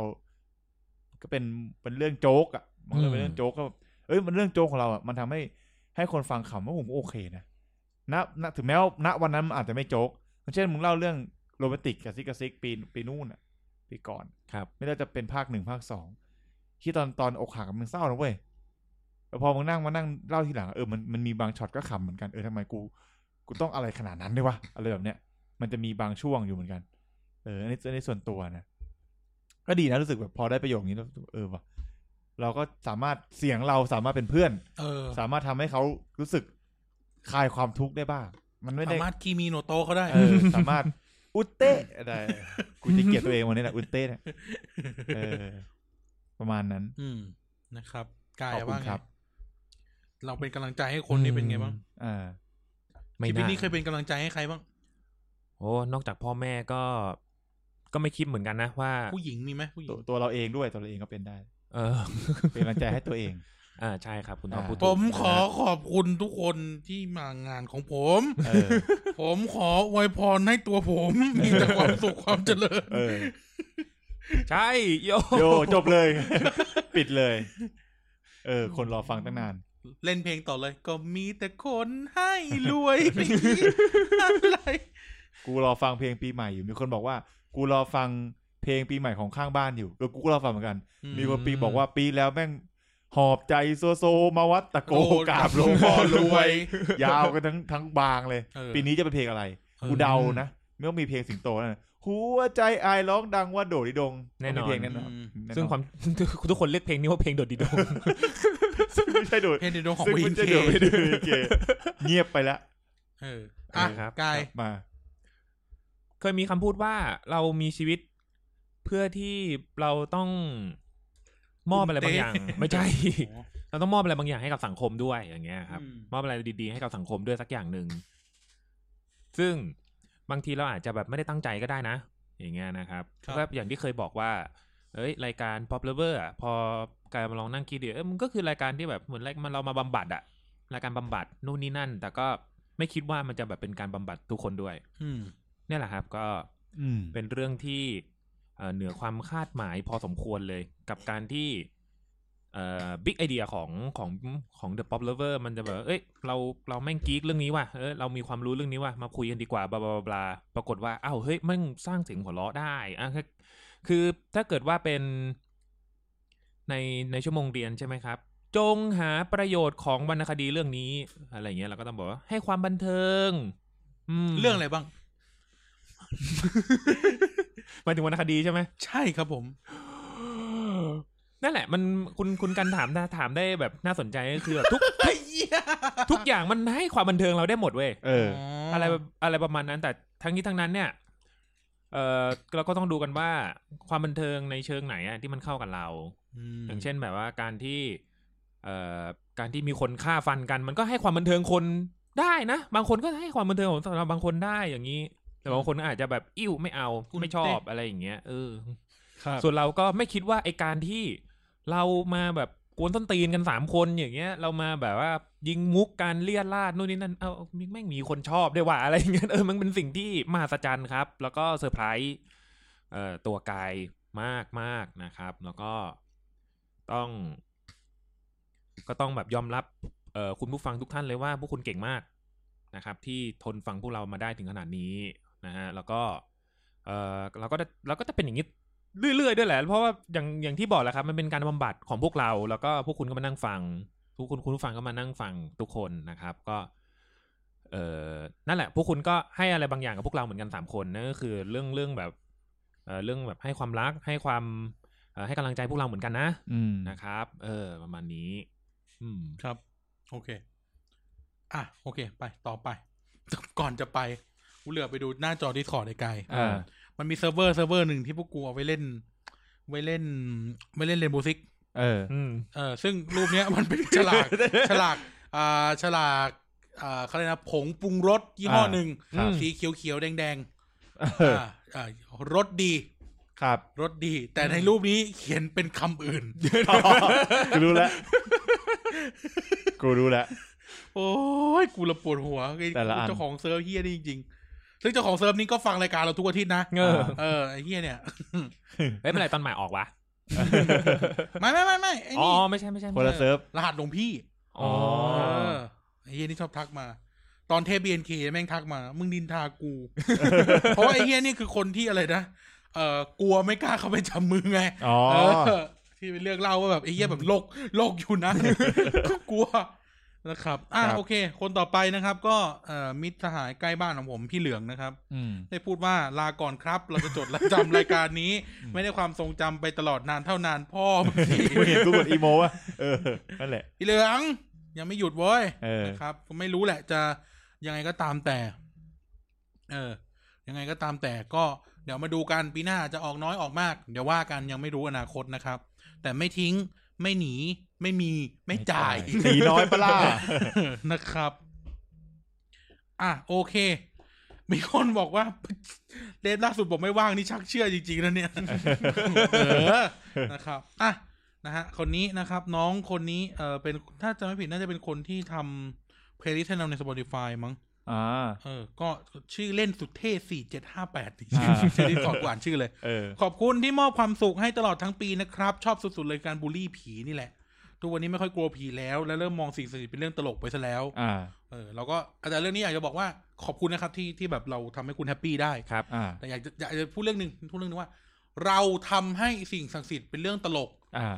B: ก็เป็นเป็นเรื่องโจ๊กอะ่ะ มันก็เลยเป็นเรื่องโจ๊กก็แบบเอ้ย มันเรื่องโจ๊กของเราอะ่ะ มันทำให้ให้คนฟังขำว่าผมโอเคนะณณถึงแม้ว่าณวันนั้นมันอาจจะไม่โจ๊กเช่นมึงเล่าเรื่องโรแมนติกกับซิกกับซิกปีปีนู่นอะ่ะปีก่อน
C: ครับ
B: ไม่ว่าจะเป็นภาคหนึ่งภาคสองที่ตอนตอนอกหักอะมันเศร้านะเว้ยแต่พอมึงนั่งมานั่งเล่าทีหลังเออมันมันมีบางช็อตก็ขำเหมือนกันเออทำไมกู กูต้องอะไรขนาดนั้นด้วยวะอะไรแบบเนี้ยมันจะมีบางช่วงอยู่เหมือนกัน เอออันนี้ในส่วนตัวนะก็ดีนะรู้สึกแบบพอได้ประโยคนี้แล้วเออวะเราก็สามารถเสียงเราสามารถเป็นเพื่อน
A: เออ
B: สามารถทำให้เขารู้สึกคลายความทุกข์ได้บ้าง มันไม่ได้
A: สามารถคีมีโนโตะเขาได้
B: เออสามารถอุตเต้ได้กูจะเกลียดตัวเองวันนี้แหละอุตเต้เนี่ยเออ ประมาณนั้น
A: ืมนะครับกา
B: ข
A: ย
B: อบคุณ
A: ว่าไง
B: ครับ
A: เราเป็นกำลังใจให้คนนี่เป็นไงบ้าง
B: อ่า
C: ไม่
A: ชีวิต
C: น่า
A: นี้เคยเป็นกำลังใจให้ใครบ้าง
C: โอ้นอกจากพ่อแม่ก็ ก็ไม่คิดเหมือนกันนะว่า
A: ผู้หญิงมีไหมผู้หญิ
B: ตัว
A: ง
B: ตัวเราเองด้วยตัวเราเองก็เป็น ได้
C: เออ
B: เป็นกำลังใจให้ตัวเอง
C: อ่าใช่ครับคุณทอม
B: อ่า
C: พูดถูก
A: ผมขอขอบคุณทุกคนที่มางานของผม
B: เออ
A: ผมขออวยพรให้ตัวผม มีแต่ความสุขความเจริญ
B: เออ
C: ใช่โย
B: โยจบเลย ปิดเลย เออ คนรอฟังตั้งนาน
A: เล่นเพลงต่อเลย ก็มีแต่คนให้ร วยไปอีกอะไร
B: กูรอฟังเพลงปีใหม่อยู่ มีคนบอกว่า กูรอฟังเพลงปีใหม่ของข้างบ้านอยู่แล้วกูก็รอฟังเหมือนกัน มีคนปีบอกว่าปีแล้วแม่งหอบใจโซโซมาวัดตะโกกราบหลวงพ่อร วย ยาวกันทั้งทั้งบางเลย
A: เออ
B: ปีนี้จะเป็นเพลงอะไร
A: เออ
B: กูเดานะไม่ต้องมีเพลงสิงโตแล้วนะหัวใจอายร้องดังว่าโดดิดง
C: แน่นอ
B: มีเพล
C: น
B: งแน่นอนแน่นอน
C: ซึ่งความ ทุกคนเรียกเพลงนี้ว่าเพลงโดดดีดง
B: ซึ่งไม่ใช่โดด
A: เพลงเดดงของ
B: ซึ่ง
A: วิ
B: ไม่
A: น
B: ใช่
A: เค
B: โดดไม่โดดเคเงียบไปแล้ว
A: เอออ่ะ
C: ครับ
A: กาย
B: มา
C: เคยมีคำพูดว่าเรามีชีวิตเพื่อที่เราต้องมอบอะไรบางอย่าง ไม่ใช่ เราต้องมอบอะไรบางอย่างให้กับสังคมด้วยอย่างเงี้ยครับ
A: อืม
C: มอบอะไรดีๆให้กับสังคมด้วยสักอย่างหนึ่ง ซึ่งบางทีเราอาจจะแบบไม่ได้ตั้งใจก็ได้นะ อย่างเงี้ยนะครับ
A: ครับ
C: ก็อย่างที่เคยบอกว่า เอ้ย รายการ pop lover อะพอกายมาลองนั่งคิดดิเอ้ยมันก็คือรายการที่แบบเหมือนรายมันเรามาบำบัดอะรายการบำบัดนู่นนี่นั่น แต่ก็ไม่คิดว่ามันจะแบบเป็นการบำบัดทุกคนด้วย
A: อืม
C: เนี่ยแหละครับก็
B: อืม
C: เป็นเรื่องที่เอ่อเหนือความคาดหมายพอสมควรเลยกับการที่บิ๊กไอเดียของของของ The Pop Lover มันจะแบบเอ้ยเราเราแม่งกีกเรื่องนี้ว่ะเอ้ยเรามีความรู้เรื่องนี้ว่ะมาคุยกันดีกว่าบลาบลาบลาปรากฏว่าอ้าวเฮ้ยแม่งสร้างเสียงหัวเราะได้อ่ะคือคือถ้าเกิดว่าเป็นในในชั่วโมงเรียนใช่ไหมครับ จงหาประโยชน์ของวรรณคดีเรื่องนี้อะไรอย่างเงี้ยเราก็ต้องบอกว่าให้ความบันเทิงม
A: เรื่องอะไรบ้าง
C: หมายถึงวรรณคดีใช่ไหม
A: ใช่ครับผม
C: นั่นแหละ มันคุณคุณกันถามนะถามได้แบบน่าสนใจก็คือแบบทุก
A: ไอ้เหี้ย
C: ทุกอย่างมันให้ความบันเทิงเราได้หมดเว้ย
B: เออ
C: อะไรแบบอะไรประมาณนั้น แต่ทั้งนี้ทั้งนั้นเนี่ย เออเราก็ต้องดูกันว่าความบันเทิงในเชิงไหนอะที่มันเข้ากับเรา
A: ม
C: อย่างเช่นแบบว่าการที่ เอ่อการที่มีคนฆ่าฟันกัน มันก็ให้ความบันเทิงคนได้นะ บางคนก็ให้ความบันเทิงของสำหรับบางคนได้อย่างนี้ แต่บางคนก็อาจจะแบบอิ่วไม่เอาไม่ชอบอะไรอย่างเงี้ยเออ
B: ครับ
C: ส่วนเราก็ไม่คิดว่าไอการที่เรามาแบบกวนต้นตีนกันสามคนอย่างเงี้ย เรามาแบบว่ายิงมุกการเลี่ยราดนู่นนี่นั่นเอามิแม่งมีคนชอบด้วยว่ะอะไรอย่างเงี้ยเออมันเป็นสิ่งที่มหัศจรรย์ครับ แล้วก็เซอร์ไพรส์เอ่อตัวกายมากมากๆนะครับ แล้วก็ต้อง ก็ต้องแบบยอมรับเอ่อคุณผู้ฟังทุกท่านเลยว่าพวกคุณเก่งมากนะครับ ที่ทนฟังพวกเรามาได้ถึงขนาดนี้นะฮะแล้วก็ เออเราก็จะเราก็จะเป็นอย่างนี้เรื่อยๆด้วยแหละ เพราะว่าอย่างอย่างที่บอกแหละครับ มันเป็นการบำบัดของพวกเรา แล้วก็พวกคุณก็มานั่งฟัง ทุกคนคุณผู้ฟังก็มานั่งฟังทุกคนนะครับ ก็ เอ เออนั่นแหละ พวกคุณก็ให้อะไรบางอย่างกับพวกเราเหมือนกันสามคนนั่นก็คือเรื่องเรื่องแบบเออเรื่องแบบให้ความรักให้ความเอ่อให้กำลังใจพวกเราเหมือนกันนะ
B: อืม
C: นะครับ เออ ประมาณนี้ อืม
A: ครับ โอเค อ่ะ โอเค ไปต่อไป ก่อนจะไปกูเหลือไปดูหน้าจอดิสคอร์ดไกลๆ
B: อ่า
A: มันมีเซิร์ฟเวอร์เซิร์ฟเวอร์หนึ่งที่พวกกูเอาไว้เล่น ไว้เล่น ไม่เล่นเรนโบซิก
B: เออ
C: อืม
A: เออซึ่งรูปเนี้ย มันเป็นฉลาก ฉลากอ่าฉลากอ่าเขาเรียกนะผงปรุงรสยี่ห้อหนึ่ง
C: อ่าครับ
A: สีเขียวเขียวๆแดงแดงๆ
B: เออ
A: อ่าอ่ารสดี
B: ครับ
A: รสดี แต่ในรูปนี้เขียนเป็นคำอื่น
B: กูรู้แล้ว กูรู้แล้ว
A: โอ้ยกูละปวดหัวไอ้
B: แต่ละอัน
A: เจ้าของเซิร์ฟเฮียนี่จริงๆซึ่งเจ้าของเซิร์ฟนี่ก็ฟังรายการเราทุกอาทิตย์นะ
C: เออ
A: เออไอ้เฮียเนี่ย
C: เฮ้ยเป็นไรตอนใหม่ออกวะ
A: ไม่ไม่ไม่ไม่ไอ้
C: อ๋อ
A: นี่
C: ไม่ใช่ไม่ใช่ไม่
B: คนละ
C: ใช่
B: เซิร์ฟ
A: รหัสหลวงพี่
C: อ๋อ
B: อ๋อ
A: เออไอ้เฮียนี่ชอบทักมา ตอนเทปบีเอ็นเคแม่งทักมา มึงดินทากู เพราะว่าไอ้เฮียนี่คือคนที่อะไรนะเออกลัวไม่กล้าเข้าไปจับมือไง
B: อ๋อ
A: เออ ที่เป็นเรื่องเล่าว่าแบบไอ้เฮียแบบโลกโลกอยู่นะ ก็กลัวนะครับ อ่ะ
B: ครับ
A: โอเค คนต่อไปนะครับ ก็เอ่อมิตรสหายใกล้บ้านของผมพี่เหลืองนะครับ
B: อืม
A: ได้พูดว่าลาก่อนครับ เราจะจดและจำรายการนี้
B: อืม
A: ไม่ได้ความทรงจำไปตลอดนานเท่านานพ่อมึง สิ
B: กูเห็นกูกดอีโมว่ะเออ นั่นแหละ
A: อีเหลือง ยังไม่หยุดเว้ย
B: เออ
A: นะครับก็ไม่รู้แหละจะยังไงก็ตามแต่ เออ ยังไงก็ตามแต่ก็เดี๋ยวมาดูกันปีหน้าจะออกน้อยออกมาก เดี๋ยวว่ากันยังไม่รู้อนาคตนะครับ แต่ไม่ทิ้งไม่หนี ไม่มีไม่จ่าย
B: ตีน้อยปะ ล่ะ
A: นะครับ อ่ะโอเค มีคนบอกว่า เดทล่าสุดบอกไม่ว่างนี่ชักเชื่อจริงๆนะเนี่ย เออ นะครับ อ่ะ นะฮะ คนนี้นะครับ น้องคนนี้ เออเป็น ถ้าจะไม่ผิดน่าจะเป็นคนที่ทำเพลย์ลิสต์ให้เราใน Spotify มั้ง
B: อ่า
A: เออ ก็ชื่อเล่นสุดเท่สี่เจ็ดห้าแปด
B: อ่า
A: ชื่อที่ขอดกอ่านชื่อเลย
B: เออ
A: ขอบคุณที่มอบความสุขให้ตลอดทั้งปีนะครับ ชอบสุดๆเลยการบูลลี่ผีนี่แหละ ทุกวันนี้ไม่ค่อยกลัวผีแล้ว และเริ่มมองสิ่งศักดิ์สิทธิ์เป็นเรื่องตลกไปซะแล้ว
B: อ่า
A: เออเราก็แต่เรื่องนี้อยากจะบอกว่าขอบคุณนะครับที่ที่แบบเราทำให้คุณแฮปปี้ได้
C: ครับ
B: อ่า
A: แต่อยากจะอยากจะพูดเรื่องหนึ่งพูดเรื่องหนึงว่า เราทำให้สิ่งศักดิ์สิทธิ์เป็นเรื่องตลก
B: อ่า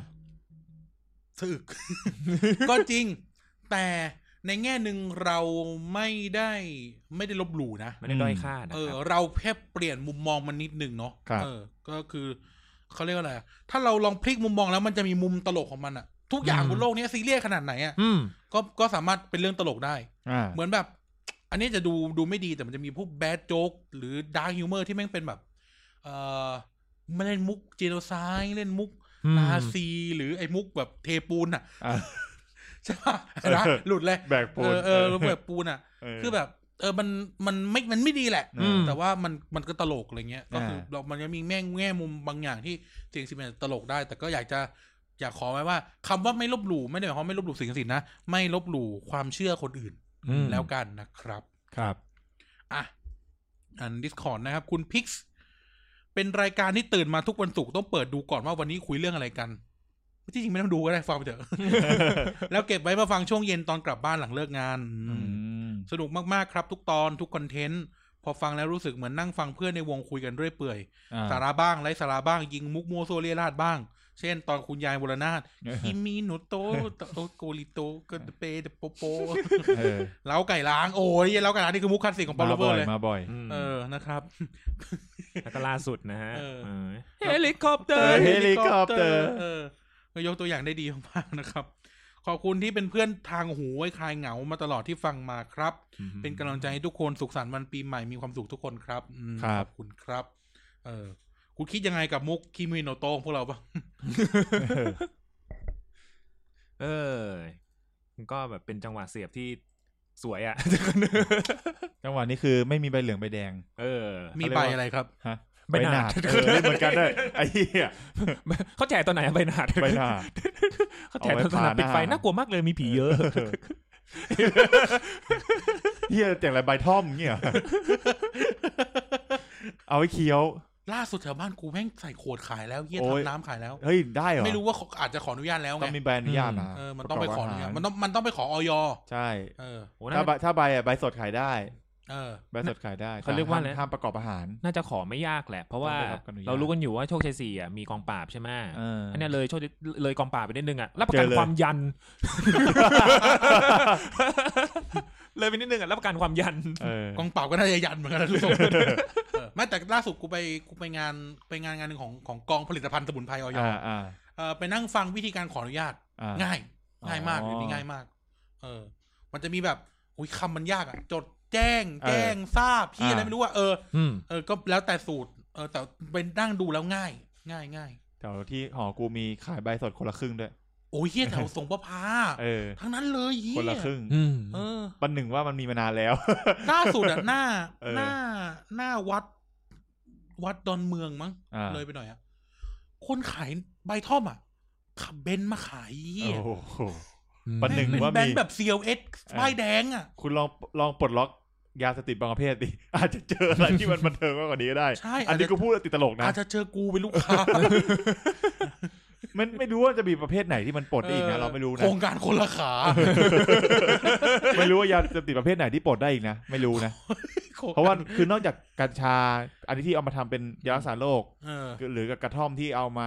A: สึก ก็จริง แต่ในแง่หนึ่งเราไม่ได้ไม่ได้ลบหลู่นะ
C: ไม่ได้ด้อยค่านะ
A: เออ
C: ครับ
A: เราแค่เปลี่ยนมุมมองมันนิดหนึ่งเนาะ
B: ครับ
A: เออ ก็คือเขาเรียกว่าอะไรอะถ้าเราลองพลิกมุมมองแล้วมันจะมีมุมตลกของมันอะทุกอย่าง
C: อืม
A: บนโลกเนี้ยซีเรียสขนาดไหนอะ
C: อืม
A: ก็ก็สามารถเป็นเรื่องตลกได้
B: อ่า
A: เหมือนแบบ อันนี้จะดูดูไม่ดีแต่มันจะมีพวกแบดโจ๊กหรือดาร์ h ฮิวเมอร์ที่แม่งเป็นแบบ เออไม่เล่นมุกเจโนไซด์เล่นมุก
C: อืม
A: นาซี หรือไอ้มุกแบบเทปูนอ่ะ
B: อ่า
A: ใช่ป่ะนะ
B: เออ
A: หลุดเลย
B: แบกปู
A: เอน อเออแบบปูนอ่ะ
B: เ
A: คือแบบ เออมันมันไม่มันไม่ดีแหละ
B: อืม
A: แต่ว่ามันมันก็ตลกอะไรเงี้ย ก็คืออา เรามันจะมีแง่แง่มุมบางอย่างที่เสียงสิบเอ็ดตลกได้ แต่ก็อยากจะอยากขอไว้ว่าคำว่าไม่ลบหลู่ไม่ได้หมายความว่าไม่ลบหลู่สิ่งศักดิ์สิทธิ์นะไม่ลบหลู่ความเชื่อคนอื่น
C: อืม
A: แล้วกันนะครับ
B: ครับ
A: อ่ะ อัน Discord นะครับ คุณพิกซ์เป็นรายการที่ตื่นมาทุกวันศุกร์ต้องเปิดดูก่อนว่าวันนี้คุยเรื่องอะไรกัน ที่จริงไม่ต้องดูก็ได้ฟังไปเถอะ แล้วเก็บไว้มาฟังช่วงเย็นตอนกลับบ้านหลังเลิกงาน อื
B: อื
A: ม
B: ม
A: สนุกมาก ๆ ครับ ทุกตอนทุกคอนเทนต์ พอฟังแล้วรู้สึกเหมือนนั่งฟังเพื่อนในวงคุยกันเรื่อยเปื่อย
B: อ่า
A: สาระบ้างไร้สาระบ้าง ยิงมุกมัวโซวเรียราดบ้าง เช่นตอนคุณยายวร นาถ คิมีโนโตะโอโกริโตะกะเปเดโปโป
B: เออ
A: เล้าไก่ล้างโอ้ยเล้าไก่ล้างนี่คือมุกคลาสสิกของปอล
B: มา
A: เลเว
B: บ่
A: อ
B: อ
A: ร์
B: ย
A: เลย
B: มาบ่อย
C: ม
A: เออนะครับ
C: แล้วก็ล่าสุดนะฮะ
A: เออ
C: เออเฮลิคอปเตอร์
B: เฮลิคอปเตอร์
A: เออก็ยกตัวอย่างได้ดีมากๆนะครับ ขอบคุณที่เป็นเพื่อนทางหูไว้คลายเหงามาตลอดที่ฟังมาครับ เป็นกำลังใจให้ทุกคนสุขสันต์วันปีใหม่มีความสุขทุกคนครับอืม
B: ครับ
A: ขอคุณครับ เออ คุณคิดยังไงกับมุกคิมิโนโตะของพวกเราบ้าง
C: เออ ก็แบบเป็นจังหวะเสียบที่สวยอ่ะ
B: จังหวะนี้คือไม่มีใบเหลืองใบแดง
C: เออ
A: มีใบอะไรครับ
B: ฮะ
C: ใบหนาด
B: เออเล่นเหมือนกันด้วยไอ้เหี้ย
C: เขาแจกตอนไหนอะใบหนาด
B: ใบหนาด
C: เขาแจกตอนสนามปิดไฟ
B: เอาไว้ทาหน้า
C: น่ากลัวมากเลยมีผีเยอะ
B: เหี้ยแจกอะไรใบท่อมเงี้ยเหรอเอาไว้เคี้ยว
A: ล่าสุดแถวบ้านกูแม่งใส่ขวดขายแล้วเยี่ย
B: โอ้ย
A: ทำน้ำขายแล้ว
B: เฮ้ยได้เหรอ
A: ไม่รู้ว่าขออาจจะขออนุญาตแล้ว
B: ต้
A: ไง
B: องมีใบอนุญาตนะ
A: เออมันต้องไปขออนุญาตมัน
B: ประกบ
A: ต้องมันต้องไปขอออย
B: ใช่
A: เออ
C: โอ้น่า
B: ถ้าใบ
C: จะ
B: ถ้าใบอ่ะใบสดขายได้
A: เออ
B: ใบสดขายได้
C: เขาเรียกว่า
B: แต่
C: อะไร
B: ห้มห้ามประกอบอาหาร
C: น่าจะขอไม่ยากแหละ เพราะว่า
B: ต้องได้รับอนุญาต
C: เรารู้กันอยู่ว่าโชคชัยสี่อ่ะมีกองปราบใช่ไหม
B: เออ
C: อั
B: อั
C: นเนี้ยเลยโชคชัยเลยกองปราบไปนิดนึงอ่ะรับประกัน
B: เจอเลย
C: ความยัน เลยไปนิดนึงอ่ะรับประกันความยัน
B: เออก
A: องเป่าก็น่าจะยันเหมือนกันนะลูกเออไม่แต่ล่าสุดกูไปกูไปงานไปงานงานหนึ่งของของกองผลิตภัณฑ์สมุนไพรออย
B: อ่าอ่า
A: เออไปนั่งฟังวิธีการขออนุญาต
B: อ่า
A: ง่าย
B: อ๋อ
A: ง่ายมากเดี๋ยวนี้ง่ายมาก เออ มันจะมีแบบอุ้ยคำมันยากอะจดแจ้ง แจ้งทราบพี่อะไรไม่รู้ว่าเออ
C: อืม
A: เออก็แล้วแต่สูตร เออ แต่ไปนั่งดูแล้วง่าย ง่ายง่าย
B: แถวที่หอกูมีขายใบสดคนละครึ่งด้วย
A: โอ้ยเฮียแถวสงประพา
B: เออ
A: ทั้งนั้นเลยเฮีย
B: คนละครึ่ง
C: อืม
A: เออ
B: ปันหนึ่งว่ามันมีมานานแล้ว
A: ล่าสุด อะหน้า
B: เออ
A: หน้าหน้าวัด วัดดอนเมืองมั้ง
B: อ่า
A: เลยไปหน่อยอะคนขายใบท่อมอะขับเบนซ์มาขายเฮีย
B: โอ้โห ประหนึ่ง
A: แม่เป็
B: ว่ามี
A: แบงค์แบบ CLX ป้ายแดงอะ
B: คุณลองลองปลดล็อกยาเสพติดบางประเภทดิ อาจจะเจออะไรที่มันบันเทิงมากกว่านี้ก็ได้
A: ใช่
B: อันนี้
A: อาจจะ
B: กูพูดติดตลกนะ
A: อาจจะเจอกูเป็นลูกค้า
B: มันไม่รู้ว่าจะมีประเภทไหนที่มันปลดได้ อีกนะเราไม่รู้นะ
A: โครงการคนละขา
B: ไม่รู้ว่ายาเสพติดประเภทไหนที่ปลดได้อีกนะ ไม่รู้นะ เพราะว่าคือนอกจากกัญชา อันนี้ที่เอามาทำเป็นยารักษาโรค
A: เออ
B: หรือกับกระท่อมที่เอามา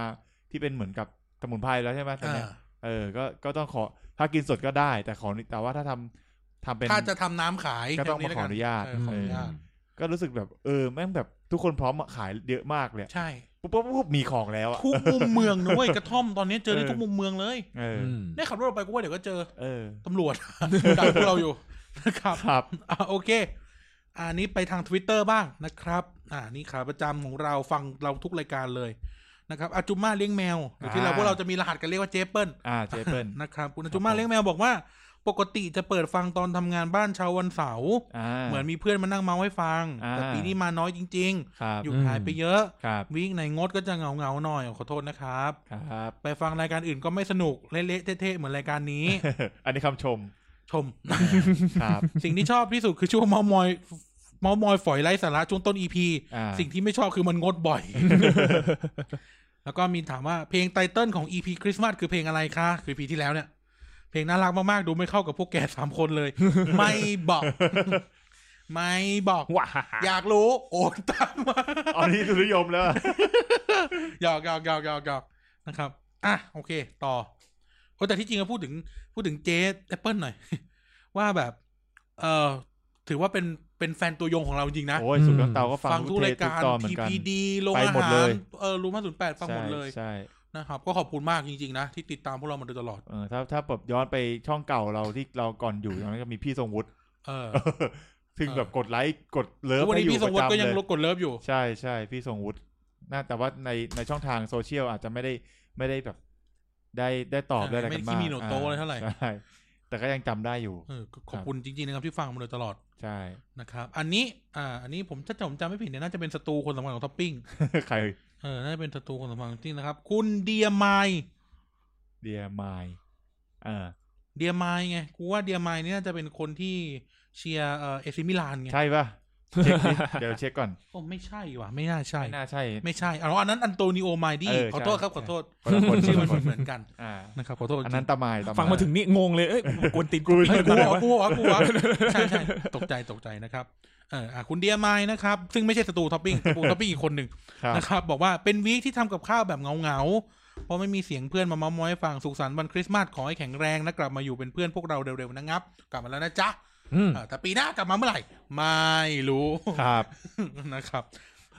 B: ที่เป็นเหมือนกับสมุนไพรแล้วใช่ไหมตอนเนี้ย เออ ก็ ก็ต้องขอ ถ้ากินสดก็ได้ แต่ขอแต่ว่าถ้าทำทำเป็น
A: ถ้าจะทำน้ำขาย
B: ก็ต้อง
A: แค่นี้
B: มาขออนุญาต
A: แล้วกันเออขออนุญาต
B: ก็รู้สึกแบบ เออ แม่งแบบทุกคนพร้อมอะขายเยอะมากเลย
A: ใช่
B: ปุ๊บปุ๊บปุ๊บมีของแล้วอะ
A: ทุกมุมเมืองนะเว้ยกระท่อมตอนนี้เจอได้
B: เออ
A: ทุกมุมเมืองเลย
B: เออ
A: ได้ขับรถออกไปกูว่าเดี๋ยวก็เจอ
B: เออ
A: ตำรวจ ดักพวกเราอยู่นะครับ
B: ครับ
A: อ่ะโอเค อันนี้ไปทาง Twitter บ้างนะครับ อ่านี่ขาประจำของเราฟังเราทุกรายการเลยนะครับอาจุมมาเลี้ยงแมวหรือที่เรา
B: อ่า
A: พวกเราจะมีรหัสกันเรียกว่าเจเปิล
B: อ่า เจเปิล
A: นะครับคุณ
B: ครับ
A: จุมา
B: ผม
A: เลี้ยงแมวบอกว่าปกติจะเปิดฟังตอนทำงานบ้านเช้าวันเสาร์
B: อ่า
A: เหมือนมีเพื่อนมานั่งเมาให้ฟัง
B: อ่า
A: แต่ปีนี้มาน้อยจริง
B: ครับ
A: ๆ หยุด
C: อืม
A: หายไปเยอะ
B: ครับ
A: วิ่งในงดก็จะเหงาเงาๆหน่อยขอโทษนะครับ
B: ครับ
A: ไปฟังรายการอื่นก็ไม่สนุก เละๆเท่ๆเหมือนรายการนี้
B: อันนี้คำชม
A: ชม
B: ครับ
A: สิ่งที่ชอบที่สุดคือช่วงเมามอยเมามอยฝอยไร้สาระช่วงต้นอีพี
B: อ่า
A: สิ่งที่ไม่ชอบคือมันงดบ่อย แล้วก็มีถามว่าเพลงไตเติลของ EP คริสต์มาสคือเพลงอะไรคะคือ EP ที่แล้วเนี่ย เพลงน่ารักมากๆ ดูไม่เข้ากับพวกแกสามคนเลย ไม่บอก ไม่บอก
C: ว้า
A: อยากรู้ โอนตามมา
B: อันนี้ทุนนิยมแล้ว อะ
A: หยอกหยอกหยอกหยอกหยอกนะครับ อ่ะ โอเค ต่อโอ้แต่ที่จริงก็พูดถึงพูดถึงเจ๊แอปเปิลหน่อย ว่าแบบ เออถือว่าเป็นเป็นแฟนตัวยงของเราจริงๆนะ
B: โอ้ย สุดแล้วเตาก็ฟั
A: ฟั
B: ง
A: ง
B: ทุ
A: ทุก
B: ก
A: ราย
B: เทปทุก
A: การ
B: ตอนเหมือนกัน
A: PPD โรง
B: ไป
A: อา
B: หมด
A: หา
B: เล
A: ร
B: ย
A: เออรูมห้าศูนย์แปดฟังหมดเลย
B: ใช่ใช่
A: นะครับ ก็ขอบคุณมากจริง ๆ นะ ที่ติดตามพวกเรามาโดยตลอด
B: เออถ้าถ้าแบบย้อนไปช่องเก่าเราที่เราก่อนอยู่ตอนนั้นก็มีพี่ทรงวุฒิ
A: เออ
B: ถึง
A: เออ
B: แบบกดไลค์กดเลิฟ
A: ทุกวันนี้
B: ให้อ
A: พี่
B: ยู่
A: สงวุฒิ
B: ประจำ
A: ก็ยัง
B: เล
A: ลบกดเลิฟอยู่
B: ใช่ใช่พี่ทรงวุฒิน่าแต่ว่าในในช่องทางโซเชียลอาจจะไม่ได้ไม่ได้แบบ ได้ได้ตอบ
A: เออ
B: ได้อะไร
A: ไม่
B: กัน
A: ได้
B: มาก
A: ขี้มีโหนกโตอะไรเท่าไหร่
B: ใช่แต่ก็ยังจำได้อยู่
A: เออก็ขอบคุณจริง ๆ นะครับที่ฟังมาโดยตลอด
B: ใช่
A: นะครับ อันนี้ อ่า อันนี้ผมถ้าผมจำไม่ผิดเนี่ยน่าจะเป็นสตูคนสำคัญของท็อปปิ้ง
B: ใคร
A: เออ น่าจะเป็นสตูคนสำคัญของท็อปปิ้งนะครับ คุณเดียไมล์
B: เดียมายอ่า
A: เดียไมล์ไง กูว่าเดียไมล์นี่น่าจะเป็นคนที่เชียร์เอ่อเอซิมิลานไง
B: ใช่ปะเช็คดิเดี๋ยวเช็คก่อน
A: โอ้ไม่ใช่ว่ะ ไม่น่าใช่
B: ไม่น่าใช่
A: ไม่ใช่เอาอันนั้นอันโตนิโอไมดี้
B: เออใช่
A: ขอโทษครับขอโทษ
B: คนละคน
A: ชื่อมัน
B: คนละคน
A: เหมือนกัน
B: อ่า
A: นะครับขอโทษจริ
B: อัน
A: ง
B: นั้นตะมายตะย
C: ฟังมาถึงนี่งงเลย เอ้ยกวนตีน
B: กูไม่
A: เฮ้ย
C: กู
A: กูเหร
C: อะ
A: อ กูเหรอกูเหรอใช่ใช่ตกใจตกใจนะครับเอออ่ะคุณเดียไมล์นะครับ ซึ่งไม่ใช่สตูท็อปปิ้งสตูท็อปปิ้งอีกคนหนึ่ง
B: ครับ
A: นะครับบอกว่าเป็นวีคที่ทำกับข้าวแบบเงาเงาๆเพราะไม่มีเสียงเพื่อนมาเมาท์มอยให้ฟังสุขสันต์วันคริสต์มาสขอให้แข็งแรงนะกลับมาอยู่เป็นเพื่อนพวกเราเร็วๆนะครับ กลับมาแล้วนะจ๊ะ
C: อืม
A: เออแต่ปีหน้ากลับมาเมื่อไหร่ ไม่รู้
B: ครับ
A: นะครับ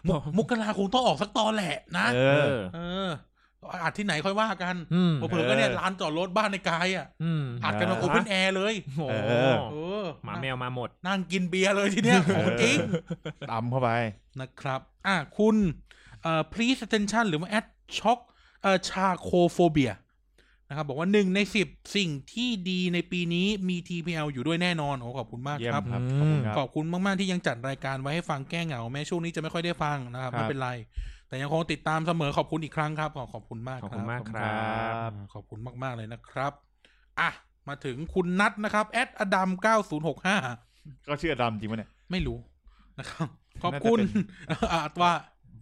A: มุกมุกกลาคงต้องออกสักตอนแหละนะ
B: เอ
C: เอ
B: อ
C: อ
A: เอออัดที่ไหนค่อยว่ากัน
C: อืม
A: เผื่อๆก็เนี่ย
B: เออ
A: ร้านจอดรถบ้านในกายอ่ะ
C: อืม
A: อัดกันมาโอเพนแอร์เลย
C: โอ้
B: เออ
A: เออ
C: หมาแม
A: นั่ง
C: วมาหมด
A: นั่งกินเบียร์เลยทีเนี้ยของจริง
B: ตำเข้าไป
A: นะครับ อ่ะคุณเอ่อ please attention หรือว่า at shock เอ่อ charcophobia นะครับ บอกว่าหนึ่งในสิบสิ่งที่ดีในปีนี้มี TPL อยู่ด้วยแน่นอนโอ้ขอบคุณมาก
B: เยี่ยม
A: ครับ
B: ครับ
C: อืม
B: ขอบคุณครับ
A: ขอบคุณมาก ๆ ที่ยังจัดรายการไว้ให้ฟังแก้เหงา แม้ช่วงนี้จะไม่ค่อยได้ฟังนะครับ
B: ครับ
A: ไม่เป็นไร แต่ยังคงติดตามเสมอขอบคุณอีกครั้งครับ ขอขอบคุณมาก
C: ขอบ
A: ค
C: คุ
A: รั
C: ณ
A: บ
C: มาก
B: ขอบคุ
C: ค
B: ณ
C: รั
B: ครับ บ
A: ขอบคุณมาก ๆ เลยนะครับ อ่ะ มาถึงคุณนัทนะครับ แอดอดัม9065
B: ก็ชื่ออดำจริงปะเนี่ย
A: ไม่รู้นะครับ ขอบ
B: น่าจะ
A: คุณ
B: เป็น
A: อ่ะว่า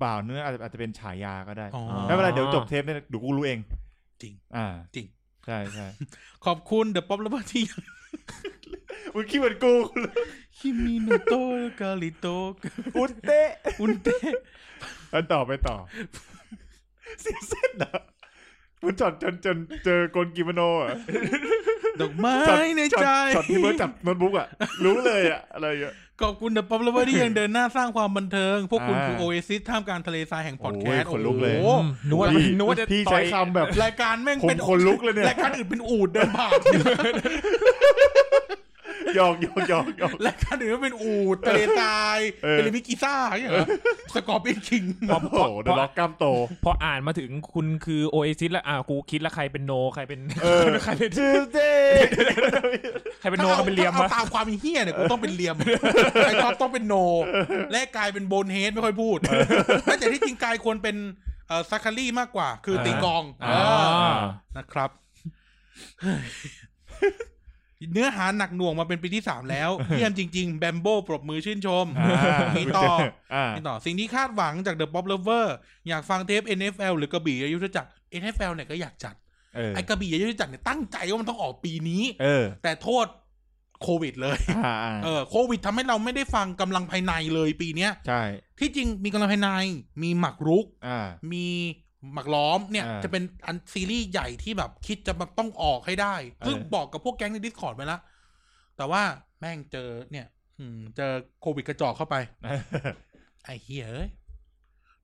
B: บ่าวเนื้ออาจจะอาจจะเป็นฉายาก็ได้
A: อ๋อ
B: ไม่เป็นไรเดี๋ยวจบเทปเนี่ยเดูกูรู้เอง
A: จริง
B: อ่า
A: จริง
B: ใช่ใช่
A: ขอบคุณเดอะป๊อปเลเวอร์ที่
B: มึงคิดเหมือนกู
A: คิมิโนโตะกาลิ โตะ
B: อุตเตะ
A: อุนเตะ
B: อันต่อไปต่อ เสียเส้นนะ มันช็อตจนจนเจอโกนกิโมโนอ่ะ
A: ดอกไม้ใน
B: ช็อต
A: ใจ
B: ช็อตที่เบิร์ดจับโน้ตบุ๊กอ่ะ รู้เลยอ่ะ อะไรอย่างเงี้ย
A: ขอบคุณเดอะป๊อปเลเวอร์ที่ยังเดินหน้าสร้างความบันเทิง พวกคุณ
B: อ่า
A: คือโอเอซิสท่ามกลางทะเลทรายแห่งพอดแคสต์
B: โอ้ยขนลุกเลย
A: โอ้
C: โอ้
A: โห
C: นึกว่า
B: พี่
C: นึกว่าจะ
B: พี่
C: ต่
B: ใช้
C: อย
B: คำแบบ
A: รายการแม่ง
B: ผม
A: เป็น
B: ขนลุกเลยเนี่ย
A: รายการอื่นเป็นอูดเดินผ่าน
B: หยอกหยอกหยอกหยอก
A: รายการอื่นก็เป็นอูดทะเลทราย
B: เออ
A: เป็นลิมิกิซ่าอย่างเงี้ยเหรอสกอร์เป็นคิง
B: โอ้โหเดอะล็อกกล้ามโต
C: พออ่านมาถึงคุณคือโอเอซิสแล้วอ่ากูคิดแล้วใครเป็นโน ใครเป็น
B: เออ
C: ใครเป็น
B: Tuesday
C: ใครเป็นโนใครเป็นเลีย
A: ถ้าว
C: มะ
A: เอาตามความเฮี้ยเนี่ยกูต้องเป็นเลียม ไอ้ท็อปต้องเป็นโน และกลายเป็นโบนเฮดไม่ค่อยพูดแต่ที่จริงกายควรเป็นเอ่อซัคคารี่มากกว่า คือตีกลอง
C: อ่
A: เอา อนะครับ เฮ้ยเนื้อหาหนักหน่วงมาเป็นปีที่สามแล้ว เยี่ยมจริง ๆ แบมโบ้ปรบมือชื่นชมมีต่อ
B: อ่า
A: นี่ต่อสิ่งที่คาดหวังจาก The Pop Lover อยากฟังเทป NFL หรือกระบี่อยุทธจักร NFL เนี่ยก็อยากจัด
B: เออ
A: ไอ้กระบี่อยุทธจักรเนี่ยตั้งใจว่ามันต้องออกปีนี้
B: เออ
A: แต่โทษโควิดเลย
B: อ่าอ่า
A: เออโควิดทำให้เราไม่ได้ฟังกำลังภายในเลยปีเนี้ย
B: ใช่
A: ที่จริงมีกำลังภายใน มีหมักรุก
B: อ่า
A: มีหมักล้อมเนี่ย
B: อ่า
A: จะเป็นอันซีรีส์ใหญ่ที่แบบคิดจะแบบต้องออกให้ได้ ซึ่ง
B: เออ
A: บอกกับพวกแก๊งใน Discord ไปแล้วแต่ว่าแม่งเจอเนี่ย อืมเจอโควิดกระจอกเข้า ไป ไอ้เหี้ยเอ้ย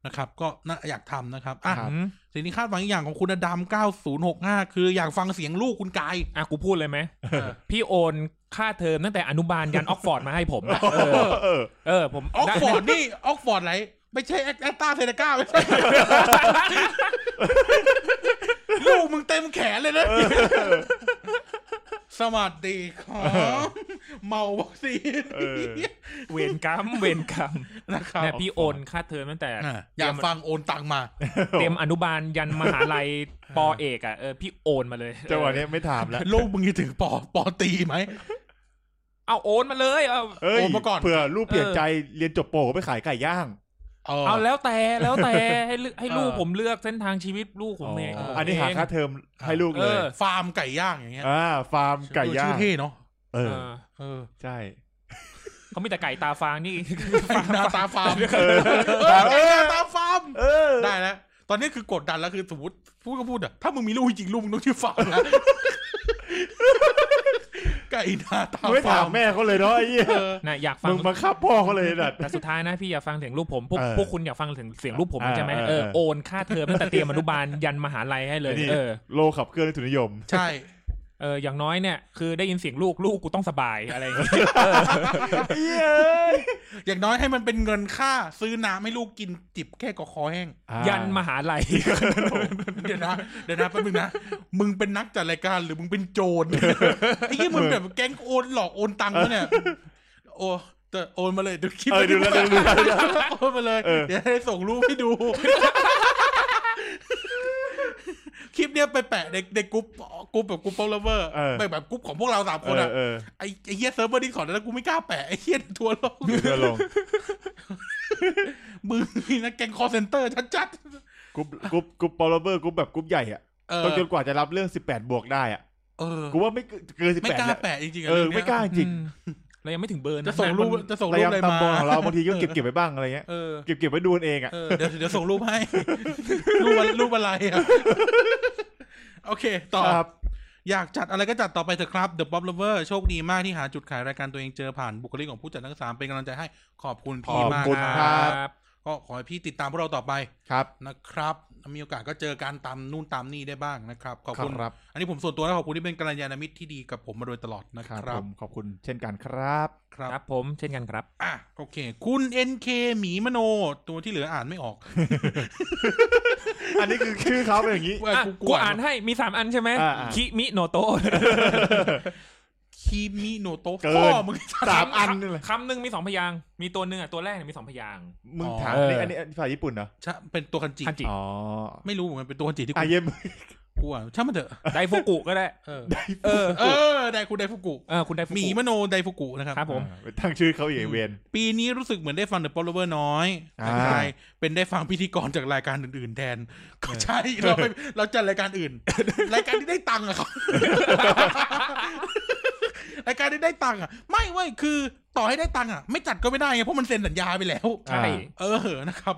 A: นะครับ ก็น่าอยากทำนะครับอ่ะ
B: ครับ
C: อืม
A: สิ่งที่คาดหวังอีกอย่างของคุณอดำ9065 คืออยากฟังเสียงลูกคุณกาย
C: อ่ะกูพูดเลยไหม
A: เออ
C: พี่โอนค่าเทอมตั้งแต่อนุบาลยันออกฟอร์ดมาให้ผมอะเออ
B: เออ
C: เออผม
A: ออกฟอร์ดนี่ออกฟอร์ดไหนไม่ใช่แอตตาเซเนกาไม่ใช่ ลูกมึงเต็มแขนเลยนะ สวัสดีครับเมาวัคซีน
B: เออ
C: เวรกรรมเวรกรรม
A: นะครับ
C: เนี่ยพี่โอนค่าเทอมตั้งแต่
A: อ่ะอยากฟังโอนตังมา
C: เตรียมอนุบาลยันมหาลัย ปอเอกอ่ะเออพี่โอนมาเลย
B: จังหวะเนี้ยไม่ถามแล้ว
A: ลูกมึงจะถึงปอปอตีไหม
C: เอาโอนมาเลยเอา
B: เอ้ย
A: โอนมาก่อน
B: เผื่อลูกเปลี่ยน
C: เออ
B: ใจเรียนจบโปก็ไปขายไก่ย่าง
A: เออ
C: เอาแล้วแต่แล้วแต่ให้ เลือกให้ลูก
A: เออ
C: ผมเลือกเส้นทางชีวิตลูกผมเอง
A: อ๋อ
C: ผม
B: อันนี้หา
C: เง
B: ค่าเทอมให้ลูกเล
C: เอย อ
A: ฟาร์มไก่ย่างอย่างเงี้ย
B: อ่าฟาร์มไก่ย่า
A: ชื่
B: ง
A: อเท่เนาะ
B: เอ
C: เอ
B: อ
C: อ
A: เออ
B: ใช่
C: เขามีแต่ไก่ตาฟางนี่
A: นาตาฟาร์ม
B: เออ
A: เออไก่นาตาฟาร์ม
B: เออ
A: ได้แล้ว ตอนนี้คือกดดันแล้วคือสมมติพูดก็พูดอะถ้ามึงมีลูกจริงๆลูกมึงต้องชื่อฟาร์มนะ ไก่นาตา
B: ไม่
A: ฟา
B: ถา
A: ร์
B: ม
A: ม
B: แม่เขาเลยเนาะไอ้เหี้ย
A: เออ
C: นะอยากฟั
B: มึ
C: ง
B: งบังคับพ่อเขาเลยน่ะ
C: แต่สุดท้ายนะพี่อยากฟังเสียงลูกผมพวก
B: เออ
C: พวกคุณอยากฟังเสียงเสียงลูกผม
B: เออ
C: ใช่ไหม
B: เออ
C: เออ
B: เออ
C: โอนค่าเทอมตั้งแต่เตรียมอนุบาลยันมหาลัยให้เลย
B: นี่
C: เออ
B: โลขับเคลื่อนด้วยทุนนิยม
A: ใช่
C: เอออย่างน้อยเนี่ยคือได้ยินเสียงลูกลูกกูต้องสบายอะไรอย่างเงี้ย
A: อย่างน้อยให้มันเป็นเงินค่า ซื้อน้ำให้ลูกกินจิบแค่กอคอแห้ง
C: ยันมหาลัย
A: เดี๋ยวนะ เดี๋ยวนะแป๊บนึงนะ มึงเป็นนักจัดรายการหรือมึงเป็นโจร ไอ้ยี่มึงแบบแก๊งโอนหลอกโอนตังค์แล้วะเนี่ย โอ้แต่โอนมาเลยเดูคลิป
B: เออดูแล้วดูแล้วดูแล้ว
A: โอนมาเลย
B: เออ
A: เดี๋ยวให้ส่งรูปให้ดู คลิปเนี้ยไปแปะในในกรุ๊ปกรุ๊ปแบบกรุ๊ปโปลเวอร์
B: เออ
A: ไปแบบกรุ๊ปของพวกเราสามคนอะ
B: เออ
A: ไอ้ไอ้เฮียเซิร์ฟเวอร์ดิสคอร์ดแล้วกูไม่กล้าแปะไอ้เฮียทัวร์ลง
B: เออเดี๋ยวลง
A: มึงนี่นะแก๊งคอเซนเตอร์ชัด
B: กรุ๊ปกรุ๊ปกรุ๊ปปอลเบอร์กรุ๊ปแบบกรุ๊ปใหญ่อ่ะ
A: ๆเออ
B: ต้องจนกว่าจะรับเรื่อง 18 บวกได้อ่ะ
A: เออ
B: กูว่าไม่เกิน
A: ไม่
B: 18
A: กล้า
B: แล้ว
A: แปะจริงๆะ
B: เออ
A: รื่องนี้ย
B: ไม่กล้าจริง
C: อืมเรายังไม่ถึงเบอร์นน
A: จะส่งรูป
C: มัน
A: จะส่ง
B: ระ
A: รูป
B: ยะ
A: อะไร
B: ตำ
A: มา
B: บลของเราบางทีก็เก็บเก็บไว้บ้างอะไรเงี้ย
A: เออ
B: เก็บเก็บไว้ดูกันเองอ่ะ
A: เออเดี๋ยวเดี๋ยวส่งรูปให้ รูปอะไรรูปอะไรอะ โอเค ต่อ
B: ครับ
A: อยากจัดอะไรก็จัดต่อไปเถอะครับ The Pop Lover โชคดีมากที่หาจุดขายรายการตัวเองเจอผ่านบุคลิกของผู้จัดทั้งสามเป็นกำลังใจให้ขอบคุณพี่
B: ขอบ
A: มาก
B: คุณ
A: นะ
B: ค
C: ครับ
A: ก็ขอให้พี่ติดตามพวกเราต่อไป
B: ครับ
A: นะครับ มีโอกาสก็เจอการตามนู่นตามนี่ได้บ้างนะครับ ขอบคุณ
B: ครับ
A: อันนี้ผมส่วนตัวนะขอบคุณที่เป็นกัลยาณมิตรที่ดีกับผมมาโดยตลอดนะ
B: ค
A: ค
B: รั
A: รั
B: บบ ผมขอบคุณเช่นกันครับ
A: ครับ
C: ครับผมเช่นกันครับ
A: อ่ะโอเค คุณ NK หมีมโน ตัวที่เหลืออ่านไม่ออก
B: อันนี้คือ ชื่อเขาเป็นอย่างนี้
A: เอ้ย
C: อ่ะกูอ่านให้มีสามอันใช่ไหม
B: อ่าอ่า
C: คิมิโนโต
A: คีมิโนโตะ
B: เกิน
A: พ่อมึง
B: สามอันนี่เลย
C: คำหนึ่งมีสองพยางค์มีตัวหนึ่งอ่ะตัวแรกเนี่ยมีสองพยางค์
B: มึงถาม
C: เอออั
B: นี่อันนี้อันนี้ภาษาญี่ปุ่นเหรอ
A: ชะเป็นตัวคันจิ
C: คันจิ
B: อ๋อ
A: ไม่รู้เหมือนกันเป็นตัวคันจิที่
B: อ่ะ
A: กู
B: เยี่ยม
A: กูอ่านช่างมันเถอะ
C: ไดฟูกุก็ได้
A: เออ
C: เออ
A: เออไดคุณไดฟุกุ
C: เออคุณไดฟู
A: หมี
C: กุ
A: มโนไดฟุกุนะครับ
C: ครับผม
B: อ่าไปตั้งชื่อเขาเองเวน
A: ปีนี้รู้สึกเหมือนได้ฟังเดอะป๊อปเลเวอร์น้อย
B: อ่า
A: ใช่เป็นได้ฟังพิธีกรจากรายการอื่นๆแทน ก็ใช่เราไปเราจัดรายการอื่น รายการที่ได้ตังค์อะครับ รายการที่ได้ตังค์อะไม่เว้ยคือต่อให้ได้ตังค์อะไม่จัดก็ไม่ได้ไงเพราะมันเซ็นสัญญาไปแล้ว
C: ใช่
B: อ่า
A: เออนะครับ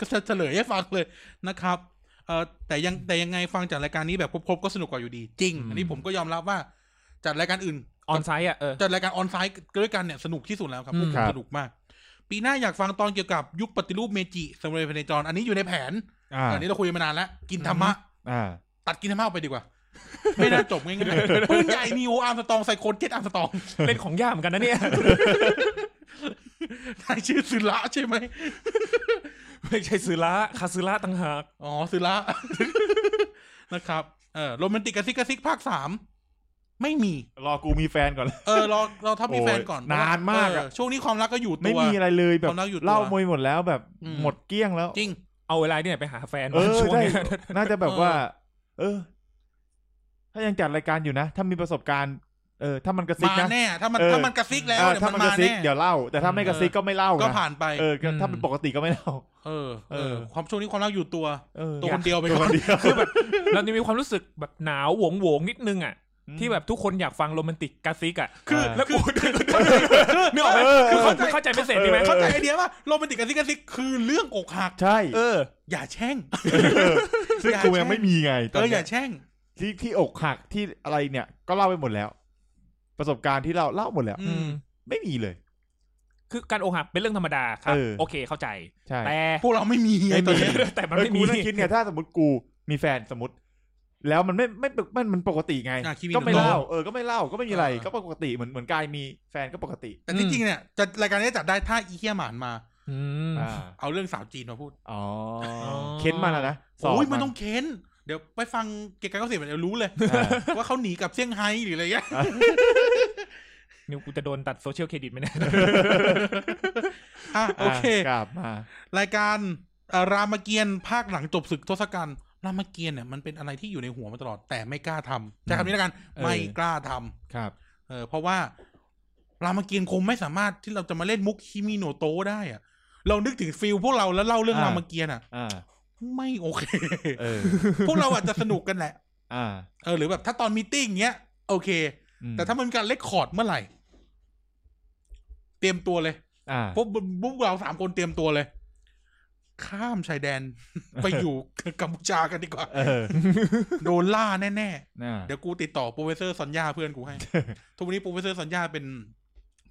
A: ก็จะเฉลยให้ฟังเลยนะครับ เออแต่ยังแต่ยังไงฟังจากรายการนี้แบบครบๆก็สนุกกว่าอยู่ดี จริง
B: อืม
A: อันนี้ผมก็ยอมรับว่าจัดรายการอื่น
C: ออนไซต์อ่ะเออ
A: จัดรายการออนไซต์ด้วยกันเนี่ยสนุกที่สุดแล้วครับ
C: อืม
A: พวกคุ
B: ครั
A: ณ
B: บ
A: สนุกมาก ปีหน้าอยากฟังตอนเกี่ยวกับยุคปฏิรูปเมจิสมัยพเนจร อันนี้อยู่ในแผน
B: อ่า
A: อันนี้เราคุยกันมานานแล้ว กินธรรมะ
B: อ่า
A: ตัดกินธรรมะออกไปดีกว่า ไม่น่าจบง่าย ๆปืนใหญ่นีโออาร์มสตองไซโคนเจ็ดอาร์มส ตอง
C: เล่นของยากเหมือนกันนะเนี่ย
A: ใช่ชื่อสุระใช่ไหม
C: ไม่ใช่ซื้อละคาซื้อละต่างหาก
A: อ๋อสุระ นะครับเออโรแมนติกกระซิกกระซิกภาคสามไม่มี
B: รอกูมีแฟนก่อน
A: เออเราเราถ้ามีแฟนก่อน
B: โอ้ยนานมากอะ
A: เช่วงนี้ความรักก็อยู่
B: ไม่
A: ตัว
B: มีอะไรเลยแบบ
A: ความรักอยู่ตัว
B: เล่ามวยหมดแล้วแบบ
A: อืม
B: หมดเกลี้ยงแล้ว
A: จริง
C: เอาเวลาที่ไหนไปหาแฟน
B: เอ
C: วะ
B: อ
C: ช่วง
B: ใช่
C: เนี้ย
B: น่าจะแบบ
A: เออ
B: ว่า เออ ถ้ายังจัดรายการอยู่นะ ถ้ามีประสบการณ์เออ ถ้ามันกระซิก
A: มา
B: นะ
A: แน่ ถ้ามัน
B: เออ
A: ถ้ามันกระซิกแล้ว
B: อ่า
A: เนี่ย
B: ถ้า
A: มัน
B: มันก
A: มา
B: ระซิก
A: แน่
B: เดี๋ยวเล่า แต่ถ้าไม่กระซิกก็ไม่เล่า
A: ก็
B: นะ
A: ผ่านไป
B: เออก็
C: อืม
B: ถ้าเป็นปกติก็ไม่เล่า
A: เออ
B: เออ
A: ความช่วงนี้ความรักอยู่ตัว
B: เออ
A: ตัวคนเดียวไป
B: ตัว
A: ก่
B: ค
A: อน น
B: เดียว
C: คือแบบเราจะมีความรู้สึกแบบหนาวหวงหวงๆนิดนึงอ่ะ ที่แบบทุกคนอยากฟังโรแมนติกกาซิกอ่ะ
A: คือ
C: แล้วกูนึกออกไหม
B: เออ
C: คือ
B: เออ
C: เขาเข้าใจไม่เสร็จดีไหม
B: เออ
A: เข้าใจไอเดียว่าโรแมนติกกับซิกกับซิกคือเรื่องอกหัก
B: ใช่
C: เออ
A: อย่าแช่ง
B: เออซึ่ง
A: อย่า
B: กู
A: แช่
B: ยัง งไม่มีไงต
A: เอ
B: อน
A: ออ
B: เนี้
A: ย่าย แช่ง
B: ที่ที่อกหักที่อะไรเนี่ย ก็เล่าไปหมดแล้ว ประสบการณ์ที่เราเล่าหมดแล้ว
A: อื
C: อืม
B: ไม่มีเลย
C: คือการอกหักเป็นเรื่องธรรมดาครับ
B: เออ
C: โอเคเข้าใจ
B: ใช่
C: แต่
A: พวกเราไม่มีไง
B: ไม่มี
A: ตอนเนี้ย
C: แต่มัน
B: เออ
C: ไม่
B: กู
C: มี
B: นั่งคิดเนี่ยถ้าสมมติกูมีแฟนสมมติ แล้วมันไม่ไม่ปกมันมันปกติไง
A: อ่ะคิด
B: ก็ไม่
A: โน
B: เล่าเออก็ไม่เล่าก็ไม่มีอะไร
A: เออ
B: ก็ปกติเหมือนเหมือนกายมีแฟนก็ปกติ
A: แต่ที่จริงเนี่ยจะรายการนี้จัดได้ถ้าอีเคียหมานมา
C: อืม
B: อ่า
A: เอาเรื่องสาวจีนมาพูด
B: อ๋อ
C: อ
B: เค้นมาแล้วนะสบ
A: โอ้ยมันต้องเค้น เดี๋ยวไปฟังเกียร์กายเขาเสียเดี๋ยวรู้เลย
B: อ่า
A: ว่าเขาหนีกลับเซี่ยงไฮ้หรืออะไรเงี้ย
C: นิวกูจะโดนตัดโซเชียลเครดิตไหมเนี่ย
A: อ่ะโอเค
B: ะกลับมาร
A: ายการเอ่อรามเกียรติ์ภาคหลังจบศึกทศกัณฐ์รามเกียรติ์เนี่ยมันเป็นอะไรที่อยู่ในหัวมาตลอดแต่ไม่กล้าทำใช้คำนี้แล้วกันไม่กล้าทำ
B: ครับ
A: เออเพราะว่ารามเกียรติ์คงไม่สามารถที่เราจะมาเล่นมุกคิมิโนโตะได้อะเรานึกถึงฟิลพวกเราแล้วเล่าเรื่อง
B: อ่า
A: รามเกียรติ์อ่ะ
B: อ่า
A: ไม่โอเค
B: เออ
A: พวกเราอาจจะสนุกกันแหละ
B: อ่า
A: เออหรือแบบถ้าตอนมีตติ้งเงี้ยโอเค
B: อื
A: แต่ถ้ามันมีการเลคคอร์ดเมื่อไหร่ เตรียมตัวเลย
B: อ่า
A: พวกพวกเราสามคนเตรียมตัวเลย ข้ามชายแดน ไปอยู่กัมพูชากันดีกว่า
B: เออ
A: โดนล่าแน่
B: น่า
A: ๆ เดี๋ยวกูติดต่อโปรเฟสเซอร์สัญญาเพื่อนกูให้ ทุกวันนี้โปรเฟสเซอร์สัญญาเป็น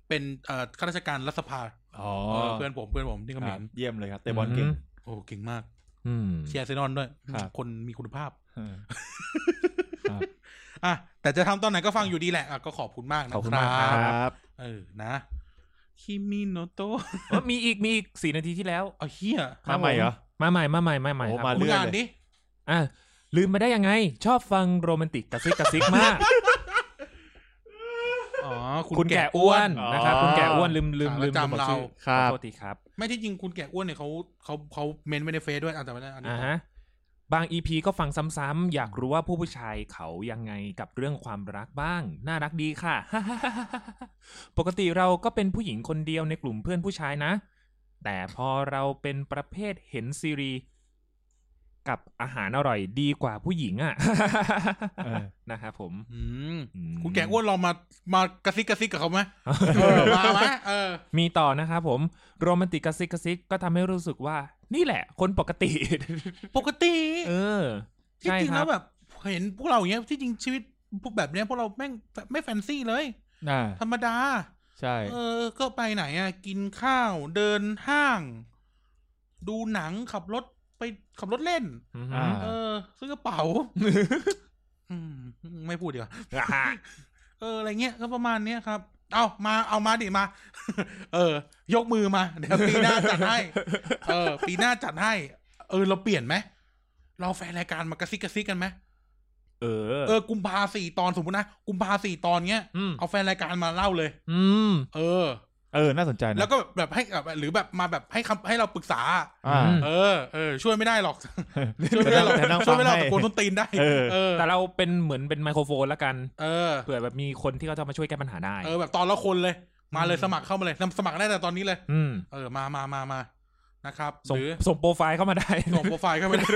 A: เป็นเอ่อข้าราชการรัฐสภา
B: อ๋อ
A: เออเพื่อนผมเพื่อนผมที่เขม
B: อ่ะ
A: ร
B: เยี่ยมเลยครับเตะบอลเก่ง
A: โอ้เก่งมาก
C: อืม
A: เชียร์อาร์เซนอนด้วย
B: ครับ
A: คนมีคุณภาพ
B: เออ
A: อ่ะแต่จะทำตอนไหนก็ฟังอยู่ดีแหละอ่ะก็ขอบคุณมากนะ
C: ขอบคุณ
A: คร
C: มากครั
A: ั
C: บ
A: บ เออนะคิมิโนโตะ
C: เออมีอีกมีอีกสี่นาทีที่แล้ว
A: เอาเฮีย
B: มาใหม่เหรอ
C: มาใหม่มาใหม่มาใหม่
B: โอ้
C: ครับ
B: มา
A: มึง
B: เลื่อน
A: อ่าน
B: เลย
A: ดิ
C: อ่ะลืมมาได้ยังไง ชอบฟังโรแมนติกกระซิกกระซิกมาก
A: อ๋อ
C: คุ
A: คุณ ณ
C: แก่
A: แก่
C: อ้
A: อ้
C: ว
A: วน น
C: นะครับ
B: อ๋อ
C: คุณแก่อ้วนลืมลืมลืม
A: จำเรา
C: ชื่อ
B: ครับ
C: ขอโทษทีครับ
A: ไม่ที่จริงคุณแก่อ้วนเนี่ยเขาเขาเขาเมนไว้ในเฟซด้วยอ่ะแต่ไม่ได้อันนี้
C: อ่า
A: ต่อ
C: ฮะบางอีพีก็ฟังซ้ำๆอยากรู้ว่าผู้ผู้ชายเขายังไงกับเรื่องความรักบ้าง น่ารักดีค่ะ ปกติเราก็เป็นผู้หญิงคนเดียวในกลุ่มเพื่อนผู้ชายนะ แต่พอเราเป็นประเภทเห็นซีรีส์กับอาหารอร่อยดีกว่าผู้หญิงอ่ะ
B: เออ
C: นะครับผม
A: อืม
C: อืม
A: คุณแก่อ้วนลองมามากระซิกกระซิกกับเขาไหมเออมาไหมเออ
C: มีต่อนะครับผมโรแมนติกกระซิกกระซิกก็ทำให้รู้สึกว่า นี่แหละ คนปกติ
A: ปกติ
C: เออ
A: ที่
C: ใช่
A: จริง
C: ครั
A: แล้
C: บ
A: วแบบเห็นพวกเราอย่างเงี้ยที่จริงชีวิตพวกแบบเนี้ยพวกเราแม่งไม่แฟนซี่เลย
B: อ่า
A: ธรรมดา
B: ใช่
A: เออ ก็ไปไหนอ่ะ กินข้าวเดินห้าง ดูหนังขับรถไปขับรถเล่น
C: อือฮึ
B: อ่า
A: เออ ซื้อกระเป๋า อืมไม่พูดดีกว่า เอออะไรเงี้ยก็ประมาณเนี้ยครับ เอามาเอามาดิมา เออ ยกมือมา เดี๋ยวปีหน้าจัดให้ เออ ปีหน้าจัดให้ เออ เราเปลี่ยนไหมเราแฟนรายการมากระซิกกระซิกกันไหม
C: เออ
A: เออกุมภาสี่ตอนสมมตินะกุมภาสี่ตอนเงี้ย
C: อืม
A: เอาแฟนรายการมาเล่าเลย
C: อืม
A: เออ
B: เออน่าสนใจนะ
A: แล้วก็แบบแบบให้แบบหรือแบบมาแบบให้คำให้เราปรึกษา
B: อ่า
A: เออเออช่วยไม่ได้หรอก ช่วยไม่ได้หรอก
B: แต่นั่ง
A: ช่วยไม่ได้หรอก
B: ฟังให้
A: แต่โกนต้นตีนได้
B: เออ
A: เออ
C: แต่เราเป็นเหมือนเป็นไมโครโฟนละกัน
A: เออ
C: เผื่อแบบมีคนที่เขาจะมาช่วยแก้ปัญหาได้
A: เออแบบตอนละคนเลย มาเลย
C: อืม
A: สมัครเข้ามาเลยสมัครได้แต่ตอนนี้เลย
C: อืม
A: เออมามามามานะครับ
C: ส่ง
A: หรือ
C: ส่งโปรไฟล์เข้ามาได้
A: ส่งโปรไฟล์เข้าไปได้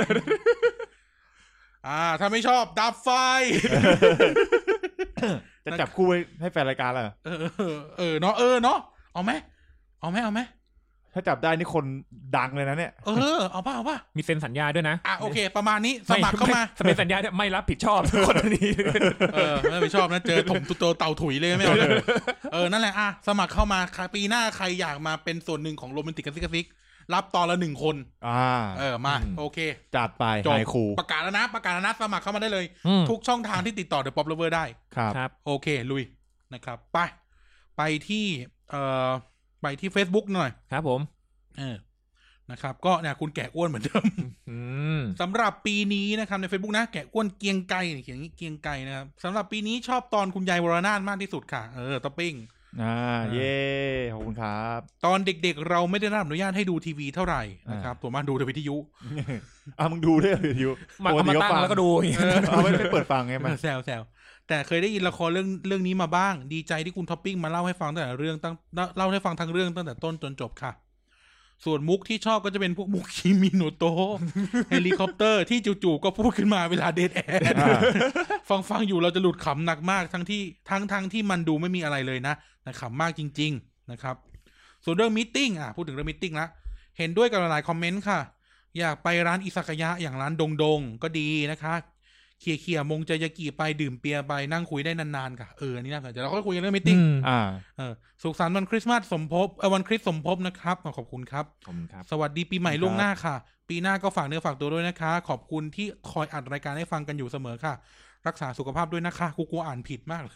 A: อ่า ถ้าไม่ชอบ ดับไฟ
B: จะจับคู่ไว้ให้แฟนรายการเหรอ
A: เออเออเออเนาะเออเนาะเอาไหมเอาไหมเอาไหม
B: ถ้าจับได้นี่คนดังเลยนะเนี่ย
A: เออเอาป่ะเอาป่ะ
C: มีเซ็นสัญญาด้วยนะ
A: อ่ะโอเค ประมาณนี้สมัครเข้ามา
C: ไไเซ็นสัญญาด้วยไม่รับผิดชอบ คนนี้
A: เออไม่ไปชอบนะเจอถ มตัวเต่าถุยเลยไม่เอาเลยเออนั่นแหละอ่ะสมัครเข้ามาใครปีหน้าใครอยากมาเป็นส่วนหนึ่งของโรแมนติกกระซิกกระซิกรับตอนละหนึ่งคน
B: อ่า
A: เออมา
B: อื
A: โอเค
B: จัดไป
A: จบ
B: ไฮคู
A: ประกาศแล้วนะ ประกาศแล้วนะสมัครเข้ามาได้เลย
C: อืม
A: ทุกช่องทางที่ติดต่อเดอะป๊อปเลเวอร์ได้
B: ครับ
C: ครับ
A: โอเค ลุยนะครับ ไป ไปที่เอ่อไปที่ Facebook หน่อย
C: ครับผม
A: เออนะครับ ก็เนี่ยคุณแก่อ้วนเหมือนเดิม
C: อืม
A: สำหรับปีนี้นะครับใน Facebook นะแกะอ้วนเกรียงไกรเนี่ยเขียนอย่างนี้เกรียงไกรนะครับสำหรับปีนี้ชอบตอนคุณยายวรนาถมากที่สุดค่ะ เออตอปปิ้ง
B: อ่า
A: เออ
B: เย่ขอบคุณครับ
A: ตอนเด็กๆ เราไม่ได้รับอนุญาตให้ดูทีวีเท่าไหร่นะครับส่วนมากดูแต่วิทยุ
B: อ่ะมึงดูด้วยเหรออยู่
C: มาเอามาตั้งแล้วก็ดูอย่างเงี้ย
B: เอาไว้ไปเปิดฟังไงมัน
A: แซวแซวแต่เคยได้ยินละครเรื่องเรื่องนี้มาบ้าง ดีใจที่คุณท็อปปิ้งมาเล่าให้ฟังตั้งแต่เรื่องตั้งเล่าให้ฟังทั้งเรื่องตั้งแต่ต้นจนจบค่ะ ส่วนมุกที่ชอบก็จะเป็นพวกมุ กคิมิโนโตะ เฮลิคอปเตอร์ที่จู่ๆก็พูดขึ้นมาเวลาเดทแอร์
B: อ่า
A: ฟังฟังอยู่เราจะหลุดขำหนักมากทั้งที่ทั้งทั้งที่มันดูไม่มีอะไรเลยนะแต่ขำมากจริง ๆนะครับ ส่วนเรื่องมิทติ้งอ่ะพูดถึงเรื่องมิทติ้งละเห็นด้วยกับหลายๆคอมเมนต์ค่ะ อยากไปร้านอิซากายะอย่างร้านดงดงก็ดีนะคะเขี่ยเขี่ยๆมงจะยากิไปดื่มเบียร์ไปนั่งคุยได้นานๆค่ะเอออันนี่น่าสนใจเราก็คุยกันเรื่องมิทติ้ง
C: อืม
B: อ่า
A: เออสุขสันต์วันคริสต์มาสสมภพเออวันคริสต์สมภพนะครับขอบคุณครับ
C: ผมครับ
A: สวัสดีปีใหม่ล่วงหน้าค่ะ ปีหน้าก็ฝากเนื้อฝากตัวด้วยนะคะ ขอบคุณที่คอยอัดรายการให้ฟังกันอยู่เสมอค่ะ รักษาสุขภาพด้วยนะคะกูกลัวอ่านผิดมากเลย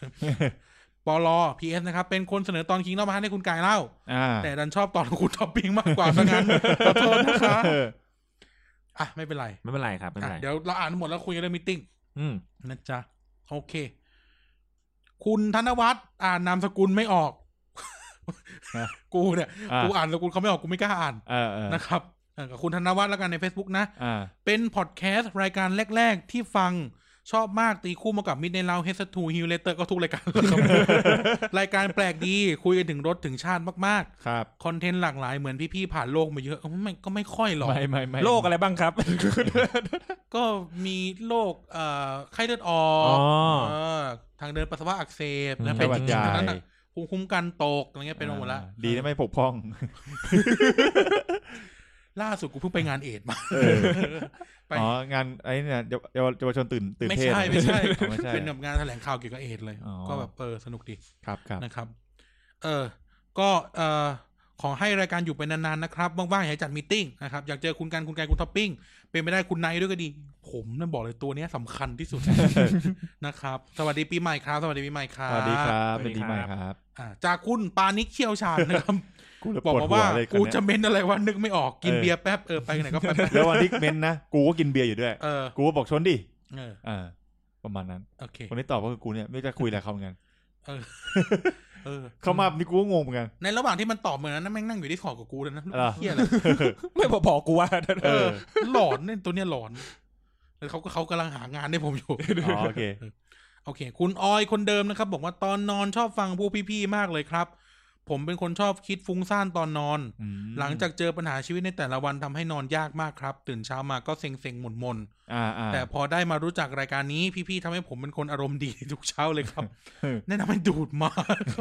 A: ปลอพีเอสนะครับ เป็นคนเสนอตอนคิงเล่ามาให้คุณกายเล่า
B: อ่า
A: แต่ดันชอบตอนคุณท็อปปิ้งมากกว่าซะ งั้นขอโทษนะคะ
B: เออ
A: อ่ะไม่เป็นไร
C: ไม่เป็นไรครับไม่เป็น
A: อ่ะ
C: ไร
A: เดี๋ยวเราอ่านหมดแล้วคุยกันเรื่องมิทติ้ง
C: อืม
A: นะจ๊ะโอเค คุณธนวัฒน์อ่านนามสกุลไม่ออก
B: นะ
A: กูเนี่ย
B: อ่า
A: กูอ่านสกุลเขาไม่ออกกูไม่กล้าอ่าน
B: เออเออ
A: นะครับเออกับคุณธนวัฒน์แล้วกันใน Facebook นะ
B: อ่า
A: เป็นพอดแคสต์รายการแรก ๆ ที่ฟังชอบมากตีคู่มากับมิดในเราเฮสทูฮิวเลเตอร์ก็ทุกรายการเลยครับ รายการแปลกดีคุยกันถึงรถถึงชาติมาก
B: ครับ
A: ๆ คอนเทนต์หลากหลายเหมือนพี่ ๆ ผ่านโลกมาเยอะอืมมันก็ไม่ค่อยหรอก
B: ไม่ไม่ไม่
C: โรคอะไรบ้างครับ
A: ก็มีโรคเอ่อไข้เลือดออ
C: อ๋
A: ก
C: อ
A: เออทางเดินปัสสาวะอักเสบ
C: อืม
A: นะ
B: ไข้
A: เป็น
B: หวั
A: จ
B: ด
A: ริง
B: ใหญ่
A: ๆทั้งนั้นอะภูมิคุ้มกันตกอะไรเงี้ยเป็นหมดละ
B: อ่าดีนะไม่ปกพ้อง
A: ล่าสุดกูเพิ่งไปงานเอดส์มา ไป
B: อ๋องานไอ้เนี่ยเยาวเยาวเยาวชนตื่นตื่น
A: ไม่
B: เทศ
A: ใช่ไม่ใช่
B: อ๋อ ไม่ใช่
A: เป็นแบบงานแถลงข่าวเกี่ยวกับเอดส์เลย
B: อ๋อ
A: ก็แบบเออสนุกดี
B: ครับครับ
A: นะครับ เออ ก็เออขอให้รายการอยู่ไปนานๆนะครับ ว่างๆอย่าให้จัดมีตติ้งนะครับ อยากเจอคุณกันคุณไกายคุณท็อปปิ้ง เป็นไม่ได้คุณไนท์ด้วยก็ดี ผมนั่นบอกเลยตัวเนี้ยสำคัญที่สุด นะครับ สวัสดีปีใหม่ครับ สวัสดีปีใหม่ครั
B: ส
A: บ
B: วัสดีครับสวัสดี
C: สวัสดี
B: ใหม่
C: ค
B: ครับ รับ
A: อ่าจากคุณปานิกเชี่ยวชาญ นะครับ
B: กูเลยป
A: บอก
B: วด
A: มา
B: หั
A: ว่าว
B: เลย
A: กู
B: น
A: จะ
B: เนี้ย
A: เม้นอะไรว่านึกไม่ออกกิน
B: เออ
A: เบียร์แป๊บเออไปไหนก็แป๊บ
B: แล้ววันที่เม้นนะกูก็กินเบียร์อยู่ด้วย
A: เออ
B: กูก็บอกชนดิ
A: เออ
B: อ่าประมาณนั้น
A: โอเค
B: คนที่ตอบก็คือกูเนี่ยไม่รู้จะคุยอะไรเขาเหมือนกัน
A: เออ เออ
B: เขามานี่กูก็งงเหมือนกัน
A: ในระหว่างที่มันตอบเหมือนนั้นนะแม่งนั่งอยู่ที่ขอกับกูเลยนะ
B: เหรอ
A: เฮียอะไร
C: ไม่พอๆกูว่า
A: เออ หลอนเนี่ยตัวเนี้ยหลอนแล้วเขาก็เขากำลังหางานให้ผมอยู่
B: อ๋อโอเค
A: โอเค คุณออยคนเดิมนะครับ บอกว่าตอนนอนชอบฟังพวกพี่ๆมากเลยครับ ผมเป็นคนชอบคิดฟุ้งซ่านตอนนอน
B: อืม
A: หลังจากเจอปัญหาชีวิตในแต่ละวันทำให้นอนยากมากครับ ตื่นเช้ามาก็เซ็งๆหม่นๆ
B: อ่าอ่า
A: แต่พอได้มารู้จักรายการนี้พี่ๆทำให้ผมเป็นคนอารมณ์ดีทุกเช้าเลย ครับ แนะนำให้ดูดมา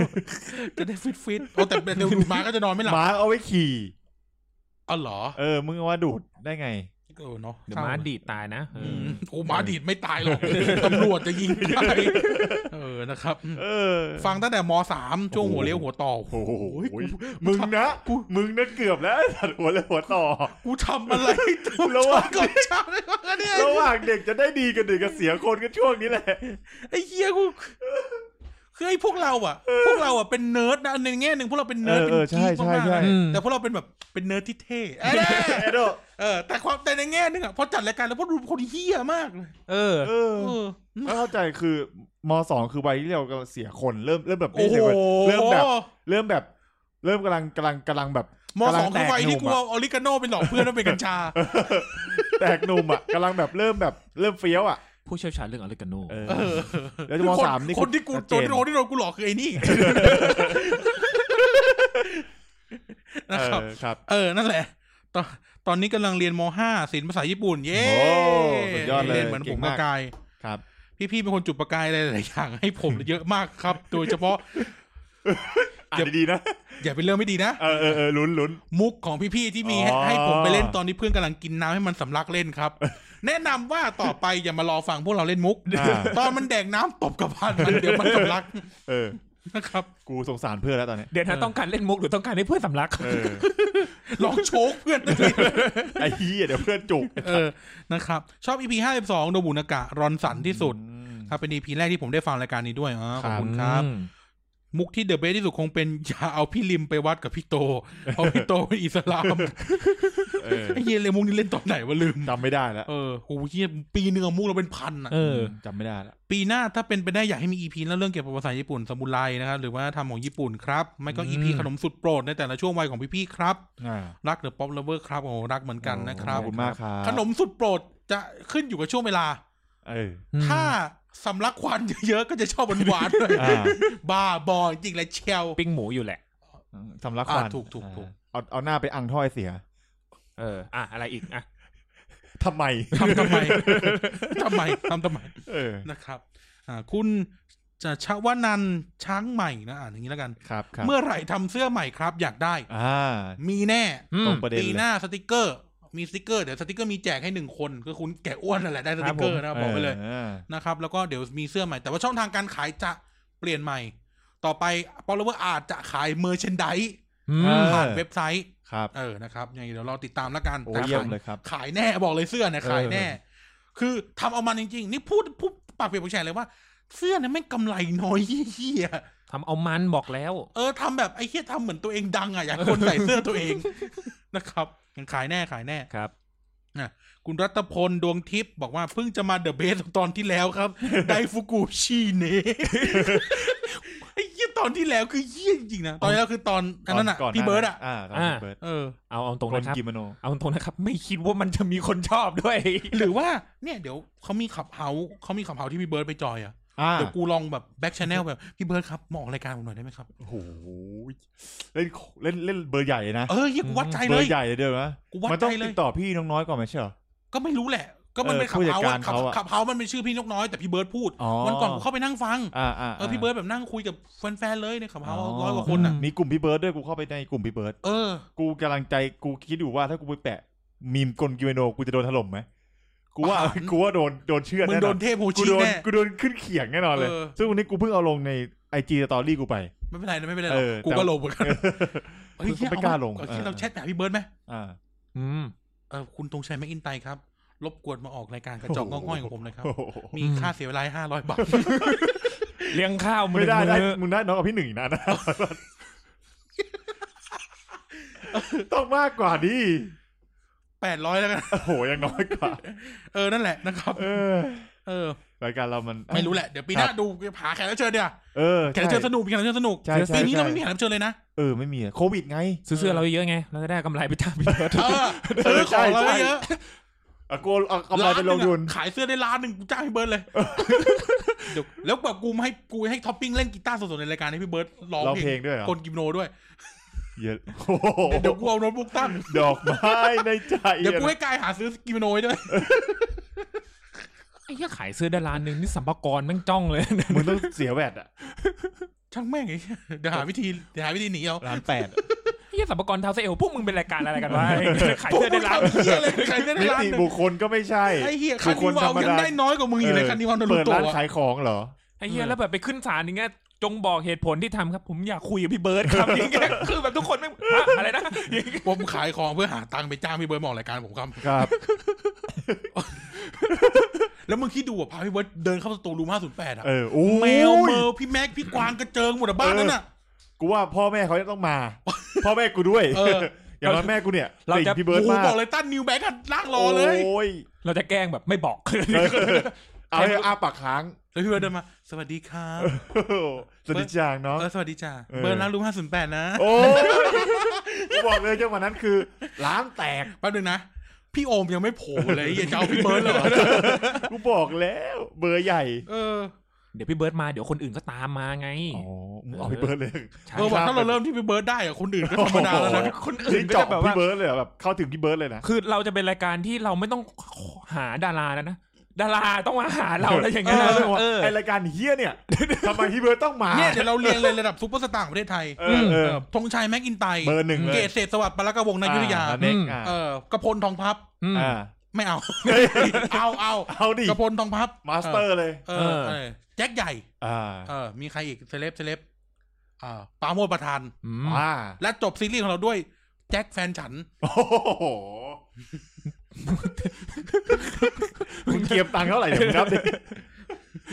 A: จะได้ฟิตๆโอ้แต่เดี๋ยวดูดมาก็จะนอนไม่หลับ
B: หมาเอาไว้ขี่
A: อ๋อเหรอ
B: เออ มึงเอาว่าดูดได้ไง
A: เออเนาะ
C: เดี๋ยวม้าดีดตายนะเอ
A: อื
C: อ
A: ม
C: อ
A: โอ้หมาดีดไม่ตายหรอก ตำรวจจะยิงตายเออนะครับอืม
B: เออ
A: ฟังตั้งแต่มสามช่วงหัวเลี้ยวหัวต่อ
B: โอ้โหมึงนะมึงนะเกือบแล้ว ตัดหัวเลยหัวต่อ
A: กูทำอะไร
B: ระหว่าง
A: ก็ชาเลยว่าเนี่ย
B: ระหว่างเด็กจะได้ดีกันเด็กกับเสียคนกันช่วงนี้แหละ
A: ไอ้เหี้ยกูคือไอ้พวกเราอ่ะ พวกเราอ่ะเป็นเนิร์ดนะในแง่หนึ่งพวกเราเป็นเนิร์ด
B: เออเออ
A: เป็น
B: ใช่
A: กี๊มากๆ
B: ใช่ใช่
A: นะแต่พวกเราเป็นแบบเป็นเนิร์ดที่เท่เอ้ย
B: เอโด
A: เออแต่ความแต่ในแง่หนึ่งอ่ะพอจัดรายการแล้วพวกดูคนเหี้ยมากเลย
C: เออ
B: เออ
A: เออ
B: แล้วเข้าใจคือมสองคือวัยที่เรากำลังเสียคนเริ่มเริ่มแบบ
A: โอ้โห
B: เริ่มแบบ เริ่มแบบ เริ่มกำลังกำลังกำลังแบบ
A: มสอง
B: กำ
A: คื
B: ลั
A: อ
B: แต
A: วัยที่กู
B: หนุ่ม
A: เอาออริกาโน่ไปหลอกเพื่อนว่าเป็นกัญชา
B: อะแตกหนุ่มอ่ะกำลังแบบเริ่มแบบเริ่มเฟี้ยวอ่ะ
C: ผู้เชี่ยวชาญเรื่องอเลกาโน
B: เออ
A: เออ
B: แล้วมสามนี่
A: คคนที่กู
B: ชัด
A: โด
B: เจ
A: น
B: น
A: โดนที่โดนกูหลอกคือไอ้นี่ นะครับ
B: เออครับ
A: เออ นั่นแหละ ตอนตอนนี้กำลังเรียนม .5 ศิลป์ภาษาญี่ปุ่น เย้
B: โอ้สุดยอดเลย
A: รีนเหมือน
B: เก่
A: ผ
B: ง
A: ม
B: มาก
A: กาย
B: ครับ
A: พี่ๆเป็นคนจุดประกายอะไรหลายๆอย่างให้ผม เยอะมากครับ โดยเฉพาะ
B: อ่านดีๆนะ
A: อย่าเป็นเรื่องไม่ดีนะ
B: เออเออเออลุ้นลุ้น
A: มุกของพี่ๆที่มีให้
B: อ๋อ
A: ให้ผมไปเล่นตอนที่เพื่อนกำลังกินน้ำให้มันสำลักเล่นครับ แนะนำว่าต่อไปอย่ามารอฟังพวกเราเล่นมุก
B: อ่า
A: ตอนมันแดกน้ำตบกระพานมัน เดี๋ยวมันสำลัก
B: เออ
A: นะครับ
B: กูสงสารเพื่อนแล้วตอนเนี้ย
C: เดี๋ยวนะต้องการเล่นมุกหรือต้องการให้เพื่อนสำลัก
B: เออ
A: ลองโชกเพื่อนด้วย
B: ไอ้เหี้ยเดี๋ยวเพื่อนจุก
A: เออ นะครับ ชอบ EP ห้าสิบสองโนบุนากะ รอนสันที่สุด
B: อืม
A: ครับเป็น EP แรกที่ผมได้ฟังรายการนี้ด้วยอ๋อขอบคุณครับ
C: อืม
A: มุกที่เดอะเบสที่สุดคงเป็นอย่าเอาพี่ลิมไปวัดกับพี่โต เพราะพี่ โตเป็นอิสลาม
B: เออ
A: ไอ้เหี้ยเลยมุกนี้เล่นตอนไหนวะลืม
B: จำไม่ได้แล้ว
A: เออโหเหี้ยปีหนึ่งอะมุกเราเป็นพันอะ
C: เออ
B: จำไม่ได้แล้ว
A: ปีหน้าถ้าเป็นไปได้อยากให้มีอีพีแล้วเรื่องเกี่ยวกับภาษาญี่ปุ่นสมุไรนะครับ หรือว่าทำของญี่ปุ่นครับ ไม่ก็
C: อืม
A: อีพีขนมสุดโปรดในแต่ละช่วงวัยของพี่ๆครับ
B: อ่า
A: รักเดอะป๊อปเลเวอร์ครับโอ้โหรักเหมือนกันนะครับ
B: ขอบคุณมากครับ
A: ขนมสุดโปรดจะขึ้นอยู่กับช่วงเวลา
B: เออ
A: ถ้าสำลักควันเยอะๆ ก็จะชอบหวานๆด้วย
B: อ่า
A: บ้าบอจริงและเชียว
C: ปิ้งหมูอยู่แหละ
B: สำลักควัน
A: อ่าถูกถูกถูก
B: เอาเอาหน้าไปอังถ้อยเสีย
C: เออ อ่ะ อะไรอีก อ่ะ
B: ทำไม
A: ทำทำไมทำไมทำทำไม
B: เออ
A: นะครับ อ่า คุณจะชวนันท์ช้างใหม่นะอ่านอย่างนี้แล้วกัน
B: ครับครับ
A: เมื่อไหร่ทำเสื้อใหม่ครับ อยากได้
B: อ่า
A: มีแน่
C: อืม
B: ตรงประเด็น
A: ปี
B: เลย
A: หน้าสติกเกอร์ มีสติกเกอร์เดี๋ยวสติกเกอร์มีแจกให้หนึ่งคนคือคุณแก่อ้วนนั่นแหละได้สติกเกอร์นะครับบอกไปเลยนะครับ แล้วก็เดี๋ยวมีเสื้อใหม่แต่ว่าช่องทางการขายจะเปลี่ยนใหม่ ต่อไปปอลเวอร์อาจจะขายเมอร์เชนดิ
C: อื
B: เอ
C: ม
B: อ
A: ผ่านเว็บไซต์
B: ครับ
A: เออนะครับยังไงเดี๋ยวรอติดตามแล้วกัน
B: โอ้
A: แต่
B: เยี่ย
A: ขาม ย
B: เลยครับ
A: ขายแน่บอกเลยเสื้อเนี่ยขายแน่ คือทำเอามันจริง ๆ นี่พูดพูดปากเปลี่ยนปากแฉเลยว่า เสื้อเนี่ยไม่งกำไรน้อยเฮีย
C: ทำเอามันบอกแล้ว
A: เออทำแบบไอ้เฮียทำเหมือนตัวเองดังอ่ะอยากคนใส่เสื้อตัวเอง นะครับยังขายแน่ขายแน่
C: ครับ
A: คุณรัตพลดวงทิพย์บอกว่าเพิ่งจะมาเดอะเบสตอนที่แล้วครับ ไดฟุกุชิเนะ ไอ้เยี่ยตอนที่แล้วคือเยี่ยจริงๆนะ ตอนที่แล้วคือตอนอันนั้นอ่ะ
B: ก่
A: พี่เบิร์ดอ่ะ
B: อ่าก่น
C: อ่า
B: พี่เบิร์ด
A: เออ
C: เอาเอาตรง
B: คน
C: นะครับ
B: กิโมโน
C: เอาตรงนะครับ ไม่คิดว่ามันจะมีคนชอบด้วย
A: หรือว่าเนี่ยเดี๋ยวเขามีขับเฮาส์เขามีขับเฮาส์ที่พี่เบิร์ดไปจอยอ่ะ
B: อ่า
A: เดี๋ยวกูลองแบบแบ็กชแนลแบบพี่เบิร์ดครับมองรายการผมหน่อยได้ไหมครับ
B: โอ้โหเล่นเล่นเล่นเบอร์ใหญ่นะ
A: เออเยี่ยกูวัดใจ
B: เบ
A: เล
B: อย ร์ใหญ่เลยเดี๋ยวนะ
A: กูวัด
B: มันต้อง
A: ใจเล
B: ติ
A: ย
B: ดต่อพี่น้องน้อยก่อนไหมใช่เหรอ
A: ก็ไม่รู้แหละ ก็มัน
B: เออ
A: เป็นขับเฮา
B: ผู้จัด
A: ส์
B: การ
A: ขับ
B: เขาอะ
A: ขับเฮาส์มันเป็นชื่อพี่นกน้อยแต่พี่เบิร์ดพูด
B: อ๋อ
A: วันก่อนกูเข้าไปนั่งฟัง
B: อ่าอ่า
A: เออพี่เบิร์ดแบบนั่งคุยกับแฟนๆเลยในขับเฮาส์ร้อยกว่า
C: อ๋อ
A: คนอ่ะ
B: มีกลุ่มพี่เบิร์ดด้วยกูเข้าไปในกลุ่มพี่เบิร์ด
A: เออ
B: กูกำลังใจกูคิดอยู่ว่าถ้ากูไปแปะ มีมกลกิเมโนกูจะโดนถล่มไหมกูว่า
A: ประหาร
B: กูว่าโดนโดนเชื่อด
A: มึง
B: แน่
A: โด
B: นอน น
A: เทพโฮ
B: กู
A: ชิ
B: โดน
A: แน่
B: กูโดนขึ้นเขียงแน่นอนเลย
A: เออ
B: ซึ่งวันนี้กูเพิ่งเอาลงในไอจีสตอรี่กูไป
A: ไม่เป็นไรนะไม่เป็นไรหร
B: เอ
A: อก
B: อ
A: กู
B: แต่
A: ก็ลงเหมือนกันเฮ้ย
B: กูไม่กล้าลง
A: เอเอ
B: เออ
A: เราแชทหาพี่เบิร์ดไหม
B: อ่า
C: อืม
A: เออคุณธงชัยแม็กอินไตครับ รบกวนมาออกรายการกระจอก
B: โอ้
A: งอก
B: โห
A: ง่อยของผมเลยครับ
B: โอ้โห
A: มีค่าเสียเวลาห้าร้อยบาท
C: เลี้ยงข้าวมือ
B: ไม่ได้ได้
C: หนึ่ง
B: มึงได้น้องกับพี่หนึ่งอีกนะนะ ต้องมากกว่านี้
A: แปดร้อยแล้วกัน
B: โอ้โหยังน้อยกว่า
A: เออ นั่นแหละนะครับ
B: เออ
A: เออ
B: รายการเรามัน
A: ไม่รู้แหละ เดี๋ยวปีหน้าดูหาแขกรับเชิญเดี๋ยวา
B: เออ
A: แขกรับเชิญส
B: ใช่
A: นุกมีแขกรับเชิญสนุก
B: ใช่ใช่
A: ปีนี้
B: ใช่
A: เราไม่มีแขกรับเชิญเลย นะ
B: เออไม่มีอะโควิดไง
C: ซื้อเสื้อเราเยอะๆไง เราจะได้กำไรไปทำพี่เบิร์ด
A: เออซื้อข
B: ใช่
A: อง
B: ใช่
A: เราไว้เยอะ
B: เอากูเอากำไรไปลงทุน
A: ขายเสื้อได้ล้านหนึ่งกูจ้างพี่เบิร์ดเลยเดี๋ยวแล้วแบบกูให้กูให้ท็อปปิ้งเล่นกีตาร์สดๆในรายการให้พี่เบิร์ดร้อง
B: ร้อง
A: เพ
B: เพ
A: ล
B: ล
A: ง
B: งด้วยเหรอ
A: กลกิมโนด้วย
B: เยอะโอ้โห
A: เดี๋ยวกูเอาโน้ตบุ๊กตั้ง
B: ดอกไม้ในใจ
A: เดี๋ยวกูให้กายหาซื้อกิโมโนไว้ด้วย
C: ไอ้เหี้ยขายเสื้อได้ร้านหนึ่งนี่สัมภาระแม่งจ้องเลย
B: มึงต้องเสียแวดอะ
A: ช่างแม่งไอ้เหี้ยเดี๋ยวหาวิธีเดี๋ยวหาวิธีหนีเอา
B: ร้านแปด
C: ไอ้เหี้ยสัมภาระเท้าเซลพวกมึงเป็นรายการ อะไรกันวะ ขายเสื้อได้ร้าน
A: พวกมึงทำเหี้ยอะไรขายเสื้อได้
B: นิ
A: ร้าน
B: ติ
A: หนึ่ง
B: บุคคลก็ไม่ใช่
A: ไอ้เหี้ยคา
B: บุ
A: นิวาว
B: ธรรม
A: ยัง
B: ดา
A: ได้น้อยกว่ามึงอีกเลยคานิวาวโดนลุ
B: เปิด
A: โต
B: ร้าน
A: อะ
B: ขายของเหรอ
C: ไอ้เหี้ยแล้วแบบไปขึ้นศาลอย่างเงี้ยจงบอกเหตุผลที่ทำครับ ผมอยากคุยกับพี่เบิร์ดครับ อย่างเงี้ยคือแบบทุกคนไม่งฮะอะไรนะอย่างเงี้ย
A: ผมขายของเพื่อหาตังค์ไปจ้างพี่เบิร์ดมาออกรายการผมครับ
B: ครับ
A: แล้วมึงคิดดูอ่ะพาพี่เบิร์ดเดินเข้าประตูรูม508อ่ะ
B: เอออู้
A: แมวเมอพี่แม็กพี่กวางกระเจิงหมดอะบ้านนั้นอ่ะ
B: กูว่าพ่อแม่เขาจะต้องมา พ่อแม่กูด้วย
A: เออ
B: อย่างน้อยแม่กูเนี่ยติ่งพี่เบิร์ด
A: โอ้โห
B: มาก
A: บอกเลยตั้นนิวแบ็กกันล่างรอเลย
B: โอ้ย
C: เราจะแกล้งแบบไม่ บอก
B: เออเอาให้อาปากค้าง
A: แล้วพี่เบิร์ดเดินมา สวัสดีครับ
B: โอ้โหสวัสดีจางเนาะ
A: เออสวัสดีจ้า
B: เออ
A: เบิร์ดร้านรูม508นะ
B: โอ้ยกูบอกเลยจังหวะนั้นคือร้านแตก
A: แป๊บนึงนะ พี่โอมยังไม่โผล่เลยอย่าจะเอาพี่เบิร์ดเลยเหรอ
B: กูบอกแล้ว เบอร์ใหญ่
A: เออ
C: เดี๋ยวพี่เบิร์ดมาเดี๋ยวคนอื่นก็ตามมาไง
B: อ๋อมึงเอาพี่เบิร์ดเลย
C: ใช่
A: เออว่าถ้าเราเริ่มที่พี่เบิร์ดได้อะคนอื่นก็ธรรมดาแล้วนะ
C: คนอื่
B: นี่
C: นก็
B: เจาะ
C: จะแบบว่า
B: พี่เบิร์ดเลยเหรอแบบเข้าถึงพี่เบิร์ดเลยนะ
C: คือเราจะเป็นรายการที่เราไม่ต้องหาดาราแล้วนะ ดาราต้องมาหาเราอะไรอย่างเงี้ยนะ
A: เออ
C: เออ
B: ไอรายการเฮี้ยเนี่ยทำไมพี่เบิร์ดต้องมา
A: เนี่ยเดี๋ยวเราเรียงเลยระดับซูเปอร์สตาร์ของประเทศไทย
B: เออเออ
A: เออธงชัยแม็กอินไต
B: เบอร์หนึ่งเล
A: เก
B: ย
A: ตเศรษฐสวัสดิ์ปลากระวงนายุทธยา
B: อ่เน็ก
C: อืม
B: อ่ะ
A: เออกระพลทองพับ
C: อืม
B: อ่า
A: ไม่เอา เอาเอา
B: เอาดิ
A: กระพลทองพับ
B: มาสเตอร์เลย
A: เออเออเออแจ็คใหญ่
B: อ่า
A: เออ มีใครอีกเซเลบเซเลบอ่าปราโมดประธาน
C: อืม
B: อ่า
A: และจบซีรีส์ของเราด้วยแจ็คแฟนฉัน
B: โอ้โหมึงเก็บตังค์เท่าไหร่เดี๋ยวมึงนับดิ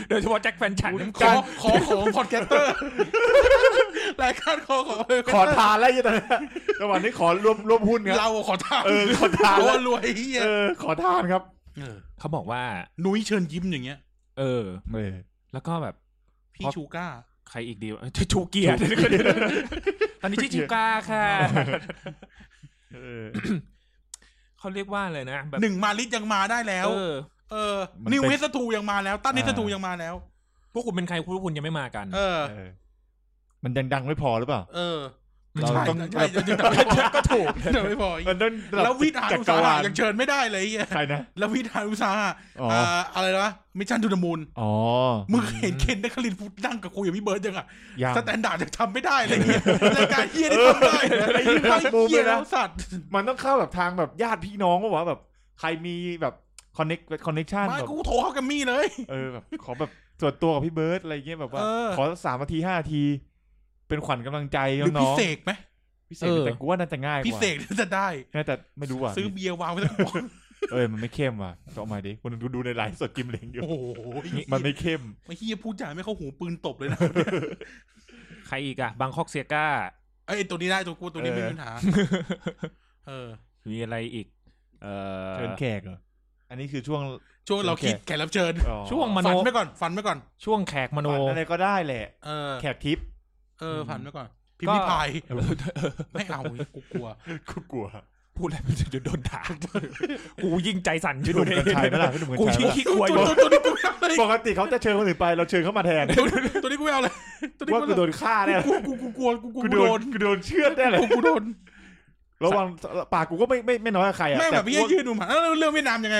C: โดยเฉพาะแจ็คแฟนฉัน
A: ขอขอของพอดแคสเตอร์ รายการขอของ podcaster
B: ขอทานแล้วยี่ตอนนี้ระหว่างนี้ขอรวมรวมหุ้นครับ
A: เราอะขอทาน
B: เออขอทาน
A: โด
B: แล้ว
A: นรวยเฮีย
B: เออ ขอทานครับ
A: เออ
C: เขาบอกว่า
A: นุ้ยเชิญยิ้มอย่างเงี้ย
C: เออ
B: เออ
C: แล้วก็แบบ
A: พี่ชูก้า
C: ใครอีกดีวะชูเกียร์ ตอนนี้ชื่อชูกาค่ะ เขาเรียกว่าเลยนะแบบ
A: หนึ่งมาลิสยังมาได้แล้ว
C: เออ
A: เออ
B: มัน
A: นิว
B: เป็น
A: เวสตูยังมาแล้ว ตั้นนิส
B: อ่า
A: ตูยังมาแล้ว
C: พวกคุณเป็นใครพวกคุณยังไม่มากัน
A: เออ
B: เออ มันยังดังไม่พอหรือเปล่า
A: เออ
B: เรา
A: ใช่
B: ต้อง
A: ใช่ใช่ยังไม่พอก็ถูกยังไม่พออีก
B: มันต้อง
A: แล้ววิทย์หา
B: จั
A: อุต
B: กร
A: สาหะ
B: วาล
A: ยังเชิญไม่ได้เลยไอ้เฮีย
B: ใครนะ
A: แล้ววิทย์หาอุตสาหะ
B: อ๋อ
A: เอ่ออะไรวะมิชชันทูดมูล
B: อ๋อ
A: มึงเคยเห็นเคนนักคลินพูดนั่งกับคุยกับพี่เบิร์ดยังอะ
B: ยัง
A: สแตนดาร์ดยังทำไม่ได้เลยเงี้ยรายการเฮียนี่ทำได้เหรอไอ้ เหี้ยมุมเลยนะสัตว์
B: มันต้องเข้าแบบทางแบบญาติพี่น้องก็ว่าแบบ ใครมีแบบคอนเน็กคอนเน็กชัน
A: มา
B: แบบ
A: กูโทรเข้าแกัมมี่เลย
B: เออแบบขอแบบส่วนตัวกับพี่เบิร์ดอะไรเงี้ยแบบว่า
A: เออ
B: ขอสามนาทีห้านาที เป็นขวัญกำลังใจ
A: ห
B: น้
A: รือพี่
B: อง
A: เสกไหม
B: ๆพิเศษแต่กูว่าน่าจะง่ายกว่า
A: พี่เสกน่าจะได้
B: น่าจะไม่รู้ว่ะ
A: ซื้อเบียร์วางไว้สักกระป๋อง
B: เอ้ยมันไม่เข้มว่ะเอาใหม่ดิคุณดูดูในไลฟ์สดกิมเล้งอยู่
A: โอ้โห
B: มันไม่เข้ม
A: ไอ้เฮียพูดจาไม่เข้าหูปืนตบเลยนะ
C: ใครอีกอะบางคอกเซียกา
A: ไอ้ยตัวนี้ได้ตัวกูตัวนี้ไม่มีปัญหาเออ
C: มีอะไรอีก เออ
B: เชิญแขกเหรอ อันนี้คือช่วง
A: ช่วงเราคิดแขกรับเชิญ
B: อ๋อ
C: ช่วง มโน
A: ฝันไปก่อนฝันไปก่อน
C: ช่วงแขกมโน
B: ฝันอะไรก็ได้แหละ
A: เออ
B: แขกทิป
A: เออฝันไปก่อน
C: ก็
A: พิมพ์ริพาย ไม่เอากูกลัว
B: กูกลัว
C: พูดอะไรมันจะโดนด่ากูยิ่งใจสั่นอ
B: พี่ห
C: ยู่
B: นุ่ม
C: เนี่ย
B: กัญชัยไหมล่ะพี่หนุ่มกัญ
C: กู
B: ชัย
C: ยิ่
B: ไห
C: ง
B: มล่ะ
C: ขี้กลัวอ
A: ตั
C: ยู่
A: วตัวนี้กูไม่เอาเลย
B: ปกติเขาจะเชิญคนอื่นไป เราเชิญเข้ามาแทน
A: ตัวนี้กูไม่เอาเลยตัวนี้
B: ว่า
A: กู
B: กูโดนฆ่าแน่
A: กูกูกูกลัวกูกู
B: กู
A: โด
B: โด
A: น
B: นกูโดนเชือดแน่เลย
A: กูกูโดน
B: ระวังปากกูก็ไม่ไม่ไม่น้อยกว่าใครอ่ะ
A: แม่งแบบ
B: ต่
A: พี่ยืนดูมาแล้วเรื่องเวียดนามยังไง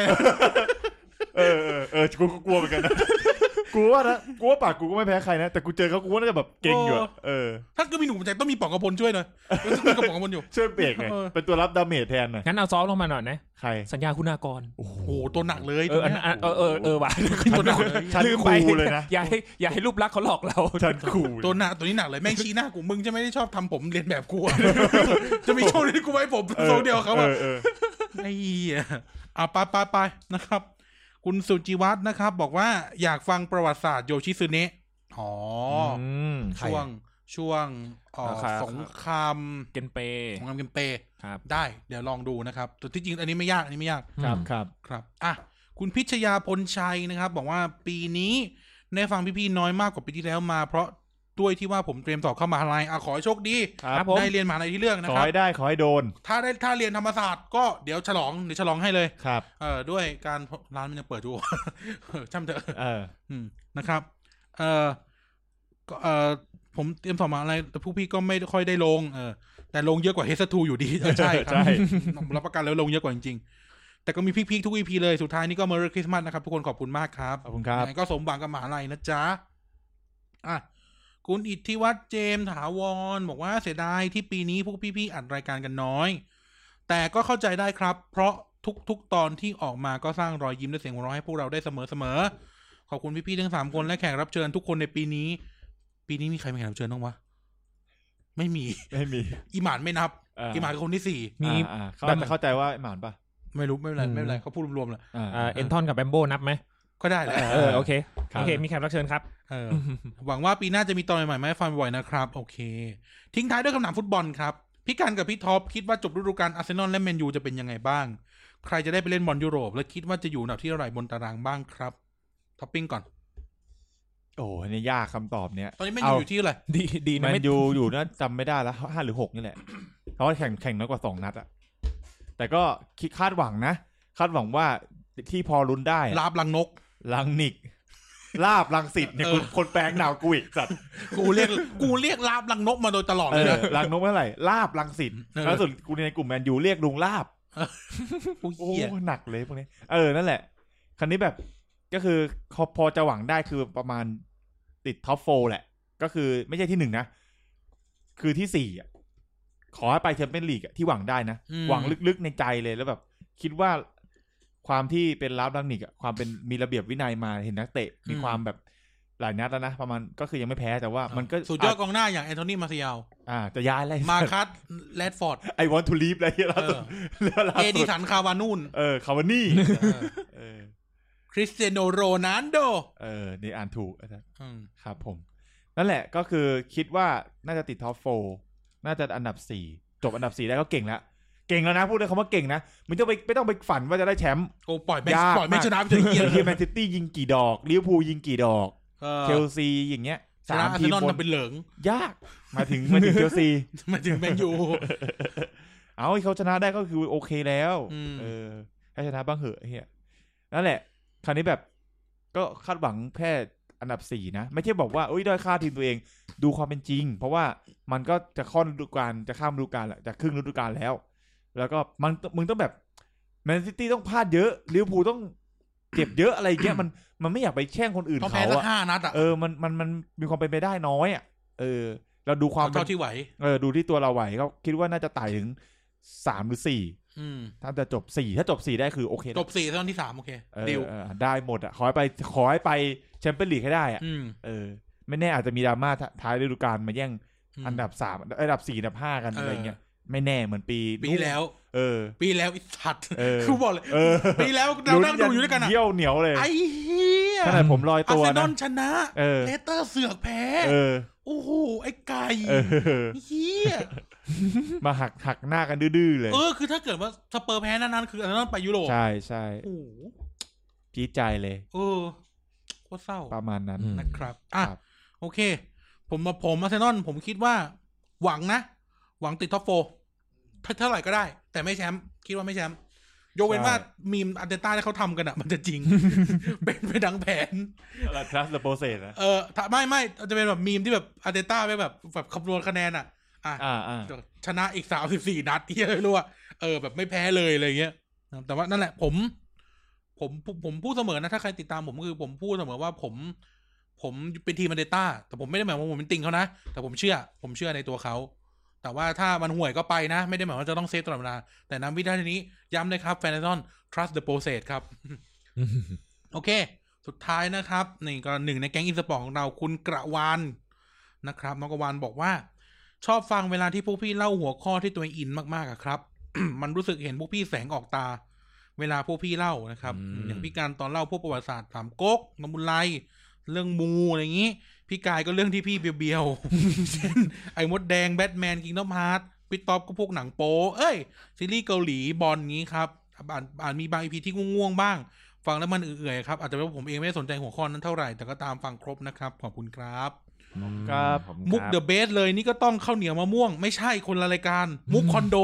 B: เออเออเออกูกูกลัวเหมือนกัน นะกูว่านะกูว่าปากกูก็ไม่แพ้ใครนะแต่กูเจอเขากูว่าน่าจะแบบเก่งอยู่อะเออ
A: ถ้าก็มีหนุ่มใจต้องมีปอกกระพลช่วยหน่อยมีกระป๋องกระพลอยู่
B: ช่วยเบรกไง
A: เออ
B: เป็นตัวรับดาเมจแทนหน่อย
C: งั้นเอาซอฟต์ลงมาหน่อยนะ
B: ใคร
C: สัญญาคุณากร
A: โอ้โหตัวหนักเลย
C: เอออันนั้นอันเออเออเออว่ะ
A: ตัวหนักเลย
B: ฉัน
C: ลืมไป
B: คูเลยนะ
C: อย่าให้อย่าให้รูปลักษณ์เขาหลอกเรา
B: ฉันคู
A: ตัวหนักตัวนี้หนักเลยแม่งชี้หน้ากูมึงจะไม่ได้ชอบทำผมเรียนแบบกูอะจะมีช่วงที่กูไว้ผมทรงเดียวกับเขา
B: อ
A: อะ
B: อเออ
A: ไอ้เหี้ยอ่ะไปไปไปนะครับ คุณสุจิวัฒน์นะครับ บอกว่าอยากฟังประวัติศาสตร์โยชิซึเนะอ๋ออ
B: ม
A: ช่วงช่วงเอ่อ
C: ราคา
A: สงคราม
C: เกนเป
A: สงครามเกมเปย์
C: ครับ
A: ได้เดี๋ยวลองดูนะครับแต่ที่จริงอันนี้ไม่ยากอันนี้ไม่ยาก
B: ครับครับ
A: ครับ อ่ะ คุณพิชยาพลชัยนะครับ บอกว่าปีนี้ในฟังพี่ๆน้อยมากกว่าปีที่แล้วมา เพราะด้วยที่ว่าผมเตรียมสอบเข้ามหาลัยอ่ะขอให้โชคดี
C: ครับผม
A: ได้เรียนมหาลัยที่เลือกนะ
B: ขอ
A: ครับ
B: ให้ได้ขอให้โดน
A: ถ้าได้ถ้าเรียนธรรมศาสตร์ก็เดี๋ยวฉลองเดี๋ยวฉลองให้เลย
B: ครับ
A: เอ่อด้วยการร้านมันยังเปิดอยู่ เออช่ำเถอะ
B: เออ
A: อืมนะครับ เอ่อก็เอ่อผมเตรียมสอบมหาอะไรแต่ผู้พี่ก็ไม่ค่อยได้ลง เออ แต่ลงเยอะกว่าเฮสทูอยู่ดี เออใช่ค
B: ใช่
A: รับผมรับประกันแล้วลงเยอะกว่าจริงๆ แต่ก็มีพีคๆทุก EP เลย สุดท้ายนี่ก็เมอร์คริสต์มาสนะครับ ทุกคนขอบคุณมากครับ
B: ขอบคุณครับ
A: ยังไงก็สมหวังกับมหาลัยนะจ๊ะ อ่ะ คุณอิทธิวัฒน์เจมส์ถาวร บอกว่าเสียดายที่ปีนี้พวกพี่ๆอัดรายการกันน้อย แต่ก็เข้าใจได้ครับ เพราะทุกๆตอนที่ออกมาก็สร้างรอยยิ้มและเสียงหัวเราะให้พวกเราได้เสมอๆ ขอบคุณพี่ๆทั้งสามคนและแขกรับเชิญทุกคนในปีนี้ ปีนี้มีใครเป็นแขกรับเชิญบ้างวะ ไม่มี
B: ไม่มี
A: อีหมานไม่นับ
B: เอ่อ
A: อีหมานคือคนที่สี่
C: มี
B: อ่าอ่าเข้าแต่เข้าใจว่าไอ้หมานป่ะ
A: ไม่รู้ไม่เป็นไร
C: อืม
A: ไม่เป็นไรเขาพูดรวมๆแหละ
B: อ่า
C: เอ่อเอ็นทอนกับแบมโบนับไหม
A: ก็ได้แหละ
C: เออโอเค
B: ครับ
C: โอเค มีแขกรับเชิญครับ
A: เออ หวังว่าปีหน้าจะมีตอนใหม่ๆมาให้ฟังบ่อยๆนะครับ โอเค ทิ้งท้ายด้วยคำถามฟุตบอลครับ พี่การกับพี่ท็อปคิดว่าจบฤดูกาลอาร์เซนอลและแมนยูจะเป็นยังไงบ้าง ใครจะได้ไปเล่นบอลยุโรป และคิดว่าจะอยู่อันดับที่เท่าไหร่บนตารางบ้างครับท็อปปิ้งก่อน
B: โอ้อันนี่ยากคำตอบเนี้ย
A: ตอนนี้แมนยูอยู่ที่อะไหร
C: ดีดี
B: แม
C: นะไม่
B: นยูอยู่นะจำไม่ได้แล้วห้าหรือหกนี่แหละเพราะว่าแข่งแข่งน้อยกว่าสองนัดอะแต่ก็คิดคาดหวังนะ คาดหวังว่าที่พอลุ้นได้
A: ลาบลังนก
B: ลังนิก ลาบลังสิทธิ์เนี่ย
A: เอ
B: ค
A: อ
B: นคนแปลงหนาวกูอีกสัตว์
A: กูเรียกกูเรียกลาบลังนกมาโดยตลอด
B: เอ
A: เลย
B: อ
A: นะ
B: ลังนกเมื่อไหร่ลาบลังสิทธิ์
A: เออ
B: ล่าสุดกูในกลุ่มแมนยูเรียกลุงลาบ
A: โอ้ย
B: โอ้
A: เหี้ย
B: หนักเลยพวกนี้ เออ นั่นแหละ คันนี้แบบ ก็คือพอจะหวังได้คือประมาณติดท็อปโฟแหละ ก็คือไม่ใช่ที่หนึ่งนะ คือที่สี่อะขอให้ไปแชมเปี้ยนลีกอะที่หวังได้นะ
A: อืม
B: หวังลึกๆในใจเลยแล้วแบบ คิดว่าความที่เป็นลาฟดังนิกอะความเป็นมีระเบียบวินัยมาเห็นนักเตะ มีความแบบหลายนัดแล้วนะ ประมาณก็คือยังไม่แพ้แต่ว่ามันก็
A: สุดยอดกองหน้าอย่างแอนโทนีมาเซียล
B: อ่าจะย้ายอะไร
A: มา คัสแรดฟอร์ด
B: ไอวอนทูลีฟอะไรล่าสุดล่า
A: เอดิ
B: สุด
A: สันคาวานูน
B: เออคาวานี่เออ
A: คริสเตียโนโรนันโด
B: เออนี่อ่านถูกอาจารย์
A: อืม
B: ครับผม นั่นแหละก็คือคิดว่าน่าจะติดท็อปโฟน่าจะอันดับสี่จบอันดับสี่ได้ก็เก่งแล้ว เก่งแล้วนะ พูดเลยคำว่าเก่งนะมันจะไปไม่ต้องไปฝันว่าจะได้แช มป์
A: โอ้ปล่อยแม่ง
B: ยาก
A: ปล่อยแม่งชนะไปเถ
B: ถึ
A: อะ
B: ง
A: ไอ้เกียร์
B: เกียแมนซิตี้ยิงกี่ดอกลิเวอร์พูลยิงกี่ดอกเช
A: เชล
B: ลซีอย่างเงี้ย
A: ชนะ
B: สาม
A: อาร์เซ
B: ทีม
A: นอล
B: บน
A: ทำเป็นเหลือง
B: ยากมาถึงมาถึงเชลซี
A: มาถึงแมนยู
B: เอาให้เขาชนะได้ก็คือโอเคแล้ว
A: อืม
B: เออ ให้ชนะบ้างเหอะไอ้เฮียนั่นแหละ คราวนี้แบบ ก็คาดหวังแค่อันดับสี่นะ ไม่ใช่บอกว่าอุ้ยด้อยค่าทีมตัวเอง ดูความเป็นจริง เพราะว่ามันก็จะข้อนฤดูกาลจะข้ามฤดูกาลแหละจะครึ่งฤดูกาลแล้ว แล้วก็มันมึงต้องแบบแมนซิตี้ต้องพลาดเยอะลิเวอร์พูลต้องเจ็บเยอะอะไรอย่างเงี้ยมันมันไม่อยากไปแช่งคนอื่น
A: ต้อง
B: เขา
A: แพ้สัก
B: อะ
A: ห้านัดอ่ะ
B: เออมันมันมันมีความเป็นไปได้น้อยอ่ะเออ เราดูความเป็น
A: เท่าที่ไหว
B: เออดูที่ตัวเราไหวก็คิดว่าน่าจะไต่ถึงสามหรือสี่
A: อืม
B: ถ้าจะจบสี่ถ้าจบสี่ได้คือโอเคนะ
A: จบสี่ตอนที่สามโอเค
B: เออ
A: ดิว
B: เออได้หมดอ่ะ ขอให้ไปขอให้ไปแชมเปี้ยนลีกให้ได้อ่ะ
A: อืม
B: เออ ไม่แน่อาจจะมีดราม่าท้าท้ายฤดูกาลมาแย่ง
A: ม
B: อันดับสามอันดับสี่อันดับห้ากัน
A: เอออ
B: อะไรเงี้ยไม่แน่เหมือนปี
A: ปีที่แล้ว
B: เออ
A: ปีแล้วไอ้สัตว์
B: เออ
A: คือบอกเลย
B: เออ
A: ปีแล้วเรานั่งดูอยู่ด้วยกันอ่ะ
B: เยี่ยวเหนียวเลย
A: ไอ้เหี้ย
B: ขนาดผมลอย
A: อา
B: ตั
A: ร์
B: ว
A: เซนอ
B: นะ
A: ลชนะ
B: เออ
A: เลสเตอร์เสือกแพ้
B: เออ
A: โอ้โหไอ้ไก่
B: เออ
A: เหี้ย
B: มาหักหักหน้ากันดื้อๆเลย
A: เออคือถ้าเกิดว่าสเปอร์แพ้นั้นนั้นๆคืออันนั้นไปยุโรป
B: ใช่ใช่
A: โอ้โห
B: จี๊ดใจเลย
A: เออโคตรเศร้า
B: ประมาณนั้น
C: อืม
A: นะครับอ่ะ
B: ครับ
A: โอเค ผมมาผมอาร์เซนอลผมคิดว่า หวังนะ หวังติดท็อปโฟถ้าเท่าไหร่ก็ได้ แต่ไม่แชมป์คิดว่าไม่แชมป์ยกเว้นว่ามีมอันเดต้าที่เขาทำกันอะมันจะจริง เป็นไปดังแผน
B: อะไร trust the process นะ
A: เออถ้าไม่ไม่จะเป็นแบบมีมที่แบบอันเดต้าไปแบบแบบคำนวณคะแนนอะอ่ะ
B: อ่าอ่า
A: ชนะอีกสามสิบสี่นัด ที่ไม่รู้ว่าเออแบบไม่แพ้เลยอะไรเงี้ยนะครับแต่ว่านั่นแหละผม ผมผมผมพูดเสมอนะ ถ้าใครติดตามผมก็คือผมพูดเสมอว่าผม ผมเป็นทีมมันเดต้า แต่ผมไม่ได้หมายว่าผมเป็นติงเขานะ แต่ผมเชื่อ ผมเชื่อในตัวเขา แต่ว่าถ้ามันห่วยก็ไปนะ ไม่ได้หมายว่าจะต้องเซฟตลอดเวลา แต่น้ำวิธีนี้ย้ำเลยครับแฟนซอน trust the process ครับ โอเค สุดท้ายนะครับนี่ก็หนึ่งในแก๊งอินสปอร์ตของเราคุณกระวานนะครับน้องกระวานบอกว่า ชอบฟังเวลาที่พวกพี่เล่าหัวข้อที่ตัวเองอินมากๆอะครับ มันรู้สึกเห็นพวกพี่แสงออกตา เวลาพวกพี่เล่านะครับ
C: อืม
A: อย่างพี่การตอนเล่าพวกประวัติศาสตร์สามก๊กนบุญไลเรื่องมูอะไรอย่างนี้ พี่กายก็เรื่องที่พี่เบียวๆ เช่นไอ้มดแดงแบทแมนกิงดอมฮาร์ดพี่ท็อปก็พวกหนังโป๊เอ้ย ซีรีส์เกาหลีบอลงี้ครับอ่านอ่านมีบางอีพีที่ง่วงๆบ้าง ฟังแล้วมันเอื่อยๆครับ อาจจะเป็นเพราะผมเองไม่ได้สนใจหัวข้อนั้นเท่าไหร่ แต่ก็ตามฟังครบนะครับ ขอบคุณครับ
B: ครับ
C: ผม
A: มุกเดอะเบสเลยนี่ก็ต้องข้าวเหนียวมะม่วง ไม่ใช่คนละรายการ มุกคอนโด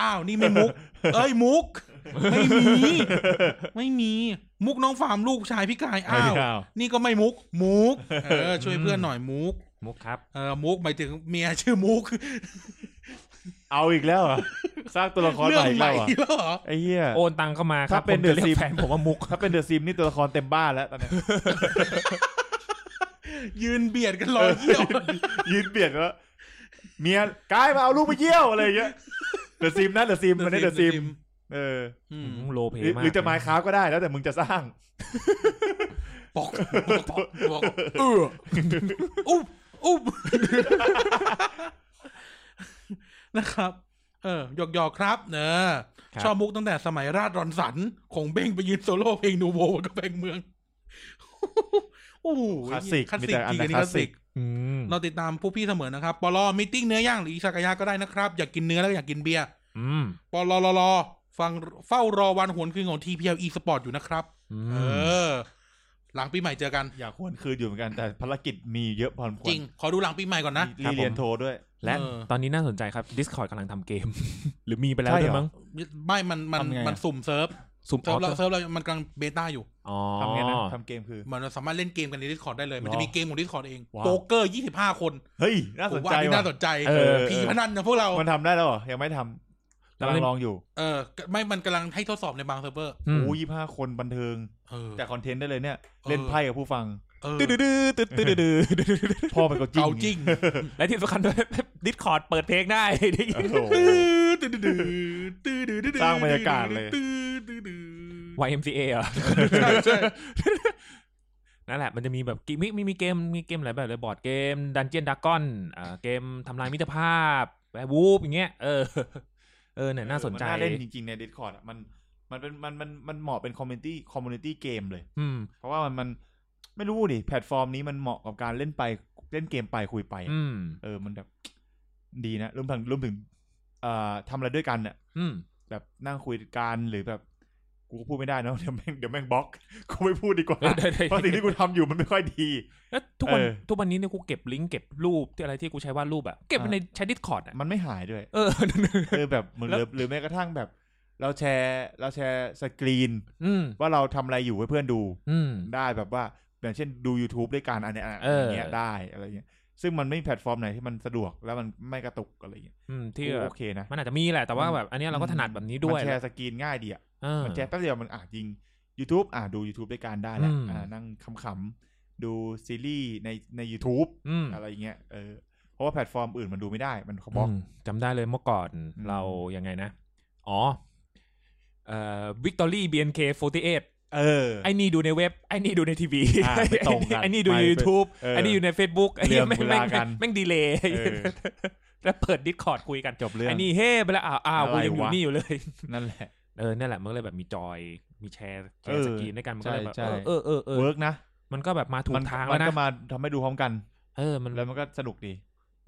A: อ้าว นี่ ไม่มุก เอ้ยมุก ไม่ มี ไม่มี มุกน้องฟาร์มลูกชายพี่กายอ้าว
B: อ้าว
A: นี่ก็ไม่มุก มุก เอ อ ช่วยเพื่อนหน่อยมุก
C: มุกครับ
A: เออมุกหมายถึงเมียชื่อมุก
B: เอาอีกแล้วเหรอสร้างตัวละคร
A: เรื่อง
B: ใหม่อีก
A: ให
B: แล้ว
A: ม่
B: เหรอ
A: แล้วเหรอ
B: ไอ้เหี้ย
C: โอนตังเข้ามาครั
B: ถ้า
C: บ
B: เป็น
C: ผม
B: เด
C: จะ
B: อะ
C: เรี
B: ซิ
C: ยก
B: ม
C: แฟนผมว่ามุก
B: ถ้าเป็นเดอะซิมนี่ตัวละครเต็มบ้านแล้วตอนเนี้ย
A: ยืนเบียดกันรอยเยี่ ยว
B: ยืนเบียดแล้วเมียกายมาเอาลูกไปเยี่ยวอะไรอย่างเงี้ยเดอะซิมนะเดอะซิมมันได้เดอะซิมเออ
A: อืม
C: โลเพ
B: หรือ
C: มาก
B: หรือจะไม้ค้าก็ได้แล้วแต่มึงจะสร้าง
A: ปอกปอกป อกเอออุ๊บอุ๊บ นะครับ เออหยอกหยอกๆครับ เนอะชอบมุกตั้งแต่สมัยราชรอนสัน ของเบ้งไปยืนโซโล่เพลงนูโวบนกับแพงเมือง โอ้โห
B: คลาสสิก
A: คลาส
B: มี
A: สิ
B: แต่
A: ก
B: อั
A: จริง
B: นไหน
A: อันนี้ค
B: คลา
A: ลา
B: ส
A: ส
B: สิ
A: สิ
B: ก
A: ก
C: อืม
A: เราติดตามผู้พี่เสมอนะครับ ปลอมิติ้งเนื้อย่างหรืออิซากายะก็ได้นะครับ อยากกินเนื้อแล้วก็อยากกินเบียร์
C: อืม
A: ปลอลอฟังเฝ้ารอวันหวนคืนของ TPL eSport อยู่นะครับ
C: อื
A: เอ
C: ม
A: อ หลังปีใหม่เจอกัน
B: อยากควรคืนอยู่เหมือนกันแต่ภารกิจมีเยอะพอสมควร
A: จริง ขอดูหลังปีใหม่ก่อนนะ
B: รีรีเรียนโทรด้วย
C: และ
A: เออ
C: ตอนนี้น่าสนใจครับ Discord กำลังทำเกม หรือมีไปแล้ว
B: ใช่
C: ด้ว
B: เหรอ
C: ยมั้ง
A: ไม่ มัน มัน
B: ทำไงอะ
A: มันสุ่มเซิร์ฟ
C: ซุปอ
A: เซิ
C: อ
A: ร์ฟ
C: ฟ
A: เราเซิร์ฟเรามันกำลังเบต้าอยู่
C: อ๋อ
B: ทำไงนะทำเกมคือ
A: มันสามารถเล่นเกมกันใน Discord ได้เลย มัน
B: หร
A: จะ
B: อ
A: มีเกมของ Discord เอง
B: ว้าว
A: โป๊กเกอร์ 25 คน
B: เฮ้ยน่า
A: ผ
B: ส
A: ม
B: น
A: ว่า
B: ใจ
A: อันนี้
B: ว่ะ
A: น่าสนใจ
B: เออ
A: ผีพนันนะพวกเรา
B: มันทำได้แล้วเหรอยังไม่ทำ กำลังลองอยู่
A: เออไม่มันกำลังให้ทดสอบในบางเซิร์ฟเวอร์
C: อืม
B: โอ้ยี่ห้าคนบันเทิง
A: เออ
B: แต่คอนเทนต์ได้เลยเนี่ย
A: ออ
B: เล่นไพ่กับผู้ฟัง
A: เออ
C: ตื้อดื้อตื้อดื้อตื้อดื้อตื้อดื้อตื้อดื้อ
B: พ่อมันก็จริง
A: เกาจริง
C: และที่สำคัญด้วย ดิสคอร์ดเปิดเพลงได้ ได้ยิน
B: โอ้โห
A: ตื้อดื้อตื้อดื้อตื้อดื้อ
B: สร้างบรรยากาศเลย
A: ตื้อดื้อดื้อ
C: YMCA เหรอ
A: ใช่ใช่
C: นั่นแหละมันจะมีแบบกิมีมีมีเกมมีเกมหลายแบบเลยบอร์ดเกมดันเจียนดากอนอ่าเกมทำลายมิตรภาพแวร์วูฟอย่างเงี้ยเออเออเนี่ยน่าสนใจ
B: มัน่าเล่นจริงๆใน Discord อะมันมันเป็นมันมันมันเหมาะเป็นคอมมูนิตี้คอมมูนิตี้เกมเลย
C: อืม
B: เพราะว่ามันมันไม่รู้ดิ แพลตฟอร์มนี้มันเหมาะกับการเล่นไปเล่นเกมไปคุยไปอะ
C: อืม
B: เออมันแบบ ดีนะรวมถึงรวมถึงเอ่อทำอะไรด้วยกันอ่ะ
C: อื ม
B: แบบนั่งคุยกันหรือแบบ กูก็พูดไม่ได้เนอะ เดี๋ยวแม่งเดี๋ยวแม่งบล็อก กูไม่พูดดีกว่า
C: เออได้ได้
B: เพราะสิ่งที่กูทำอยู่มันไม่ค่อยดี
C: แล้วทุกวัน
B: เออ
C: ทุกวันนี้เนี่ยกูเก็บลิงก์เก็บรูปที่อะไรที่กูใช้วาดรูปอะเก็บไว้ในใช้ดิสคอร์ดอะ
B: มันไม่หายด้วย
C: เอ อ
B: เออแบบเหมือนห
C: แล้ว
B: รือหรือแม้กระทั่งแบบ เราแชร์เราแชร์สกรีน
C: อืม
B: ว่าเราทำอะไรอยู่ให้เพื่อนดู
C: อืม
B: ได้แบบว่าอย่างเช่นดู YouTube ด้วยกันอันเนี้ยอะ
C: เอออ
B: ย่างเงี้ยได้อะไรเงี้ยซึ่งมันไม่มีแพลตฟอร์มไหนที่มันสะดวกแล้วมันไม่กระตุกอะไรเงี้ย
C: อืมที่
B: โอ้
C: แบ
B: โอบ เคนะ
C: มันอาจจะมีแหละแต่ว่าแบบอันเนี้ยเราก็ถนัดแบบนี้ด้ว
B: มั
C: ย
B: นแชร์สกรีนง่ายดีอ่ะ
C: เออ
B: มันแชร์แป๊บเดียวมันอ่ะยิง YouTube อ่ะดู YouTube ด้วยกันได้แหละ
C: อืม
B: อ่ะนั่งขำๆดูซีรีส์ในใน YouTube
C: อืม
B: อะไรเงี้ยเออเพราะว่าแพลตฟอร์มอื่นมันดูไม่ได้มันเขาบล็อก
C: อืมจำได้เลยเมื่อก่อน
B: อืม
C: เรายังไงนะ อ๋อ เอ่อวิกตอรี่บีเอ็นเค48
B: เออ
C: ไอ้นี่ดูในเว็บ ไอ้นี่ดูในทีวี
B: อ่าไม่ตรงกัน
C: ไอ้นี่ดู
B: ไป
C: ใน YouTube
B: เออ
C: ไอ้นี่อยู่ใน Facebook ไอ้นี่แม่ง
B: เว
C: แม่
B: ลาง กัน
C: แม่งดีเลย์
B: เออ
C: แล้วเปิดดิสคอร์ดคุยกัน
B: จบเรื่อง
C: ไอ้นี่เฮ้ไปแล้วอ้าวอ้าว
B: อะไร
C: กูยังอยู่
B: วะ
C: นี่อยู่เลย
B: นั่นแหละ
C: เออนั่นแหละมันก็เลยแบบมีจอยมีแชร์แช
B: เอ
C: ร์
B: อ
C: สกรีนด้วยกันมันก็เลยแบบ
B: ใช่ใช่
C: เออเออเออเอ
B: เวิ
C: อ
B: ร์กนะ
C: มันก็แบบมาถู
B: มั
C: กทาง
B: มั
C: แล้
B: น
C: วนะ
B: ก็มาทำให้ดูพร้อมกัน
C: เออมัน
B: แล้วมันก็สนุกดี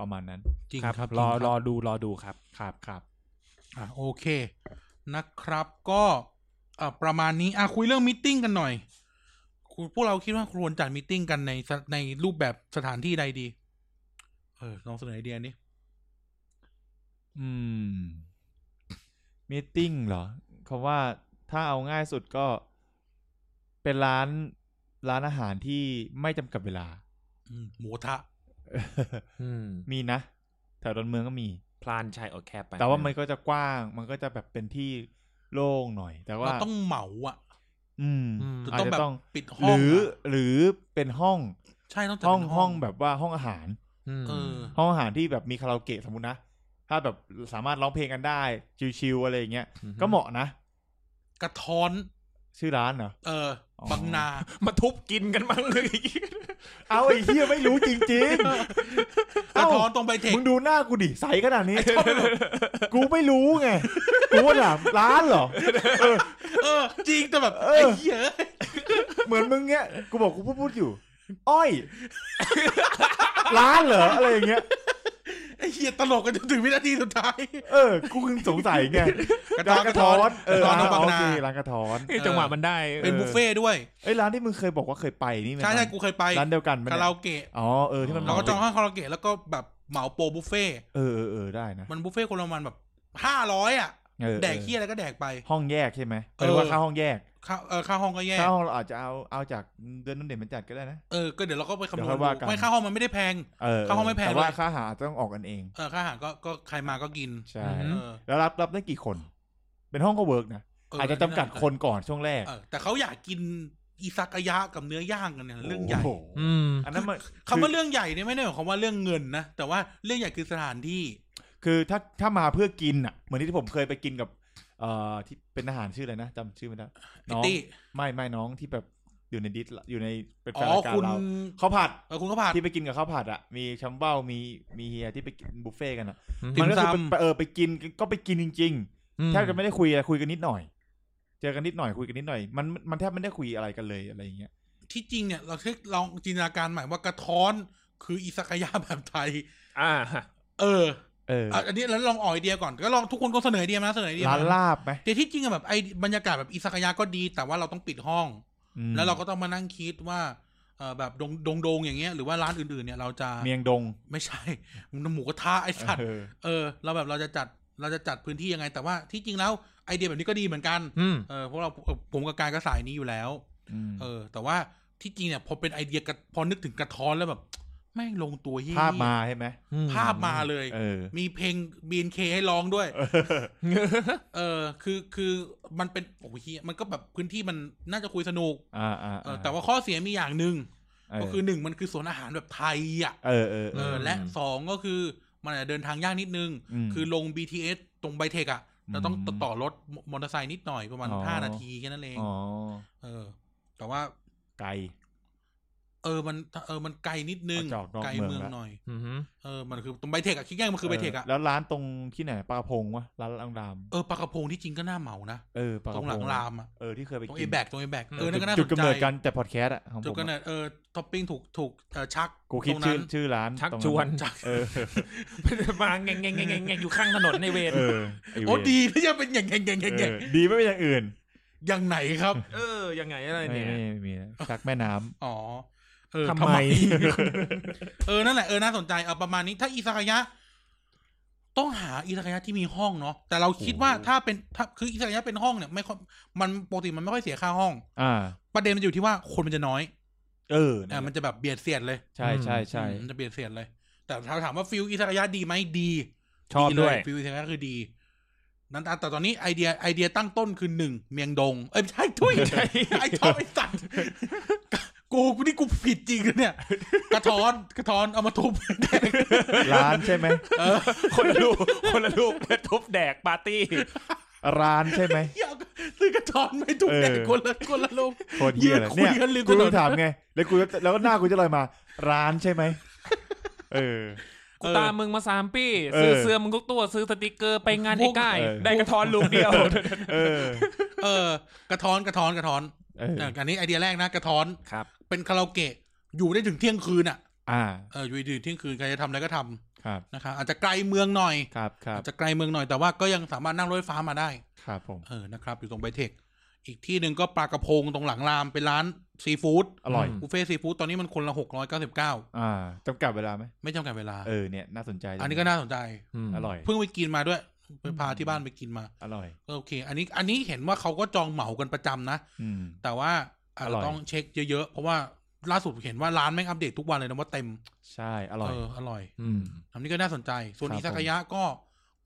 B: ประมาณนั้น
A: จริง
C: ครับ
A: ครับ
C: รอ
A: จงคบ
C: รอดูรอดูครับ
B: ครับครับ
A: อ่ะโอเคนะครับก็อ่ะประมาณนี้อ่ะคุยเรื่องมตติ팅กันหน่อยคุณพวกเราคิดว่าควรจัดมตติ팅กันในสในรูปแบบสถานที่ใดดี เออลองเสนอไอเดียนี้
B: อืมมีตติ้งเหรอคำว่าถ้าเอาง่ายสุดก็ เป็นร้านร้านอาหารที่ไม่จำกัดเว ลา
A: หมูกระทะ
C: อืม
B: มีนะ แถวดอนเมืองก็มี
C: พลานชัยออกแคบไป
B: แต่ว่ามันก็จะกว้าง มันก็จะแบบเป็นที่โล่งหน่อย แต่ว่า
A: เราต้องเหมาอ่ะ
B: อืม
C: อืม
A: จะ
B: อาจ
A: ต้อง
B: จะ
A: แบบ
B: ต้อง
A: ปิด
B: ห
A: ห้อง
B: รือ
A: อะ
B: หรือเป็นห้อง
A: ใช่ต้องจัด
B: ห้อง
A: เป็น
B: ห้องแบบว่าห้องอาหาร
C: อืม
A: เออ
B: ห้องอาหารที่แบบมีคาราโอเกะสมมตินะ ถ้าแบบสามารถร้องเพลงกันได้ ชิวๆอะไรอย่างเงี้ย ก็เหมาะนะ
A: กระท้อน
B: ชื่อร้านเหรอ
A: เอออ
B: อ
A: บังนา
C: มาทุบกินกันบ้างเลย
B: เอาไอ้เฮียไม่รู้จริง
A: ก
B: เอ้า
A: ระท้อนตรงไปเท
B: ๆ
A: ค
B: มึงดูหน้ากูดิใสขนา ดนี้ กูไม่รู้ไง กูว่าหลังร้านเหรอ
A: เออ จริงแต่แบบ
B: เออ
A: ไอ้เหี้ย
B: เหมือนมึงเงี้ย กูบอกกูพูดพูดอยู่ อ้อย ร้านเหรออะไรอย่างเงี้ย
A: ไอ้เหี้ยตลกกันจนถึงวินาทีสุดท้าย
B: เออ กูคือสงสัยไง ร้านกระท้อน เออ
A: ระท้อนตรง
B: ร้าน
A: บัง
B: โอ
A: นา
B: เคร้านกระท้อน
C: ไอ้จังหวะมันได้
B: อ
A: เป็น
B: อ
A: บุฟเฟ่ต์ด้วย
B: เอ้ยร้านที่มึงเคยบอกว่าเคยไปนี่มัน
A: ใช่ใช่กูเคยไป
B: ร้านเดียวกันปะ
A: คา
B: เนี่ย
A: ราโอเกะ
B: อ๋อ เออที่มัน
A: เราก็จองห้องคาราโอเกะแล้วก็แบบเหมาโปรบุฟเฟ่ต์
B: เออเออเออได้นะ
A: มันบุฟเฟ่ต์คนละประมันแบบห้าร้อยอ่ะ
B: เออ
A: แดกเฮี้ยอะไรก็แดกไป
B: ห้องแยกใช่ไหม
A: เออ
B: หรือว่าค่าห้องแยก
A: ค่าเออค่าห้องก็แย่
B: ค่าห้องเราอาจจะเอาเอาจากเดือนนั้นเด่นมันจัดก็ได้นะ
A: เออก็เดี๋ยวเราก็ไปคำน
B: เดี๋ยว
A: ณ
B: วค่อยว่ากัน
A: ไม่ค่าห้องมันไม่ได้แพง
B: เออ
A: ค่าห้องไม่แพง
B: แต่
A: ด้
B: ว่า
A: วย
B: ค่าอาหารอาจจะต้องออกกันเอง
A: เออค่าอาหารก็ก็ใครมาก็กิน
B: ใช่
A: เออ
B: แล้วรับรับได้กี่คน เป็นห้องก็เวิร์กนะ
A: เ
B: อาจจะจำกัดคนก่อนช่วงแรก
A: เออแต่เขาอยากกินอิซากายะกับเนื้อย่างกันเนี่ยเรื่องใหญ่
B: โโ
C: อืม
B: อันนั้นมัน
A: คำว่าเรื่องใหญ่เนี่ยไม่ได้หมายความว่าเรื่องเงินนะแต่ว่าเรื่องใหญ่คือสถานที่
B: คือถ้าถ้ามาเพื่อกินอ่ะ เหมือนที่ผมเคยไปกินกับ เอ่อที่เป็นอาหารชื่ออะไรนะจำชื่อไม่ได้น้อง
A: พิตตี้
B: ไม่ไม่น้องที่แบบอยู่ในดิสอยู่ในเป็นแฟ
A: อ๋อ
B: นรายการ
A: คุณ
B: เราข้าวผัด
A: เออคุณก็ผ่าน
B: ที่ไปกินกับข้าวผัดอ่ะมีชัมเบ้ามีมีเฮียที่ไปกินบุฟเฟ่ต์กันอ่ะ
A: ติ่
B: มัน
A: ม
B: ก็
A: ซ
B: คือไปเออไปกินก็ไปกินจริง ๆ แทบจะไม่ได้คุยอะไรคุยกันนิดหน่อย เจอกันนิดหน่อยคุยกันนิดหน่อย มันมันแทบไม่ได้คุยอะไรกันเลยอะไรอย่างเงี้ย
A: ำที่จริงเนี่ยเราแค่ลองจินตนาการใหม่ว่ากระท้อนคืออิซากายะแบบไทย
C: อ่า
A: เออ
B: เออ
A: อ่ะอันนี้แล้วลองออกไอเดียก่อนก็ลองทุกคนก็เสนอไอเดียมานะเสนอไอเดีย
B: ร้าน
A: มา
B: ลาบไหม
A: แต่ที่จริงอะแบบไอบรรยากาศแบบอิสกายาก็ดี แต่ว่าเราต้องปิดห้อง
B: อืม
A: แล้วเราก็ต้องมานั่งคิดว่าเออแบบดงดงดงอย่างเงี้ยหรือว่าร้านอื่นๆเนี่ยเราจะ
B: เมียงดง
A: ไม่ใช่ หมูกระทะไอสัตว์
B: เออ
A: เออ เราแบบเราจะจัดเราจะจัดพื้นที่ยังไง แต่ว่าที่จริงแล้วไอเดียแบบนี้ก็ดีเหมือนกัน
C: อืม
A: เออเพราะเราเออผมกับการก็สายนี้อยู่แล้ว
B: อืม
A: เออ แต่ว่าที่จริงเนี่ยพอเป็นไอเดียกระพอนึกถึงกระท้อนแล้วแบบ แม่งลงตัวเฮี้ย
B: ภาพมาใช่ไหม
A: ภาพมาเลย
B: เออ
A: มีเพลง BNK ให้ร้องด้วย เออ คือคือมันเป็นโอ้โหเฮียมันก็แบบพื้นที่มันน่าจะคุยสนุก
B: อ่าอ่า
A: เออแต่ว่าข้อเสียมีอย่างหนึ่ง
B: เ
A: ก็คือหนึ่งมันคือสวนอาหารแบบไทยอ่ะ
B: เออเออ
A: เอ
B: เอ
A: อ
B: อ
A: และสองก็คือมันอาจจะเดินทางยากนิดนึง
B: ม
A: คือลง BTS ตรงไบเทคอ่ะเราต้อง
B: อืม
A: ต่อรถมอเตอร์ไซค์นิดหน่อยประมาณ
B: อ๋อ
A: ห้านาทีแค่นั้นเอง
B: อ๋อ
A: เออ แต่ว่า
B: ไกล
A: เออมันเออมันไกลนิดนึง
B: ออกจากนอก
A: ไกล
B: เมือง
A: เมือง
B: ละ
A: หน่อย
C: อือหือ
A: เออ มันคือตรงไบเทคอะคิดง่ายมันคือไบเทคอะ
B: แล้วร้านตรงที่ไหนปลากระพงวะร้านลังราม
A: เออปลากระพงที่จริงก็น่าเหมานะ
B: เออปลาก
A: ต
B: ระ
A: รง
B: พ
A: หลั
B: ง
A: งรามอะ
B: เออที่เคยไป
A: ตรงเอ
B: กิน
A: แบกตรงเอแบกเออนั่นก็น่า
B: จุ
A: ส
B: ด
A: น
B: กำ
A: ใจ
B: เนิดกันแต่พอดแคสต์อะของผ
A: จุด
B: ม
A: กำ
B: อะ
A: เนิดเออท็อปปิ้งถูกถูกเออชัก
B: กูคิด
A: ตรง
B: ชื่
A: นั้
B: อน ชื่อร้าน
C: ชัก
B: ตรง
C: ชวน
B: อะเอ อ
C: มาแงงแงงแงงแงงแงงอยู่ข้างถนนในเวร
B: เออไเวร
A: โอ้ดีที่จะเป็นอย่างอย่างอย่างอย่างอ
B: เอย่าง อดีไม่เป็นอย่างอื่น
A: อย่างไหนครับ
C: เออยังไงอะไร
B: ไม่
C: เนี่ย
B: ไม่ไม่มีนะชักแม่น้ำ
A: อ๋อเออ
C: ทำไม
A: เออนั่นแหละเออน่าสนใจเอาประมาณนี้ถ้าอิซากายะ ต้องหาอิซากายะที่มีห้องเนาะแต่เราคิดว่า
B: โอ้โห
A: ถ้าเป็นถ้าคืออิซากายะเป็นห้องเนี่ยไม่ค่อยมันปกติมันไม่ค่อยเสียค่าห้อง
B: อ่า
A: ประเด็นมันอยู่ที่ว่าคนมันจะน้อย
B: เออ
A: อ่ะมันจะแบบเบียดเสียดเลย
B: ใช่ใช่ใช่
A: อืมมันจะเบียดเสียดเลย แต่ถามถามว่าฟิลอิสระยะดีไหมดี
C: ชอบด้วย
A: ฟิลอิสระยะคือดี นั้นแต่แต่ตอนนี้ไอเดียไอเดียตั้งต้นคือหนึ่งเมียงดง เอ้ยไม่ใช่ทุยไอชอบไอสัตว์กูกูนี่กูผิดจริงเลยเนี่ย กระท้อนกระท้อนเอามาทุบ
B: ร้านใช่ไหม
A: เออ
C: คนละลูกคนละลูกทุบแดกปาร์ตี้
B: ร้านใช่ไหม
A: เหี้ยซื้อกระท้อนไม่ทุบแดก
B: เออ
A: คนละคนละลง
B: โคตรเยี่ยเลย
A: ยืนคุย
B: เนี่ย
A: กันลืม
B: กู
A: ถน
B: ต้อน งถามไง แล้วกูก็แล้วก็หน้ากูจะลอยมา ร้านใช่ไหมเออ
C: กู
A: เออ
C: ตามมึงมาสามปี
B: เออ
C: ซื้อเสื้อมึงทุกตัวซื้อสติกเกอร์ไปงาน
A: พ
C: ไอ้
A: วก
C: ก่าย
B: เออ
C: ได้กระทอนลูกเดียว
B: เออ
A: เออ กระท้อนกระท้อนกระท้อน
B: เออ
A: เอออันนี้ไอเดียแรกนะกระท้อน
C: ครับ
A: เป็นคาราโอเกะอยู่ได้ถึงเที่ยงคืนอ่ะ
B: อ่า
A: เอออยู่ดีๆเที่ยงคืนใครจะทำอะไรก็ทำ
B: ครับ
A: นะครับอาจจะไกลเมืองหน่อย
B: ครับครับ
A: อาจจะไกลเมืองหน่อยแต่ว่าก็ยังสามารถนั่งรถไฟฟ้ามาได้
B: ครับผม
A: เออนะครับ อยู่ตรงไบเทค อีกที่หนึ่งก็ปลากระพงตรงหลังรามเป็นร้านซีฟู้ด
B: อร่อย
C: อืม
A: บุฟเฟ่ซีฟู้ดตอนนี้มันคนละหกร้อยเก้าสิบเก้า
B: อ่าจำกัดเวลาไหม
A: ไม่จำกัดเวลา
B: เออเนี่ยน่าสนใจ
A: อันนี้ก็น่าสนใจ
B: อร่อย
A: เพิ่งไปกินมาด้วย ไปพาที่บ้านไปกินมา
B: อร่อย
A: ก็โอเค อันนี้อันนี้เห็นว่าเขาก็จองเหมากันประจำนะ
B: อืม
A: แต่ว่าอาจ
B: อ
A: จะ
B: ร่อย
A: ต้องเช็คเยอะๆ เพราะว่าล่าสุดเห็นว่าร้านแม่งอัปเดตทุกวันเลยนะว่าเต็ม
B: ใช่อร่อย
A: เอออร่อย
C: อืม
A: อันนี้ก็น่าสนใจ ส่วน
B: ครับ
A: อิซากายะก็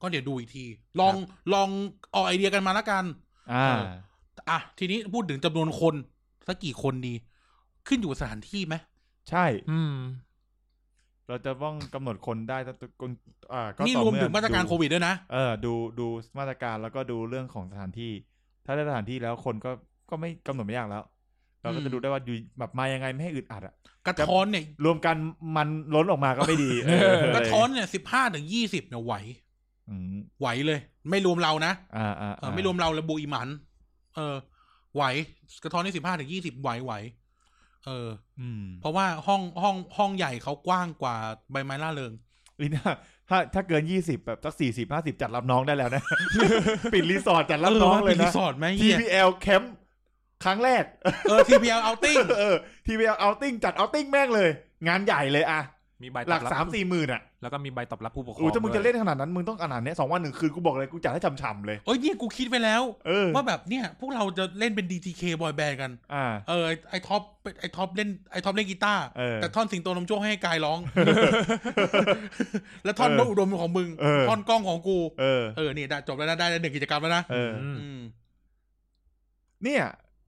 A: ก็เดี๋ยวดูอีกที ลองลองออกไอเดียกันมาละกัน
B: ่า
A: เออ อ่ะ ทีนี้พูดถึงจำนวนคนสักกี่คนดี ขึ้นอยู่กับสถานที่ไหม
B: ใช่
C: อืม
B: เราจะต้องกำหนดคนได้ถ้าตุกคนอ่าก็
A: นี่
B: ต่อ
A: รวม
B: เอ
A: ถึงมาตรการ
B: ดู
A: โควิดด้วยนะ
B: เออดูดูมาตรการแล้วก็ดูเรื่องของสถานที่ ถ้าได้สถานที่แล้วคนก็ก็ไม่กำหนดไม่ยากแล้ว เราก็จะดูได้ว่าอยู่แบบมายังไงไม่ให้อึดอัดอะ
A: กระท้อนเนี่ย
B: รวมกันมันล้นออกมาก็ไม่ ดีเออก
A: ระท้อนเนี่ยสิบห้าถึงยี่สิบเนี่ยไหว
B: อืม
A: ไหวเลย ไม่รวมเรานะ
B: อ่าอ่า
A: เออไม่รวมเราและบวกอีหมัน เออ ไหว กระท้อนนี่สิบห้าถึงยี่สิบไหวไหว เออ
B: อืม
A: เพราะว่าห้องห้องห้องใหญ่เขากว้างกว่าใบไม้ล่าเริง
B: ลิน่าถ้าถ้าเกินยี่สิบแบบสักสี่สิบห้าสิบจัดรับน้องได้แล้วนะ ปิดรีสอร์ทจัดรับน้องเล
A: อ
B: ย
A: อมัป็รี
B: นะ
A: สอร์ทไหม เหี้ย
B: TPL แคมป์ครั้งแรก
A: เออ TPL outing
B: เออ TPL outing จัด outing แม่งเลย งานใหญ่เลยอะ
C: มีใบต
B: หลั
C: อบ
B: ก
C: รับ
B: สามสี่หมื่นอ่ะ
C: แล้วก็มีใบตอบรับผู้ปกครอง
B: โอ้ยถ้ามึง
C: ด้
B: จะ
C: วย
B: เล่นขนาดนั้น มึงต้องขนาดเนี้ยสองวันหนึ่งคืนกูบอกเลยกูจัดให้ฉ่ำๆเลย
A: เอ้ยเนี่ยกูคิดไว้แล้ว
B: เออ
A: ว่าแบบเนี่ย พวกเราจะเล่นเป็น DTK บอยแบนด์กัน
B: อ่า
A: เออ ไอท็อปไอท็อปเล่นไอท็อปเล่นกีตาร์
B: เออ
A: แต่ท่อนสิงโตนำโชคให้กาย ร้อง แล้วท่อน
B: เออน
A: กอุดมของมึง
B: เออ
A: ท่อนกล้องของกู
B: เออ
A: เออ นี่ได้จบแล้วนะ ได้หนึ่งกิจกรรมแล้วนะ
B: เออ
C: ม
A: ม
B: เนี่ย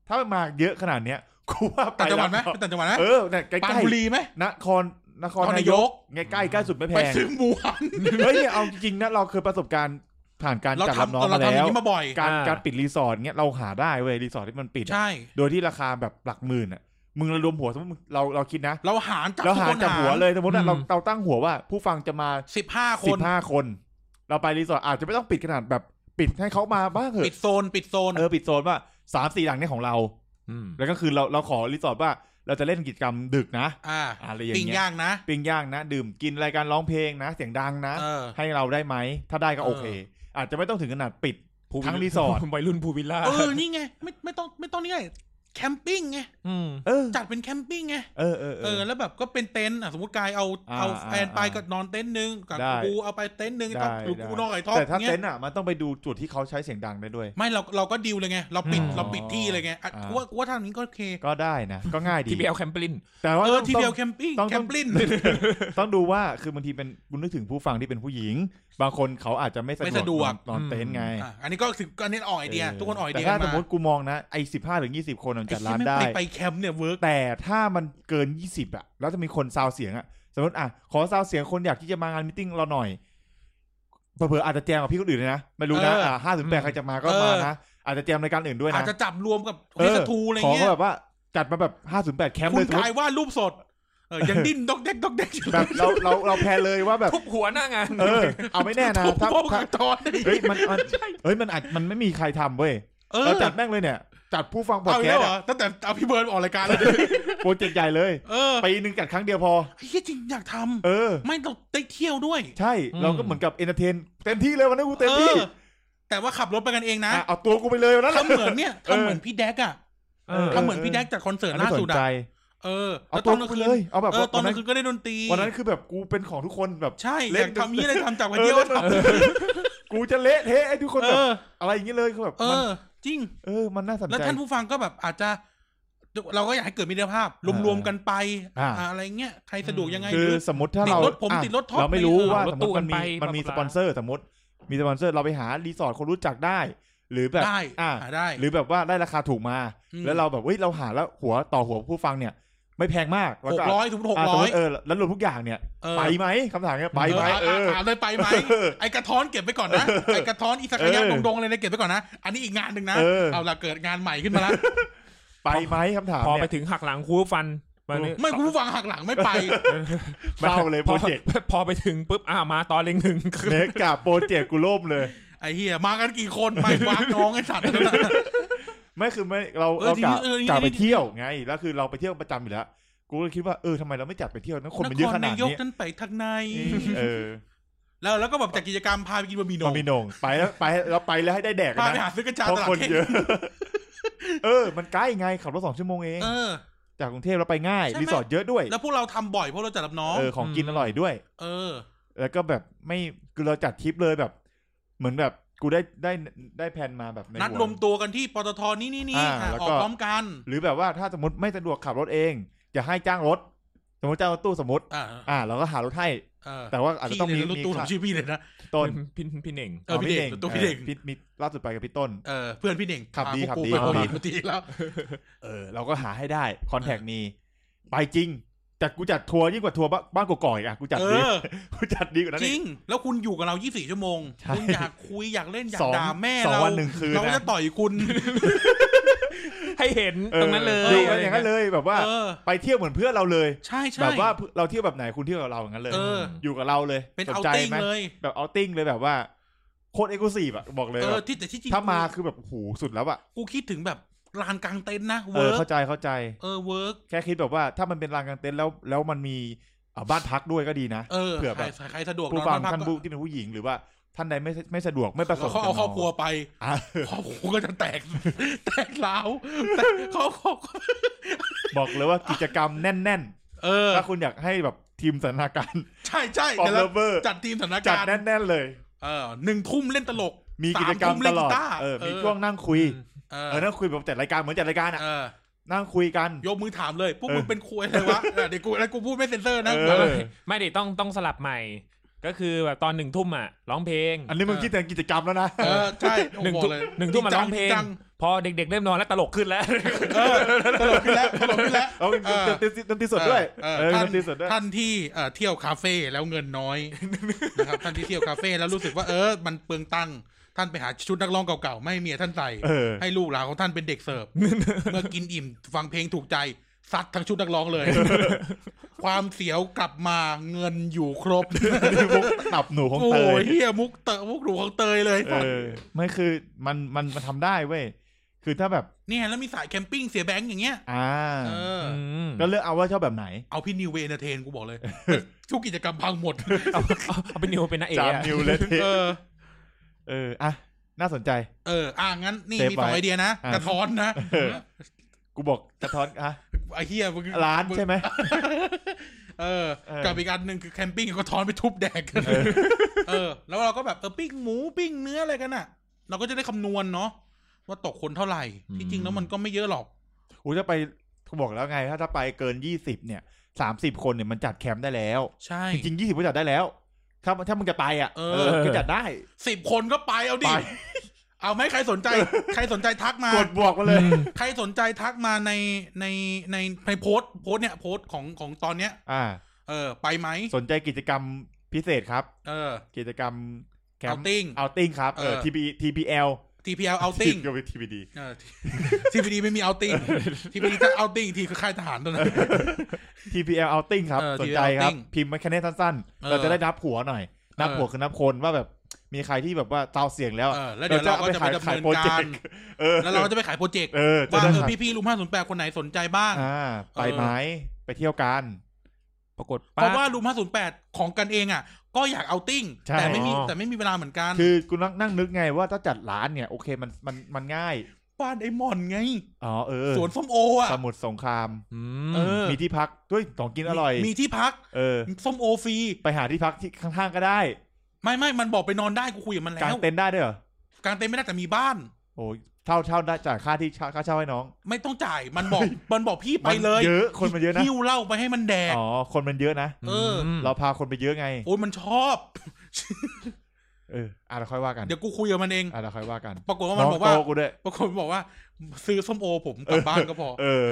B: ถ้ามันมาเยอะขนาดเนี้ยกูว่าไป
A: ต่างจังหวัดไหม
B: แล้ว
A: ไปต่างจังหวัดนะ
B: เออเนี่ยใก
A: ปรา
B: ล้
A: น
B: ๆ
A: บุรีไหม
B: นครนคร
A: นครนาน
B: าย ย
A: ก
B: กใกล้ใกล้ใกล้สุดไม่แพ
A: ไป
B: ง
A: ซึ่งหมูหัน
B: เฮ้ยเนี่ยเอาจริงๆนะเราเคยประสบการณ์ผ่านการ
A: เรา
B: จัดรับ
A: ทำ
B: น้อง
A: เรา
B: มา
A: ทำอ
B: แล้
A: ย่าว งนี้มาบ่อย
B: การการปิดรีสอร์ทเงี้ยเราหาได้เว้ยรีสอร์ทที่มันปิดอะ
A: ใช่
B: โดยที่ราคาแบบหลักหมื่นอ่ะมึงระดมหัวสมมติมึงเราเราคิดนะ
A: เราหารจับ
B: เรา
A: ทุก
B: หา
A: คน
B: จับหัวเลยสมมติอะเรา
C: อืม
B: เราตั้งหัวว่า ผู้ฟังจะมา
A: สิบห้าค
B: สิ
A: น
B: บห้าคน เราไปรีสอร์ทอาจจะไม่ต้องปิดขนาดแบบปิดให้เขามาบ้างเห
A: ปิ
B: อะ
A: ดโซน ปิดโซน
B: เออปิดโซนว่าสามสี่หลังเนี่ยของเรา
C: อืม
B: แล้วก็คือเราเราขอรีสอร์ทว่า เราจะเล่นกิจกรรมดึกนะ
A: อ่า
B: อะไรอย่าง
A: ปิ้ง
B: เงี้ย
A: ย่างนะ
B: ปิ้งย่างนะ ดื่มกินรายการร้องเพลงนะ เสียงดังนะ
A: เออ
B: ให้เราได้ไหม ถ้าได้ก็
A: เออ
B: โอเค อาจจะไม่ต้องถึงขนาดปิด ทั้งรีสอร์ท
C: วัยรุ่นภูวิลล่า
A: เออ นี่ไง ไม่ไม่ต้องไม่ต้องนี่ไงแค แคมปิ้งไง
C: อืม
B: เออ
A: จัดเป็นแคมปิ้งไง
B: เออเออเอ
A: เออ
B: อ
A: แล้วแบบก็เป็นเต็นท์อ่ะสมมติกายเอา
B: อ่า
A: เอาแฟนไป
B: อ่า
A: ก็นอนเต็นท์หนึงกับ
B: ได้
A: กูเอาไปเต็นท์หนึง
B: ได้
A: ท็อปหรือ
B: ได้
A: กูนอนไอ้ท็อป
B: แต่ถ้า
A: เงี้ย
B: เต็นท์อ่ะมันต้องไปดูจุดที่เขาใช้เสียงดังได้ด้วย
A: ไม่เราเราก็ดิวเลยไง เราปิด
C: อ๋อ
A: เราปิดที่เลยไงอ่ะ
B: อ่า
A: กูว่ากูว่าทางนี้ก็โอเค
B: ก็ได้นะ ก็ง่ายดี
C: ทีพีเอลแคมปลิน
B: แต่ว่า
A: เออ
B: ต้อง
A: ทีเดียว
B: ต้อง
A: แคมปิ้ง
B: ต้อง
A: แค
B: ต้อ
A: ม
B: ง
A: ปิ้น
B: ต้องดูว่าคือบางทีเป็นคุณนึกถึงผู้ฟังที่เป็นผู้หญิง บางคนเขาอาจจะไม่
A: ไม่
B: สะ
A: สะ
B: ด
A: ด
B: ว
A: ว
B: ก
A: ก
B: นอนนอน
C: อืม
B: เต็นท์ไง
A: อ่ะอันนี้ก็คืออันนี้ออกไอเดีย ทุกคนออกไอเดีย
B: แต่ถ้าสม
A: มาม
B: ติกูมองนะไอ้สิบห้าถึงยี่สิบคนอะจัดร้าน
A: อ้เหี้ย
B: ได้
A: ม่ปไปแคมป์เนี่ยเวิร์ก
B: แต่ถ้ามันเกินยี่สิบอะแล้วจะมีคนซาวเสียงอะสมมติอ่ะขอซาวเสียงคนอยากที่จะมางานมตติงเราหน่อยเผื่อๆอาจจะแจมกับพี่คนอื่นเลยนะไม่รู้นะอ่ะห้าถึงแปดใครจะมาก็มานะอาจจะแจมรายการอื่นด้วย
A: อาจ
B: นะ
A: จะจับรวมกับ
B: เอ
A: เฮ
B: อ
A: สทูอะไร
B: ขอ
A: เงี้ย
B: แบบว่าจัดมาแบบห้าถึงแปดแคมป์
A: คุ
B: เล
A: ณ
B: ยสมม
A: กาย
B: ติ
A: วาดรูปสดเออยังดิ้นดอกเด็กดอกเด็ก
B: แบบเราเราเราแพลนเลยว่าแบบ
C: ทุบหัวหน้างาน
B: เออ เอาไม่แน่นะ
A: ทุบ
B: ถ้า
A: โป๊ก
B: ถ้า
A: กระตอน
B: เฮ้ยมันมันเฮ้ยมันอาจมันไม่มีใครทำเว้ย
A: เออ
B: เราจัดแม่งเลยเนี่ย จัดผู้ฟังพอด
A: เอาอี
B: แค
A: ก
B: ส
A: แล้ว
B: ต์
A: เหร
B: อะ
A: อตั้งแต่เอาพี่เบิร์ดออกรายการเลย
B: โปรเจกต์ใหญ่เลย
A: เออ
B: ปีหนึ่งจัดครั้งเดียวพอ
A: ไอ้เฮียจริงอยากทำ
B: เออ
A: ไม่เราได้เที่ยวด้วย
B: ใช่เราก็เหมือนกับเอนเตอร์เทนเต็มที่เลยวันนั้นกูเต็มที่
A: ออแต่ว่าขับรถไปกันเองนะ
B: อ่ะเอาตัวกูไปเลยวันนั้นแหละ
A: ทำเหมือนเนี่ย
B: เออ
A: ทำเหมือนพี่แดกอะ
C: เออ
B: เ
A: ทำเหมือนพี่แดกจัดคอนเสิร์ต
B: อัน
A: ล่า
B: นี้ส
A: สุด
B: นใจ
A: อะเออ
B: เอา
A: แล้วต
B: ตัว
A: อนก
B: กู
A: ลางคื
B: ไปเลย
A: น
B: เอาแบบ
A: เออตอน
B: วัน
A: กลาง
B: นั้น
A: คืนก็ได้ดนตรี
B: วันนั้นคือแบบกูเป็นของทุกคนแบบ
A: ใช่
B: เล่
A: อน ยากทำนี้เลยทำจากวัน
B: เอ
A: เดี
B: อ
A: ยว
B: เล่นแบบกูจะเละเทะไอ้ทุกคน
A: เอ
B: แบบ
A: อ
B: อะไรอย่างเงี้ยเลยคือแบบ
A: เอ
B: มัน
A: อ จริง
B: เออมันน่าสน
A: แล้ว
B: ใจ
A: ท่านผู้ฟังก็แบบอาจจะ เราก็อยากให้เกิดมิตรภาพ
B: เออ
A: รวมๆกันไป
B: อ่า
A: อ่าอะไรเงี้ยใครสะดวกยังไง
B: คื
A: ห
B: อ
A: รือ
B: สมมติถ้าเรา
A: ติดรถผม
B: อ่ะ
A: ติดรถท็อป
B: เราไม่รู้ว่า
C: ไป
B: สมม
C: เอารถตู้
B: ติมันมี
C: กันไป
B: มันมี
C: บ
B: ส
C: ลาบลา
B: ปอนเซอร์สมมติมีสปอนเซอร์เราไปหารีสอร์ทคนรู้จักได้ หรือแบบ
A: ได้
B: อ่ะ
A: หาได้
B: หรือแบบว่าได้ราคาถูกมา
A: อืม
B: แล้วเราแบบเฮ้ยเราหาแล้วหัวต่อหัวผู้ฟังเนี่ย ไม่แพงมากแล้ว
A: หก
B: ก็
A: ร้อยถึงหก
B: อ่ะสม
A: ร้อ
B: ม
A: ย
B: ติเออแล้วรวมทุกอย่างเนี่ย
A: เออ
B: ไปไหมคำถามเนี่ยไปไหม
A: เอ
B: เอ
A: อ
B: อ
A: อ่ะอ่ะอ่ะเลยไปไหม
B: เออ
A: ไอกระท้อนเก็บไปก่อนนะไอกระท้อนอิสระยะ
B: เออ
A: ดงๆอะไรเนี่ยเก็บไปก่อนนะอันนี้อีกงานหนึ่งนะ
B: เออ
A: เอาละเกิดงานใหม่ขึ้นมาละ
B: ไปไหมคำถาม
C: พอไป
B: เนี่ย
C: ถึงหักหลังคูฟันวันนี้
A: ไม่คุณผู้ฟังหักหลังไม่ไป
B: เศร้าเลย
C: พ
B: โป
C: อ
B: รเจกต์
C: พอไปถึงปุ๊บอ่ามาตอนเล็งหนึ่งคือ
B: เนกาโปรเจกต์กูล่มเลย
A: ไอ้เฮียมากันกี่คนไปวากน้องไอ้สัตว์
B: ไม่คือไม่เรา
A: เออ
B: เรา
A: จริง
B: กะ
A: ๆเออจริงๆ
B: กะไปเที่ยวไงแล้วคือเราไปเที่ยวประจำอยู่แล้วกูก็คิดว่าเออทำไมเราไม่จัดไปเที่ยวนะคนมันเยอะขนาด
A: ยก
B: นี้
A: นั่นไปทางใน
B: เออ
A: แล้วแล้วก็แบบจากกิจกรรมพาไปกินบะหมี่โหน
B: มัน
A: ง
B: มีโหน่งไปแล้วไปเราไปแล้วให้ได้แดก
A: พาไป
B: นะ
A: หาซื้อกระจาย
B: เพราะ
A: ตลาด
B: คน
A: เทพ
B: เยอะ เออ มันใกล้ไงขับรถสองชั่วโมงเอง
A: เออ
B: จากกรุงเทพเราไปง่าย
A: ใช่ไหม
B: รีสอร์ทเยอะด้วย
A: แล้วพวกเราทำบ่อยเพราะเราจัดรับน้อง
B: เออของกินอร่อยด้วย
A: เออ
B: แล้วก็แบบไม่คือเราจัดทริปเลยแบบ เหมือนแบบกูได้ได้ได้แผนมาแบบใน
A: นัด
B: หั
A: รวมตัวกันที่ปตทนี่นี่นี่
B: อ่า
A: อ่ะ
B: แล้ว
A: ออ
B: ก็
A: กพร้อมกัน
B: หรือแบบว่าถ้าสมมติไม่สะดวกขับรถเอง จะให้จ้างรถ สมมติจ้างรถตู้สมมติ
A: อ่า
B: อ่า เราก็หารถให้
A: เออ
B: แต่ว่าอาจจะต้องมี
A: พี่เลยรถ
B: มี
A: ตู้ข
B: ค่า
A: องชื่อพี่เลยนะ
B: ต้น
C: พี่พี่เน่ง
A: เออพี่เด็กรถตู้พี่เด็ก
B: พี่มีล่าสุดไปกับพี่ต้น
A: เออเพื่อนพี่เด่ง
B: ขับดี
A: พาพวกกูไป
B: ขับดี
A: โควิดเมื่อทีแล้ว
B: เออเราก็หาให้ได้คอนแทคมีไปจริงจัดกูจัดทัวร์ยิ่งกว่าทัวร์บ้านบ้านกกอกอีกอ่ะกูจัด
A: เอ
B: ดี
A: อ
B: กูจัดดีกว่านั้น
A: จ
B: อี
A: ริ
B: ก
A: ง แล้วคุณอยู่กับเรา 24 ชั่วโมง
B: ใช่
A: คุณอยากคุยอยากเล่นอยา
B: ส
A: ก
B: อง
A: ด่าแม่
B: สอง
A: เรา
B: วันหนึ่งคืน
A: เราก็
B: นะ
A: จะต่อยคุณ
C: ให้เห็นตรงนั้นเล
B: ออย อกันอย่างนั้นเลยแบบว่า
A: เออ
B: ไปเที่ยวเหมือนเพื่อนเราเลย
A: ใช่ใช่
B: แบบว่าเราเที่ยวแบบไหนคุณเที่ยวกับเราอย่างนั้นเลย
A: เออ
B: อยู่กับเราเลย
A: เป็น
B: ส
A: เอา
B: ใจ
A: ติ้ง
B: ไหม
A: เลย
B: แบบเอาติ้งเลยแบบว่าโคตรเอกลูซีฟอ่ะบอกเลย
A: เอ
B: แบ
A: อบ ที่แต่ที่จริง
B: ถ้ามาคือแบบโอ้โหสุดแล้วอ่ะ
A: กูคิดถึงแบบลานกลางเต็นท์นะ
B: เอ
A: เวิ
B: อ
A: ร์
B: เข้าก ใจเข้าใจ
A: เออเวิร์ก
B: แค่คิดแบบว่าถ้ามันเป็นลานกางเต็นท์แล้วแล้วมันมีอ่ะบ้านพักด้วยก็ดีนะ
A: เออ
B: เผื่อแบบ
A: ใครใครสะดวก
B: ผู้
A: น
B: ฟั
A: อง นบ้าน
B: ท่าน
A: พั
B: ผู้
A: ก
B: ที่เป็นผู้หญิงหรือว่าท่านใดไม่ไม่สะดวกไม่ประส
A: ก็
B: บ
A: เขาเอาครอบครัวไป
B: อ่ะ
A: ครอบครัวก็จะแตก แตก ร้าว แต่เขาเขา
B: บอกเลยว่ากิจกรรมแน่น
A: เออ
B: ๆ ถ้าคุณอยากให้แบบทีมสถานการณ์
A: ใช่ใช่
B: ปอม
A: เดี๋ยว
B: เล
A: เรา
B: เวอร์
A: จัดทีมสถาน
B: จั
A: การ
B: ด
A: ณ์
B: แน่นๆเลย
A: เออหนึ่งทุ่มเล่นตลก
B: มีกิจกรรม
A: สาทุ่
B: ตลอด
A: เนกีาร์
B: เออมีช่วงนั่งคุย
A: เอ
B: เอ
A: อ
B: อนั่งคุยแบบจัดรายการเหมือนจัดรายการอ่ะ
A: เออ
B: นั่งคุยกัน
A: ยกมือถามเลย พวก
B: เออ
A: มึงเป็นควยอะไรวะเออเดี๋ยวกูแล้วกูพูดไม่เซ็นเซอร์นะ
B: เอ
A: เอ
B: อ
A: อ
C: ไม่ดิต้องต้องสลับใหม่ ก็คือแบบตอนหนึ่งทุ่มอ่ะร้องเพลง
B: อันนี้มึงคิดแต่กิจกรรมแล้วนะ
A: เออ ใช่
C: หนึ่ง
A: โอ้โ
C: ทุ่มหนึ่งทุ่มมาร้องเพลง
A: จั
C: พอเด็กๆเริ่มนอนแล้วตลกขึ้นแล้ว
A: เออตลกขึ้นแล้วตลกขึ้นแล้ว
B: เอา
A: เออ
B: ดนตรีดนตรีสดด้วย
A: เออ
B: เอ
A: เอ
B: อ
A: อท่า
B: ด
A: น
B: นตรีสดด้วย
A: ท่านที่เอ่อเที่ยวคาเฟ่แล้วเงินน้อย นะครับท่านที่เที่ยวคาเฟ่แล้วรู้สึกว่าเออมันเปลืองตังค์ท่านไปหาชุดนักร้องเก่าๆไม่ให้เมียท่านใส่
B: เออ
A: ให้ลูกหลานของท่านเป็นเด็กเสิ ร์ฟเมื่อกินอิ่มฟังเพลงถูกใจซัดทั้งชุดนักร้อง เลย ความเสียวกลับมาเงินอยู่ครบ
B: นี่มุกตับหนูของ
A: โอ้
B: เตย
A: ยเฮียมุกเตะมุกหนูของเตยเลย
B: เออไม่คือมันมันมันทำได้เว้ยคือถ้าแบบ
A: เนี่ยแล้วมีสายแคมปิ้งเสียแบงค์อย่างเงี้ย
B: อ่า
A: เอออ
C: ม
B: ก็เลือกเอาว่าชอบแบบไหน
A: เอาพี่นิวเวนเตอร์เทนกูบอกเลย ทุกกิจกรรมพังหมด
C: เอาเอาเป็นนิวเป็นนาเอก
B: จาม
C: อะ
B: นิวเลย
A: เออ
B: เอออ่ะน่าสนใจ
A: เออ อ่ะงั้นนี่
B: เซฟ
A: มีสอง
B: ไว้
A: ไอเดียนะ
B: อ่ะ
A: กระท้อนนะ
B: เออ กูบอกสะท้อนฮะ
A: ไอ้เหี้ยมึง
B: ร้าน
A: ง
B: ใช่ไหม
A: เออ
B: เออ
A: กับอีกอันหนึ่งคือแคมปิ้งก็ท้อนไปทุบแดกกันเออ แล้วเราก็แบบเออปิ้งหมูปิ้งเนื้ออะไรกันอ่ะ เราก็จะได้คำนวณเนาะว่าตกคนเท่าไหร่ ที่จริงแล้วมันก็ไม่เยอะหรอก
B: กูจะไปกูบอกแล้วไง ถ้าถ้าไปเกินยี่สิบเนี่ยสามสิบคนเนี่ยมันจัดแคมป์ได้แล้ว
A: ใช่
B: จริงๆยี่สิบก็จัดได้แล้ว ถ้าถ้ามึงจะไปอ่ะ
A: เออ
B: ก็จัดได้
A: สิบคนก็ไปเอาดิ
B: ไป
A: เอาไหมใครส นใจ ใครสนใจทักมา
B: กดบวกมาเลย
A: ใครสนใจทักมาในในในในโพสต์โพสต์เนี่ยโพสต์ของของตอนเนี้ย
B: อ่า
A: เออ ไปไหม
B: สนใจกิจกรรมพิเศษครับ
A: เออ
B: กิจกรรมแคมป์
A: Outing
B: เอาติ้งครับเออ
A: เออ
B: TP TPL
A: TPL outing
B: ก็เป็น TPD
A: เอ อ TPD ไม่มี outing TPD ถ้า outing ทีคือค่ายทหารตัวนั้น
B: TPL outing ครับ
A: เออ
B: สนใจครับ
A: Outing
B: พิมพ์มาแค่นี้สั้น
A: เอ
B: ๆ
A: อ
B: เราจะได้นับหัวหน่อย นับ
A: เออ
B: หัวคือนับคนว่าแบบมีใครที่แบบว่าเตาเสียงแล้ว
A: เออแล้วเดี๋ยวเราก็จะไปดำเนินการ
B: เออ
A: แล้วเราก็จะไปขายโปรเจกต์
B: เออจะ
A: ว่า
B: ได้
A: เออ
B: ขาย
A: พี่ๆลุมห้าศูนย์แปดคนไหนสนใจบ้าง
B: อ่าไปไหมไปเที่ยวกัน
C: ปรากฏ
A: เพ
C: ป้า
A: ราะว่าลุมห้าศูนย์แปดของกันเองอ่ะ ก็อยาก outing
B: ใช่
A: แต่ไม่มี
C: อ๋อ
A: แต่ไม่มีเวลาเหมือนกัน
B: คือกูนั่งนั่งนึกไงว่าถ้าจัดร้านเนี่ยโอเคมันมันมันง่าย
A: บ้านไอ้หมอนไง
B: อ๋อเออ
A: สวนส้มโออ่ะ
B: สมุทรสงคราม
C: อืม
A: เออ
B: มีที่พักด้วยของกินอร่อย
A: มีที่พัก
B: เออ
A: ส้มโอฟรี
B: ไปหาที่พักที่ข้างๆก็ได้
A: ไม่ไม่มันบอกไปนอนได้กูคุยกับมัน
B: กา
A: แล้
B: ง
A: ว
B: เต็นท์ได้ด้วยเหรอ
A: กางเต็นท์ไม่ได้แต่มีบ้าน
B: โอ้ยเท่าเท่าได้จ่ายค่าที่เช่าค่าเช่าให้น้อง
A: ไม่ต้องจ่ายมันบอก มันบอกพี่ไป
B: มัน
A: เลย
B: เยอะคนมันเยอะนะ
A: หิ้วเหล้าไปให้มันแดก
B: อ๋อ คนมันเยอะนะ
A: เออ
B: เราพาคนไปเยอะไง
A: โอ้ยมันชอบ
B: เอออ่ะเราค่อยว่ากัน
A: เดี๋ยวกูคุยกับมันเอง
B: อ่ะเราค่อยว่ากัน
A: ปรากฏว่ามัน
B: ง
A: บอกว่า
B: โตกูด้วย
A: ปรากฏมันบอกว่า ซื้อส้มโอผมกลับบ้านก็พอ
B: เอ อ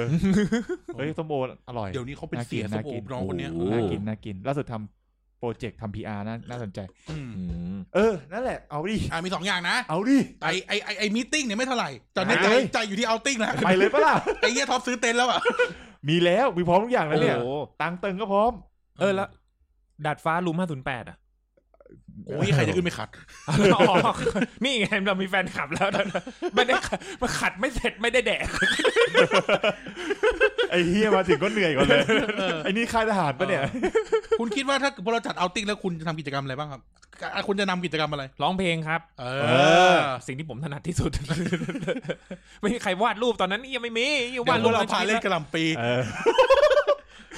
B: เฮ้ยส้มโออร่อย
A: เดี๋ยวนี้เขาเป็น
B: น่า
A: เสีย
B: กิน
A: ส้
B: น่าม
A: โอ
B: กิน
A: น้องคนเนี้ย
C: โอ้โห
B: น่ากินน่ากินล่าสุดทำโปรเจกต์ทำพีอาร์น่าน่าสนใจ
A: อืม
C: อืม
B: เออ นั่นแหละ เอาดิ
A: อ่ามีสองอย่างนะ
B: เอาดิ
A: ไอไอไอไอมีติ้งเนี่ยไม่เท่าไหร่แต่ใน
B: ไป
A: ใจ
B: เลย
A: ใจอยู่ที่เอาติ้งแล้ว
B: ไปเลยปะล่ะ
A: ไอเยี่ยท็อปซื้อเต็นท์แล้วอ่ะ
B: มีแล้ว มีพร้อมทุกอย่างแล้วเนี่ย
C: โอ้โห
B: ตังเติงก็พร้อม
C: เออแล้วดาดฟ้ารูมห้าศูนย์แปดอ่ะ
A: โอ้ยใครจะขึ้นไปขัด
C: อ๋อนี่ไงเรามีแฟนขับแล้วไม่ได้มาขัดไม่เสร็จไม่ได้แดก
B: ไอ้เฮียมาถึงก็เหนื่อยก่อนเลย
A: เออ
B: ไอ้นี่ค่ายทหารปะเนี่ย
A: คุณคิดว่าถ้าพอเราจัดเอาติ้งแล้วคุณจะทำกิจกรรมอะไรบ้างครับอ่ะคุณจะนำกิจกรรมอะไร
C: ร้องเพลงครับ
A: เอ
B: เอ
A: อ
B: อ
C: สิ่งที่ผมถนัดที่สุด ไม่มีใครวาดรูปตอนนั้นยังไม่มีเหี้ย
A: วั
C: วาน ดรูป
A: เรา
C: ในชี
A: พา
C: วิต
A: เล่น
C: แล้ว
A: กระหลำปี
B: เออ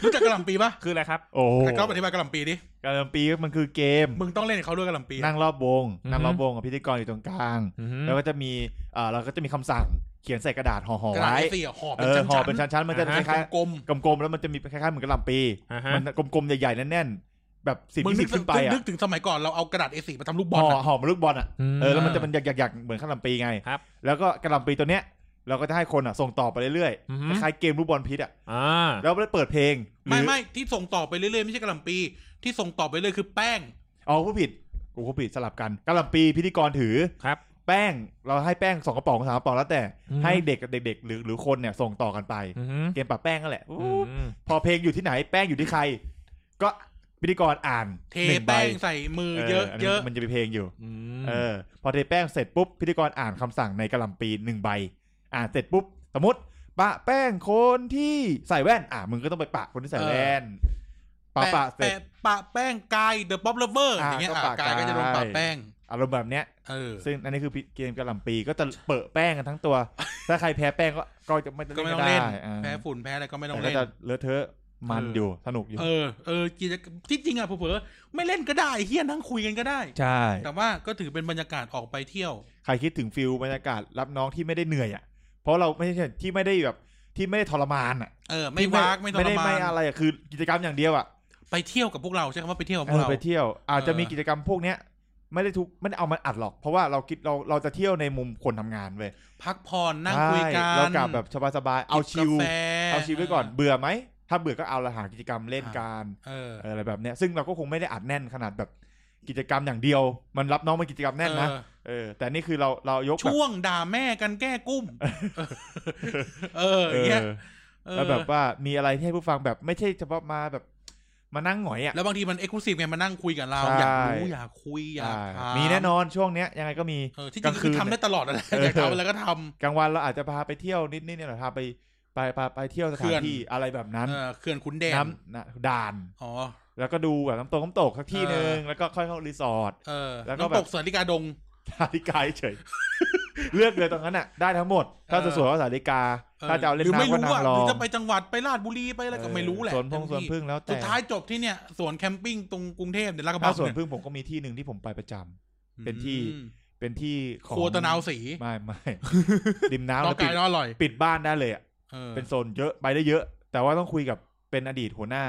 A: รู้จักกระหลำปีปะ
C: คืออะไรครับ
B: โอ้โห
A: แต่ก็อธิบายกระหลำปีดิ
B: การันตีมันคือเกม
A: มึงต้องเล่นกับเขาด้วยกระหลำปี
B: นั่งรอบวง
C: อือฮึ
B: นั่งรอบวงกับพิธีกรอยู่ตรงกลาง
C: อือหือ
B: แล้วก็จะมีเอ่อเราก็จะมีคำสั่ง เขียนใส่กระดาษห่อๆ
A: กระหลำ
B: ไว้
A: ปีสี่อะห่อ
B: เอ
A: เป็น
B: อ
A: ชั้น
B: ห่อ
A: ๆ
B: เป็นชั้นๆ มันจะค
C: อ่าฮะ
B: ล้าย
A: กลม
B: ๆกลมๆ แล้วมันจะมีคล้ายๆ เหมือนกระหลำปี
C: อ่าฮะ
B: มันกลมๆ ใหญ่ๆ แน่นๆ แบบสิบ
A: ๆมึง
B: ยี่
A: นึก
B: สิบขึ้นไปอ่ะ
A: นึกถึงสมัยก่อนเราเอากระดาษ A4 มาทำลูกบอ
B: ห่
A: ล
B: อ
A: อะ
B: ห่อเหมันลูกบอลอ่ะ
C: อืม
B: เออ แล้วมันจะเป็นหยักๆๆเหมือนกระหลำปีไง
C: ครับ
B: แล้วก็กระหลำปีตัวเนี้ย เราก็จะให้คนอ่ะส่งต่อไปเรื่อย
C: อือฮึ
B: ๆ คล้ายๆ เกมลูกบอลพิษอ่ะ
C: อ่า
B: แล้วไม่ได้เปิดเพลงหรือ
A: ไม่ไม่ที่ส่งต่อไปเรื่อยๆไม่ใช่กระหลำปีที่ส่งต่อไปเรื่อยคือแป้ง
B: อ๋อผู้ผิดกูผู้ผิดสลับกันกระหลำปีพิธีกรถือ
C: ครับ
B: แป้งเราให้แป้งสองกระป๋องสามกระป๋องแล้วแต่
C: อืม
B: ให้เด็กกับเด็กๆหรือหรือคนเนี่ยส่งต่อกันไป
C: อือหือ
B: เกมปะแป้งนั่นแหละ
C: อื
B: อู้
C: ม
B: พอเพลงอยู่ที่ไหนแป้งอยู่ที่ใคร ก็พิธีกรอ่าน
A: เท
B: หนึ่งใบ
A: แป้งใส่มือเยอะ
B: น
A: เย
B: นั้น
A: อะ
B: มันจะมีเพลงอยู่
C: อืม
B: เออ พอเทแป้งเสร็จปุ๊บพิธีกรอ่านคำสั่งในกระหลำปีหนึ่งใบ อ่านเสร็จปุ๊บสมมติปะแป้งคนที่ใส่แว่น อ่ะมึงก็ต้องไปปะคนที่ใส่แว่นปะปะเสร็จ
A: แปะปะแป้งกายเดอะป๊อปเลเวอร์
B: อ่า
A: อย่างเงี้ย
B: ก็
A: อ่ะ
B: ปะ
A: กายก็จะโดนปะ
B: กาย
A: แป้ง
B: อารมณ์แบบเนี้ย
A: เออ
B: ซึ่งอันนี้คือเกมกระหล่ำปีก็จะเปิดแป้งกันทั้งตัว ถ้าใครแพ้แป้งก็ก็จะไม่
A: ก็ไม่
B: น
A: ต้องเล่น
B: ด้อ่า
A: แพ้ฝุ่นแพ้อะไรก็ไม่ต้อง
B: แต่ก็
A: เล่น
B: จะเลอะเทอะมัน
A: เอออ
B: อยู่สนุกอยู่
A: เออเออกิจกรรมที่จริงอ่ะเผลอๆไม่เล่นก็ได้เฮี้ยนั่งคุยกันก็ได้
B: ใช่
A: แต่ว่าก็ถือเป็นบรรยากาศออกไปเที่ยว
B: ใครคิดถึงฟิลบรรยากาศรับน้องที่ไม่ได้เหนื่อยอ่ะ เพราะเราไม่ใช่ที่ไม่ได้แบบที่ไม่ได้ทรมานอ่ะ
A: เออ ไม่
B: ที่
A: วากไม่ทร
B: ได้
A: มา
B: ไม่
A: น
B: อะไรอ่ะคือกิจกรรมอย่างเดียวอ่ะ
A: ไปเที่ยวกับพวกเราใช่คำว่าไปเที่ยวกับพว
B: เอ
A: ก
B: อ
A: เรา
B: ไปเที่ยว อาจจะ
A: เออ
B: มีกิจกรรมพวกเนี้ย ไม่ได้ทุกไม่ได้เอามาอัดหรอก เพราะว่าเราคิดเราเราจะเที่ยวในมุมคนทำงานเว้ย
A: พักผ่อนนั่งคุยกัน
B: ใช่เรากลับแบบสบายๆเอาชิล
A: กแฟ
B: เอาชีวิตไว้ก่อนเบื่อไหม ถ้าเบื่อก็เอาละหากิจกรรมเล่นการ
A: เออ
B: เอออะไรแบบเนี้ยซึ่งเราก็คงไม่ได้อัดแน่นขนาดแบบกิจกรรมอย่างเดียว มันรับน้องมากิจกรรมแน่นนะ
A: เออ
B: เออแต่นี่คือเราเรายกแบบ
A: ช่วงด่าแม่กันแก้กุ้ม เอออ
B: เอ
A: ย่างเงี้ย
B: อ
A: เออ
B: แล้วแบบว่ามีอะไรที่ให้ผู้ฟังแบบไม่ใช่เฉพาะมาแบบมานั่งหงอยอ่ะ
A: แล้วบางทีมันเอ็กซ์คลูซีฟไงมานั่งคุยกับเรา
B: ใช่
A: อยากรู้อยากคุยอยากถาม
B: มีแน่นอนช่วงเนี้ยยังไงก็มี
A: เออที่จริ
B: กลาง งคื
A: คือน ทำได้ตลอดอะไร
B: เออ
A: อ
B: อ
A: ยากทำอะไรก็ท
B: กลางวันเราอาจจะพาไปเที่ยวนิดนิดๆหน่อยๆพาไปไปไปไปเที่ยวสถานที่อะไรแบบ
A: ำ
B: นั้น
A: เออเขื่อนขุนแดน
B: น้ำน่ะด่าน
A: อ๋อ
B: แล้วก็ดูแบบน้ำตกน้ำตกสักที่
A: เออ
B: นึงแล้วก็ค่อยเข้ารีสอร์ท
A: เออ
B: แล้วก็
A: น้ำ
B: แบบ
A: ตกเสือนิกาดง
B: ทาริกายเฉย เลือกเลยตรงนั้นอ่ะ ได้ทั้งหมด ถ้า
A: เออ
B: สวยๆก็สาลิกา ถ้าจะเอาเล่น
A: หรือไม่
B: น้ำก็
A: รู้อะห
B: นางรอ
A: รือง จะไปจังหวัดไปราชบุรีไปอะไรก็ไม่รู้แหละ
B: สวนพงสวนพึ่งแล้วแต่
A: สุดท้ายจบที่เนี่ยสวนแคมปิ้งตรงกรุงเทพเนี่ยลาดกระบั
B: ถ้าง สวน
A: เนี่ย
B: พึ่งผมก็มีที่หนึ่งที่ผมไปประจำ เป็นที่
A: อืม
B: เป็นที่ของ
A: ครัวตะนาวสี
B: ไม่ไม่ ริมน้ำ
A: ต่อ
B: แล้ว
A: ไก่
B: ปิด
A: อร่อย
B: ปิดบ้านได้เลยอ่ะ
A: เออ
B: เป็นโซนเยอะไปได้เยอะ แต่ว่าต้องคุยกับเป็นอดีตหัวหน้า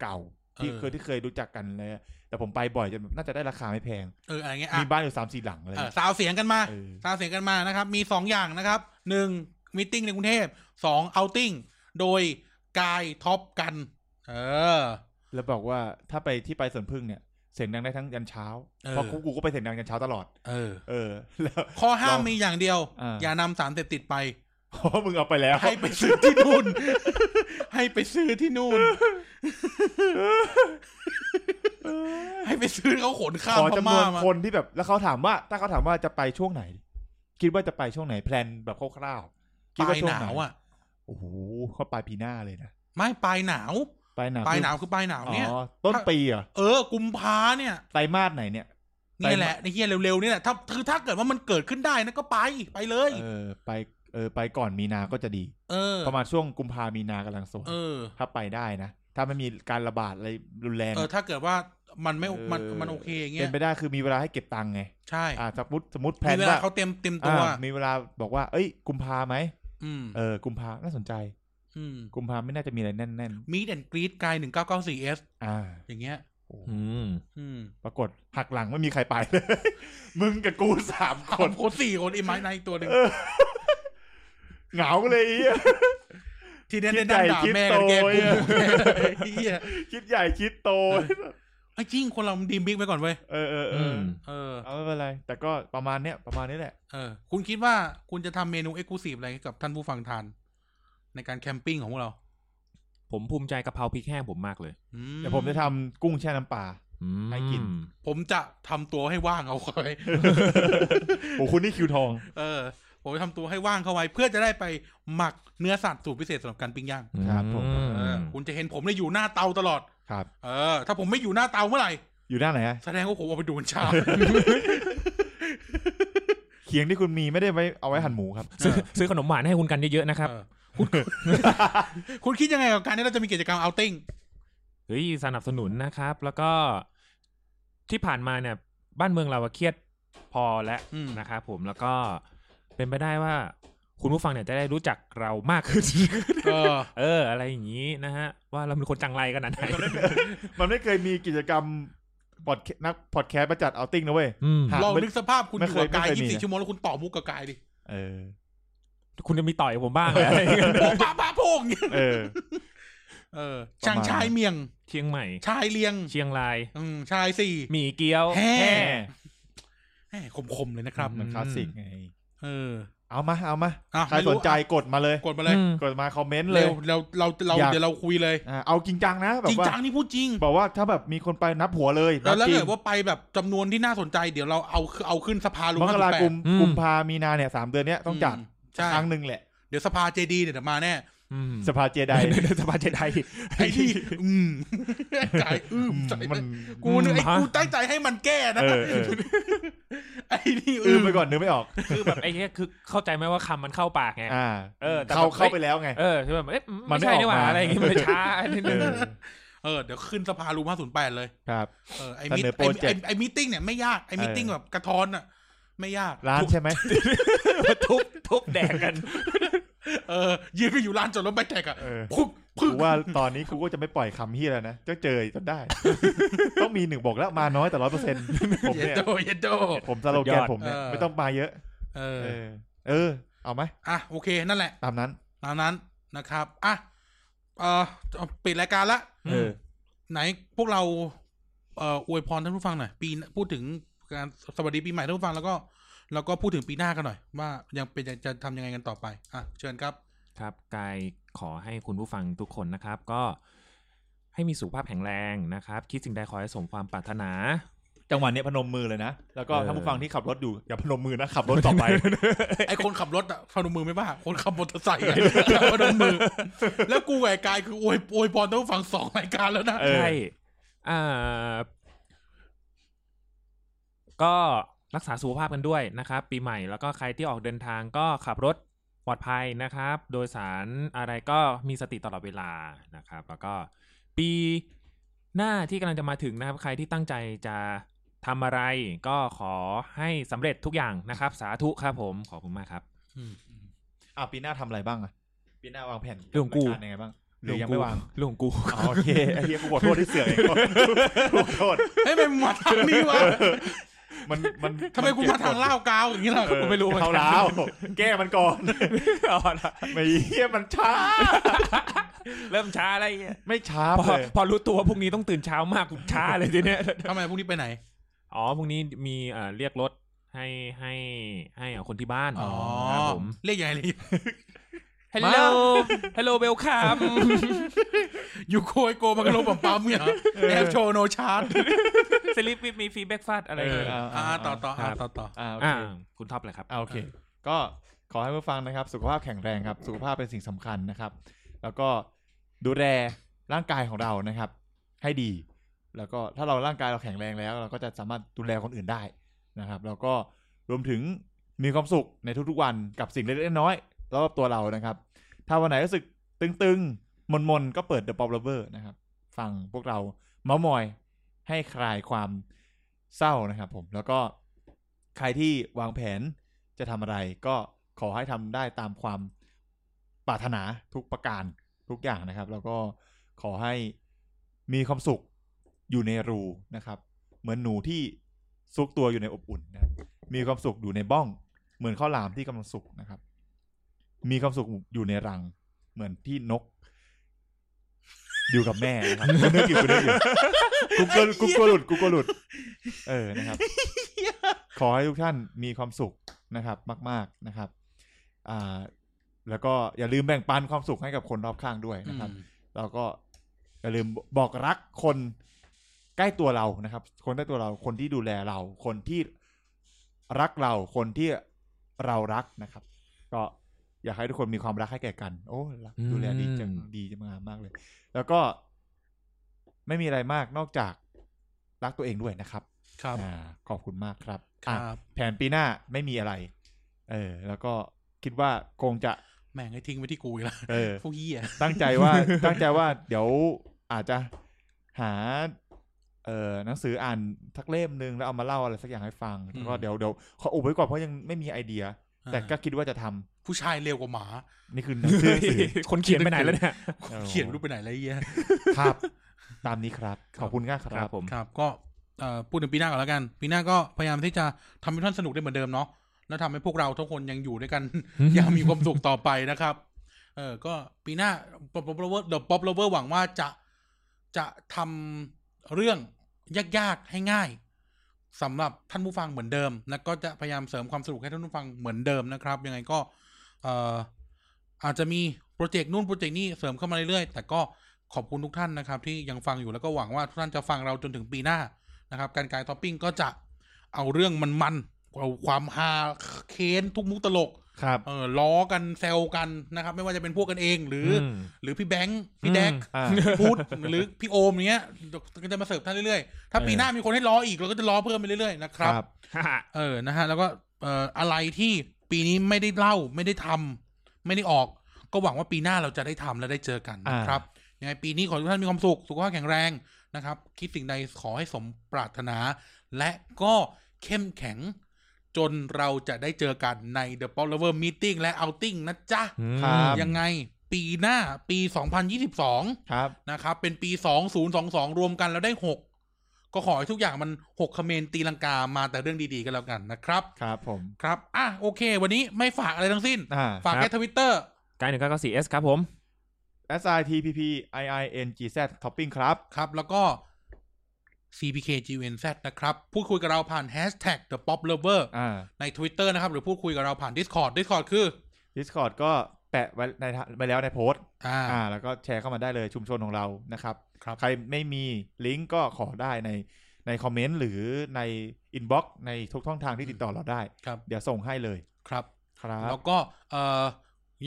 B: เก่า ที่
A: เออ
B: เคยที่เคยรู้จักกันเลยอะแต่ผมไปบ่อยจนน่าจะได้ราคาไม่แพง
A: เอออะไรเงี้ยอ่ะ
B: มีบ้านอยู่สามสี่หลังอะไร
A: เออ
B: เงี้ย
A: สาวเสียงกันมา
B: เออ
A: ตามเสียงกันมานะครับ มี 2 อย่างนะครับ 1. มิ팅ในกรุงเทพ 2. เอาติ้งโดยกายท็อปกัน เออ
B: แล้วบอกว่าถ้าไปที่ไปสวนพึ่งเนี่ยเสียงดังได้ทั้งยันเช้า
A: เออ
B: เพราะกูกูก็ไปเสียงดังยันเช้าตลอด
A: เออ
B: เออ แล้ว
A: ข้อห้าม
B: ลอง
A: มีอย่างเดียว
B: อ่า
A: อย่านำสารเสพติดไป
B: เพราะมึงเอาไปแล้ว
A: ให้ไปซื้อที่นู่ น ให้ไปซื้อที่นู่น ให้ไปซื้อเขาขนข้าม
B: ขอ
A: พ
B: จำน
A: ม่า
B: วน
A: มา
B: คนที่แบบแล้วเขาถามว่า ถ้าเขาถามว่าจะไปช่วงไหน คิดว่าจะไปช่วงไหนแพลนแบบคร่าวๆ
A: ป
B: คิด
A: ลาย
B: ช่
A: หนาวอ่ะ
B: โอ้โหเขาปลายปีหน้าเลยนะ
A: ไม่ปลายหนาว
B: ปลายหนาว
A: ปลายหนาวคือปลายหนาว
B: อ๋
A: เนี่ย
B: อต้นปีเหรอ
A: เออ กุมภาเนี่ย
B: ไตรมาสไหนเนี่ย
A: เนี่ยแหละในเฮียเร็วๆเนี่ยแหละถ้าคือถ้าเกิดว่ามันเกิดขึ้นได้นะก็ไปไปเลย
B: เออ ไปเออไปก่อนมีนาก็จะดี
A: เออ
B: ประมาณช่วงกุมภามีนากำลังสวย
A: เออ
B: ถ้าไปได้นะ ถ้าไม่มีการระบาดอะไรรุนแรง
A: เออถ้าเกิดว่ามันไม่
B: เออ
A: มันมันโอเคอย่างเงี้
B: เป็
A: ย
B: นไปได้คือมีเวลาให้เก็บตังค์ไง
A: ใช่
B: อ่าสมมติสมมติแพล
A: มี
B: น
A: เวลา
B: ว่า
A: เขาเต็มเต็มตัว
B: อ่ามีเวลาบอกว่า เอ้ย กุมภาไหม
A: อืม
B: เออกุมภาน่าสนใจ
A: อืม
B: กุมภาไม่น่าจะมีอะไรแน่น
A: มีดแอนกรีดกายหนึ่งเก้าเก้าสี่เอส
B: ๆอ่า
A: อย่างเงี้ย
B: โอ้
C: อืม
A: อืม
B: ปรากฏหักหลังไม่มีใครไปเลย มึงกับกูสามค
A: คน นคนสี่คนไอ้ไม้ในตัวหนึ่ง
B: เออเหงาเลยไอ้เหี้ย
A: ทีเนี้ย
B: คิ
A: ได้
B: ด
A: ด่า
B: ใหญ่คิด
A: แม่
B: โต
A: กันแก
B: ไอ้
A: กูไอ้เหี้
B: เหี้ย
A: ย
B: คิดใหญ่คิดโต
A: ไอ้จริงคนเรามันดีมบิ๊กไปก่อนเว้ย
B: เออเออเอ
C: อื
B: อ
C: ม
A: เออ
B: เอาไม่เป็นไร แต่ก็ประมาณเนี้ยประมาณนี้แหละ
A: เออ คุณคิดว่าคุณจะทำเมนูเอ็กซ์คลูซีฟอะไรให้กับท่านผู้ฟังทาน ในการแคมปิ้งของพวกเรา
C: ผมภูมิใจกะเพราพริกแห้งผมมากเลย
A: อื
B: เดี๋ยวผมจะทำกุ้งแช่น้ำปลา
C: อืม
B: ให้กิน
A: ผมจะทำตัวให้ว่างเอาไว้
B: โอ้คุณนี่คิวทอง
A: เออผมจะทำตัวให้ว่างเข้าไว้ เพื่อจะได้ไปหมักเนื้อสัตว์สูตรพิเศษสำหรับการปิ้งย่าง
B: ครับผม
C: อื
A: เออคุณจะเห็นผมเนี่ยอยู่หน้าเตาตลอด
B: ครับ
A: เออ ถ้าผมไม่อยู่หน้าเตาเมื่อไหร่
B: อยู่ด้านไหนฮะ
A: แสดงว่าผมเอาไปดูมันเช้า
B: เขียงที่คุณมีไม่ได้ไว้เอาไว้หั่นหมูครับ
C: ซื้อซื้อขนมหวานให้คุณกันเยอะๆนะครับ
A: เออ คุณคุณคิดยังไงกับการที่เราจะมีกิจกรรมเอาติ้ง
C: เฮ้ยสนับสนุนนะครับ แล้วก็ที่ผ่านมาเนี่ย บ้านเมืองเราอะเครียดพอแล้ว
A: อืม
C: นะครับผมแล้วก็เป็นไปได้ว่า คุณผู้ฟังเนี่ยจะได้รู้จักเรามากขึ้ น
A: เออ
C: เออ อะไรอย่างนี้นะฮะ ว่าเราเป็นคนจังไรขนา ดไหน
B: มันไม่เคยมีกิจกรรมพอดแคนักพอดแคสต์ประจัดเอาติ้งนะเว้ย
C: อืม
B: ครับ
A: ลองนึกสภาพคุณ
B: ไม่
A: อยู่
B: เคย
A: กับกาย
B: ไม่เคยมี
A: ยี่สิบสี่ชั่วโมงแล้วคุณต่อมุกกับกายดิ
B: เออ
C: คุณจะมีต่อยผมบ้างเหรออะไร อย่างเงี้ย
A: โอ้ป้าป้าโพงอย่างเงี้ย
B: เออ
A: เออ
B: ประมาณ
A: ช่างชายเมียง
C: เชียงใหม่
A: ชายเลียง
C: เชียงร าย
A: อืมชายสี่
C: หมี่เกี๊ยว
A: แห่
B: แม่
A: แห่คมๆเลยนะครับ
B: มันคลาสสิกไง
A: เออ
B: เอามาเอามา
A: อ่ะ
B: ใคร
A: ไม่
B: สนใจกดมาเลย
A: กดมาเลย
C: อืม
B: กดมาคอมเมนต์เล
A: เร็
B: ย
A: วเราเราเรา
B: อยาก
A: เดี๋ยวเราคุยเลย
B: อ่าเอาจริงจังนะแบ
A: จริ
B: บ
A: ง
B: ว่า
A: จังนี่พูดจริง
B: บอกว่าถ้าแบบมีคนไปนับหัวเลย
A: แล้ว
B: นับ
A: ถ้า
B: จริ
A: เกิ
B: ง
A: ดว่าไปแบบจำนวนที่น่าสนใจ เดี๋ยวเราเอาเอาขึ้นสภาลุ
B: มกราคม
C: อืม
B: กุมภามีนาเนี่ยสามเดือนเนี้ยต้องจัด
A: ใช่
B: ครั้งหนึ่งแหละ
A: เดี๋ยวสภาเจดีเนี่ยเดี๋ยวมาแน่
C: อืม
B: สภาเจได
C: สภาเจได
A: ไอ้ที่ อืมใจอืมใจ
B: มัน
A: กูนึกไอ้
C: ฮะ
A: กูตั้งใจให้มันแก้นะ
B: เอ อเออ
A: ไอ้นี่
B: อื
A: อื
B: ม
A: ม
B: ไปก่อนนึกไม่ออก
C: คือแบบไอ้เนี้ยคือเข้าใจไหมว่าคำมันเข้าปากไง
B: อ่า
C: เออแต่
B: เข้า
C: แบบ
B: เข้าไป
C: เอ้ย
B: แล้วไง
C: เออคือแบบเอ๊ะ
B: มั
C: ไม่
B: นไม่
C: ใช่นี่หว่า
B: ออกมา
C: อะไรอย่างงี้มันช้า นิด
B: เอ
C: นึง
B: อ
A: เออเดี๋ยวขึ้นสภาลุมห้าศูนย์แปดเลย
B: ครับ
A: เออไอ้
B: เส
A: มิ
B: น
A: ต
B: อ
A: ไอ้
B: project
A: ไอ้ไอ้มิทติ้งเนี่ยไม่ยากไอ้มิทติ้ง
B: เออ
A: แบบกระท้อนอ่ะ ไม่ยาก
B: ร้านใช่ไหม
C: ทุบทุบแดกกัน
A: เออยืนก็อยู่ร้านจอดรถแบคแท็กอ่ะ
B: เออ
A: พึ่ง
B: กู
A: พึ่ง
B: ว่าตอนนี้กูก็จะไม่ปล่อยคำที่แล้วนะจะเจอจ นได้ ต้องมีหนึ่งบอกแล้วมาน้อยแต่ร้อยเปอร์เซ็น ต์ผม
A: เย
B: เนี่ย
A: โดเยโด
B: ผมสโลแกน
C: สุดยอด
B: ผมเนี่ย
A: เออ
B: ไม่ต้องมาเยอะ
A: เอ
B: เอ
A: อ
B: อ เออ เอาไหม
A: อ่ะโอเคนั่นแหละ
B: ตามนั้น
A: ตามนั้นนะครับ อ่ะ เอ่อเอาปิดรายการละ
B: เออ
A: ไหนพวกเรา เอ่ออวยพรท่านผู้ฟังหน่อย ปีพูดถึงการสวัสดีปีใหม่ท่านผู้ฟังแล้วก็ แล้วก็พูดถึงปีหน้ากันหน่อย ว่ายังเป็นจะทำยังไงกันต่อไป อ่ะ เชิญครับ
C: ครับกายขอให้คุณผู้ฟังทุกคนนะครับ ก็ให้มีสุขภาพแข็งแรงนะครับ คิดสิ่งใดขอให้สมความปรารถนา
B: จังหวะเนี้ยพนมมือเลยนะ แล้วก็
C: เออ
B: ท่านผู้ฟังที่ขับรถอยู่ อย่าพนมมือนะ ขับรถต่อไป
A: ไอคนขับรถอะพนมมือไม่บ้าคนขับมอเตอร์ไซค์อะ พนมมือ แล้วกูแหวกกายคืออวยอวยพรท่านผู้ฟังสองรายการแล้วนะ
B: เออ
C: ใช่อ่าก็ รักษาสุขภาพกันด้วยนะครับ ปีใหม่แล้วก็ใครที่ออกเดินทางก็ขับรถปลอดภัยนะครับ โดยสารอะไรก็มีสติตลอดเวลานะครับ แล้วก็ปีหน้าที่กำลังจะมาถึงนะครับ ใครที่ตั้งใจจะทำอะไร ก็ขอให้สำเร็จทุกอย่างนะครับ สาธุครับผมขอบคุณมากครับ
A: อืม
B: อ่ะปีหน้าทำอะไรบ้างอ่ะปีหน้าวางแผน
C: เรื่องกู
B: ายายังไงบ้างหรือยังไม่วาง
C: เรื่องของกู
B: อ๋อโอเคไอ้เหี้ยกูขอโทษที่เสือกเอง ขอโทษ
A: เฮ้ยทำไมมึงมาทางนี้วะ
B: มันมัน
A: ทำไมกูมาทาง
B: ล่า
A: ล่าวกาวอย่างนี้ล่ะ
C: ไม่รู้เหมือนกัน
B: เขาล้าวแก้มันก่อนไม่เหี้ยมันช้า
C: เริ่มช้าอะไรเงี้ย
B: ไม่ช้า
C: พอ
B: เลย
C: พอรู้ตัวว่าพรุ่งนี้ต้องตื่นเช้ามากกูช้าเลยทีเนี้ย
A: ทำไมพรุ่งนี้ไปไหน
C: อ๋อพรุ่งนี้มีเอ่อเรียกรถให้ให้ให้เอาคนที่บ้าน
A: อ๋อ
C: ครับผม
A: เรียกยังไงเลย
C: Hello Hello Welcome
A: อยู่โคยโกมันก็ลงปั๊มปั๊มเนี่ยเหรอแอปโชว์โนชาร์ด
C: Sleep with me free breakfast อะไร
A: เออ
C: เงี้ย
A: อ่ะอ่ะต่อต่ออ่ะต่อต่อ
B: อ่าโอ
C: อ่า
B: เค
C: คุณท็อปเลยครับ
B: อ่าโอเค ก็ขอให้ผู้ฟังนะครับ สุขภาพแข็งแรงครับ สุขภาพเป็นสิ่งสำคัญนะครับ แล้วก็ดูแลร่างกายของเรานะครับ ให้ดี แล้วก็ถ้าเราร่างกายเราแข็งแรงแล้ว เราก็จะสามารถดูแลคนอื่นได้นะครับ แล้วก็รวมถึงมีความสุขในทุกๆวันกับสิ่งเล็กๆน้อยๆรอบตัวเรานะครับ ถ้าวันไหนรู้สึกตึงๆมนๆก็เปิด The Pop Lover นะครับ ฟังพวกเราเมามอยให้คลายความเศร้านะครับผมแล้วก็ใครที่วางแผนจะทำอะไรก็ขอให้ทำได้ตามความปรารถนาทุกประการทุกอย่างนะครับ แล้วก็ขอให้มีความสุขอยู่ในรูนะครับ เหมือนหนูที่ซุกตัวอยู่ในอบอุ่นนะครับมีความสุขอยู่ในบ้อง เหมือนข้าวหลามที่กำลังสุกนะครับ มีความสุขอยู่ในรัง เหมือนที่นก อยู่กับแม่นะครับกูนึกอยู่กูนึกอยู่กูกลัวกูกลัวหลุดกูกลัวหลุด เออนะครับ ขอให้ทุกท่านมีความสุขนะครับ มาก ๆนะครับ อ่า แล้วก็อย่าลืมแบ่งปันความสุขให้กับคนรอบข้างด้วยนะครับ เราก็อย่าลืมบอกรักคนใกล้ตัวเรานะครับ คนใกล้ตัวเรา คนที่ดูแลเรา คนที่รักเรา คนที่เรารักนะครับ ก็อยากให้ทุกคนมีความรักให้แก่กัน โอ้รัก
C: อืม
B: ดูแลดีจังดีจังงามมากเลย แล้วก็ไม่มีอะไรมากนอกจากรักตัวเองด้วยนะครับ
A: ครับ
B: อาขอบคุณมากครับ
A: ค
B: อ่ะ
A: รับ
B: แผนปีหน้าไม่มีอะไร เออ แล้วก็คิดว่าคงจะ
A: แม่งไอ้ทิ้งไว้ที่กูอีกแล้ว
B: เออ
A: พวกเหี้ย
B: ตั้งใจว่า ตั้งใจว่าเดี๋ยวอาจจะหา เอ่อหนังสืออ่านทักเล่มหนึ่งแล้วเอามาเล่าอะไรสักอย่างให้ฟังแล้วก็เดี๋ยวเดี๋ยวขออุบไว้ก่อนเพราะยังไม่มีไอเดีย แต่ก็คิดว่าจะทำ
A: ผู้ชายเร็วกว่าหมา
B: นี่คือหนังสือ
C: คนเขียนไปไหนแล้ว เนี่ย
A: เขียนรูปไปไหนแล้วไอ้เหี้ย
B: ครับ ตามนี้ครับ ขอบคุณมากค
C: ค
B: รั
C: รั
B: บบ
C: ผม
A: ครับก็เอ่อพูดถึงปีหน้าก่อนแล้วกัน ปีหน้าก็พยายามที่จะทำให้ท่านสนุกได้เหมือนเดิมเนาะแล้วทำให้พวกเราทุกคนยังอยู่ด้วยกัน ยังมีความสุขต่อไปนะครับเออก็ปีหน้าป๊อปเลเวอร์เดอะป๊อปเลเวอร์หวังว่าจะจะทำเรื่องยากๆให้ง่ายสำหรับท่านผู้ฟังเหมือนเดิม แล้วก็จะพยายามเสริมความสนุกให้ท่านผู้ฟังเหมือนเดิมนะครับ ยังไงก็เอ่ออาจจะมีโปรเจกต์นู่นโปรเจกต์นี่เสริมเข้ามาเรื่อยๆแต่ก็ ขอบคุณทุกท่านนะครับ ที่ยังฟังอยู่แล้วก็หวังว่าทุกท่านจะฟังเราจนถึงปีหน้านะครับ การกายท็อปปิ้งก็จะเอาเรื่องมันๆเอาความฮาเค้นทุกมุกตลก
B: ครับ
A: เออล้อกันแซวกันนะครับ ไม่ว่าจะเป็นพวกกันเองหรือ อหรือพี่แบงค์พี่แดก
B: อ่า
A: พูดหรือพี่โอมเนี้ยก็จะมาเสิร์ฟท่านเรื่อยๆ ถ้า
B: เออ
A: ปีหน้ามีคนให้ล้ออีกเราก็จะล้อเพิ่มไปเรื่อยๆนะครับ เออ นะฮะ แล้วก็เอ่ออะไรที่ปีนี้ไม่ได้เล่าไม่ได้ทำไม่ได้ออก ก็หวังว่าปีหน้าเราจะได้ทำและได้เจอกันนะครับ ยังไงปีนี้ขอให้ทุกท่านมีความสุข สุขภาพแข็งแรงนะครับ คิดสิ่งใดขอให้สมปรารถนา และก็เข้มแข็ง จนเราจะได้เจอกันใน The p o l o v e r Meeting และ Outing นะจ๊ะ
B: ครับ
A: ยังไงปีหน้าปี 2022
B: ครับ
A: นะครับเป็นปี 2022 รวมกันแล้วได้ 6 ก็ขอให้ทุกอย่างมัน 6คอมเมนต์ตีลังกามาแต่เรื่องดีๆกันแล้วกันนะครับ
B: ครับผม
A: ครับ อ่ะ โอเค วันนี้ไม่ฝากอะไรทั้งสิ้น
B: อ่า
A: ฝาก
C: ครับ
A: แค่ทวิตเตอร์
C: กายหนึ่งเก้าเก้าสี่เอสครับผม
B: S I T P P I I N G Z Topping ครับ
A: ครับ แล้วก็ CPKGNZ นะครับ พูดคุยกับเราผ่าน Hashtag The Pop Lover
B: อ่า
A: ใน Twitter นะครับ หรือพูดคุยกับเราผ่าน Discord Discord คือ
B: Discord ก็แปะไว้ในไว้แล้วในโพสต์
A: อ่า
B: อ่าแล้วก็แชร์เข้ามาได้เลยชุมชนของเรานะครับ
A: ครับ
B: ใครไม่มีลิงก์ก็ขอได้ในในคอมเมนต์หรือในอินบ็อกซ์ในทุกช่องทางที่ติดต่อเราได้
A: ครับ
B: เดี๋ยวส่งให้เลย
A: ครับ
B: ครั
A: แล้
B: บ
A: วก็เอ่อ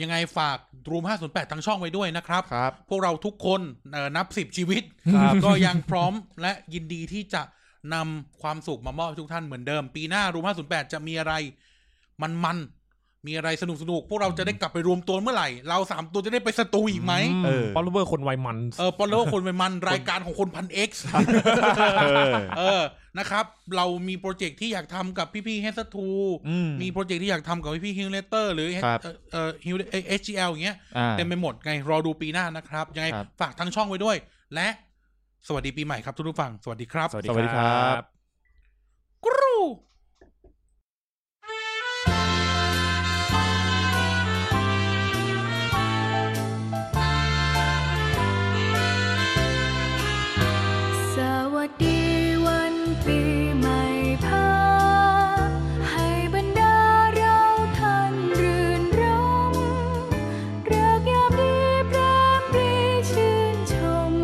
A: ยังไงฝากรูม508ทางช่องไว้ด้วยนะครับ
B: ครับ
A: พวกเราทุกคนเอ่อนับสิบชีวิต
B: ครับ
A: ก็ยังพร้อมและยินดีที่จะ นำความสุขมามอบให้ทุกท่านเหมือนเดิม ปีหน้ารูม508 จะมีอะไร มันมันๆมีอะไรสนุกสนุกๆพวกเราจะได้กลับไปรวมตัวเมื่อไหร่ เราสามตัวจะได้ไปสตูอีกไหม
B: เออ
C: ป๊อลเวอร์คนวัยมัน
A: เออปอลโลคนไปมันรายการของคนพันเอ็กซ์
B: เออ
A: เออ นะครับ เรามีโปรเจกต์ที่อยากทำกับพี่ๆ h ฮสทู
B: อืม
A: มีโปรเจกต์ที่อยากทำกับพี่ๆฮิลเลเตอร์หรือ
B: ครับ
A: เอ่อฮิลเอชจีเอลอย่างเงี้ย
B: อ่า
A: เต็มไปหมดไง รอดูปีหน้านะครับ ยังไง
B: ครับ
A: ฝากทั้งช่องไว้ด้วย และสวัสดีปีใหม่ครับทุกทุกๆฝั่งสวัสดีครับ
C: สวัสดี
B: สวัสดี
C: ค
B: ค
C: ร
B: รั
C: ับ
B: บ
A: กรู
D: สวัสดีวันปีใหม่พาให้บรรดาเราท่านรื่นรมรักยามดีปรามปรีชื่นชม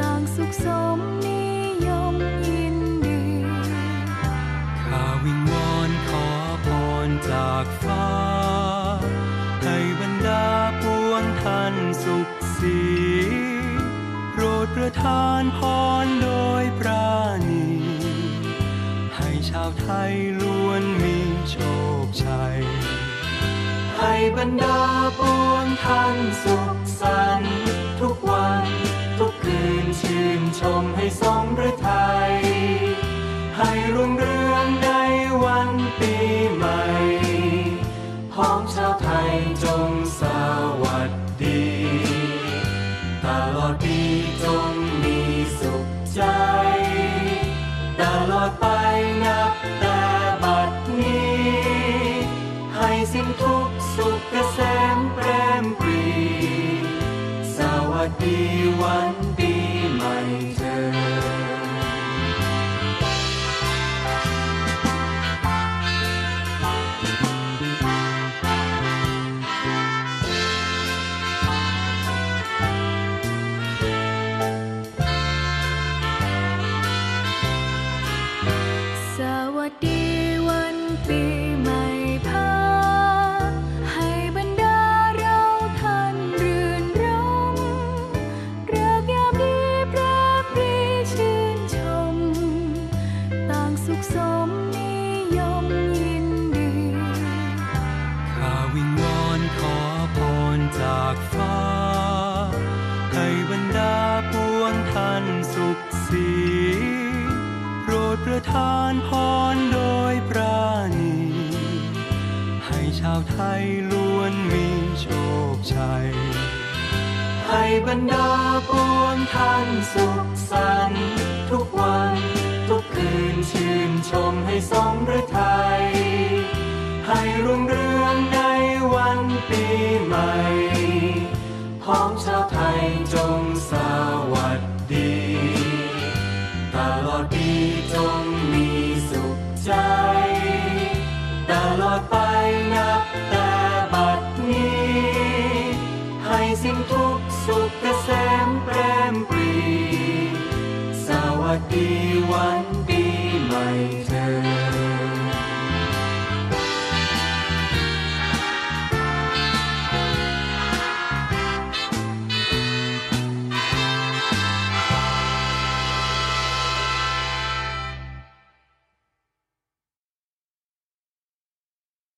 D: ต่างสุขสมนิยมยินดี
E: ข้าวิงวอนขอพรจากฟ้า ให้บรรดาปวงท่านสุขสีโปรดประทานพรโดยปราณี ให้ชาวไทยล้วนมีโชคชัย ให้บรรดาปวงท่านสุขสันต์ทุกวัน ทุกคืนชื่นชมให้สมฤทัย ให้รุ่งเรืองในวันปีใหม่ พ้องชาวไทยจงสวัสดี ตลอดปีจงมีสุขใจ ตลอดไปนับแต่บัดนี้ ให้สิ้นทุกข์สุขเกษมแปรมปรี สวัสดีวันปีใหม่เธอ
D: สวัสดีวันปีใหม่พาให้บรรดาเราท่านรื่นรมรักยามดีปราบปรีชื่นชม ต่างสุขสมนิยมยินดี
E: ข้าวิงวอนขอพรจากฟ้า ให้บรรดาปวงท่านสุขสีโปรดประทานพรโดยปราณี ให้ชาวไทยล้วนมีโชคชัย ให้บรรดาปวงท่านสุข